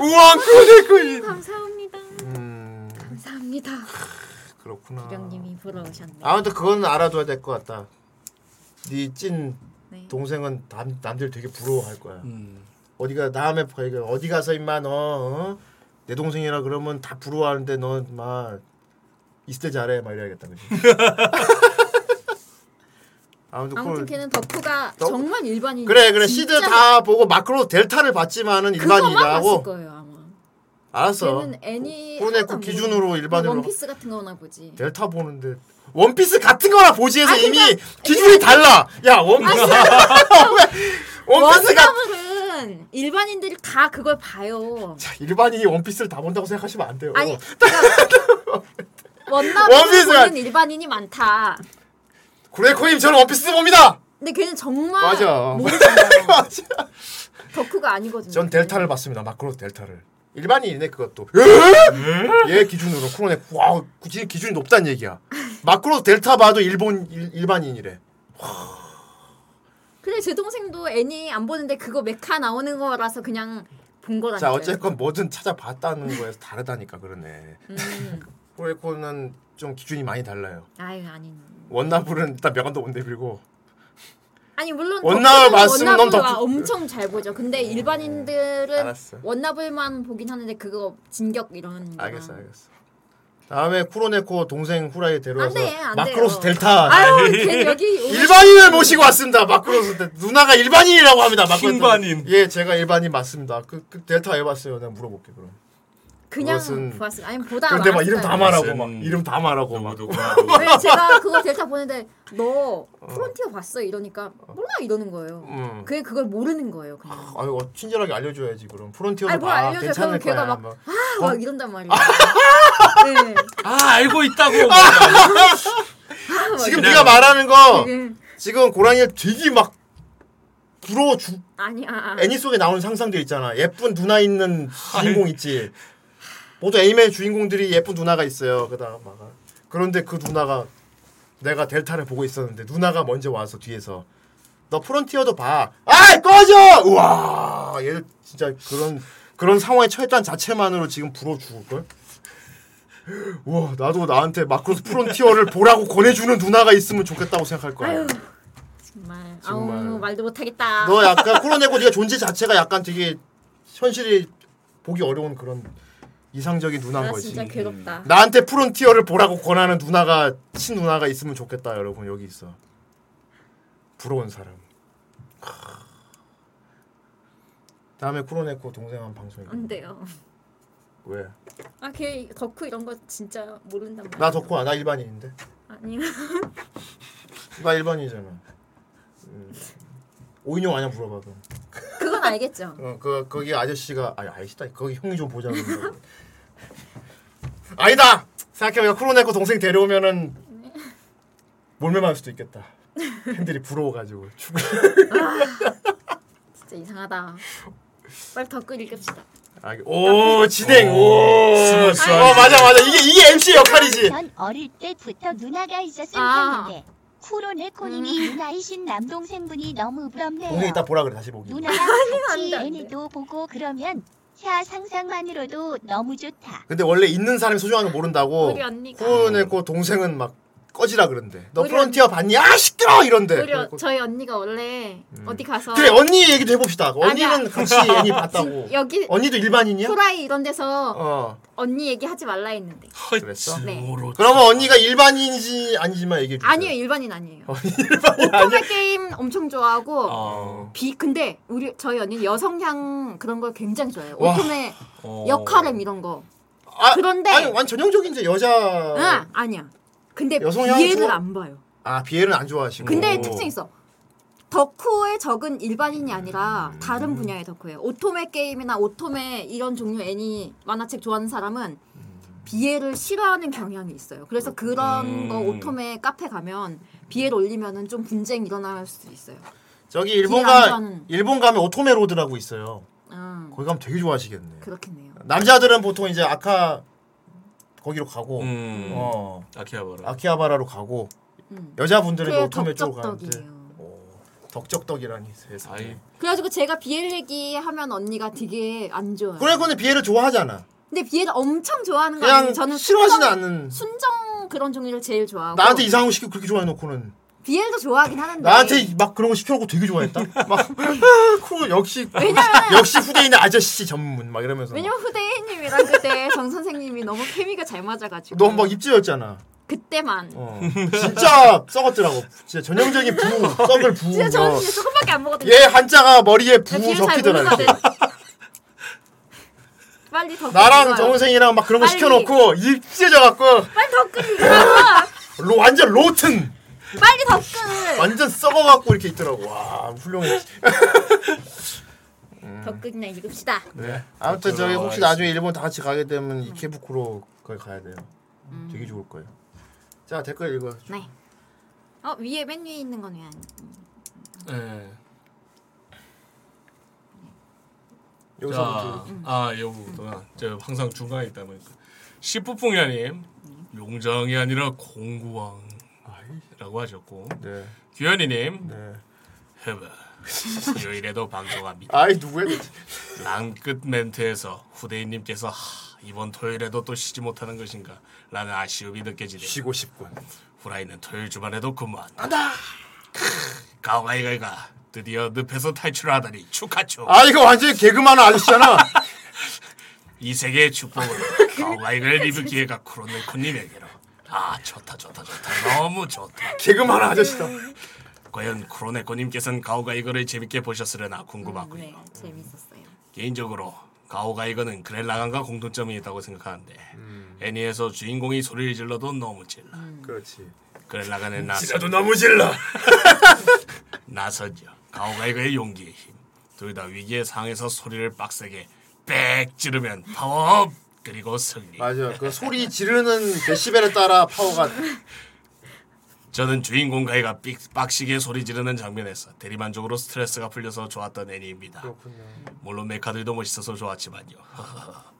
우와, 그거네, 그거.
감사합니다.
음.
감사합니다.
그렇구나.
부령님이 부러우셨네.
아. 아무튼 그건 알아둬야 될 것 같다. 네 찐 동생은 남, 남들 되게 부러워할 거야. 어디가 다음에 가니까 어디 가서 임마 너 어? 내 동생이라 그러면 다 부러워하는데 너막 있을 때 잘해 막 이래야겠다.
<laughs>
그지? 아무튼,
아무튼
그걸-
걔는 덕후가
덕-
정말 일반인.
그래 그래 시드 다 보고 마크로 델타를 봤지만은
그거만 봤을
일반인이라고
거예요 아마.
알았어.
걔는 애니.
그거네,
하나도
그
안 보고
기준으로
뭐
일반인으로.
원피스 같은 거나 보지.
델타 보는데 원피스 같은 거나 보지에서
아,
이미
그러니까-
기준이 달라. 야 원피스 <laughs> 원피스 같
원담은 일반인들이 다 그걸
어.
봐요.
일반인이 원피스를 다 본다고 생각하시면 안 돼요. <laughs>
아니, 그러니까
원피스가-
원담은 보는 일반인이 많다.
구레코님 저는 원피스 봅니다.
근데 걔는
<laughs>
정말
맞아.
덕후가 아니거든요.
전 델타를 봤습니다. 마크로 델타를. 일반인이네 그것도. 예? 얘 기준으로 쿠로네 와 굳이 기준이 높단 얘기야. 마크로 델타 봐도 일본 일, 일반인이래.
그래 제 동생도 애니 안 보는데 그거 메카 나오는 거라서 그냥 본 거라니까.
자 어쨌건 뭐든 찾아봤다는 거에서 다르다니까 그러네.
음.
<laughs> 쿠레코는 좀 기준이 많이 달라요.
아유 아니.
원나블은 일단 명함도 못 내밀고
아니 물론
원나블
덕후들은
봤으면 넌
원나블과
덕후-
엄청 잘 보죠. 근데 일반인들은
음, 알았어.
원나블만 보긴 하는데 그거 진격 이런.
알겠어 알겠어 다음에 쿠로네코 동생 후라이 데려와서
안 돼, 안
마크로스
돼요.
델타
아유, 걔
<laughs>
여기 오면-
일반인을 모시고 왔습니다 마크로스 델타 누나가 일반인이라고 합니다 마크로스 흰반인 예 제가 일반인 맞습니다 그, 그 델타 왜 봤어요 내가 물어볼게 그럼
그냥
그것은-
보았을 아니 보다
근데 막 이름
말았어요. 음.
다 말하고 막 이름 다 말하고 막
왜 제가 그거 델타 보는데 너 프론티어 봤어 이러니까 몰라 이러는 거예요.
음.
그게 그걸 모르는 거예요. 그냥.
아유 어, 친절하게 알려줘야지 그럼
아니
프론티어는
뭘
봐
알려줘?
괜찮을
그러면 걔가
거야
막
막.
아,
어?
막 이런단 말이에요. <laughs> 네.
<laughs> 아 알고 있다고.
아, 막 <laughs>
지금
이런-
네가 말하는 거
되게-
지금 고랑이 되게 막 부러워 죽
아니야.
애니 속에 나오는 상상들 있잖아. 예쁜 누나 있는 주인공 있지. 모두 애니메이 주인공들이 예쁜 누나가 있어요. 그다음 막 그런데 그 누나가 내가 델타를 보고 있었는데 누나가 먼저 와서 뒤에서 너 프론티어도 봐. 아 꺼져. 우와 얘 진짜 그런 그런 상황에 처했다는 자체만으로 지금 부러워 죽을 걸. 우와 나도 나한테 마크로스 프론티어를 보라고 권해주는 누나가 있으면 좋겠다고 생각할 거야.
아유 정말. 아우
정말.
말도 못하겠다.
너 약간 코로네고 네가 존재 자체가 약간 되게 현실이 보기 어려운 그런 이상적인 누나인
나
거지.
아, 진짜 괴롭다.
나한테 프론티어를 보라고 권하는 누나가 친 누나가 있으면 좋겠다 여러분 여기 있어. 부러운 사람. 크. 다음에 코로네코 동생 한 방송에
안 돼요.
왜?
아걔 덕후 이런 거 진짜 모른단 말이야.
나 덕후야 아, 나 일반인인데
아니. <laughs>
나 일반인이잖아. 음. 오인용 아냐 물어봐 그럼.
그건 알겠죠.
어, 그 거기 아저씨가 아니 아저씨다 거기 형이 좀 보자고 그러는 거야. <laughs> 아니다 생각해보니까 크로네코 동생 데려오면은 몰매 맞을 수도 있겠다 팬들이 부러워가지고 죽을 <laughs>
진짜 이상하다. 빨리 덕후 읽읍시다.
아, 오 진행 오,
스무스하게.
어 맞아 맞아 이게 이게 MC의 역할이지
전 어릴 때부터 누나가 있었으면
아.
하는데 쿠로네코님이 누나이신 남동생분이 너무 부럽네요.
동생 이따 보라 그래 다시 보기
누나랑 같이 애니도 보고 그러면 야 상상만으로도 너무 좋다.
근데 원래 있는 사람이 소중한 걸 모른다고
우리 언니가.
크로네코 동생은 막 꺼지라 그런대 너
우리
프론티어 봤니 아 시끄러 이런대
우리 어, 저희 언니가 원래 어디 가서
그 음. 그래 언니 얘기도 해봅시다 언니는
아니야.
같이 애니 봤다고
진- 여기
언니도 일반인이야?
후라이 이런 데서
어
언니 얘기하지 말라 했는데.
<laughs>
아,
그랬어?
네.
그러면 언니가 일반인인지 아닌지만 얘기해 주세요.
아니요 일반인 아니에요. 오토메 게임 엄청 좋아하고
어.
비 근데 우리 저희 언니 는 여성향 그런 걸 굉장히 좋아해요.
와.
오토메
어.
역할음 이런 거.
아,
그런데
아니 완 전형적인 이제 여자
응, 아니야. 근데
어. 여성 향
비애를
좋아?
안 봐요.
아 비애는 안 좋아하시고
근데 특징 이 있어. 덕후의 적은 일반인이 아니라
음.
다른 분야의 덕후예요. 오토메 게임이나 오토메 이런 종류 애니 만화책 좋아하는 사람은 비애를 싫어하는 경향이 있어요. 그래서 그런
음. 음.
거 오토메 카페 가면 비애를 올리면은 좀 분쟁 일어날 수도 있어요.
저기
비애 안
일본가
좋아하는-
일본 가면 오토메 로드라고 있어요
음,
거기 가면 되게 좋아하시겠네
그렇겠네요.
남자들은 보통 이제 아카 거기로 가고
음.
어.
아키하바라.
아키하바라로 가고
음.
여자분들은 이제
그게
오토메 쪽으로 가는데
덕적덕이에요.
오, 덕적덕이라니
네,
세상에
그래가지고 제가 비애를 얘기하면 언니가 되게 안 좋아요.
그래 근데 비애를 좋아하잖아
근데 비애를 엄청 좋아하는 거
그냥
아니에요. 저는
싫어하지는
순정-
않는-
순정 그런 종류를 제일 좋아하고
나한테 이상한 거 시켜 그렇게 좋아해놓고는
비엘도 좋아하긴 하는데
나한테 막 그런 거 시켜놓고 되게 좋아했다. 막 <laughs> 쿨, 역시 역시 후대인의 아저씨 전문 막 이러면서
왜냐면 후대인님이랑 그때 <laughs> 정 선생님이 너무 케미가 잘 맞아가지고
너 막 입질였잖아.
그때만
어. 진짜 썩었더라고. 진짜 전형적인 부 썩을 부.
진짜 저는
어.
진짜 조금밖에 안 먹거든요.
얘 한자가 머리에
나
부
비엘 잘
적히더라고.
모르거든. 빨리 더
나랑
끓여요.
정선생이랑 막 그런 거
빨리.
시켜놓고 입질져갖고
빨리 더 끓이라고
로, 완전 로튼
빨리 더 끓.
완전 썩어갖고 이렇게 있더라고. 와 훌륭해.
더 끓이나 읽읍시다.
네. 아무튼 저기 혹시 나중에 일본 다 같이 가게 되면 이케부쿠로 거기 가야 돼요.
음.
되게 좋을 거예요. 자 댓글 읽어.
네. 어 위에 맨 위에 있는 건 왜 아니?
네.
여기서부터.
자, 아 여기부터 제가 항상 중간에 있다 보니까 시뿌풍야님 용장이 아니라 공구왕이라고 하셨고
네.
규현이님 헤브 <laughs> 일요일에도 방송합니다.
아이 누구야?
난끝 멘트에서 후대인님께서 하, 이번 토요일에도 또 쉬지 못하는 것인가 라는 아쉬움이 느껴지네요. 쉬고
싶군.
후라이는 토요일 주말에도 근무한다. 가오가이가이가 드디어 늪에서 탈출하다니 축하축.
아 이거 완전 히 개그만 <laughs> 아저씨잖아.
이 세계의 축복을 가오가이를 리뷰 기회가 크로네코님에게로. 아 좋다 좋다 좋다 너무 좋다.
개그만 아저씨다.
과연 크로네코님께서는 가오가이거를 재밌게 보셨으려나 궁금하고요.
네 재밌었어요.
개인적으로 가오가이거는 그렐라간과 공통점이 있다고 생각하는데 애니에서 주인공이 소리를 질러도 너무 질러.
그렇지.
그렐라간은 나.
지나도 너무 질러.
나서죠. 가오가이거의 용기의 힘. 둘 다 위기의 상황에서 소리를 빡세게 빽 지르면 파워업 그리고 승리.
맞아. 그 소리 지르는 데시벨에 따라 파워가
저는 주인공 가이가 삑- 빡시게 소리 지르는 장면에서 대리만족으로 스트레스가 풀려서 좋았던 애니입니다. 물론 메카들도 멋있어서 좋았지만요. <laughs>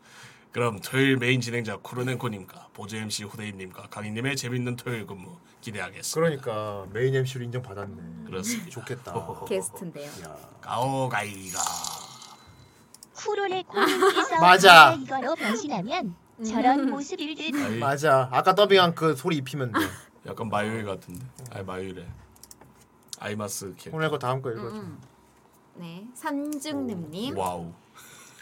그럼 토요일 메인 진행자 쿠르넨코님과 보조 MC 후대인님과 강희님의 재밌는 토요일 근무 기대하겠습니다.
그러니까 메인 MC로 인정받았네.
그렇습니다.
좋겠다.
게스트인데요.
가오가이가
쿠로네 코님께서
맞아.
이거로 변신하면 저런 모습일
음.
듯.
맞아. 아까 더빙한 그 소리 입히면 돼.
약간 마요이 같은데. 아니 마요이래. 아이마스 캐.
오늘 거 다음 거 읽어줘.
음. 네 산증님님.
와우.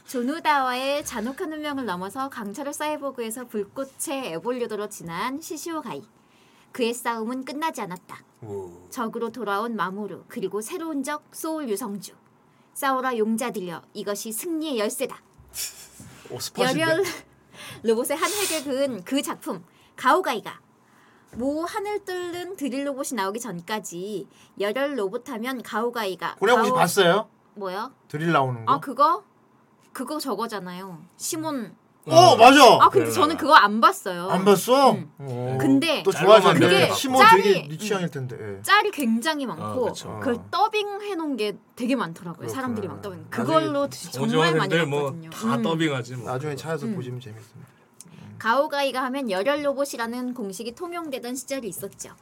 조누다와의 잔혹한 운명을 넘어서 강철의 사이보그에서 불꽃의 에볼류더로 진한 시시오가이. 그의 싸움은 끝나지 않았다. 적으로 돌아온 마모루 그리고 새로운 적 소울 유성주. 싸우라 용자들여 이것이 승리의 열쇠다.
오 스팟인데.
열혈 <laughs> 로봇의 한 획을 그은 그 작품 가오가이가 모 하늘 뚫는 드릴 로봇이 나오기 전까지 열혈 로봇 하면 가오가이가
고래 혹시
가오-
봤어요?
뭐요?
드릴 나오는 거.
아 그거 그거 저거잖아요. 시몬.
어, 맞아.
아 근데 저는 그거 안 봤어요.
안 봤어? 어.
근데
또 좋아하는데
그게
시몬 되게
짤이-
네 취향일 텐데. 예.
짤이 굉장히
아,
많고
그쵸.
그걸 더빙 해놓은 게 되게 많더라고요. 사람들이 막 더빙. 그걸로 정말 많이
정정하는데
봤거든요.
뭐다
음.
더빙하지 뭐.
나중에 차에서 보시면 재밌습니다.
가오가이가 하면 열혈 로봇이라는 공식이 통용되던 시절이 있었죠.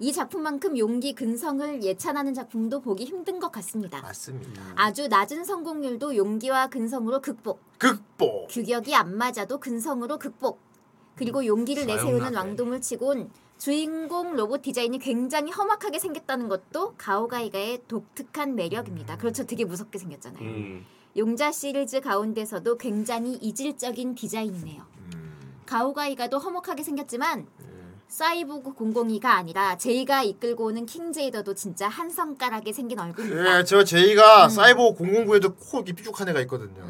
이 작품만큼 용기 근성을 예찬하는 작품도 보기 힘든 것 같습니다.
맞습니다.
아주 낮은 성공률도 용기와 근성으로 극복.
극복.
규격이 안 맞아도 근성으로 극복.
음,
그리고 용기를
사용나게.
내세우는 왕동을 치곤 주인공 로봇 디자인이 굉장히 험악하게 생겼다는 것도 가오가이가의 독특한
음.
매력입니다. 그렇죠. 되게 무섭게 생겼잖아요. 용자 시리즈 가운데서도 굉장히 이질적인 디자인이네요.
음.
가오가이가도 험악하게 생겼지만 사이보그 002가 아니라 제이가 이끌고 오는 킹제이더도 진짜 한 손가락에 생긴 얼굴입니다.
예,
음.
저 제이가 사이버 009에도 코 이렇게 삐죽한 애가 있거든요.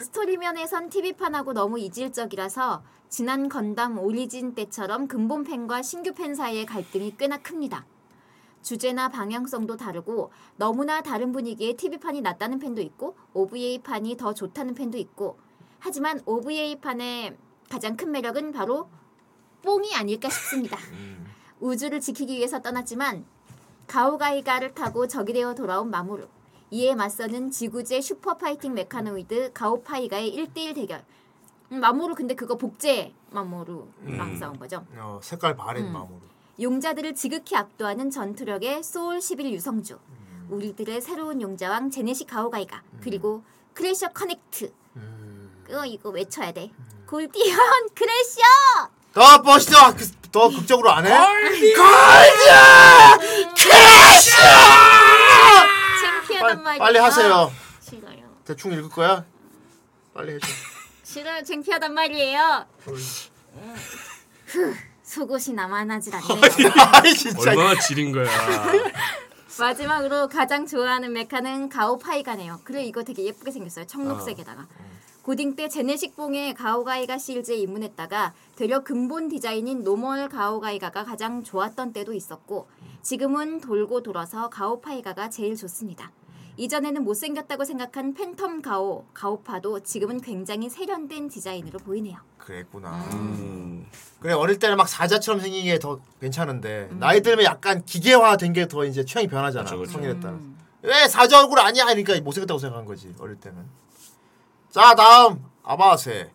스토리면에선 TV판하고 너무 이질적이라서 지난 건담 오리진 때처럼 근본 팬과 신규 팬 사이의 갈등이 꽤나 큽니다. 주제나 방향성도 다르고 너무나 다른 분위기에 TV판이 낫다는 팬도 있고 OVA판이 더 좋다는 팬도 있고 하지만 OVA판의 가장 큰 매력은 바로 뽕이 아닐까 싶습니다. 우주를 지키기 위해서 떠났지만 가오가이가를 타고 적이 되어 돌아온 마모루. 이에 맞서는 지구제 슈퍼 파이팅 메카노이드 가오파이가의 1대1 대결. 음, 마모루 근데 그거 복제 마모루랑
음.
싸운 거죠.
어, 색깔 바랜
음.
마모로.
용자들을 지극히 압도하는 전투력의 소울 11 유성주.
음.
우리들의 새로운 용자왕 제네시 가오가이가. 그리고 크래셔 커넥트.
음.
그거 이거 외쳐야 돼. 골디언 크래셔!
더 멋있어. 그- 더 극적으로 안 해?
골디!
골디! 크래쉬!
창피하단 말이야.
빨리 하세요.
싫어요.
대충 읽을 거야? 빨리
<laughs>
해줘.
싫어요. 창피하단 말이에요. 후, 속옷이 남아나질 않네요.
아이 진짜.
얼마나 지린
<laughs>
거야.
마지막으로 가장 좋아하는 메카는 가오파이가네요. 그래 이거 되게 예쁘게 생겼어요. 청록색에다가. 고딩 때 제네식 봉에 가오가이가 실즈에 입문했다가 되려 근본 디자인인 노멀 가오가이가가 가장 좋았던 때도 있었고 지금은 돌고 돌아서 가오파이가가 제일 좋습니다. 이전에는 못생겼다고 생각한 팬텀 가오, 가오파도 지금은 굉장히 세련된 디자인으로 보이네요.
그랬구나.
음.
그래 어릴 때는 막 사자처럼 생긴 게 더 괜찮은데 나이 들면 약간 기계화된 게 더 이제 취향이 변하잖아. 성인에 따라. 서왜 사자 얼굴 아니야? 그러니까 못생겼다고 생각한 거지 어릴 때는. 자 다음 아바세.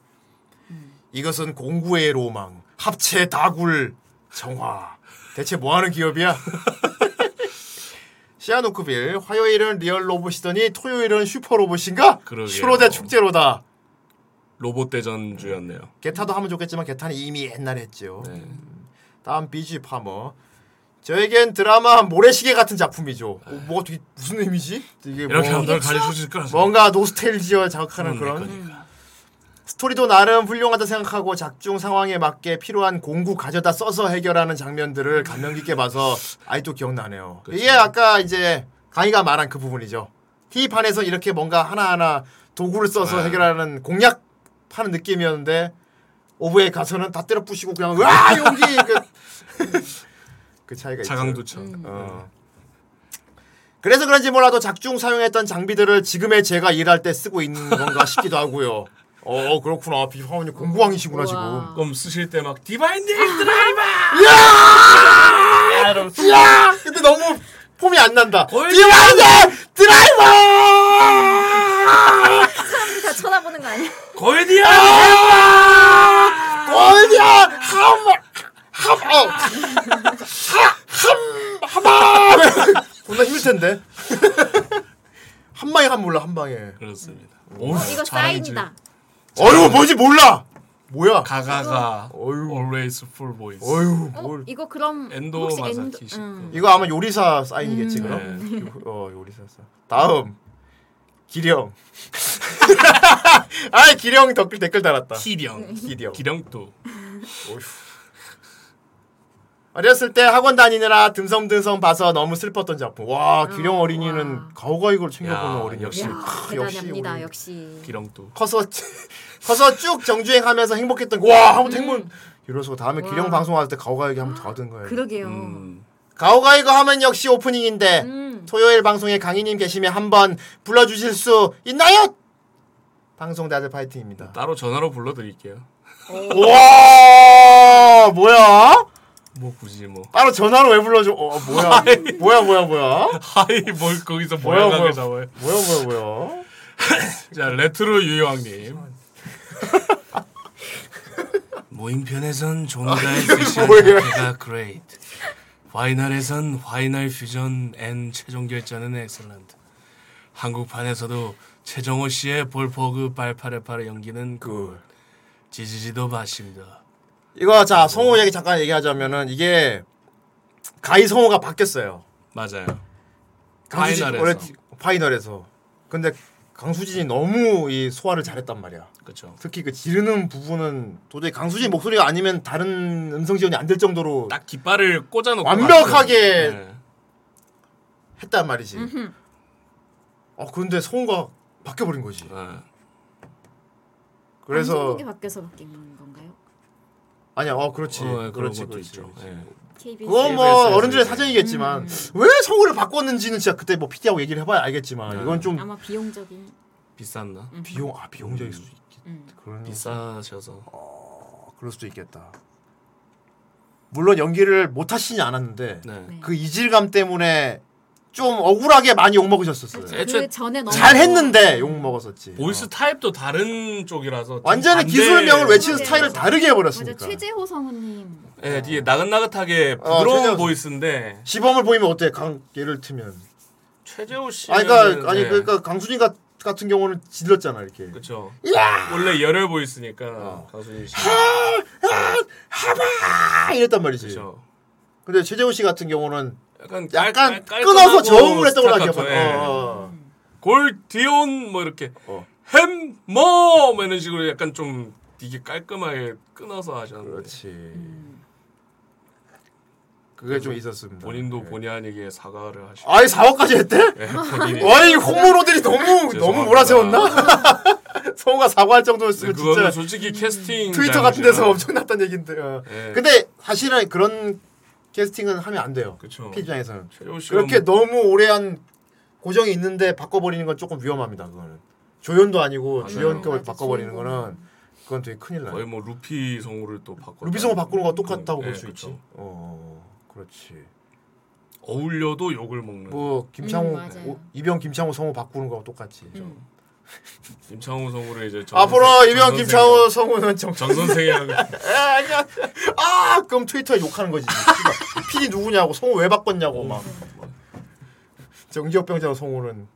이것은 공구의 로망, 합체 다굴 정화. 대체 뭐 하는 기업이야? <laughs> 시아노크빌 화요일은 리얼 로봇이더니 토요일은 슈퍼 로봇인가?
그러게요.
슈로대 축제로다.
로봇 대전주였네요.
게타도 하면 좋겠지만 게타는 이미 옛날에 했죠. 음. 다음 비지 파머. 저에겐 드라마 모래시계 같은 작품이죠. 어, 뭐가 되게 무슨 의미지? 이게
이렇게 하면 널 가르쳐 줄 거라서. 음,
뭔가 노스텔지어 자극하는 그런 스토리도 나름 훌륭하다 생각하고 작중 상황에 맞게 필요한 공구 가져다 써서 해결하는 장면들을 감명 깊게 봐서 아직도 기억나네요. 이게 아까 이제 강희가 말한 그 부분이죠. T판에서 이렇게 뭔가 하나하나 도구를
네.
써서 해결하는 공략 하는 느낌이었는데 오브에 가서는 다 때려 부시고 그냥 와 여기 그,
<laughs>
그 차이가 있죠.
자강도처.
음.
어. 그래서 그런지 몰라도 작중 사용했던 장비들을 지금의 제가 일할 때 쓰고 있는 건가 싶기도 하고요. 어 그렇구나 비파원이 공부왕이시구나 지금.
그럼 쓰실 때 막
<laughs>
디바인 딜 드라이버.
야! 야! 근데 너무 폼이 안 난다. 디바이드 드라이버!
사람들이 다 그러니까 쳐다보는 거 아니야?
골디야!
골디야! 함! 함! 어. 하! 함! 하마! 존나 힘들 텐데. 한 방에 한 몰라 한 방에.
그렇습니다.
어,
아,
이거 사인이다.
어휴 뭔지 몰라. 뭐야?
가가가. Always full voice.
어휴
어, 이거 그럼
엔도
혹시 엔도
마사키시.
음.
이거 아마 요리사 사인이겠지 그럼. 어 요리사 사인. 다음 기령. <laughs> 아 기령 댓글 댓글 달았다.
<laughs>
기령.
기령.
기령도.
어렸을 때 학원 다니느라 듬성듬성 봐서 너무 슬펐던 작품. 와 기령 어린이는 가오가 이걸 챙겨보는 어린이 역시.
야,
크, 역시 우리
아, 대단합니다. 역시.
기령도.
커서 <laughs> 커서 쭉 정주행하면서 행복했던 거. 와 한번 행복. 이러서 다음에 기령 방송할 때 가오가 얘기 한번 더 하던 거예요.
그러게요.
음. 가오가 이거 하면 역시 오프닝인데 토요일 방송에 강희님 계시면 한번 불러주실 수 있나요? 방송 다들 파이팅입니다.
따로 전화로 불러드릴게요.
와 뭐야?
뭐 굳이 뭐.
따로 전화로 왜 불러줘? 어 <laughs> 뭐야? 뭐야 뭐야 뭐야?
<laughs> 아이 뭘 거기서
뭐야, 뭐야.
모양하게 잡아요.
뭐야 뭐야 뭐야?
자 레트로 유희왕님. <laughs> 모임편에선 존가의 퓨전 가 그레이트. 파이널에선 파이널 퓨전 앤 최종 결전은 엑셀런트. 한국판에서도 최정호 씨의 볼포그 발파레파의 연기는 굿. 지지지도 마십니다.
이거 자 성우 얘기 잠깐 얘기하자면은 이게 가이 성우가 바뀌었어요.
맞아요.
강수진-
파이널에서.
원래 지- 파이널에서. 근데 강수진이 너무 이 소화를 잘했단 말이야.
그렇죠.
특히 그 지르는 부분은 도저히 강수진 목소리가 아니면 다른 음성 지원이 안 될 정도로
딱 깃발을 꽂아놓고
완벽하게
맞죠. 네.
했단 어,
네.
말이지. 아 근데 성우가 바뀌어버린 거지. 그래서
방송국이 바뀌어서 바뀐 건가요?
아니야, 어 그렇지,
어, 예, 그런
그렇지,
것도
그렇지.
있죠.
그렇지.
KBS.
그건 뭐 어른들의
KBS.
사정이겠지만
음.
왜 서울을 바꿨는지는 진짜 그때 뭐 PD하고 얘기를 해봐야
네.
알겠지만 이건 좀
아마 비용적인.
비쌌나?
비용 아 비용적일 수도 있겠.
음.
그런
비싸셔서.
어, 그럴 수도 있겠다. 물론 연기를 못 하시진 않았는데
네.
그 이질감 때문에 좀 억울하게 많이 욕 먹으셨었어요.
네.
그 전에 너무
잘 했는데 욕 먹었었지. 어.
보이스 타입도 다른 쪽이라서 네,
완전히
반대-
기술명을 외치는 스타일을 다르게 해버렸으니까.
네. 맞아 최재호 성우님.
예, 이게 나긋나긋하게
어,
부드러운
최재호 씨.
보이스인데
시범을 보이면 어때? 강 예를 틀면.
최재호 씨.
아니 그러니까 아니 그러니까 강수진 같- 같은 경우는 질렀잖아 이렇게.
네. 그렇죠.
야!
원래 열혈 보이스니까
어.
가수님 씨.
하바 이랬단 말이지. 근데 최재훈 씨 같은 경우는
약간
약간
깔-
끊어서
깔끔하고
저음을 했던 걸로 알고
스타카토, 예.
있거든. 어.
골디온 뭐 이렇게 햄머 뭐 이런 식으로 약간 좀 되게 깔끔하게 끊어서 하셨는데.
그렇지. 그게 좀 있었습니다.
본인도 본의 아니게 사과를 하시고.
예. 아예 4화까지 했대?
예, 본인이.
와, 이 홍문호들이 너무
죄송합니다.
너무 몰아세웠나? <laughs> 성우가 사과할 정도였으면
근데 네, 그거는
네, 진짜
솔직히 캐스팅
트위터 같은 데서 엄청났단 얘긴데. 어.
예.
근데 사실은 그런 캐스팅은 하면 안 돼요. 피디장에서는
최재훈 씨가
그렇게
뭐-
너무 오래한 고정이 있는데 바꿔버리는 건 조금 위험합니다. 그거는 조연도 아니고 주연급을 바꿔버리는 거는 그건 되게 큰일 나요.
거의 뭐 루피 성우를 또 바꿔.
루비성을 바꾸는 거 똑같다고 볼 수
예,
있지.
그렇죠.
어, 그렇지.
어울려도 욕을 먹는.
뭐 김창호
음, 맞아요. 음.
오- 이병 김창호 성우 바꾸는 거하고 똑같지.
김창호 성우를 이제 정
앞으로
그렇죠. 선생-
이병
정
김창호 성우는 정
정 선생이
<laughs>
하고.
에, 아니야. 아 그럼 트위터에 욕하는 거지. 씨발. PD 누구냐고 성우 왜 바꿨냐고 막. 정지혁병자 성우는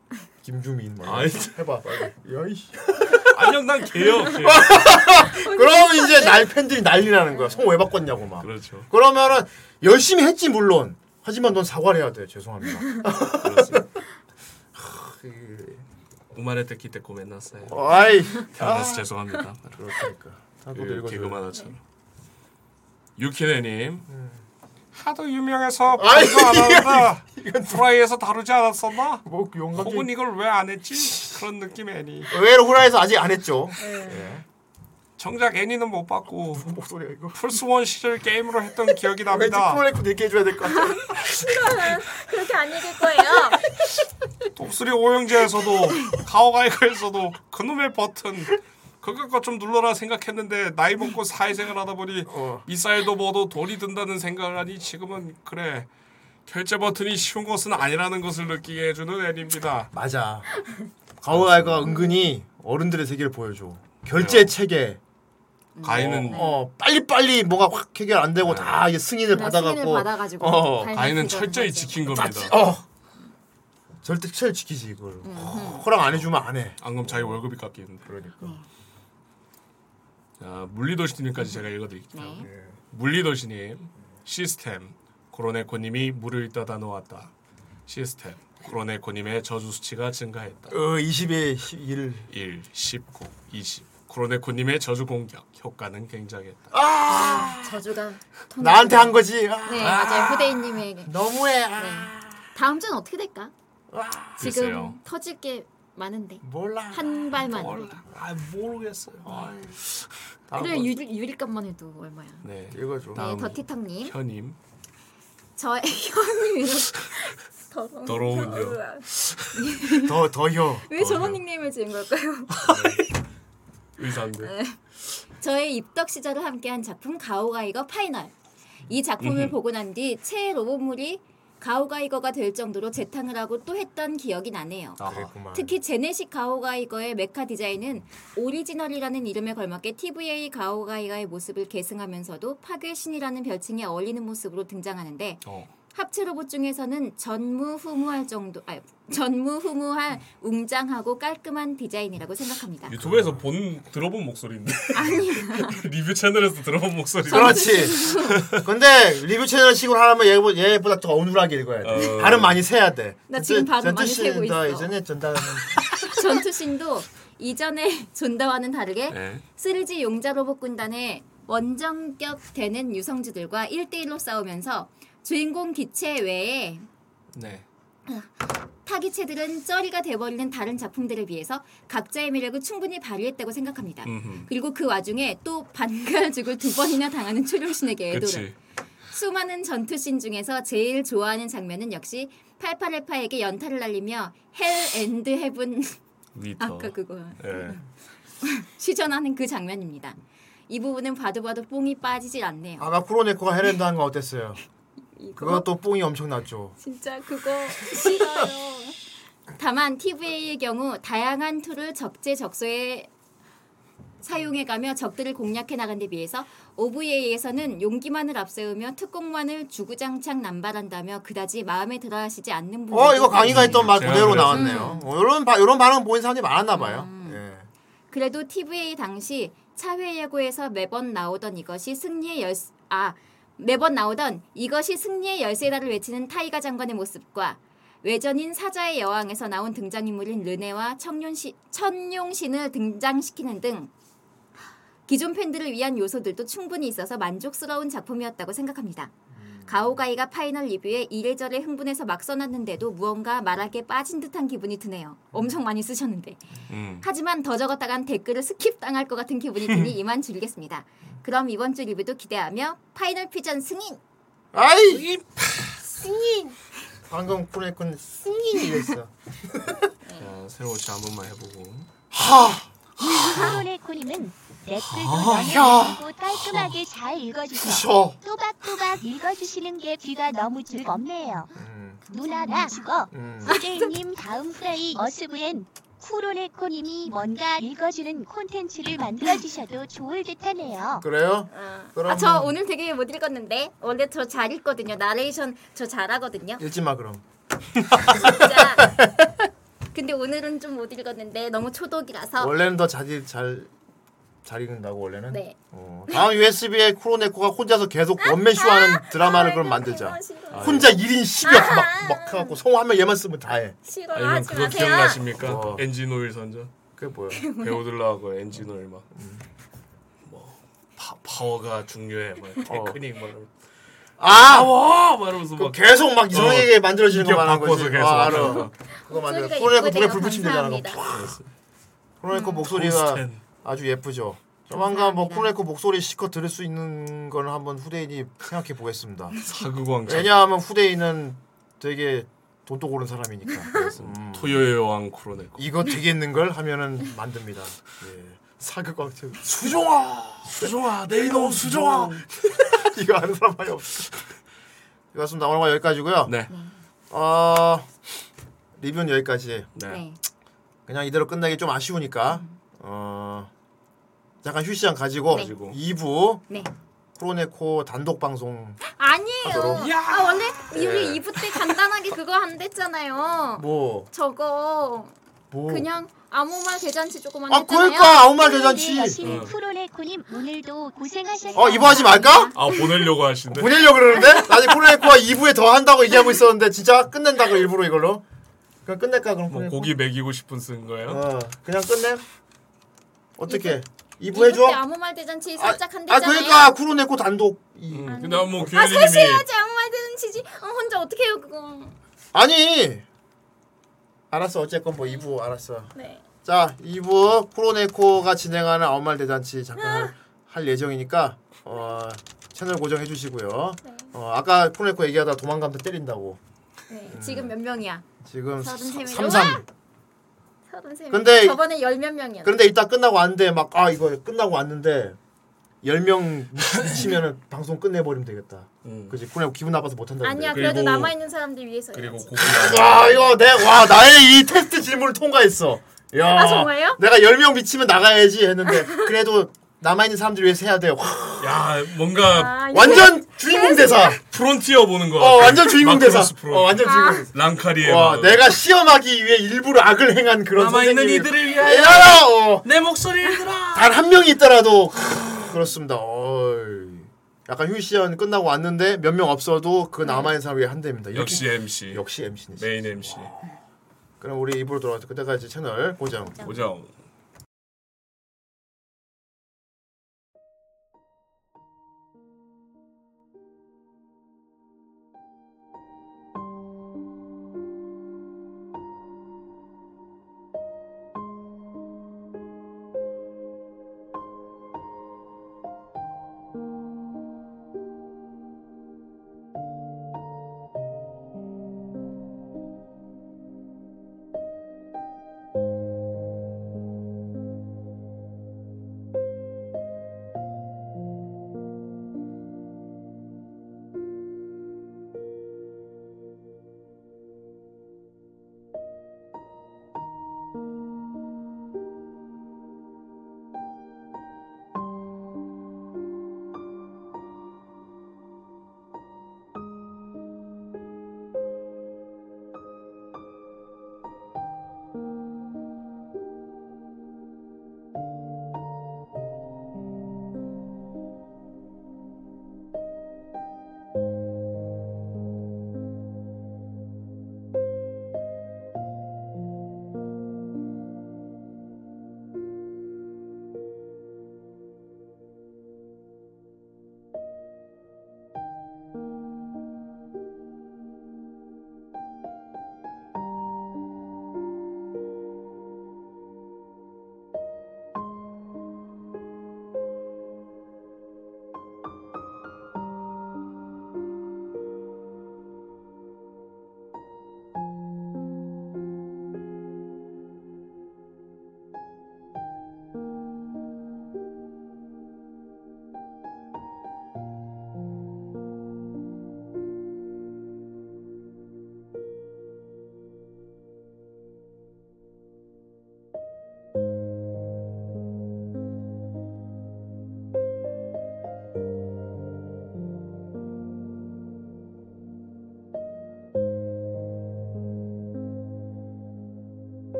김주민 막.
아이.
해봐. 야이.
안녕 난 개요.
그럼 이제 날 팬들이 난리나는 거야. 성우 왜 바꿨냐고 막.
그렇죠.
그러면은 열심히 했지 물론. 하지만 넌 사과를 해야 돼. 죄송합니다.
우마레 때기 때 고맨났어요.
아이.
태어나서
아.
죄송합니다.
그렇다니까. 다도
그
읽어줘요.
개그만화처럼. 유키네님.
하도 유명해서
아이,
보지도 않았는데 프라이에서 다루지 않았었나?
뭐 용감.
혹은 이걸 왜 안 했지? 그런 느낌 애니.
의외로 후라이에서 아직 안 했죠.
정작 애니는 못 봤고
목소리야 이거
플스원 시절 게임으로 했던 기억이
왠지
납니다.
프로레코 늦게 해줘야 될 것 같아.
그렇게 안 읽을 <laughs> 거예요.
독수리 오영재에서도 가오가이거에서도 그놈의 버튼 그것과 좀 눌러라 생각했는데 나이 먹고 사회생활 하다 보니 미사일도 뭐도 돈이 든다는 생각을 하니 지금은 그래 결제 버튼이 쉬운 것은 아니라는 것을 느끼게 해주는 애니입니다.
<laughs> 맞아. 가오아이가 은근히 어른들의 세계를 보여줘. 결제 체계.
가인은-
어, 어, 빨리빨리 뭐가 확 해결 안 되고 다 이게 승인을
네,
받아갖고
승인을 받아가지고
어.
발매 가인은 기간을 철저히 해서. 지킨 겁니다.
맞지? 어. 절대 철 지키지 이걸
음.
허락 안 해주면 안 해.
안 그럼 자기 월급이 깎이는.
네.
그러니까. 자 물리도시님까지 제가 읽어드릴게요.
네.
예. 물리도시님 시스템 코로네코님이 물을 떠다 놓았다. 시스템 코로네코님의 저주 수치가 증가했다.
어, 20에 1.
1, 19, 20. 코로네코님의 저주 공격 효과는 굉장했다.
아, 저주가 통-
나한테 한 거지. 아.
네 맞아요 후대인님에게.
너무해. 아,
네.
다음 주는 어떻게 될까? 지금
글쎄요.
터질 게 많은데.
몰라.
한 발만.
아 모르겠어요.
그래 유일 유일값만 해도 얼마야?
네
읽어줘.
네 더티탕님.
현님
저의 <laughs> 형님이 더러운.
더러운요.
아.
더 더혀.
왜 저런 닉네임을 지은 걸까요? <laughs>
의사인데.
네. 저의 입덕 시절을 함께한 작품 가오가이거 파이널. 이 작품을
음흠.
보고 난 뒤 최애 로봇물이 가오가이거가 될 정도로 재탕을 하고 또 했던 기억이 나네요.
그랬구만.
특히 제네식 가오가이거의 메카 디자인은 오리지널이라는 이름에 걸맞게 TVA 가오가이가의 모습을 계승하면서도 파괴신이라는 별칭에 어울리는 모습으로 등장하는데
어.
합체 로봇 중에서는 전무후무할 정도 아 전무후무할 웅장하고 깔끔한 디자인이라고 생각합니다.
유튜브에서 본 들어본 목소리인데 <laughs>
아니
리뷰 채널에서 들어본 목소리.
그렇지. 근데 리뷰 채널 식으로 하려면 얘보- 얘보다 더 어눌하게 읽어야 돼.
어.
발음 많이 세야 돼.
나 지금 발음
전투
많이 세고
씨다
있어.
예전에 전달
전투신도 이전의 존다와는 다르게
네.
쓰르지 용자 로봇 군단의 원정격 되는 유성주들과 1대1로 싸우면서 주인공 기체 외에
네.
타기체들은 쩌리가 돼버리는 다른 작품들에 비해서 각자의 매력을 충분히 발휘했다고 생각합니다.
음흠.
그리고 그 와중에 또 반가죽을 두 번이나 당하는 초룡신에게 애도를.
그치.
수많은 전투씬 중에서 제일 좋아하는 장면은 역시 8818에게 연타를 날리며 헬 앤드 헤븐
위터.
<laughs> 아까 그거
예.
시전하는 그 장면입니다. 이 부분은 봐도 봐도 뽕이 빠지질 않네요.
아까 쿠로네코가 헤렌드 한거 어땠어요? 그것도 뽕이 엄청났죠.
진짜 그거 싫어요. 다만 TVA의 경우 다양한 툴을 적재적소에 사용해가며 적들을 공략해 나간 데 비해서 OVA에서는 용기만을 앞세우며 특공만을 주구장창 남발한다며 그다지 마음에 들어하시지 않는 분들.
어 이거 강의가 했던 말
제가
그대로
그래서-
나왔네요.
음.
어, 이런 바, 이런 반응 보인 사람이 들 많았나 봐요. 예.
그래도 TVA 당시 차회 예고에서 매번 나오던 이것이 승리의 열쇠 아 매번 나오던 이것이 승리의 열쇠다를 외치는 타이가 장관의 모습과 외전인 사자의 여왕에서 나온 등장인물인 르네와 청룡시, 천룡신을 등장시키는 등 기존 팬들을 위한 요소들도 충분히 있어서 만족스러운 작품이었다고 생각합니다. 가오가이가 파이널 리뷰에 이래저래 흥분해서 막 써놨는데도 무언가 말하기에 빠진 듯한 기분이 드네요. 엄청 많이 쓰셨는데. 하지만 더 적었다간 댓글을 스킵 당할 것 같은 기분이
<laughs>
드니 이만 줄이겠습니다. 그럼 이번 주 리뷰도 기대하며 파이널 퓨전 승인.
아이!
승인.
방금 쿠로네코는 승인이
<laughs>
이랬어.
자, 새로 옷이 한 번만 해보고.
코로네 코님은 댓글도
아,
너무 고 깔끔하게 잘 읽어주셔.
셔.
음.
또박또박 읽어주시는 게 귀가 너무 즐겁네요. 누나 나 죽어.
음.
소재님 다음 프라이 어스부엔 쿠로네코님이 뭔가 읽어주는 콘텐츠를 만들어주셔도 좋을 듯하네요.
그래요? 그럼
아 저 오늘 되게 못 읽었는데 원래 저 잘 읽거든요. 나레이션 저
<laughs>
잘하거든요.
읽지 마 그럼.
근데 오늘은 좀 못 읽었는데 너무 초독이라서.
원래는 더 자기 잘잘 읽는다고 원래는.
아. 네.
어, 다음 USB에 쿠로네코가 혼자서 계속 원맨
아,
쇼하는 드라마를 그럼 만들자.
싫어.
혼자 1인 10역
아.
막막 해갖고 성우 한명 얘만 쓰면 다해.
싫어
아니면
하지
그거
마세요.
기억나십니까?
뭐.
엔진 오일 선전.
그게 뭐야?
배우들하고 엔진 오일 막.
음.
뭐, 파, 파워가 중요해.
<laughs> 어.
막 테크닉 막. 이러면서.
아!
파워! 막 이러면서
그 계속 막 이상하게 만들어지는 거
인격
말하는
바꿔서
거지.
계속
아,
하는
알아.
거.
그거 만들.
목소리가
코로네코 불에
예쁘대요.
불 붙인대잖아.
감사합니다.
코로네코
음.
목소리가
토스텐.
아주 예쁘죠. 조만간 뭐 코로네코 목소리 실컷 들을 수 있는 건 한번 후대인이 생각해
<laughs>
보겠습니다.
사극왕자.
왜냐하면 후대인은 되게 돈독 오른 사람이니까.
<laughs> 토요의 왕 코로네코.
이거 되겠는 걸 하면은 만듭니다. 예. 사극왕자. 수종아, 수종아, 내 이놈 수종아. <laughs> 이거 아는 사람 많이 없어. 이것습니다. 오늘 과 여기까지고요.
네.
어 리뷰는 여기까지.
네.
그냥 이대로 끝나기 좀 아쉬우니까 어 잠깐 휴식장 가지고
네.
2부
네.
코로네코 단독 방송
아니에요.
하도록.
아 원래
예.
우리 2부 때 간단하게 그거 한댔잖아요.
뭐
저거
뭐.
그냥 아무 말 대잔치 조금만
아,
했잖아요.
그러니까 아무 말
네,
대잔치. 응.
쿠로네코님 네, 오늘도 고생하셨어요.
어 2부 하지 말까?
아 보내려고 하신데.
보내려고 그러는데? 아니 코로네코와 2부에 더 한다고 얘기하고 있었는데 진짜 끝낸다 고 일부러 이걸로 그냥 끝낼까 그럼
뭐
코로네코?
고기 먹이고 싶은 쓴 거예요?
어, 그냥 끝내? 어떻게 2부,
이부
해줘?
때 아무 말 대잔치 살짝
아
한댔잖아요.
그러니까 쿠로네코 단독 이-
근데 뭐
아
규현님이
셋이 해야지 아무 말 대잔치지. 어, 혼자 어떻게 해요 그거.
아니 알았어 어쨌건 뭐 2부 알았어
네.
자 2부 쿠로네코가 진행하는 아무 말 대잔치 잠깐 할- 할 예정이니까 어, 채널 고정해 주시고요 어, 아까 쿠로네코 얘기하다 도망가면 때린다고
음.
네. 지금 몇 명이야?
지금
서른 세 명.
33
서른 세 명.
근데-
저번에 열몇 명이었어.
그런데 이따 끝나고 왔는데 막 아 이거 끝나고 왔는데 10명 미치면은 <laughs> 방송 끝내버리면 되겠다
음.
그지 쿠로네코 기분 나빠서 못한다
아니야 그래도 남아 있는 사람들 위해서.
그리고 고기
와 이거 내와 나의 이 테스트 질문을 통과했어. 야,
아, 정말요?
내가 10명 미치면 나가야지 했는데 그래도 남아 있는 사람들 위해서 해야 돼요.
야 뭔가
아,
예.
이거- 완전 주인공 대사.
프론티어 보는 거.
어, 완전 주인공 대사. 어, 완전
아.
주인공 대사.
랑카리에.
와, 내가 시험하기 위해 일부러 악을 행한 그런
남아있는
선생님이-
이들을 위하여
야, 어,
내 목소리를 들어.
단 한 명이 있더라도 크, 그렇습니다. 어이. 약간 휴식 시간 끝나고 왔는데 몇 명 없어도 그 남아 있는 사람 위해 한대입니다. 이렇게-
<laughs> 역시 MC.
역시 MC네.
메인 MC.
그럼 우리 입으로 돌아와서 그때까지 채널 고정.
고정.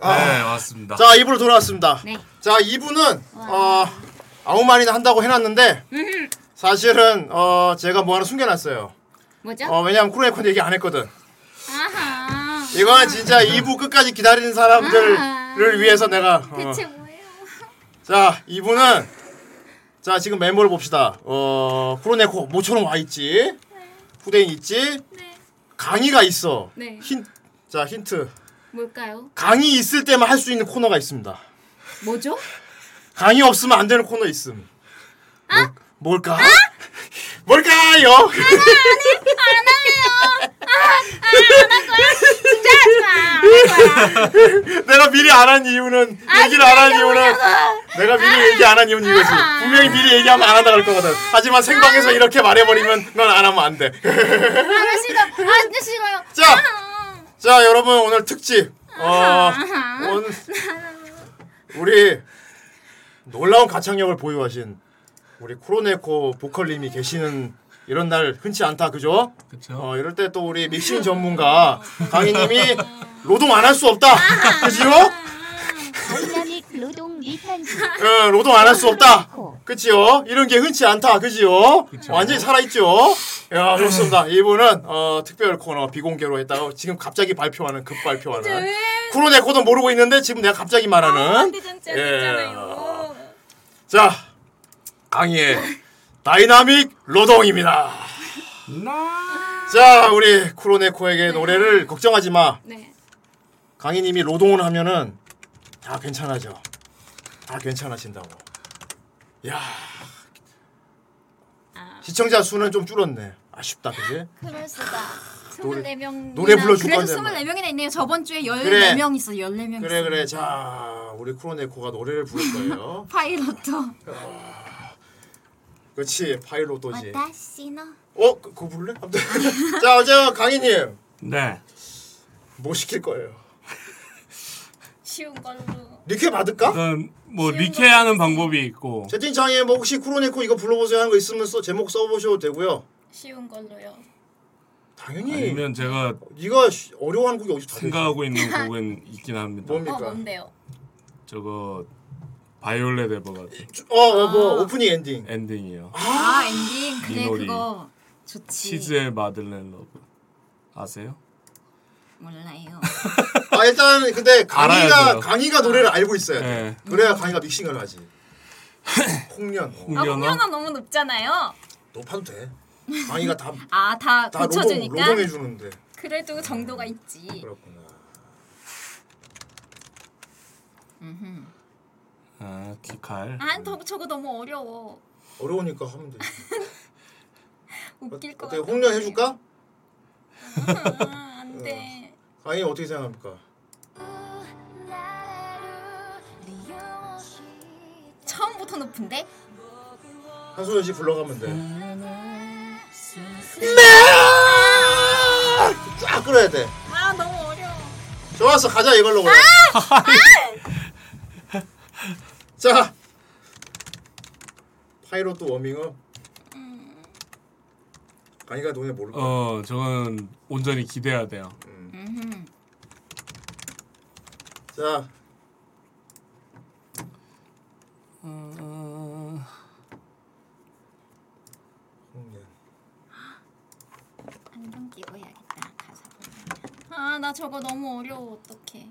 아.
네, 맞습니다.
자 2부로 돌아왔습니다.
네.
자 2부는 어, 아무 말이나 한다고 해놨는데 사실은 어, 제가 뭐 하나 숨겨놨어요.
뭐죠?
어, 왜냐면 쿠로네콘 얘기 안 했거든.
아하.
이거는 진짜 2부 끝까지 기다리는 사람들을 위해서 내가 어.
대체 뭐예요?
자 2부는 자 지금 메모를 봅시다. 어 쿠로네코 모처럼 와 있지. 후대인 있지. 강의가 있어.
네.
힌, 자 힌트.
뭘까요?
강의 있을 때만 할 수 있는 코너가 있습니다.
뭐죠?
아,
강의 없으면 안 되는 코너 있음.
어?
뭐, 뭘, 뭘까? <laughs>
아, 네.
뭘까요? 내가 미리 안 한 이유는
아,
얘기를 안 한
진짜
이유는 내가 미리
아.
얘기 안 한 이유는 이거지. 분명히 미리 얘기하면 안 한다 할 거거든. 하지만 생방에서
아.
이렇게 말해버리면 넌 안 하면 안 돼.
아 싫어. 아 진짜 싫어요.
자, 자 여러분 오늘 특집 어,
아하.
오늘 우리 놀라운 가창력을 보유하신 우리 쿠로네코 보컬님이 계시는 이런 날 흔치 않다 그죠? 그렇죠. 어, 이럴 때 또 우리 믹싱 전문가 강희님이 노동 안 할 수 없다 그지요?
다이나믹 노동 미탄지.
어, 노동 안 할 수 없다 그치요? 이런 게 흔치 않다 그지요? 완전히 살아있죠? 야 좋습니다 이분은 어, 특별 코너 비공개로 했다가 지금 갑자기 발표하는 급발표하는 쿠로네코도 모르고 있는데 지금 내가 갑자기 말하는 예. 자 강의의 다이나믹 노동입니다. 자 우리 쿠로네코에게 노래를 걱정하지 마.
네.
강희님이 노동을 하면은 다 괜찮아져. 다 괜찮아진다고. 야 시청자 수는 좀 줄었네. 아쉽다 그지?
그럴 수가.
노래-
24명.
노래 불러줄
그래도
건데 뭐.
24명이나 있네요. 저번 주에 14명
그래.
있어. 14명.
그래
있어.
그래 자 우리 쿠로네코가 노래를 부를 거예요.
파일럿도.
그렇지 파일로도지.
와타시노
어? 그- 그거 부를래? 아무튼. <laughs> 자 어제 강희님
네.
뭐 시킬 거예요?
쉬운 걸로.
리퀘 받을까?
일단 뭐 리케하는 방법이 있고
채팅창에 뭐 혹시 쿠로네코 이거 불러보세요 하는 거 있으면 써 제목 써보셔도 되고요.
쉬운 걸로요.
당연히
아니면 제가
네가 쉬- 어려워하는 곡이 어디
생각하고 있는 곡은 있긴 합니다.
어
그러니까.
뭔데요?
저거 바이올렛 에버가드.
어뭐
아.
오프닝 엔딩.
엔딩이요.
아, 엔딩. 그래
미노리.
그거 좋지.
치즈의 마들렌 러브 아세요?
몰라요.
아 일단 근데
알아야
강희가
돼요.
강희가 노래를 알고 있어야 돼.
네.
그래야 강희가 믹싱을 하지. 홍련.
아 홍련아 너무 높잖아요.
높아도 돼. 강희가 다 다
아다
노동
고쳐주니까.
노동해 주는데.
그래도 정도가 있지.
그렇구나.
아 기칼.
아더 저거 너무 어려워.
어려우니까 하면
<laughs>
돼.
웃길 것
어떻게
같아.
홍련 해줄까?
안돼.
강희 어떻게 생각합니까?
처음부터 높은데?
한소연 씨 불러가면 돼. 네! 쫙 끌어야 돼.
아 너무 어려워. 아!
좋았어 가자 이걸로 그럼. <laughs> 자 파이로트 워밍업.
음.
강희가 노래 모를 거야.
어 저건 온전히 기대해야 돼요.
자.
안경 끼고 해야겠다. 가사 보면. 아나 저거 너무 어려워. 어떡해.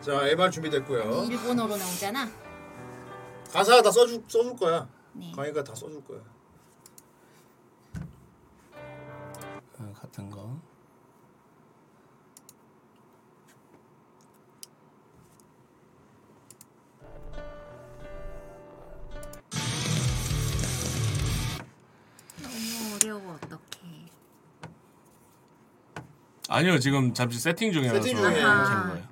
자 에반 준비됐고요.
일본어로 나오잖아.
가사 다 써줄 써줄 거야. 강희가 다 써줄 거야.
어, 같은 거.
너무 어려워. 어떡해.
아니요 지금 잠시 세팅
네,
중이라서
세팅 중이에요.
이렇게 한 거예요.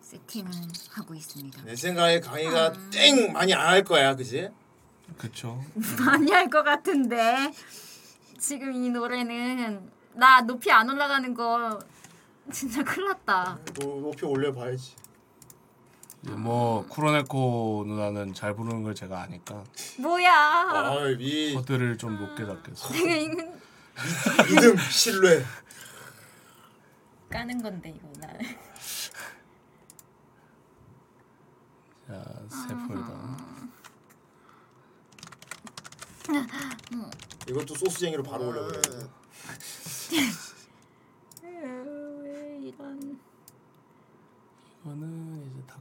세팅은 하고 있습니다.
<laughs> 내 생각에 강희가 땡 많이 안 할 거야, 그지?
그쵸.
많이 할 것 같은데 지금 이 노래는 나 높이 안 올라가는 거 진짜 큰일 났다.
노- 뭐 높이 올려봐야지.
뭐 쿠로네코 누나는 잘 부르는 걸 제가 아니까
어.
뭐야.
코드를 좀 높게 잡겠어.
되게 이건
믿음, 신뢰.
까는 건데 이거 나.
자,
네. 아.
세포이다.
음.
이것도 소스쟁이로 바로 올려버려.
왜 이런.
이거는 이제 어. 다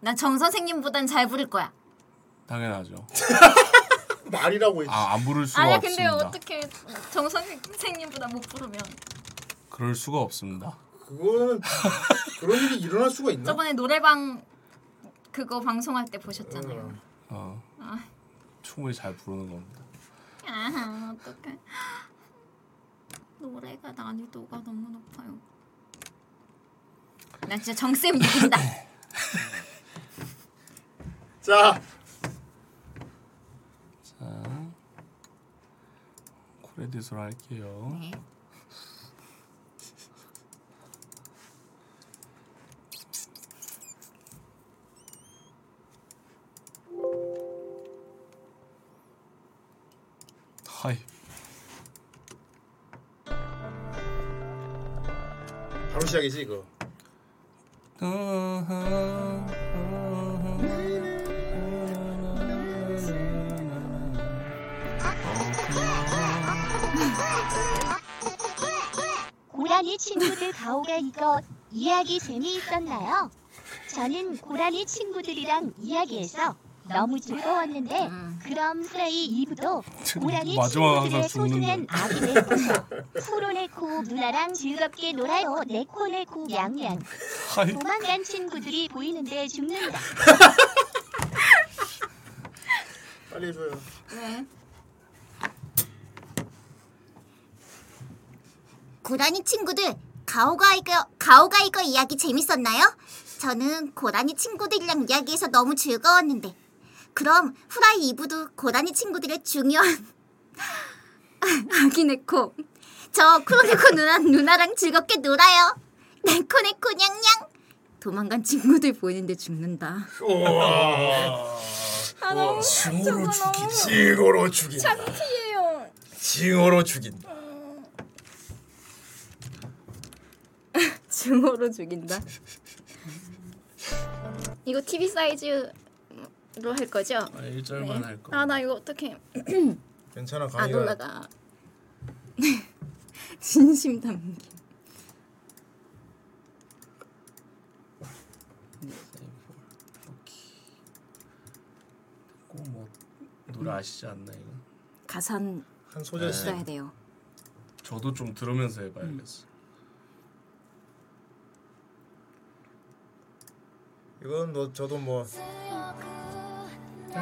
난정 선생님보단 잘 부를 거야.
당연하죠.
말이라고
했지. 아, 안 부를 수가
아니야 근데
없습니다.
어떻게 정 선생님보다 못 부르면
네? 그럴 수가 없습니다.
그거는 그런 일이 일어날 수가 있나?
저번에 노래방 그거 방송할 때 보셨잖아요.
어,
아,
충분히 잘 부르는 겁니다. 네.
아 어떡해. 노래가 난이도가 너무 높아요. 나 진짜
<laughs>
정쌤 이긴다.
자,
자, 코레디스로 할게요.
네.
하이.
바로 시작이지 이거.
고라니 친구들 가오가 이거 이야기 재미있었나요? 저는 고라니 친구들이랑 이야기해서 너무 즐거웠는데 그럼 프라이 2부도 고라니
마지막 항상
친구들의
죽는
소중한 아기 네코 쿠로네코 누나랑 즐겁게 놀아요 네코네코 양양
하이.
도망간 친구들이 보이는데 죽는다
빨리 해줘요.
왜?
고라니 친구들 가오가 이거 가오가 이거 이야기 재밌었나요? 저는 고라니 친구들이랑 이야기해서 너무 즐거웠는데 그럼 후라이 2부도 고라니 친구들의 중요한 <laughs> 아기 네코 저 크로네코 누나 누나랑 즐겁게 놀아요 네코네코 냥냥 도망간 친구들 보이는데 죽는다
아 너무
징어로 죽인.
징어로
죽인다.
창피해요.
징어로 죽인.
증오로 죽인다. 이거 TV 사이즈로 할 거죠?
아, 일절만 할 거.
아 나 이거 어떻게
괜찮아
안
강의가.
올라가. <laughs> 진심 담기.
꼭뭐 노래 아시지 않나 이거.
네.
가산
한
소절씩.
써야 돼요.
저도 좀 들으면서 해봐야겠어.
음.
이건 뭐 저도 뭐.
네.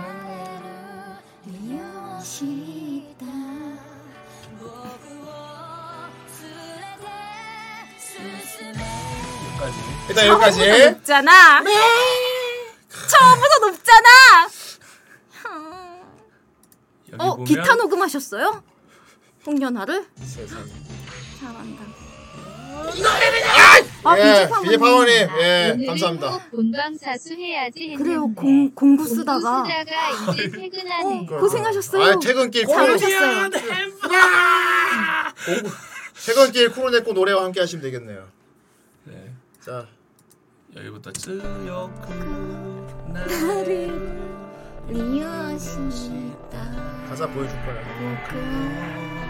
여기까지.
아,
일단 여기까지.
처음부터 높잖아. 네. 처음부터 높잖아.
여기
어
보면
기타 녹음하셨어요? 홍연아를? 잘한다.
이 노래는
아
예,
비제파모님. 아, 네.
BJ 파모님. 예, 감사합니다.
본방 사수해야지 했는데
그래요 공 공구 쓰다가
공부 쓰다가 이제 퇴근하네.
고생하셨어요.
아, 퇴근길
잘하셨어요. 네.
공부. 퇴근길 코로네코 노래와 함께 하시면 되겠네요.
네.
자,
여기부터 쭉. 네.
가사 보여줄 거야.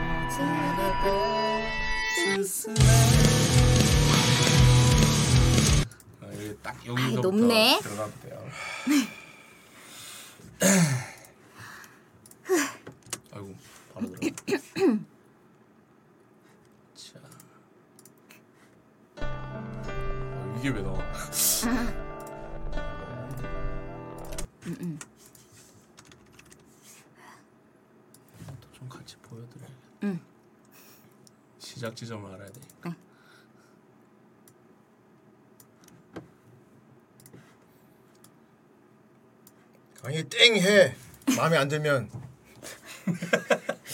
아, 이게 딱
아이,
여기서부터
높네. 네.
들어가면 돼요. <coughs> 아이고 바로 들어. 자. 아, 이게 왜 나와? 이것도 좀 같이 보여드려.
응.
시작 지점을 알아야 돼.
강의 땡 해. 마음에 안 들면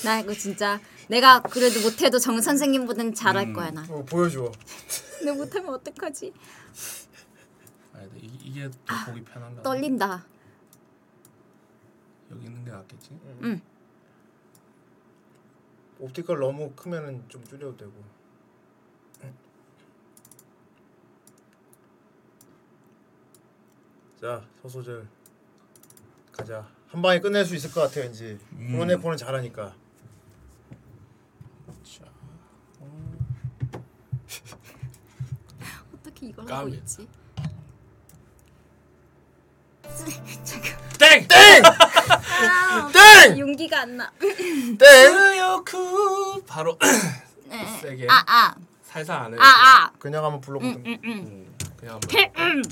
나 이거 진짜 내가 그래도 못해도 정 선생님보다는 잘할 거야 나.
어, 보여줘.
근데 못하면 어떡하지?
이, 게더 보기 편한가?
아, 떨린다.
여기 있는 게 낫겠지?
응.
옵티컬 너무 크면은 좀 줄여도 되고. 자, 소소절 가자. 한 방에 끝낼 수 있을 것 같아 왠지.
음.
프로네코는 잘하니까.
어떻게 이걸 하고
까미.
있지?
땡!
땡!
아,
땡!
용기가 안 나.
땡! 바로 <clears throat>
네.
세게.
아, 아.
살살 안 해.
아, 아.
그냥 한번 불러보든.
음, 음, 음.
그냥
음.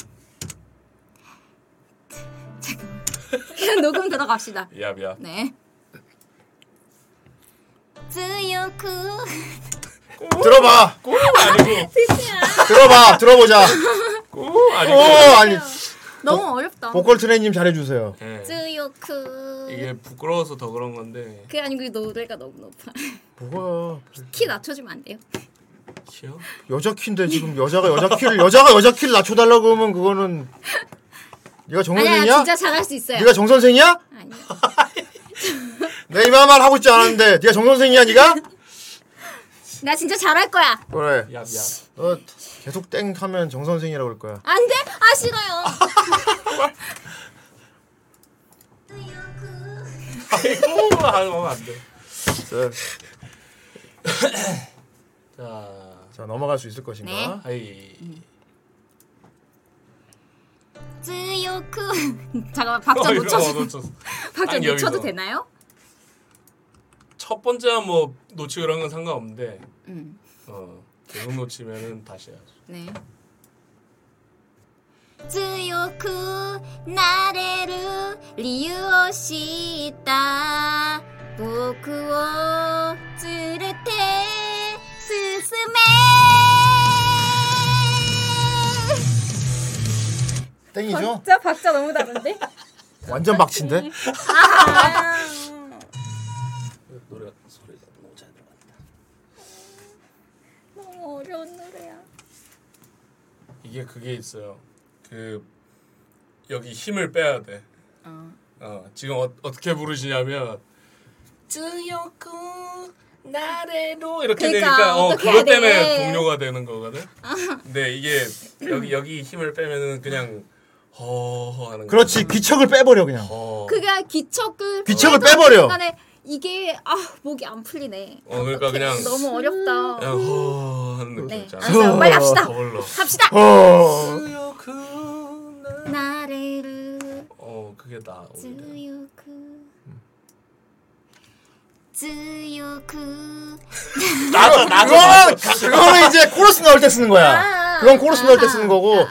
녹음 들어갑시다.
야, 야.
네. 쯔요쿠
들어봐.
<laughs>
아니고.
들어봐. 들어보자.
오,
아니. 아니.
너무 어렵다.
보컬 트레이님 잘해 주세요.
네. 쯔요쿠
예. 이게 부끄러워서 더 그런 건데.
그게 아니고 이 노래가 너무 높아.
뭐가
키 낮춰주면 안 돼요?
키요?
여자 키인데 지금 여자가 여자 키를 여자가 여자 키를 낮춰 달라고 그러면 그거는 네가 정
아니야
선생이야?
진짜 잘할 수 있어요.
네가 정 선생이야? <laughs> 내가 이만한 말 하고 있지 않았는데 네가 정 선생이야 네가?
나 진짜 잘할 거야.
그래.
얍얍.
너 계속 땡 하면 정 선생이라고 그럴 거야.
안 돼? 아 싫어요.
아이고, 하면 안 돼.
자,
자.
자 넘어갈 수 있을 것인가?
네.
아이.
쯔요쿠 <laughs> 잠깐만 박자
어,
못
이거
쳐도
놓쳤어.
박자
아니,
못 쳐도
여기서.
되나요?
첫 번째야 뭐 놓치고 이런 건 상관없는데.
음.
어. 계속 놓치면은 다시 해야지.
네.
強
그
くなれる理由を知った僕を連れて進め
땡이죠?
진짜 박자 너무 다른데?
완전
네.
박친데?
아,
노래가 소리가 너무 잘 들어간다.
너무 어려운 노래야.
이게 그게 있어요. 그 여기 힘을 빼야 돼.
어.
어, 지금 어, 어떻게 부르시냐면
쯔요쿠
나래로
이렇게
이렇게
그러니까,
되니까 어,
어떻게
그것 때문에
해야 돼?
동료가 되는 거거든.
아.
근데 이게 여기 여기 힘을 빼면은 그냥 허허 하는 어, 거.
그렇지 귀척을 빼버려 그냥.
그게 기척을
기척을
빼던
빼버려.
순간에 이게 아 목이 안 풀리네.
어 그러니까 그냥
너무 어렵다.
그냥 허 하는 느낌
네,
있잖아.
알았어요. 빨리 합시다.
더블로.
합시다.
어.
나를
어 그게 나.
強く強く
나도
그거는 그거는 이제 코러스 나올 때 쓰는 거야. 그건 코러스 나올 때 쓰는 거고.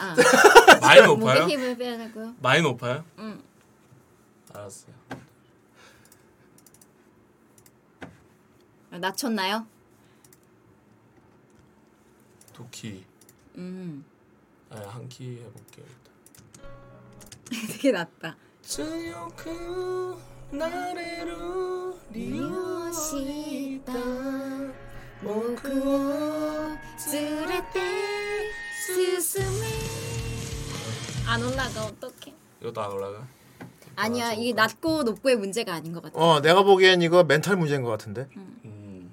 많이
<laughs>
높아요?
목에 아, 힘을 빼야겠고요.
많이 높아요?
응.
알았어요.
아, 낮췄나요? <laughs>
두 키.
음.
아, 한 키 해볼게요. 일단.
되게 낮다.
強くなれる理由を知った僕を連れて進
안 올라가 어떡해.
이것도 안 올라가?
아니야 이게 낮고 높고의 문제가 아닌 것 같아.
어 내가 보기엔 이거 멘탈 문제인 것 같은데.
음.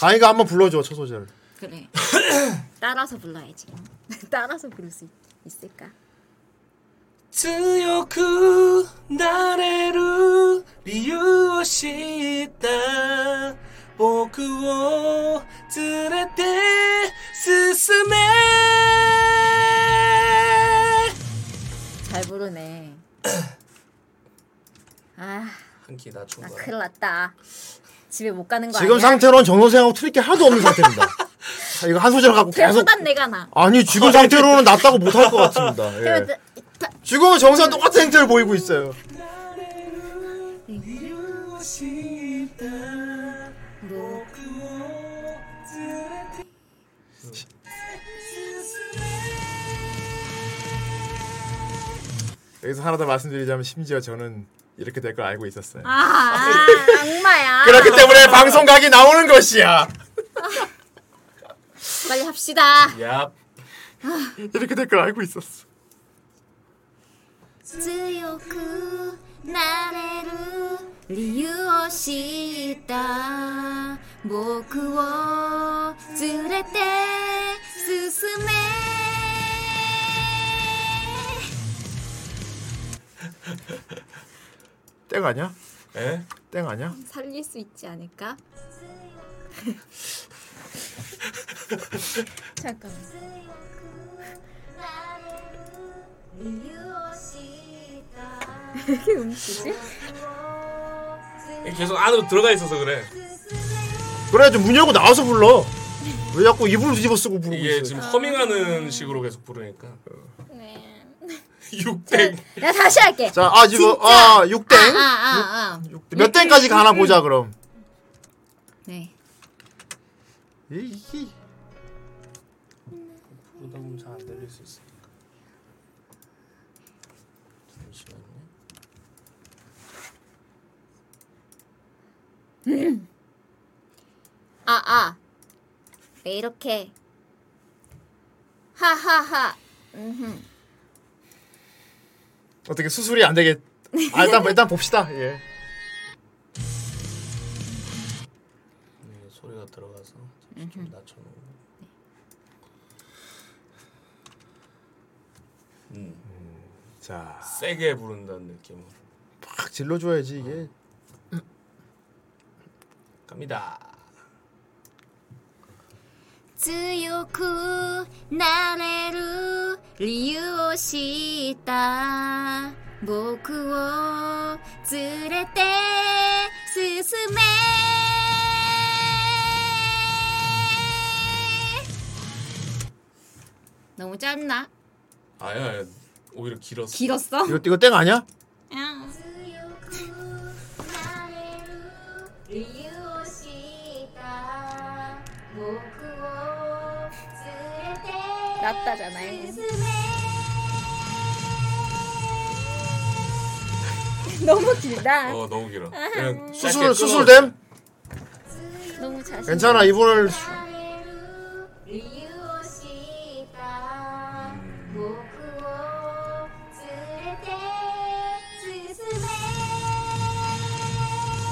가희가 한번 불러줘 첫 소절. <laughs>
그래. 따라서 불러야지. <laughs> 따라서 부를 수 있, 있을까?
強くなれる理由を知った僕を連れて進め
잘 부르네. <clears throat> 아,
한키 낮춘
나
거야.
큰일 났다. 집에 못 가는 거
지금
아니야?
상태로는 정 선생하고 틀릴 게 하나도 없는
<laughs>
상태입니다. 자, 이거 한 소절 갖고 계속
개보단 내가 나.
아니 지금 상태로는 낫다고 못할 것
<laughs>
같습니다. 예. 지금은 정선 똑같은 행태를 보이고 있어요.
理由を知った僕を連れて
여기서 하나 더 말씀드리자면 심지어 저는 이렇게 될 걸 알고 있었어요. <laughs>
아, 악마야.
그렇기 때문에 방송각이 나오는 것이야.
빨리 합시다.
야. 이렇게 될 걸 알고 있었어.
強くなれる理由を知った僕を連れて進め
땡 아니야?
에?
땡 아니야?
살릴 수 있지 <laughs> 않을까?
잠깐.
이렇게 움직이지?
계속 안으로 들어가 있어서 그래.
그래 좀 문 열고 나와서 불러. 왜 자꾸 이불을 뒤집어 쓰고 부르고
이게
있어?
예, 지금 허밍하는 식으로 계속 부르니까.
네.
<laughs>
나 다시 할게.
자, 음. 아 지금
진짜.
아 6땡.
아, 아, 아.
몇 땡까지 가나 보자 그럼.
네.
이게
보다 보면 잘안 들릴 수 있으니까. 잠시만요.
아, 아. 왜 이렇게. 하하하. 음흠.
어떻게 수술이 안 되겠. 아,
<laughs>
일단 일단 봅시다. 예.
네, 소리가 들어가서
음.
잠시 좀 낮춰놓고.
자,
세게 부른다는 느낌으로
팍 질러 줘야지 이게.
갑니다.
強くなれる理由を知った僕を連れて進め
너무 짧나?
아야, 오히려 길었어.
길었어?
이거 이거 땡 아니야?
<laughs>
낫다잖아요.
너무 길다.
어, 너무
<laughs>
길어.
그냥
수술 수술됨?
너무 자신.
괜찮아. 이불을 수-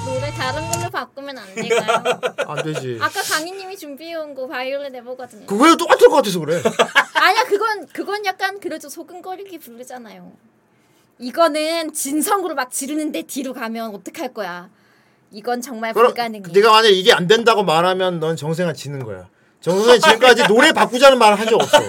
노래 다른 걸로 바꾸면
<laughs>
안 될까요?
안 되지.
아까 강희님이 준비해온 거 바이올렛 해보거든요.
그거에 똑같을 것 같아서 그래.
아니야 그건 그건 약간 그래도 소근거리기 부르잖아요.
이거는 진성으로 막 지르는데 뒤로 가면 어떡할 거야. 이건 정말
그럼
불가능해.
네가 만약 이게 안 된다고 말하면 넌 정생아 지는 거야. 정선생 지금까지 노래 바꾸자는 말을 한 적 없어.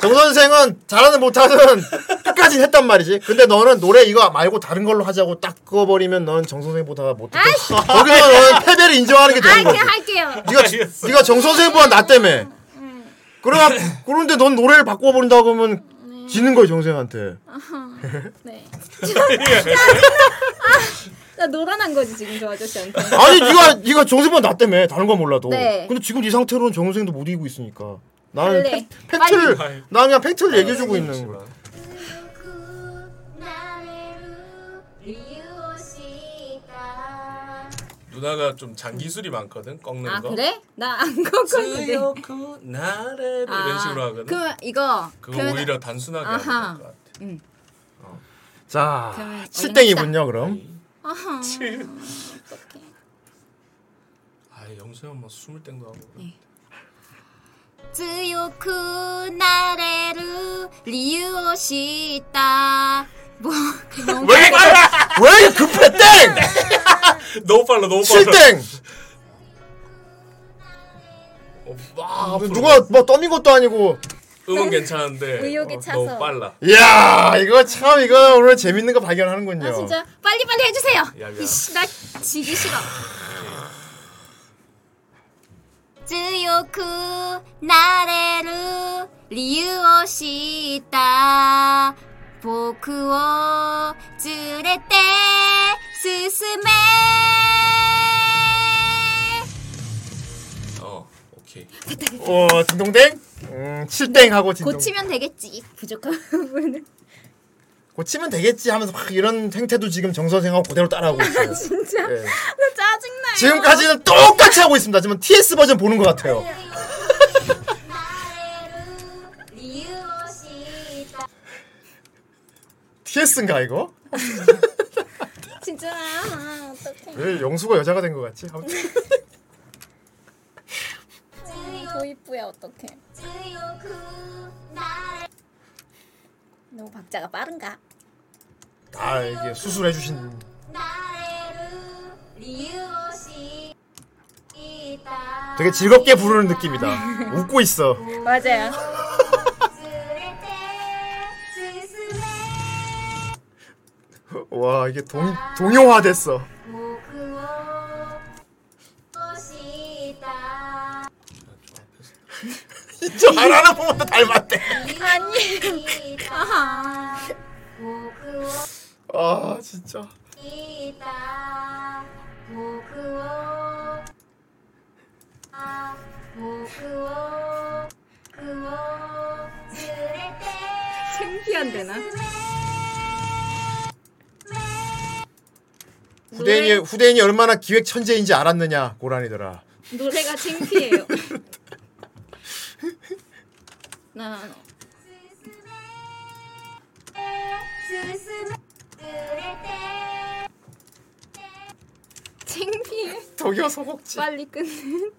정선생은 잘하는 못하는 끝까지 했단 말이지. 근데 너는 노래 이거 말고 다른 걸로 하자고 딱 그어버리면 넌 정선생보다 못해.
아이씨.
거기서 너는 패배를 인정하는 게 되는
아,
거지.
그냥 할게요.
네가 네가 정선생보다 나 때문에.
음.
그러나 그런데 넌 노래를 바꿔버린다고 하면 지는 거야 정생한테.
아하. 네.
나 노란한 거지 지금 저 아저씨한테.
아니 네가 네가 정선생보다 나 때문에 다른 건 몰라도.
네.
근데 지금 이 상태로는 정선생도 못 이기고 있으니까. 나는
갈래.
팩- 팩트를
빨리.
나 그냥 팩트를 얘기해 주고 있는 거야.
누나가 좀 장기술이 많거든. 꺾는
아
거.
그래? 나 안 꺾었는데.
쓰요쿠 나래로 이런 식으로 하거든.
아, 그럼 이거
그거 오히려 단순하게 하는
아하. 음. 응.
자,
그러면 어디
칠땡이군요 그럼.
아하.
아, 영수 형뭐 스물 땡도 하고.
네.
強
그
くなれる理由を知った
뭐,
僕の
아,
왜 급해
<laughs>
땡?
<laughs> 너무 빨라, 너무 빨라.
칠땡.
아,
와,
누가 뭐 떠민 것도 아니고.
어, 음은 괜찮은데
<laughs> 의욕에
어,
차서.
너무 빨라.
이야 이거 참 이거 오늘 재밌는 거 발견하는군요.
아 진짜 빨리 빨리 해주세요.
야, 야.
이씨 나 지기 싫어.
強くなれる理由を知った僕を連れて進め
어 오케이.
오 진동댕. 음 칠땡 하고 진동.
고치면 되겠지. 부족한 부분은.
고치면 되겠지 하면서 막 이런 행태도 지금 정 선생하고 그대로 따라하고
<laughs>
있어요.
<laughs> 진짜
예.
나 짜증나. 이거.
지금까지는 똑같이 하고 있습니다. 지금 TS 버전 보는 것 같아요. TS인가 이거?
<laughs> 진짜 아, 어떡해.
왜 영수가 여자가 된 것 같지? 아무튼
음, 도입부야 어떡해.
그
너무 박자가 빠른가?
다 아, 이게 수술해 주신 되게 즐겁게 부르는 느낌이다. 웃고 있어.
맞아요.
와 이게 동 동요화 됐어. 진짜 말하는 것보다 닮았대.
아니. 아하.
아 진짜.
아,
창피한데나?
후대인이 후대인이 얼마나 기획 천재인지 알았느냐 고란이더라.
노래가 창피해요. 난 창피해.
독일 소곡지.
빨리 끊는.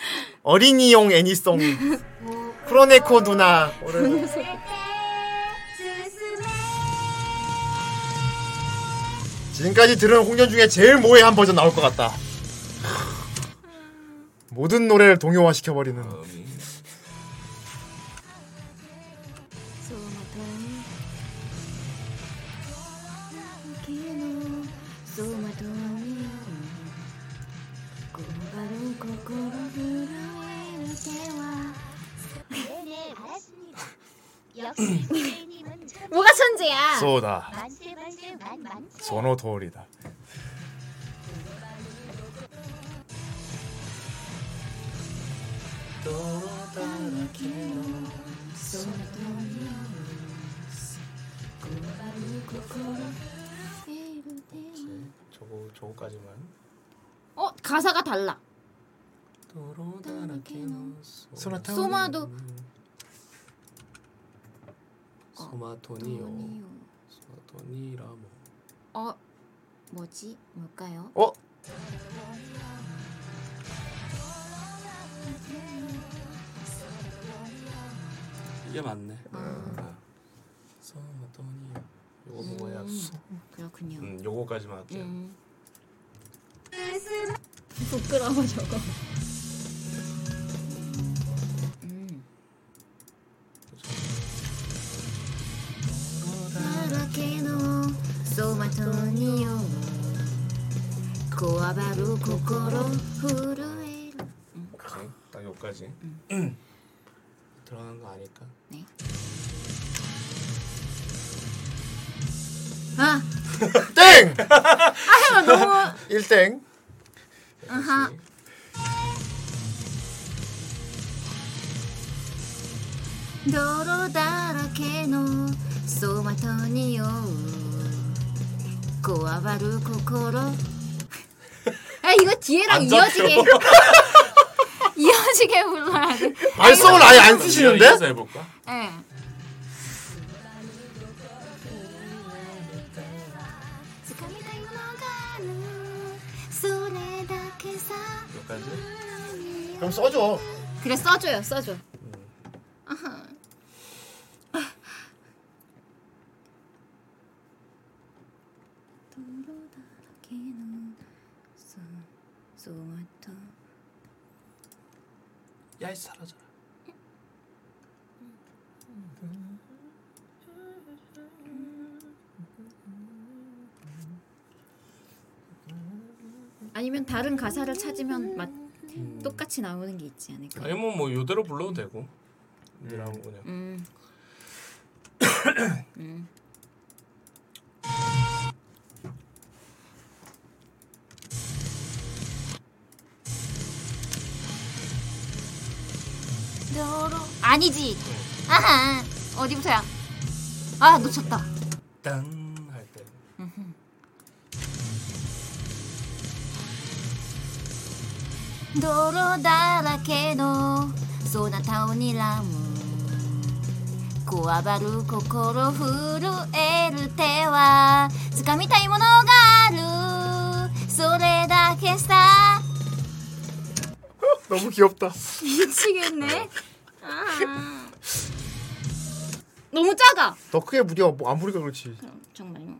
<laughs>
어린이용 애니송 크로네코 누나 오늘 지금까지 들은 홍련 중에 제일 모해한 버전 나올 것 같다. 모든 노래를 동요화 시켜버리는.
뭐가 천재야?
쏘다. 소노토리다.
저거 저거까지만.
어 가사가 달라.
소나타
소마도
소마토니오. 소마토니라모.
어 뭐지 뭘까요?
어?
이게 맞네.
아.
아. 소마토니오. 요거 먹어야.
음, 그렇군요.
음, 요거까지만 할게요.
부끄러워 저거.
오케이. 네, 딱 요까지.
음.
<clears throat> 들어간 거 아닐까?
아
땡!
아, 너무
1땡.
아하. 도로だらけの走馬灯に酔うこわばる <laughs> 心 아 이거 뒤에랑
안 잡혀.
이어지게 이어지게 불러야 돼.
발성을 아예 안 쓰시는데?
이어서 해볼까?
예.
요까지.
그럼 써줘.
그래 써줘요 써줘. 아하.
야이 사라져라.
아니면 다른 가사를 찾으면 막 똑같이 나오는 게 있지 않을까?
아니면 뭐 요대로 불러도 되고. 이라고 그냥.
음. 음. 아니지. 아하. 어디부터야? 아 놓쳤다.
딴 할 때.
泥だらけのそなたを睨むこわばる心震える手は掴みたいものがあるそれだけさ
너무 귀엽다.
미치겠네. 아. 너무 작아.
너 크게 무려 뭐 안 부리가 그렇지.
정말요.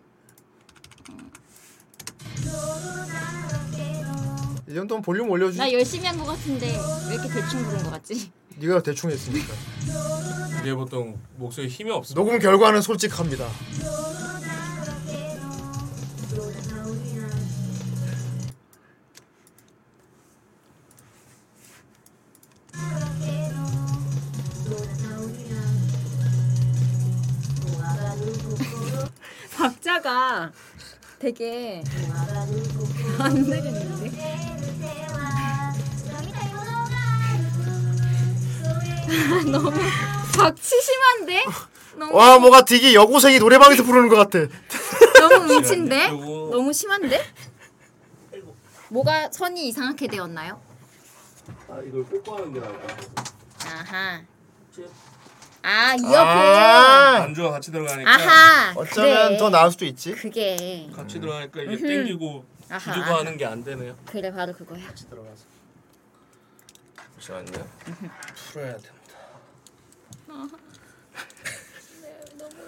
이 정도면 볼륨 올려주지.
나 열심히 한 것 같은데 왜 이렇게 대충 부른 것 같지?
네가 대충 했으니까.
이게 보통 목소리 힘이 없어.
녹음 결과는 솔직합니다.
박자가 되게 안 되겠는데? 아, 너무 박치심한데? 너무
와 뭐가 되게 여고생이 노래방에서 부르는 것 같아.
너무 뭉친데? 너무 심한데? 뭐가 선이 이상하게 되었나요?
아 이걸 뽀뽀하는 게 나을 것 같아.
아하. 아 이어폰. 네.
안주가 같이 들어가니까.
아하.
어쩌면
그래.
더 나을 수도 있지.
그게
같이 들어가니까 이게
음흠.
땡기고
아하,
기주고
아하.
하는 게 안 되네요.
그래 바로 그거야.
들어가서. 잠시만요. 풀어야 돼.
너무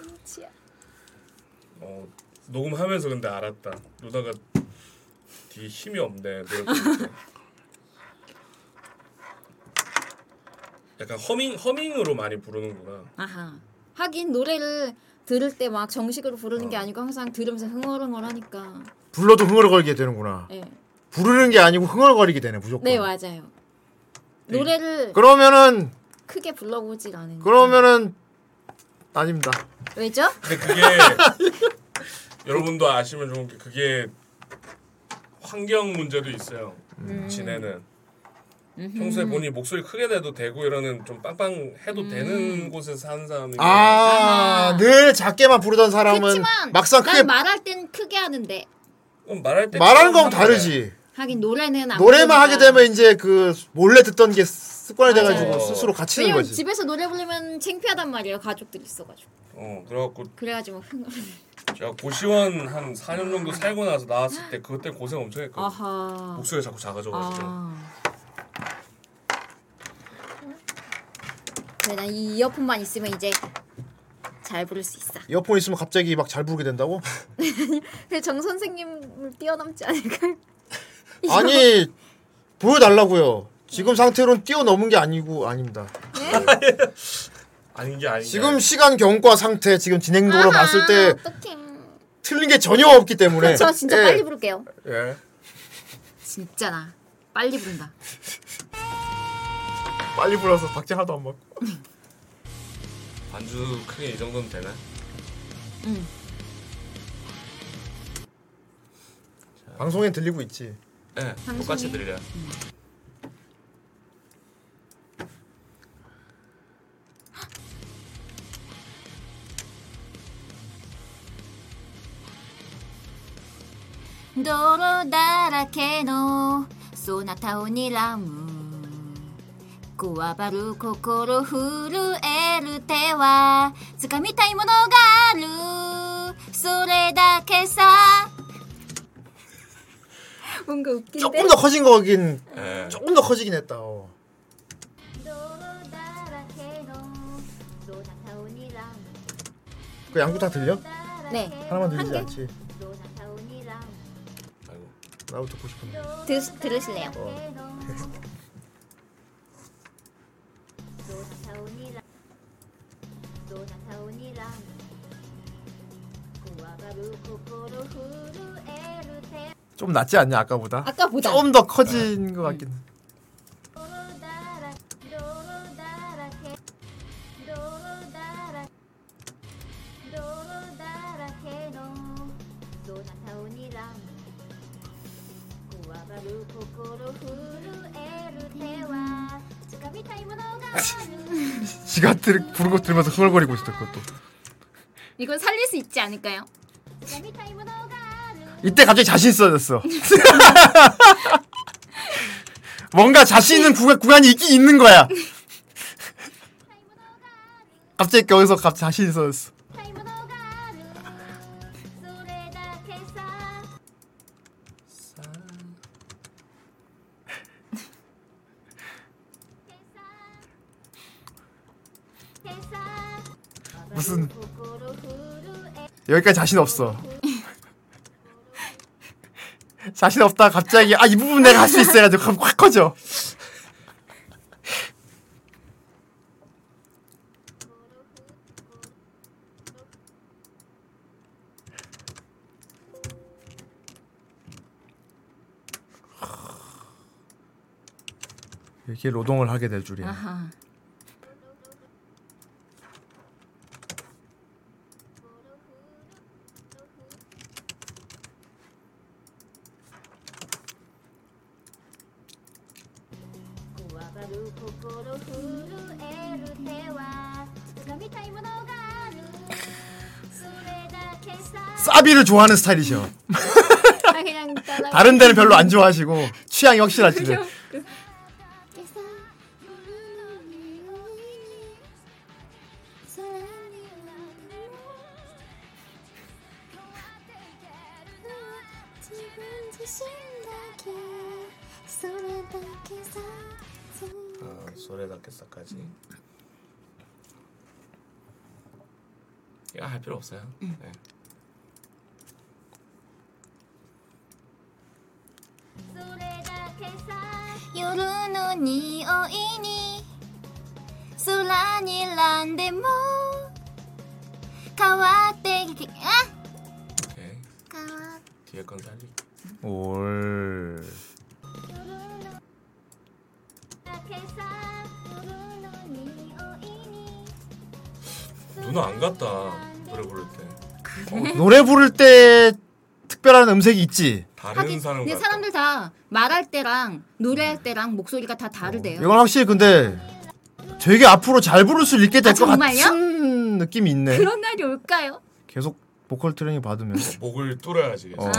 뭉치야.
어 녹음하면서 근데 알았다. 누나가 되게 힘이 없네. 노래 부를 때. 약간 허밍 허밍으로 많이 부르는구나.
아하. 하긴 노래를 들을 때 막 정식으로 부르는 게 아니고 항상 들으면서 흥얼흥얼 하니까.
불러도 흥얼거리게 되는구나.
예.
부르는 게 아니고 흥얼거리게 되네 무조건.
네 맞아요. 노래를
네. 그러면은
크게 불러보질 않은.
그러면은 아닙니다.
왜죠?
근데 그게
<laughs>
여러분도 아시면 좋은 게 그게 환경 문제도 있어요.
음.
진해는 평소에 본인 이 목소리 크게 내도 되고 이러는 좀 빵빵
음.
해도 되는 곳에서 사는 사람이
아, 아늘 작게만 부르던 사람은
그렇지만
막상 크게
난 말할 땐 크게 하는데
말할 때
말하는 거랑 다르지.
하긴 노래는 안
노래만 하게
부르니까.
되면 이제 그 몰래 듣던 게 습관이
맞아요.
돼가지고 스스로 갇히는
왜냐면
거지.
집에서 노래 부르면 창피하단 말이에요 가족들 있어가지고.
어 그래갖고
그래가지고 막 흥얼흥얼.
제가 고시원 한 4년 정도 살고 나서 나왔을 때 그때 고생 엄청 했거든.
아하.
목소리가 자꾸 작아져가지고.
아. 그래 난이 이어폰만 있으면 이제 잘 부를 수 있어.
이어폰 있으면 갑자기 막 잘 부르게 된다고?
그래 정 선생님을
<laughs>
뛰어넘지 않을까?
아니 보여달라고요. 지금 상태로는 뛰어넘은 게 아니고 아닙니다.
아닌 게 아닌 게
지금 시간 경과 상태 지금 진행도로 봤을 때 틀린 게 전혀 없기 때문에
저 진짜
예.
빨리 부를게요.
예.
진짜 나 빨리 부른다.
빨리 불러서 박자 하도 안 맞고.
반주 크게 이 정도면 되나?
응.
방송엔 들리고 있지.
예,
방송에?
똑같이 들려.
泥だらけのそなたを睨むこわばる心震える手は掴みたいものがあるそれだけさ
<laughs> 뭔가 웃긴데.
네. 조금 더 커진 거긴
예.
조금 더 커지긴 했다. 어. 그 양구 다 들려?
네.
하나만 들리지
한 개.
않지. 나도 듣고 싶은데.
들, 들으실래요? 네.
좀 낫지 않냐 아까보다?
아까보다.
조금 더 커진 것 같긴. 해.
지갑이 타이머가
지가 들 부른 거 들으면서 흥얼거리고 있었다 그것도.
이건 살릴 수 있지 않을까요?
이때 갑자기 자신 있어졌어. <laughs> 뭔가 자신 있는 구간, 구간이 있긴 있는 거야. 갑자기 거기서 갑 자신 있어졌어. 무슨 여기까지 자신 없어. 자신 없다 갑자기 아 이 부분 내가 할 수 있어야지고 확 커져. 이렇게 노동을 하게 될 줄이야.
아하.
사비를 좋아하는 스타일이셔.
아
<laughs>
그냥 따라.
다른 데는 별로 안 좋아하시고 취향이 확실하시네.
아, 소레다케사까지. 이거 할 필요 없어요. 네.
夜の匂いに空にんでも変わってきてあ変わっ
뒤에 건 살리.
올.
누나 안 갔다 노래 부를 때.
노래 부를 때 특별한 음색이 있지.
다른 사람
근데
같
사람들 다 말할 때랑 노래할 때랑 목소리가 다
음.
다르대요.
이건 확실히 근데 되게 앞으로 잘 부를 수 있게 될
아,
것
정말요?
같은 느낌이 있네.
그런 날이 올까요?
계속 보컬 트레이닝 받으면
목을 뚫어야지.
어.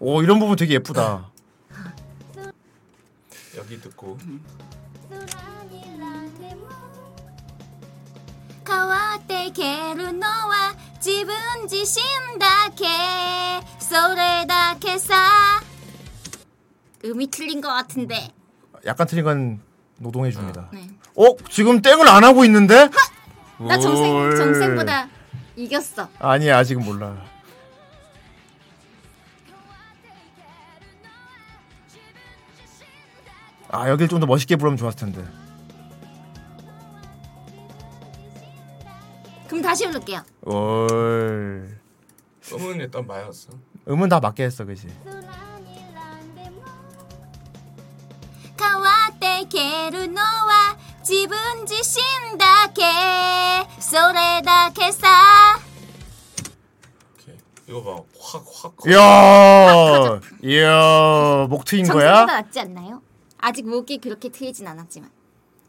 오 이런 부분 되게 예쁘다.
여기 듣고.
変わっていけるのは自分自身だけそれだけさ
음이 틀린 것 같은데.
약간 틀린 건 노동해 줍니다.
네.
어 지금 땡을 안 하고 있는데?
나 정생
올.
정생보다 이겼어.
아니야 아직은 몰라. 아 여길 좀 더 멋있게 부르면 좋았을 텐데.
그럼 다시 부를게요.
올.
음은 일단 마였어.
음은 다 맞게 했어 그지.
変わっていけるのは自分自身だけそれだけさ
이거 봐확확
이야, 이야, 목 트인
정생보다
거야?
낫지 않나요? 아직 목이 그렇게 트이진 않았지만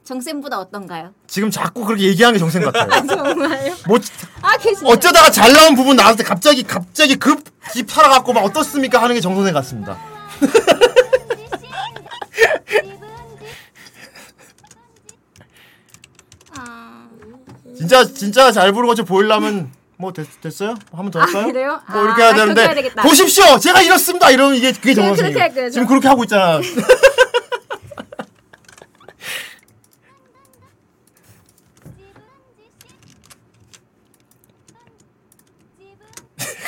정생보다 어떤가요?
지금 자꾸 그렇게 얘기하는 게 정생 같아요.
아, <laughs> 정말요?
뭐
아 계속
어쩌다가 잘 나온 부분 나왔을 때 갑자기 갑자기 급 기파라 갖고 막 어떻습니까 하는 게 정선생 같습니다. 진짜 진짜 잘 부르고 저 보일라면 뭐 됐, 어요 한번 더 할까요?
아, 그래요?
뭐
아,
이렇게 해야
그렇게 해야
되는데
되겠다. 네,
보십시오 제가 이렇습니다 이러면 이게 그게
그냥
정선생이에요.
그렇게 할 거예요,
지금
저.
그렇게 하고 있잖아. <laughs>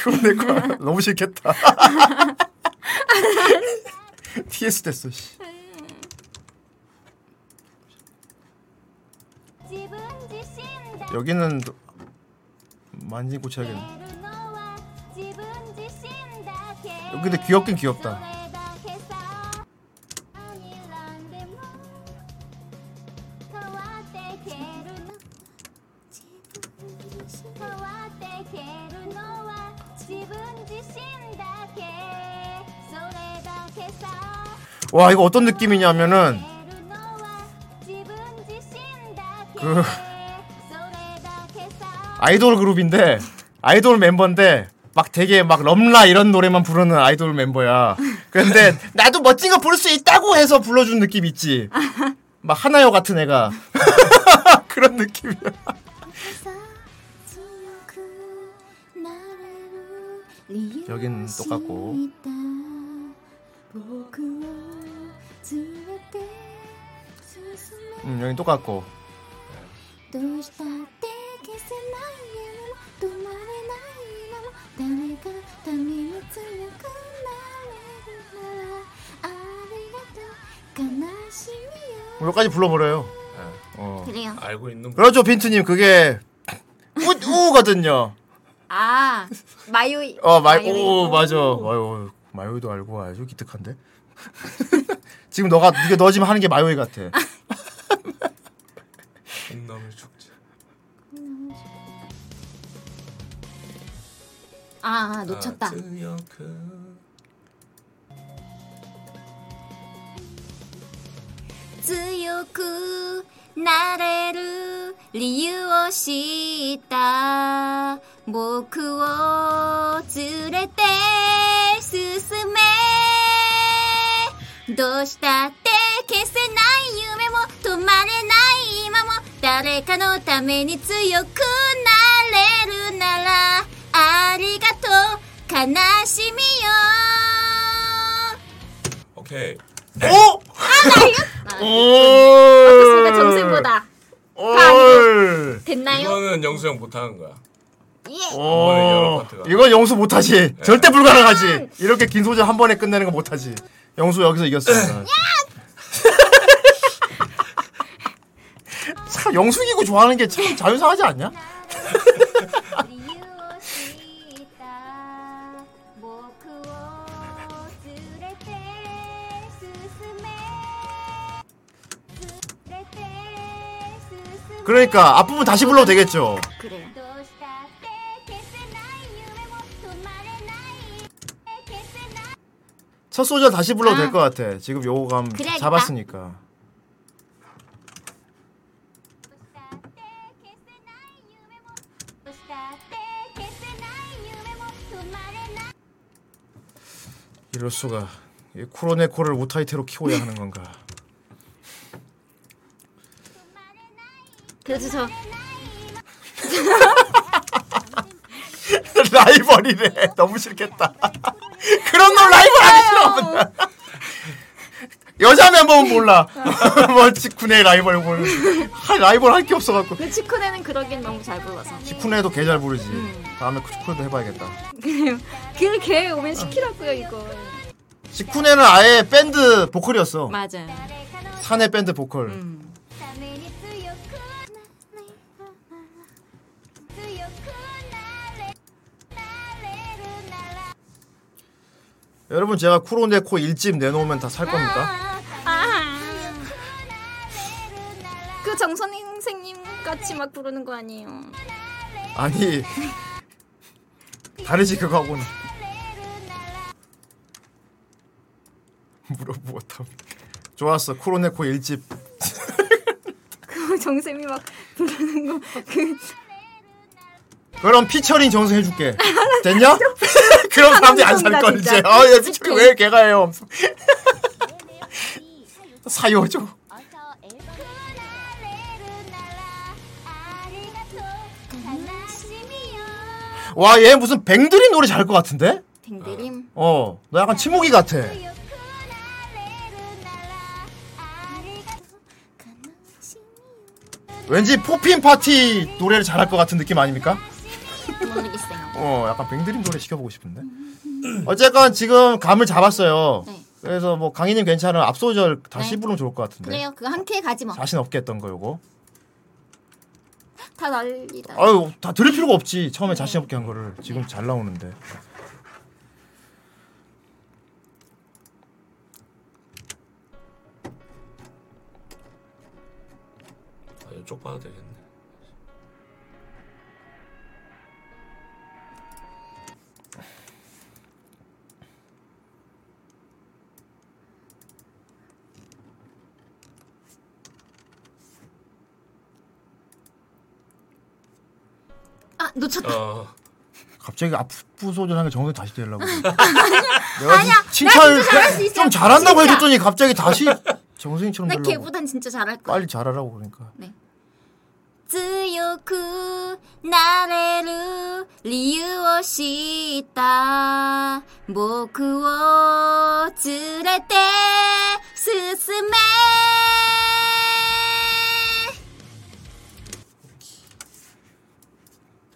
그럼 내
네.
거야. 너무 싫겠다. <laughs> TS 됐어. 씨.
自分自身だ
여기는 또- 많이 고쳐야겠네.
自分自身だけ
근데 귀엽긴 귀엽다.
変わっていけるの変わっていけるのは自分自身だけそれだけさ
와 이거 어떤 느낌이냐면은
自分
그 아이돌 그룹인데 아이돌 멤버인데 막 되게 막 럼라 이런 노래만 부르는 아이돌 멤버야. <laughs> 근데 나도 멋진 거 부를 수 있다고 해서 불러준 느낌 있지. 막 하나요 같은 애가 <laughs> 그런 느낌이야. 여긴 똑같고 음, 여긴 똑같고
どうしたって消せない夢も止まれない今も誰かのために強くなれるならありがとう悲し
여기까지 불러버려요. 어.
그래요.
알고 있는
그렇죠 빈트님 그게 우우거든요.
아 마요이.
어 마이오 맞아 마요 마요이도 알고 아주 기특한데. <laughs> 지금 너가 이게 너 지금 하는 게 마요이 같아.
콩나물 축제.
아, 아 놓쳤다.
「強くなれる理由を知った」「僕を連れて進め」「どうしたって消せない夢も止まれない今も」「誰かのために強くなれるなら」「ありがとう悲しみよ」
오케이.
오!
아,
어,
어떻습니까 아, 점수보다. 됐나요?
이거는 영수 형 못하는 거야.
오, 어. 이건 영수 못하지. 절대 불가능하지. 이렇게 긴 소절 한 번에 끝내는 거 못하지. 영수 여기서 이겼습니다. 참 영수 이고 좋아하는 게 참 자유상하지 않냐? 그러니까 앞부분 다시 불러도 되겠죠.
그래요.
첫 소절 다시 불러도 될 것 같아. 지금 요감
그래야겠다.
잡았으니까. 이럴 수가. 이 쿠로네코를 우타이테로 키워야 하는 건가?
그래서 저
<laughs> 라이벌이래. 너무 싫겠다. <laughs> 그런 놈 라이벌 아니 싫어. <laughs> 여자 멤버는 몰라. <laughs> 뭐 직군의 라이벌 뭘? 할 라이벌 할 게 없어갖고.
근데 치쿠네는 그러긴 너무 잘 불러서. <laughs>
직군에도 개 잘 부르지. 다음에 그 직군에도 해봐야겠다.
그래요. 그걔 오면 시키라고요 이거.
직군에는 아예 밴드 보컬이었어.
맞아요.
사내 밴드 보컬. 여러분 제가 쿠로네코 1집 내놓으면 다 살 겁니까?
그 정선 선생님 같이 막 부르는 거 아니에요? <laughs>
아니 다르지 그거하고는 물어보았다 좋았어 쿠로네코 1집
그 정쌤이 막 부르는 거. 그
그럼 피처링 정수 해줄게
<laughs>
됐냐? <laughs> 그럼 사람들이 안 살 걸 이제
진짜.
아얘 피처링 왜 걔가 해요 사요죠 와 얘 무슨 뱅드린 노래 잘할 것 같은데?
댕대림.
어너 약간 치모기 같아 왠지 포핀 파티 노래를 잘할 것 같은 느낌 아닙니까?
모르겠어요.
어, 약간 뱅드림 노래 시켜보고 싶은데. <clears throat> 어쨌건 지금 감을 잡았어요. 그래서 뭐 강희님 괜찮은 앞소절 다시
네.
부르면 좋을 것 같은데.
그래요. 그거 한 큐에 가지 뭐.
자신 없게 했던 거 요거.
다 난리다.
아유 다 들을 필요가 없지.
네.
처음에 자신 없게 한 거를 지금 잘 나오는데.
아, 이쪽 봐도 되겠네.
아 놓쳤다.
어,
갑자기 앞부소절한 게 정신 다시
<laughs>
되려고. 내가
아니야, 나
칭찬을
진짜 잘할 수 있어요.
좀 잘한다고
진짜.
해줬더니 갑자기 다시 정승이처럼
나
되려고.
걔보단 진짜 잘할 거야.
빨리 잘하라고 그러니까.
強くなれる理由を知った僕を連れて進め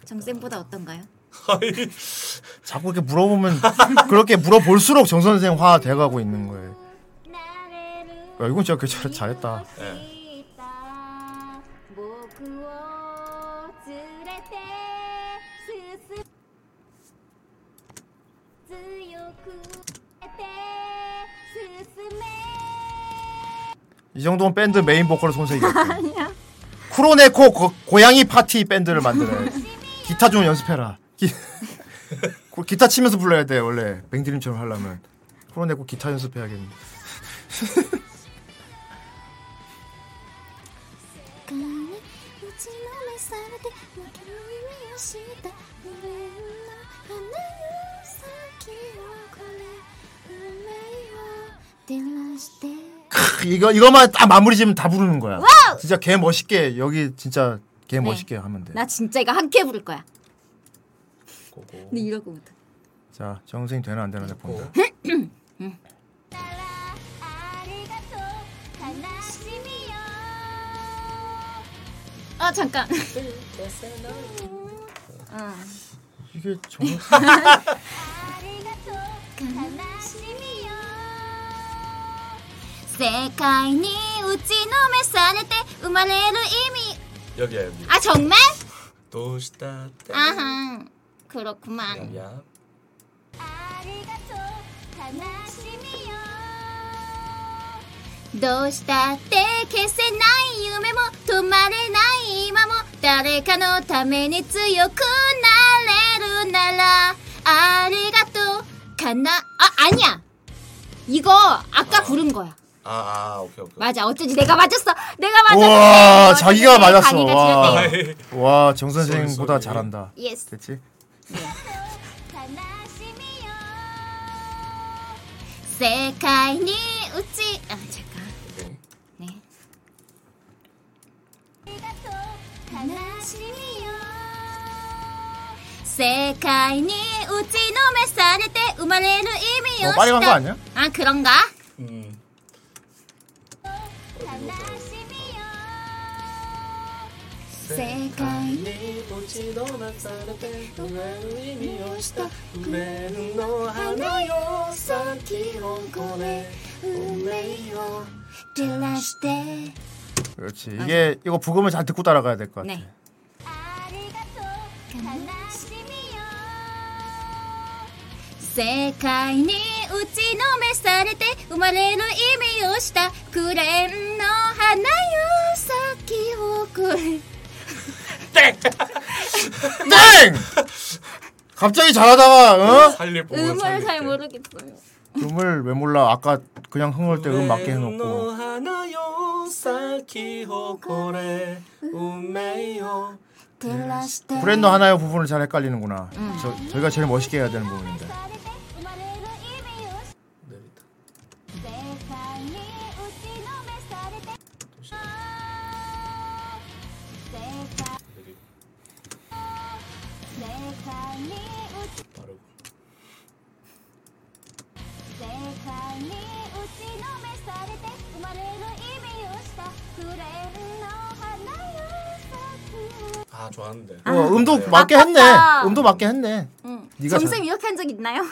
정쌤보다 어떤가요?
자꾸 이렇게 물어보면 그렇게 물어볼수록 정 선생 화 돼가고 있는 거예요. 야, 이건 진짜 괜찮 잘했다.
連れて進め強くなれて進め
이 정도면 밴드 메인 보컬 손색이.
아니야.
쿠로네코 고, 고양이 파티 밴드를 만드네. 기타 좀 연습해라. 기, <laughs> 고- 기타 치면서 불러야 돼 원래 맹드림처럼 하려면 쿠로네코 기타 연습해야겠네.
かに打ちのめされて負けの耳をした無縁の花よ先はこれ運命を照らして
크, 이거 이거만 딱 마무리 지으면 다 부르는 거야.
와우!
진짜 개 멋있게 여기 진짜 개
네.
멋있게 하면 돼.
나 진짜 이거 함께 부를 거야. 근데 이러고 못해.
자 정승이 되나 안 되나 내가 본다.
아 잠깐.
이게 정말
世界に打ちのめされて生まれる意味
여기야 여기.
아 정말?
도시다.
아하 그렇구만
야.
どうしたって消せない夢も止まれない今も誰かのために強くなれるならありがとうかなあ아니야 이거 아까 부른 거야
아, 아 오케이 오케이.
맞아 어쩐지 내가 맞았어 내가 맞았어
와 자기가 맞았어.
강의가 지났다.
와정 선생보다 잘한다.
예스.
됐지?
세카이니 우찌 아 잠깐
悲しみよ
世界に打ちのめされて生まれる意味を
어 빨리 간
し
거
た
아니야?
아 그런가?
世界に落ちのめされて耳をした無縁の花よ先をこれ運命を照らして
그렇지. 이게 이거 부금을 잘 듣고 따라가야 될 것 같아.
네.
世界に打ちのめされて生まれる意味をした紅蓮の花よ先をくれ
땡! 갑자기 잘하다가 어?
음을 잘 모르겠어요
음을 왜 몰라? 아까 그냥 흥얼 때 음 맞게 해놓고.
하나요 사키호코레 운메요
델라시테
브랜드 하나요 부분을 잘 헷갈리는구나.
음.
저, 저희가 제일 멋있게 해야 되는 부분인데.
世界に打ちのめされて
아 좋았는데.
어, 음도 맞게 했네.
아깝다.
음도 맞게 했네.
응.
네가
정쌤 이렇게 한 적 있나요?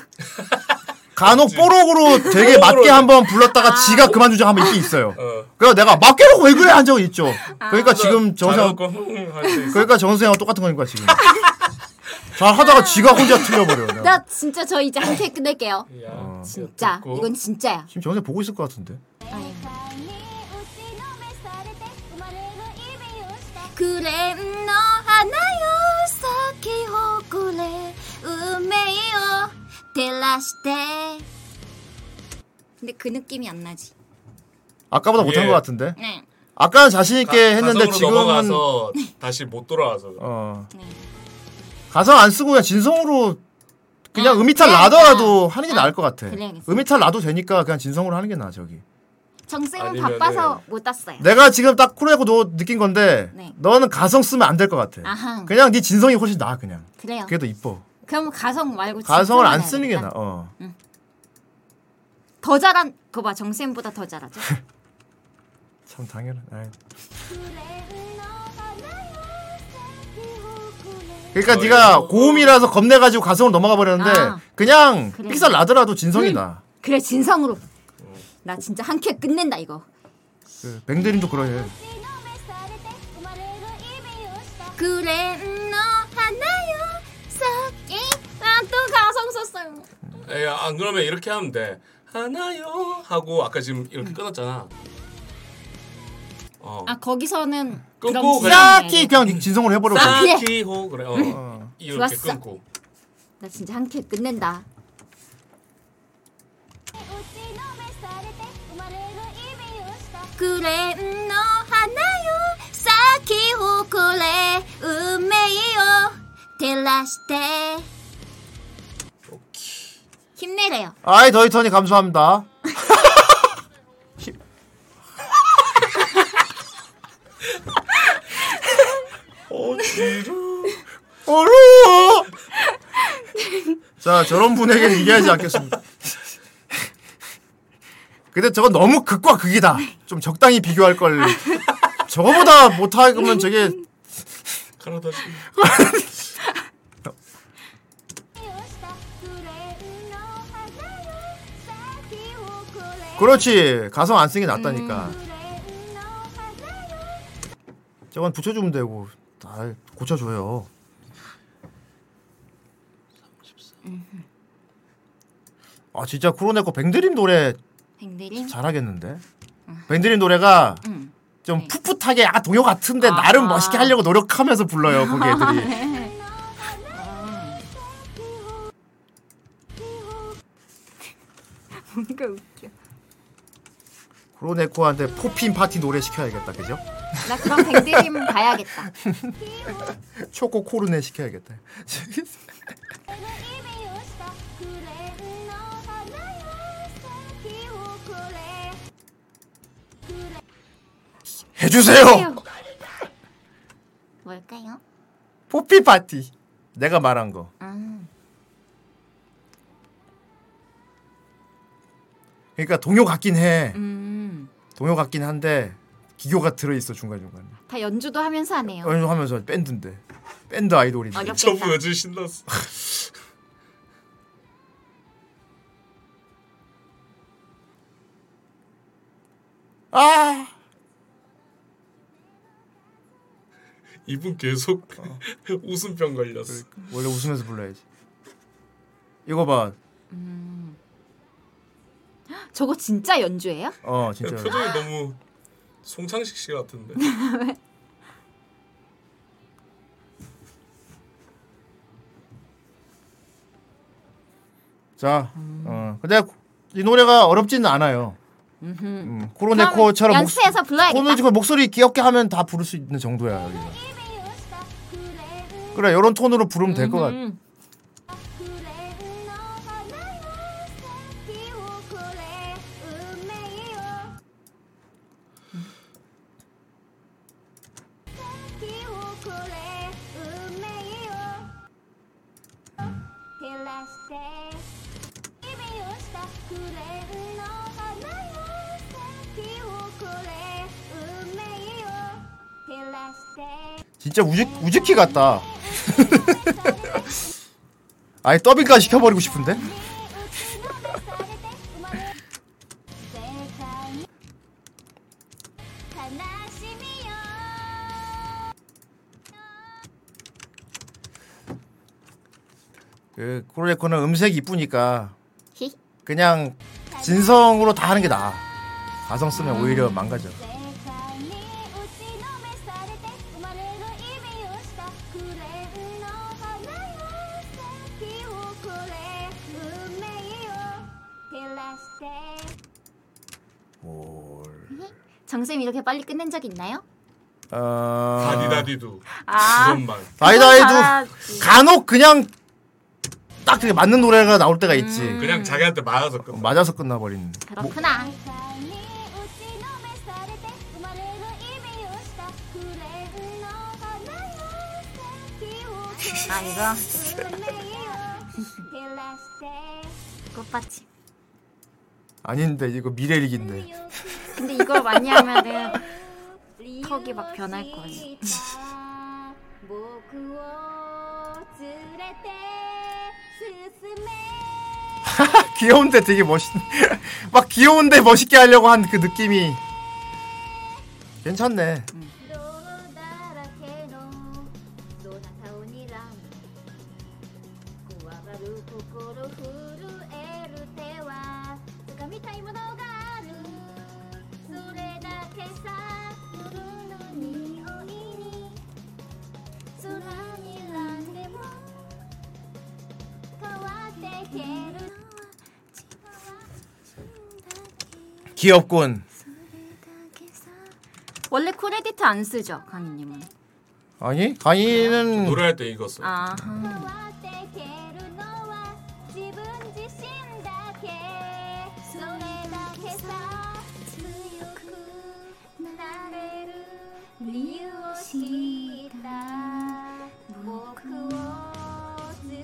간혹 네. 뽀록으로 되게 맞게 한번
아.
불렀다가 지가 그만 주자 하면 있긴 있어요. 그래서 내가 맞게 놓고 왜 그래 한 적이 있죠.
아.
그러니까 지금 정상 그러니까 정수생하고 똑같은 거니까 지금. 잘 하다가 지가 혼자 틀려버려. 내가.
나 진짜 저 이제 한테 끝낼게요.
음,
어.
진짜 이건 진짜야.
지금 정수생 보고 있을 것 같은데.
紅蓮
음,
の花よ咲き誇れ運命を照らして 근데 그 느낌이 안 나지
아까보다 못한
예.
것 같은데.
네.
아까는 자신 있게 네, 했는데 네.
가성으로
지금은
네.
넘어가서 다시 못 돌아와서.
어. 가사 안 쓰고 그냥 진성으로 그냥 음이탈
아, 그래,
나더라도 하는 게 나을 것 같아.
그래, 알겠어.
음이탈 나도 되니까 그냥 진성으로 하는 게 나아 저기.
정쌤은
아니면은- 네.
바빠서 못 땄어요.
내가 지금 딱 쿠레코 너 느낀 건데 너는 가성 쓰면 안 될 것 같아.
네. 아하.
그냥 네 진성이 훨씬 나아 그냥.
그래요.
그게 더 이뻐.
그럼 가성 말고
가성을 안
진성이나
쓰는 게
해야겠다. 음.
나아. 어.
더 잘한 거봐 정쌤보다
<laughs>
더 잘하죠.
참 당연한. 아이. 그러니까
어,
네가 고음이라서 겁내가지고 가성을 넘어가 버렸는데
아.
그냥
그래.
픽살 나더라도 진성이
음.
나.
그래 진성으로.
어.
나 진짜 한 큐 끝낸다 이거.
그 뱅드림도 그러해.
음.
그래 음, 너 하나요 섞인
아,
난또 가성 썼어요
에이, 안 그러면 이렇게 하면 돼. 하나요 하고 아까 지금 이렇게 끊었잖아. 어.
아 거기서는
끊고
그럼
싹히
진성이야.
그냥 진성으로 해버려.
아, 그래.
사키호 아, 그래. 어. 이렇게
좋았어.
끊고.
나 진짜 한 큐 끝낸다.
그래 음, 너 하나요 싹히 호콜레 음메이요 델라시테 힘내래요
아이 더이터니 감사합니다.
<laughs> 어지러.
어려워. 자 저런 분에게는 얘기하지 않겠습니다. 근데 저건 너무 극과 극이다. 좀 적당히 비교할 걸. 저거보다 못하면 저게
가라다
그렇지 가성 안 쓰는 게 낫다니까. 저건 붙여주면 되고 다 고쳐줘요. 아 진짜 쿠로네코 뱅드림 노래
행드림.
잘하겠는데? 밴드린 노래가 좀 풋풋하게 약간 동요 같은데 나름 멋있게 하려고 노력하면서 <laughs> 불러요 거기 애들이
네. 뭔가 웃겨.
코로네코한테 포핀 파티 노래 시켜야겠다 그죠?
나 그럼 뱅드림 봐야겠다.
초코 코르네 시켜야겠다 <laughs> 해주세요
뭘까요?
포핀 파티 내가 말한 거
아.
음.
그러니까 동요 같긴 해
음.
동요 같긴 한데 기교가 들어있어 중간중간에
다 연주도 하면서 하네요.
연주 하면서 밴드인데 밴드 아이돌인데
어렵겠다. 저 보여줄
신났어
아
이분 계속
어.
<laughs> 웃음병 걸렸어.
원래 웃으면서 불러야지 이거 봐
저거 진짜 연주예요?
어 진짜
표정이 너무 송창식 씨 같은데.
왜?
자,
음.
어, 근데 이 노래가 어렵지는 않아요. 음, 코로네코처럼
그럼 연습해서 불러야겠다.
코로네코 목소리 귀엽게 하면 다 부를 수 있는 정도야 여기가. 그래, 이런 톤으로 부르면 될 것 같아.
음.
진짜 우즈 우즈키 같다. 아예 더빙까지 시켜버리고 싶은데? 그 코로네코는 음색이 이쁘니까
히.
그냥 진성으로 다 하는 게 나아. 가성 쓰면 오히려 망가져.
정쌤 이렇게 빨리 끝낸 적 있나요?
어...
다디다디두.
아.
다이다이도 간혹 그냥 딱 그게 맞는 노래가 나올 때가 있지.
음.
그냥 자기한테 맞아서 끝나.
맞아서 끝나버리는.
그렇구나.
아 이거 꽃받침.
아닌데 이거 미래일기인데. <laughs>
근데 이걸 많이 하면은 턱이 막 변할
<laughs>
거예요.
귀여운데 되게 멋있. <laughs> 막 귀여운데 멋있게 하려고 한 그 느낌이 괜찮네. 귀엽군.
원래 크레딧 안 쓰죠, 강희님은.
아니 강희는
노래할 때 이거 써.
아.
<laughs>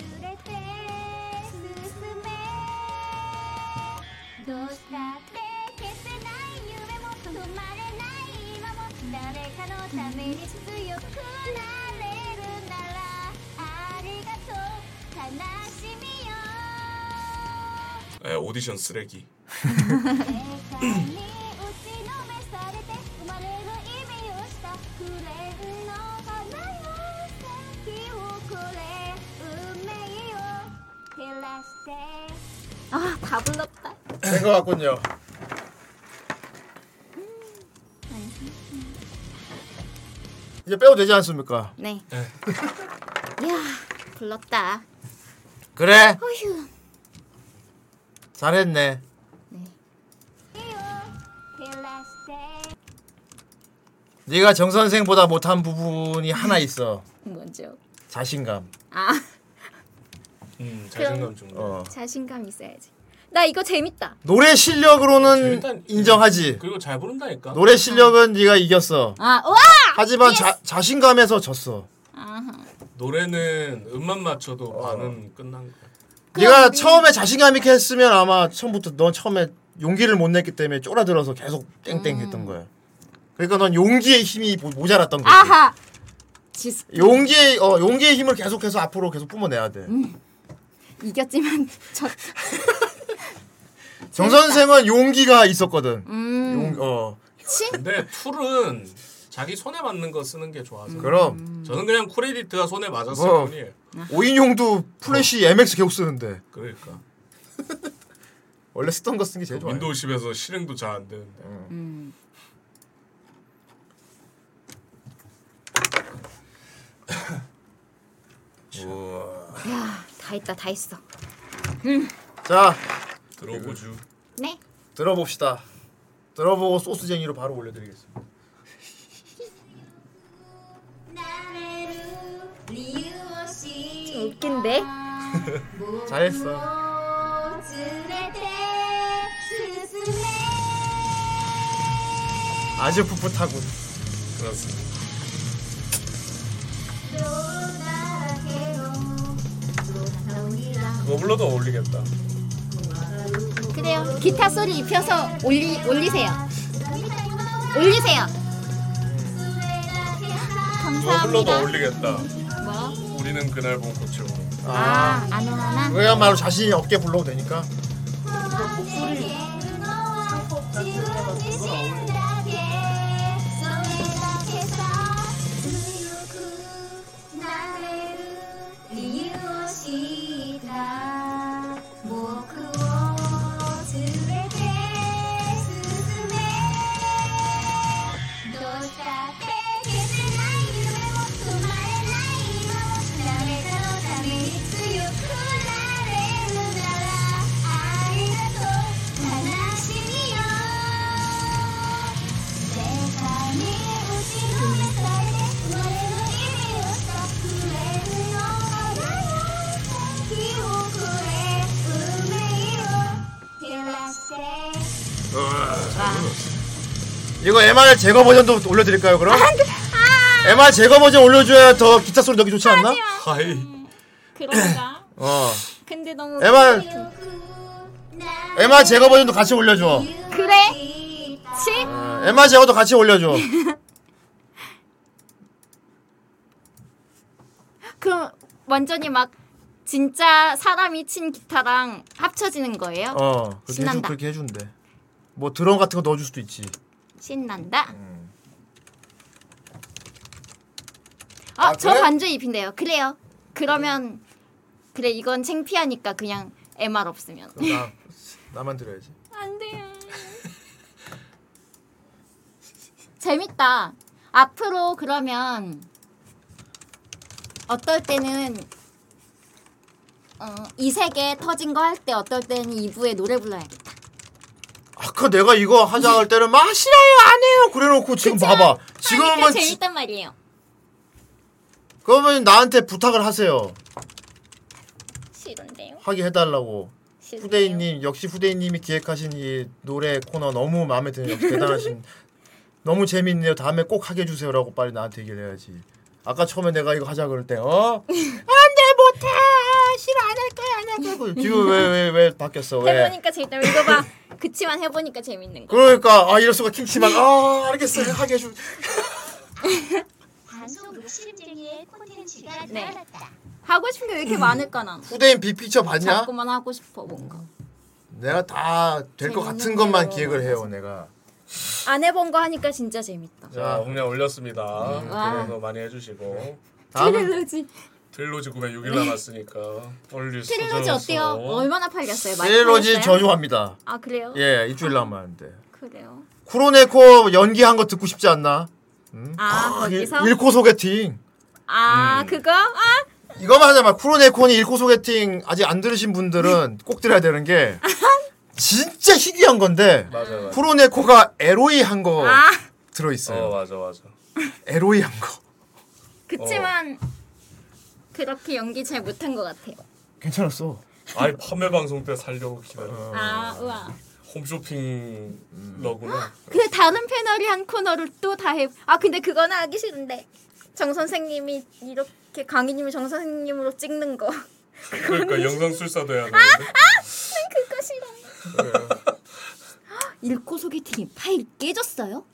에, 예, 오디션 쓰레기.
아, 다 불렀다.
된것 같군요. 이제 빼도 되지 않습니까?
네. <laughs> 야, 불렀다.
그래
어휴.
잘했네. 네가 정 선생보다 못한 부분이 하나 있어.
뭐죠?
자신감.
아,
음,
자신감
좀.
어.
자신감 있어야지. 나 이거 재밌다.
노래 실력으로는 인정하지.
그리고 잘 부른다니까.
노래 실력은 네가 이겼어.
아, 와!
하지만 자, 자신감에서 졌어.
노래는 음만 맞춰도 반은 끝난 거야.
네가 처음에 자신감 있게 했으면 아마 처음부터 넌 처음에 용기를 못 냈기 때문에 쫄아들어서 계속 땡땡
음.
했던 거야. 그러니까 넌 용기의 힘이 모- 모자랐던 거야.
아하. 지스.
용기의 어 용기의 힘을 계속해서 앞으로 계속 뿜어내야 돼.
음, 이겼지만 <laughs> 저
정 선생은 용기가 있었거든.
음.
용, 어.
근데 툴은 자기 손에 맞는 거 쓰는 게 좋아서.
음,
그럼.
저는 그냥 쿠레디트가 손에 맞았을
뭐,
뿐이에요.
아.
오인용도 플래시 MX 계속 쓰는데
그러니까.
원래 쓰던 거 쓰는 게 제일 좋아.
윈도우 10에서 실행도 잘 안 되는데. 우와.
야, 다 했다. 다 했어.
자
들어보죠.
네.
들어봅시다. 들어보고 소스쟁이로 바로 올려드리겠습니다.
웃긴데?
잘했어. 아주 풋풋하고.
그렇습니다. 그거 불러도 어울리겠다.
그래요. 기타 소리 입혀서 올리 올리세요. 올리세요.
그거 불러도
감사합니다.
어울리겠다.
뭐?
우리는 그날 본 꽃을
아,
아노하나.
그야말로 자신이 없게 불러도 되니까.
「
이거 MR 제거 버전도 올려드릴까요 그럼? MR 제거 버전 올려줘야 더 기타 소리 넣기 좋지 않나?
하이.
그런가?
어.
<clears throat> 근데 너무
MR MR 제거 버전도 같이 올려줘.
그래? 치?
MR 제거도 같이
<laughs>
올려줘.
그럼 완전히 막 진짜 사람이 친 기타랑 합쳐지는 거예요?
어. 그렇게 해주,
신난다.
그렇게 해준대. 뭐 드럼 같은 거 넣어줄 수도 있지.
신난다.
음.
아,
아,
저
그래? 네.
반주 입인데요. 그래요. 그러면 그래 이건 창피하니까 그냥 MR 없으면.
그럼 나 나만 들어야지.
안 돼요. 재밌다. 앞으로 그러면 어떨 때는 어, 이 세계 터진 거 할 때 어떨 때는 2부에 노래 불러야겠다.
아까 내가 이거 하자 할 때는 막 싫어요 안 해요 그래놓고 지금 봐봐.
그러니까
지금은 지-
재밌단 말이에요.
그러면 나한테 부탁을 하세요.
싫은데요.
하게 해달라고.
싫은데요.
후대인님 역시 후대인님이 기획하신 이 노래 코너 너무 마음에 드네요. 역시 대단하신. <laughs> 너무 재밌네요. 다음에 꼭 하게 해주세요라고 빨리 나한테 얘기를 해야지. 아까 처음에 내가 이거 하자 그럴 때
<laughs>
어? 안돼 못해 싫어 안 할 거야 안 할 거야. 지금 왜 왜 왜 바뀌었어 왜?
해보니까 재밌다. 이거 봐. 그치만 해보니까 재밌는 거.
그러니까 아 이럴 수가 김치만 아 알겠어요 하게 해주.
방송 욕심쟁이의 콘텐츠가
네.
나왔다.
하고 싶은 게 왜 이렇게 많을까 난.
후대인 빅피처 봤냐?
자꾸만 하고 싶어 뭔가.
내가 다 될 것 같은
재밌는
것만
대로
기획을 해요 내가.
안 해본 거 하니까 진짜 재밌다.
자, 홍량 올렸습니다.
와.
그래서 많이 해주시고.
트릴로지.
트릴로지 구매 6일 남았으니까. 얼릴 수
트릴로지 어때요? 얼마나 팔렸어요? 많이
세로지
팔렸어요?
전용합니다.
아 그래요?
예 일주일 남았는데.
그래요.
쿠로네코 연기한 거 듣고 싶지 않나?
아 거기서
일코 음. 소개팅.
아 그거 아
이거만 하자마 쿠로네코니 일코 소개팅 아직 안 들으신 분들은
네.
꼭 들어야 되는 게 진짜 희귀한 건데
맞아요.
쿠로네코가 에로이 한 거
아.
들어 있어요.
어, 맞아, 맞아.
에로이 한 거.
그치만
어.
그렇게 연기 잘 못한 것 같아요.
괜찮았어.
아이 펌의 방송 때 살려고 기다려.
아
어.
우와.
홈쇼핑 러구나.
근데 그 다른 패널이 한 코너를 또 다 해. 아 근데 그거는 하기 싫은데 정 선생님이 이렇게 강희님이 정 선생님으로 찍는 거. <laughs>
그러니까 영상 술사도 해야 돼.
아아난 그거 싫어. 읽고 소개팅이 파일 깨졌어요?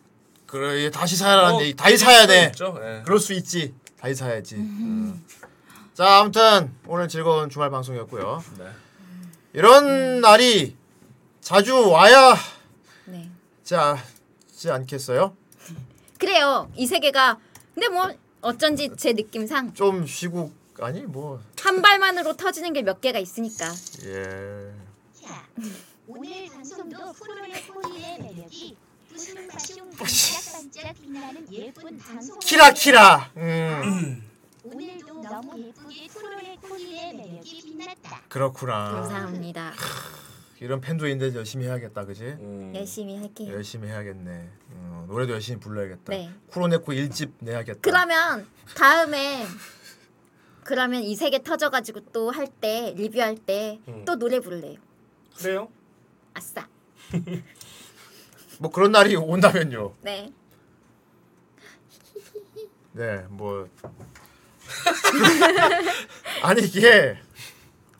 그래 얘 다시 사야 하는데
어,
다시 사야
그럴
돼.
수 있죠, 예.
그럴 수 있지. 다시 사야지. 음. 자 아무튼 오늘 즐거운 주말 방송이었고요.
네.
이런 날이 자주 와야
네.
자지 않겠어요?
그래요. 이 세계가 근데 뭐 어쩐지 제 느낌상
좀 쉬고 아니 뭐
한 발만으로 터지는 게 몇 개가 있으니까.
예.
오늘 방송도 프로의 코리의 매력이 무슨 아쉬운 반짝반짝 빛나는 예쁜 방송.
키라키라. 음.
오늘도 너무 예쁘게 프로의 코리의 매력이 빛났다.
그렇구나.
감사합니다.
이런 팬도 있는데 열심히 해야겠다, 그지?
음. 열심히 할게요.
열심히 해야겠네. 어, 노래도 열심히 불러야겠다.
네.
쿠로네코 일집 내야겠다.
그러면 다음에 그러면 이 세계 터져가지고 또 할 때 리뷰할 때
음.
또 노래 부를래요.
그래요?
아싸.
뭐 그런 날이 온다면요.
네.
네, 뭐 <laughs> 아니 이게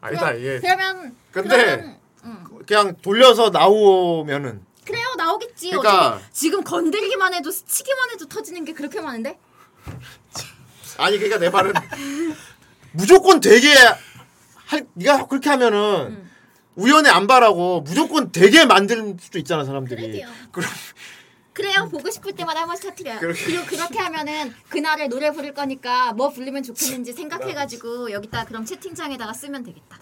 아니다
그럼-
이게.
그러면
근데 그냥 돌려서 나오면은
그래요 나오겠지.
그러니까-
어차피 지금 건들기만 해도 스치기만 해도 터지는 게 그렇게 많은데
아니 그러니까 내 말은 무조건 되게 할 네가 그렇게 하면은 우연의 안 바라고 무조건 되게 만들 수도 있잖아 사람들이. 그럼
그래요 보고 싶을 때마다 한 번씩 터트려요.
그렇게-
그리고 그렇게 하면은 그날에 노래 부를 거니까 뭐 부르면 좋겠는지 생각해가지고 여기다 그럼 채팅창에다가 쓰면 되겠다.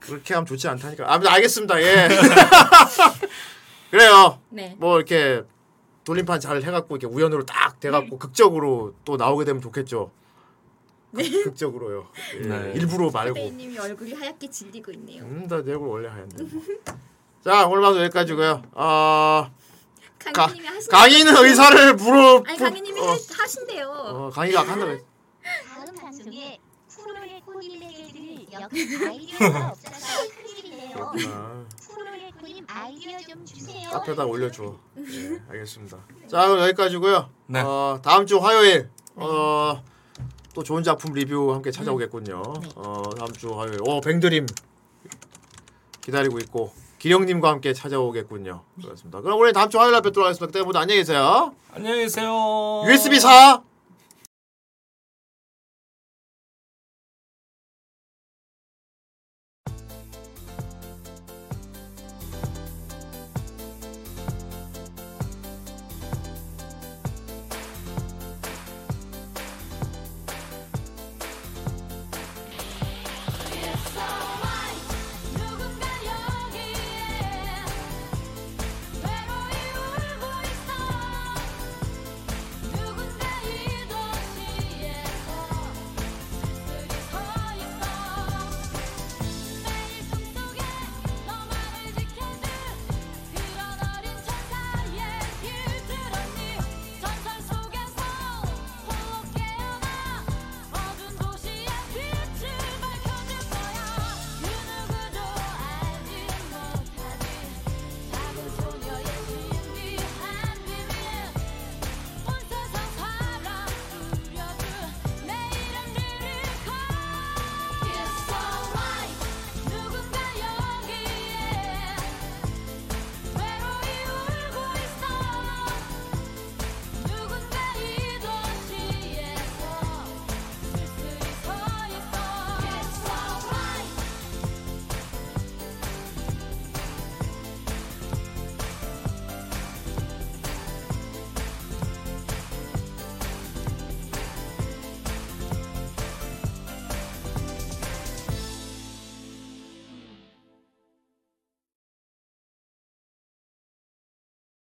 그렇게 하면 좋지 않다니까. 아, 근데 알겠습니다.
<laughs>
예. <laughs> 그래요.
네.
뭐 이렇게 돌림판 잘 해갖고 이렇게 우연으로 딱
네.
돼갖고 극적으로 또 나오게 되면 좋겠죠. 극- 극적으로요. 예,
네.
일부러 말고.
네. 선배님이 얼굴이 하얗게 질리고 있네요.
음, 나 내고 원래 하얀데. 자, 오늘 방송 여기까지고요. 아,
강희님이 하신.
강의는 의사를 물어.
아니 강희님이
어,
하- 하신대요.
어, 강의가 아까 한다 그랬.
다음 방송에 프로의 코리의 매력을 역 아이디어가 없어서 큰일이네요.
아.
프로의
덕후님 아이디어 좀 주세요.
카페에다 올려줘. 예, <laughs> 알겠습니다. 자 그럼 여기까지고요. 어, 다음 주 화요일 어, 또 좋은 작품 리뷰 함께 찾아오겠군요. 어, 다음 주 화요일 오 뱅드림 기다리고 있고 기령님과 함께 찾아오겠군요. 그렇습니다. 그럼 우리 다음 주 화요일 날 뵙도록 하겠습니다. 그때까지 모두 안녕히 계세요.
안녕히 계세요.
USB 4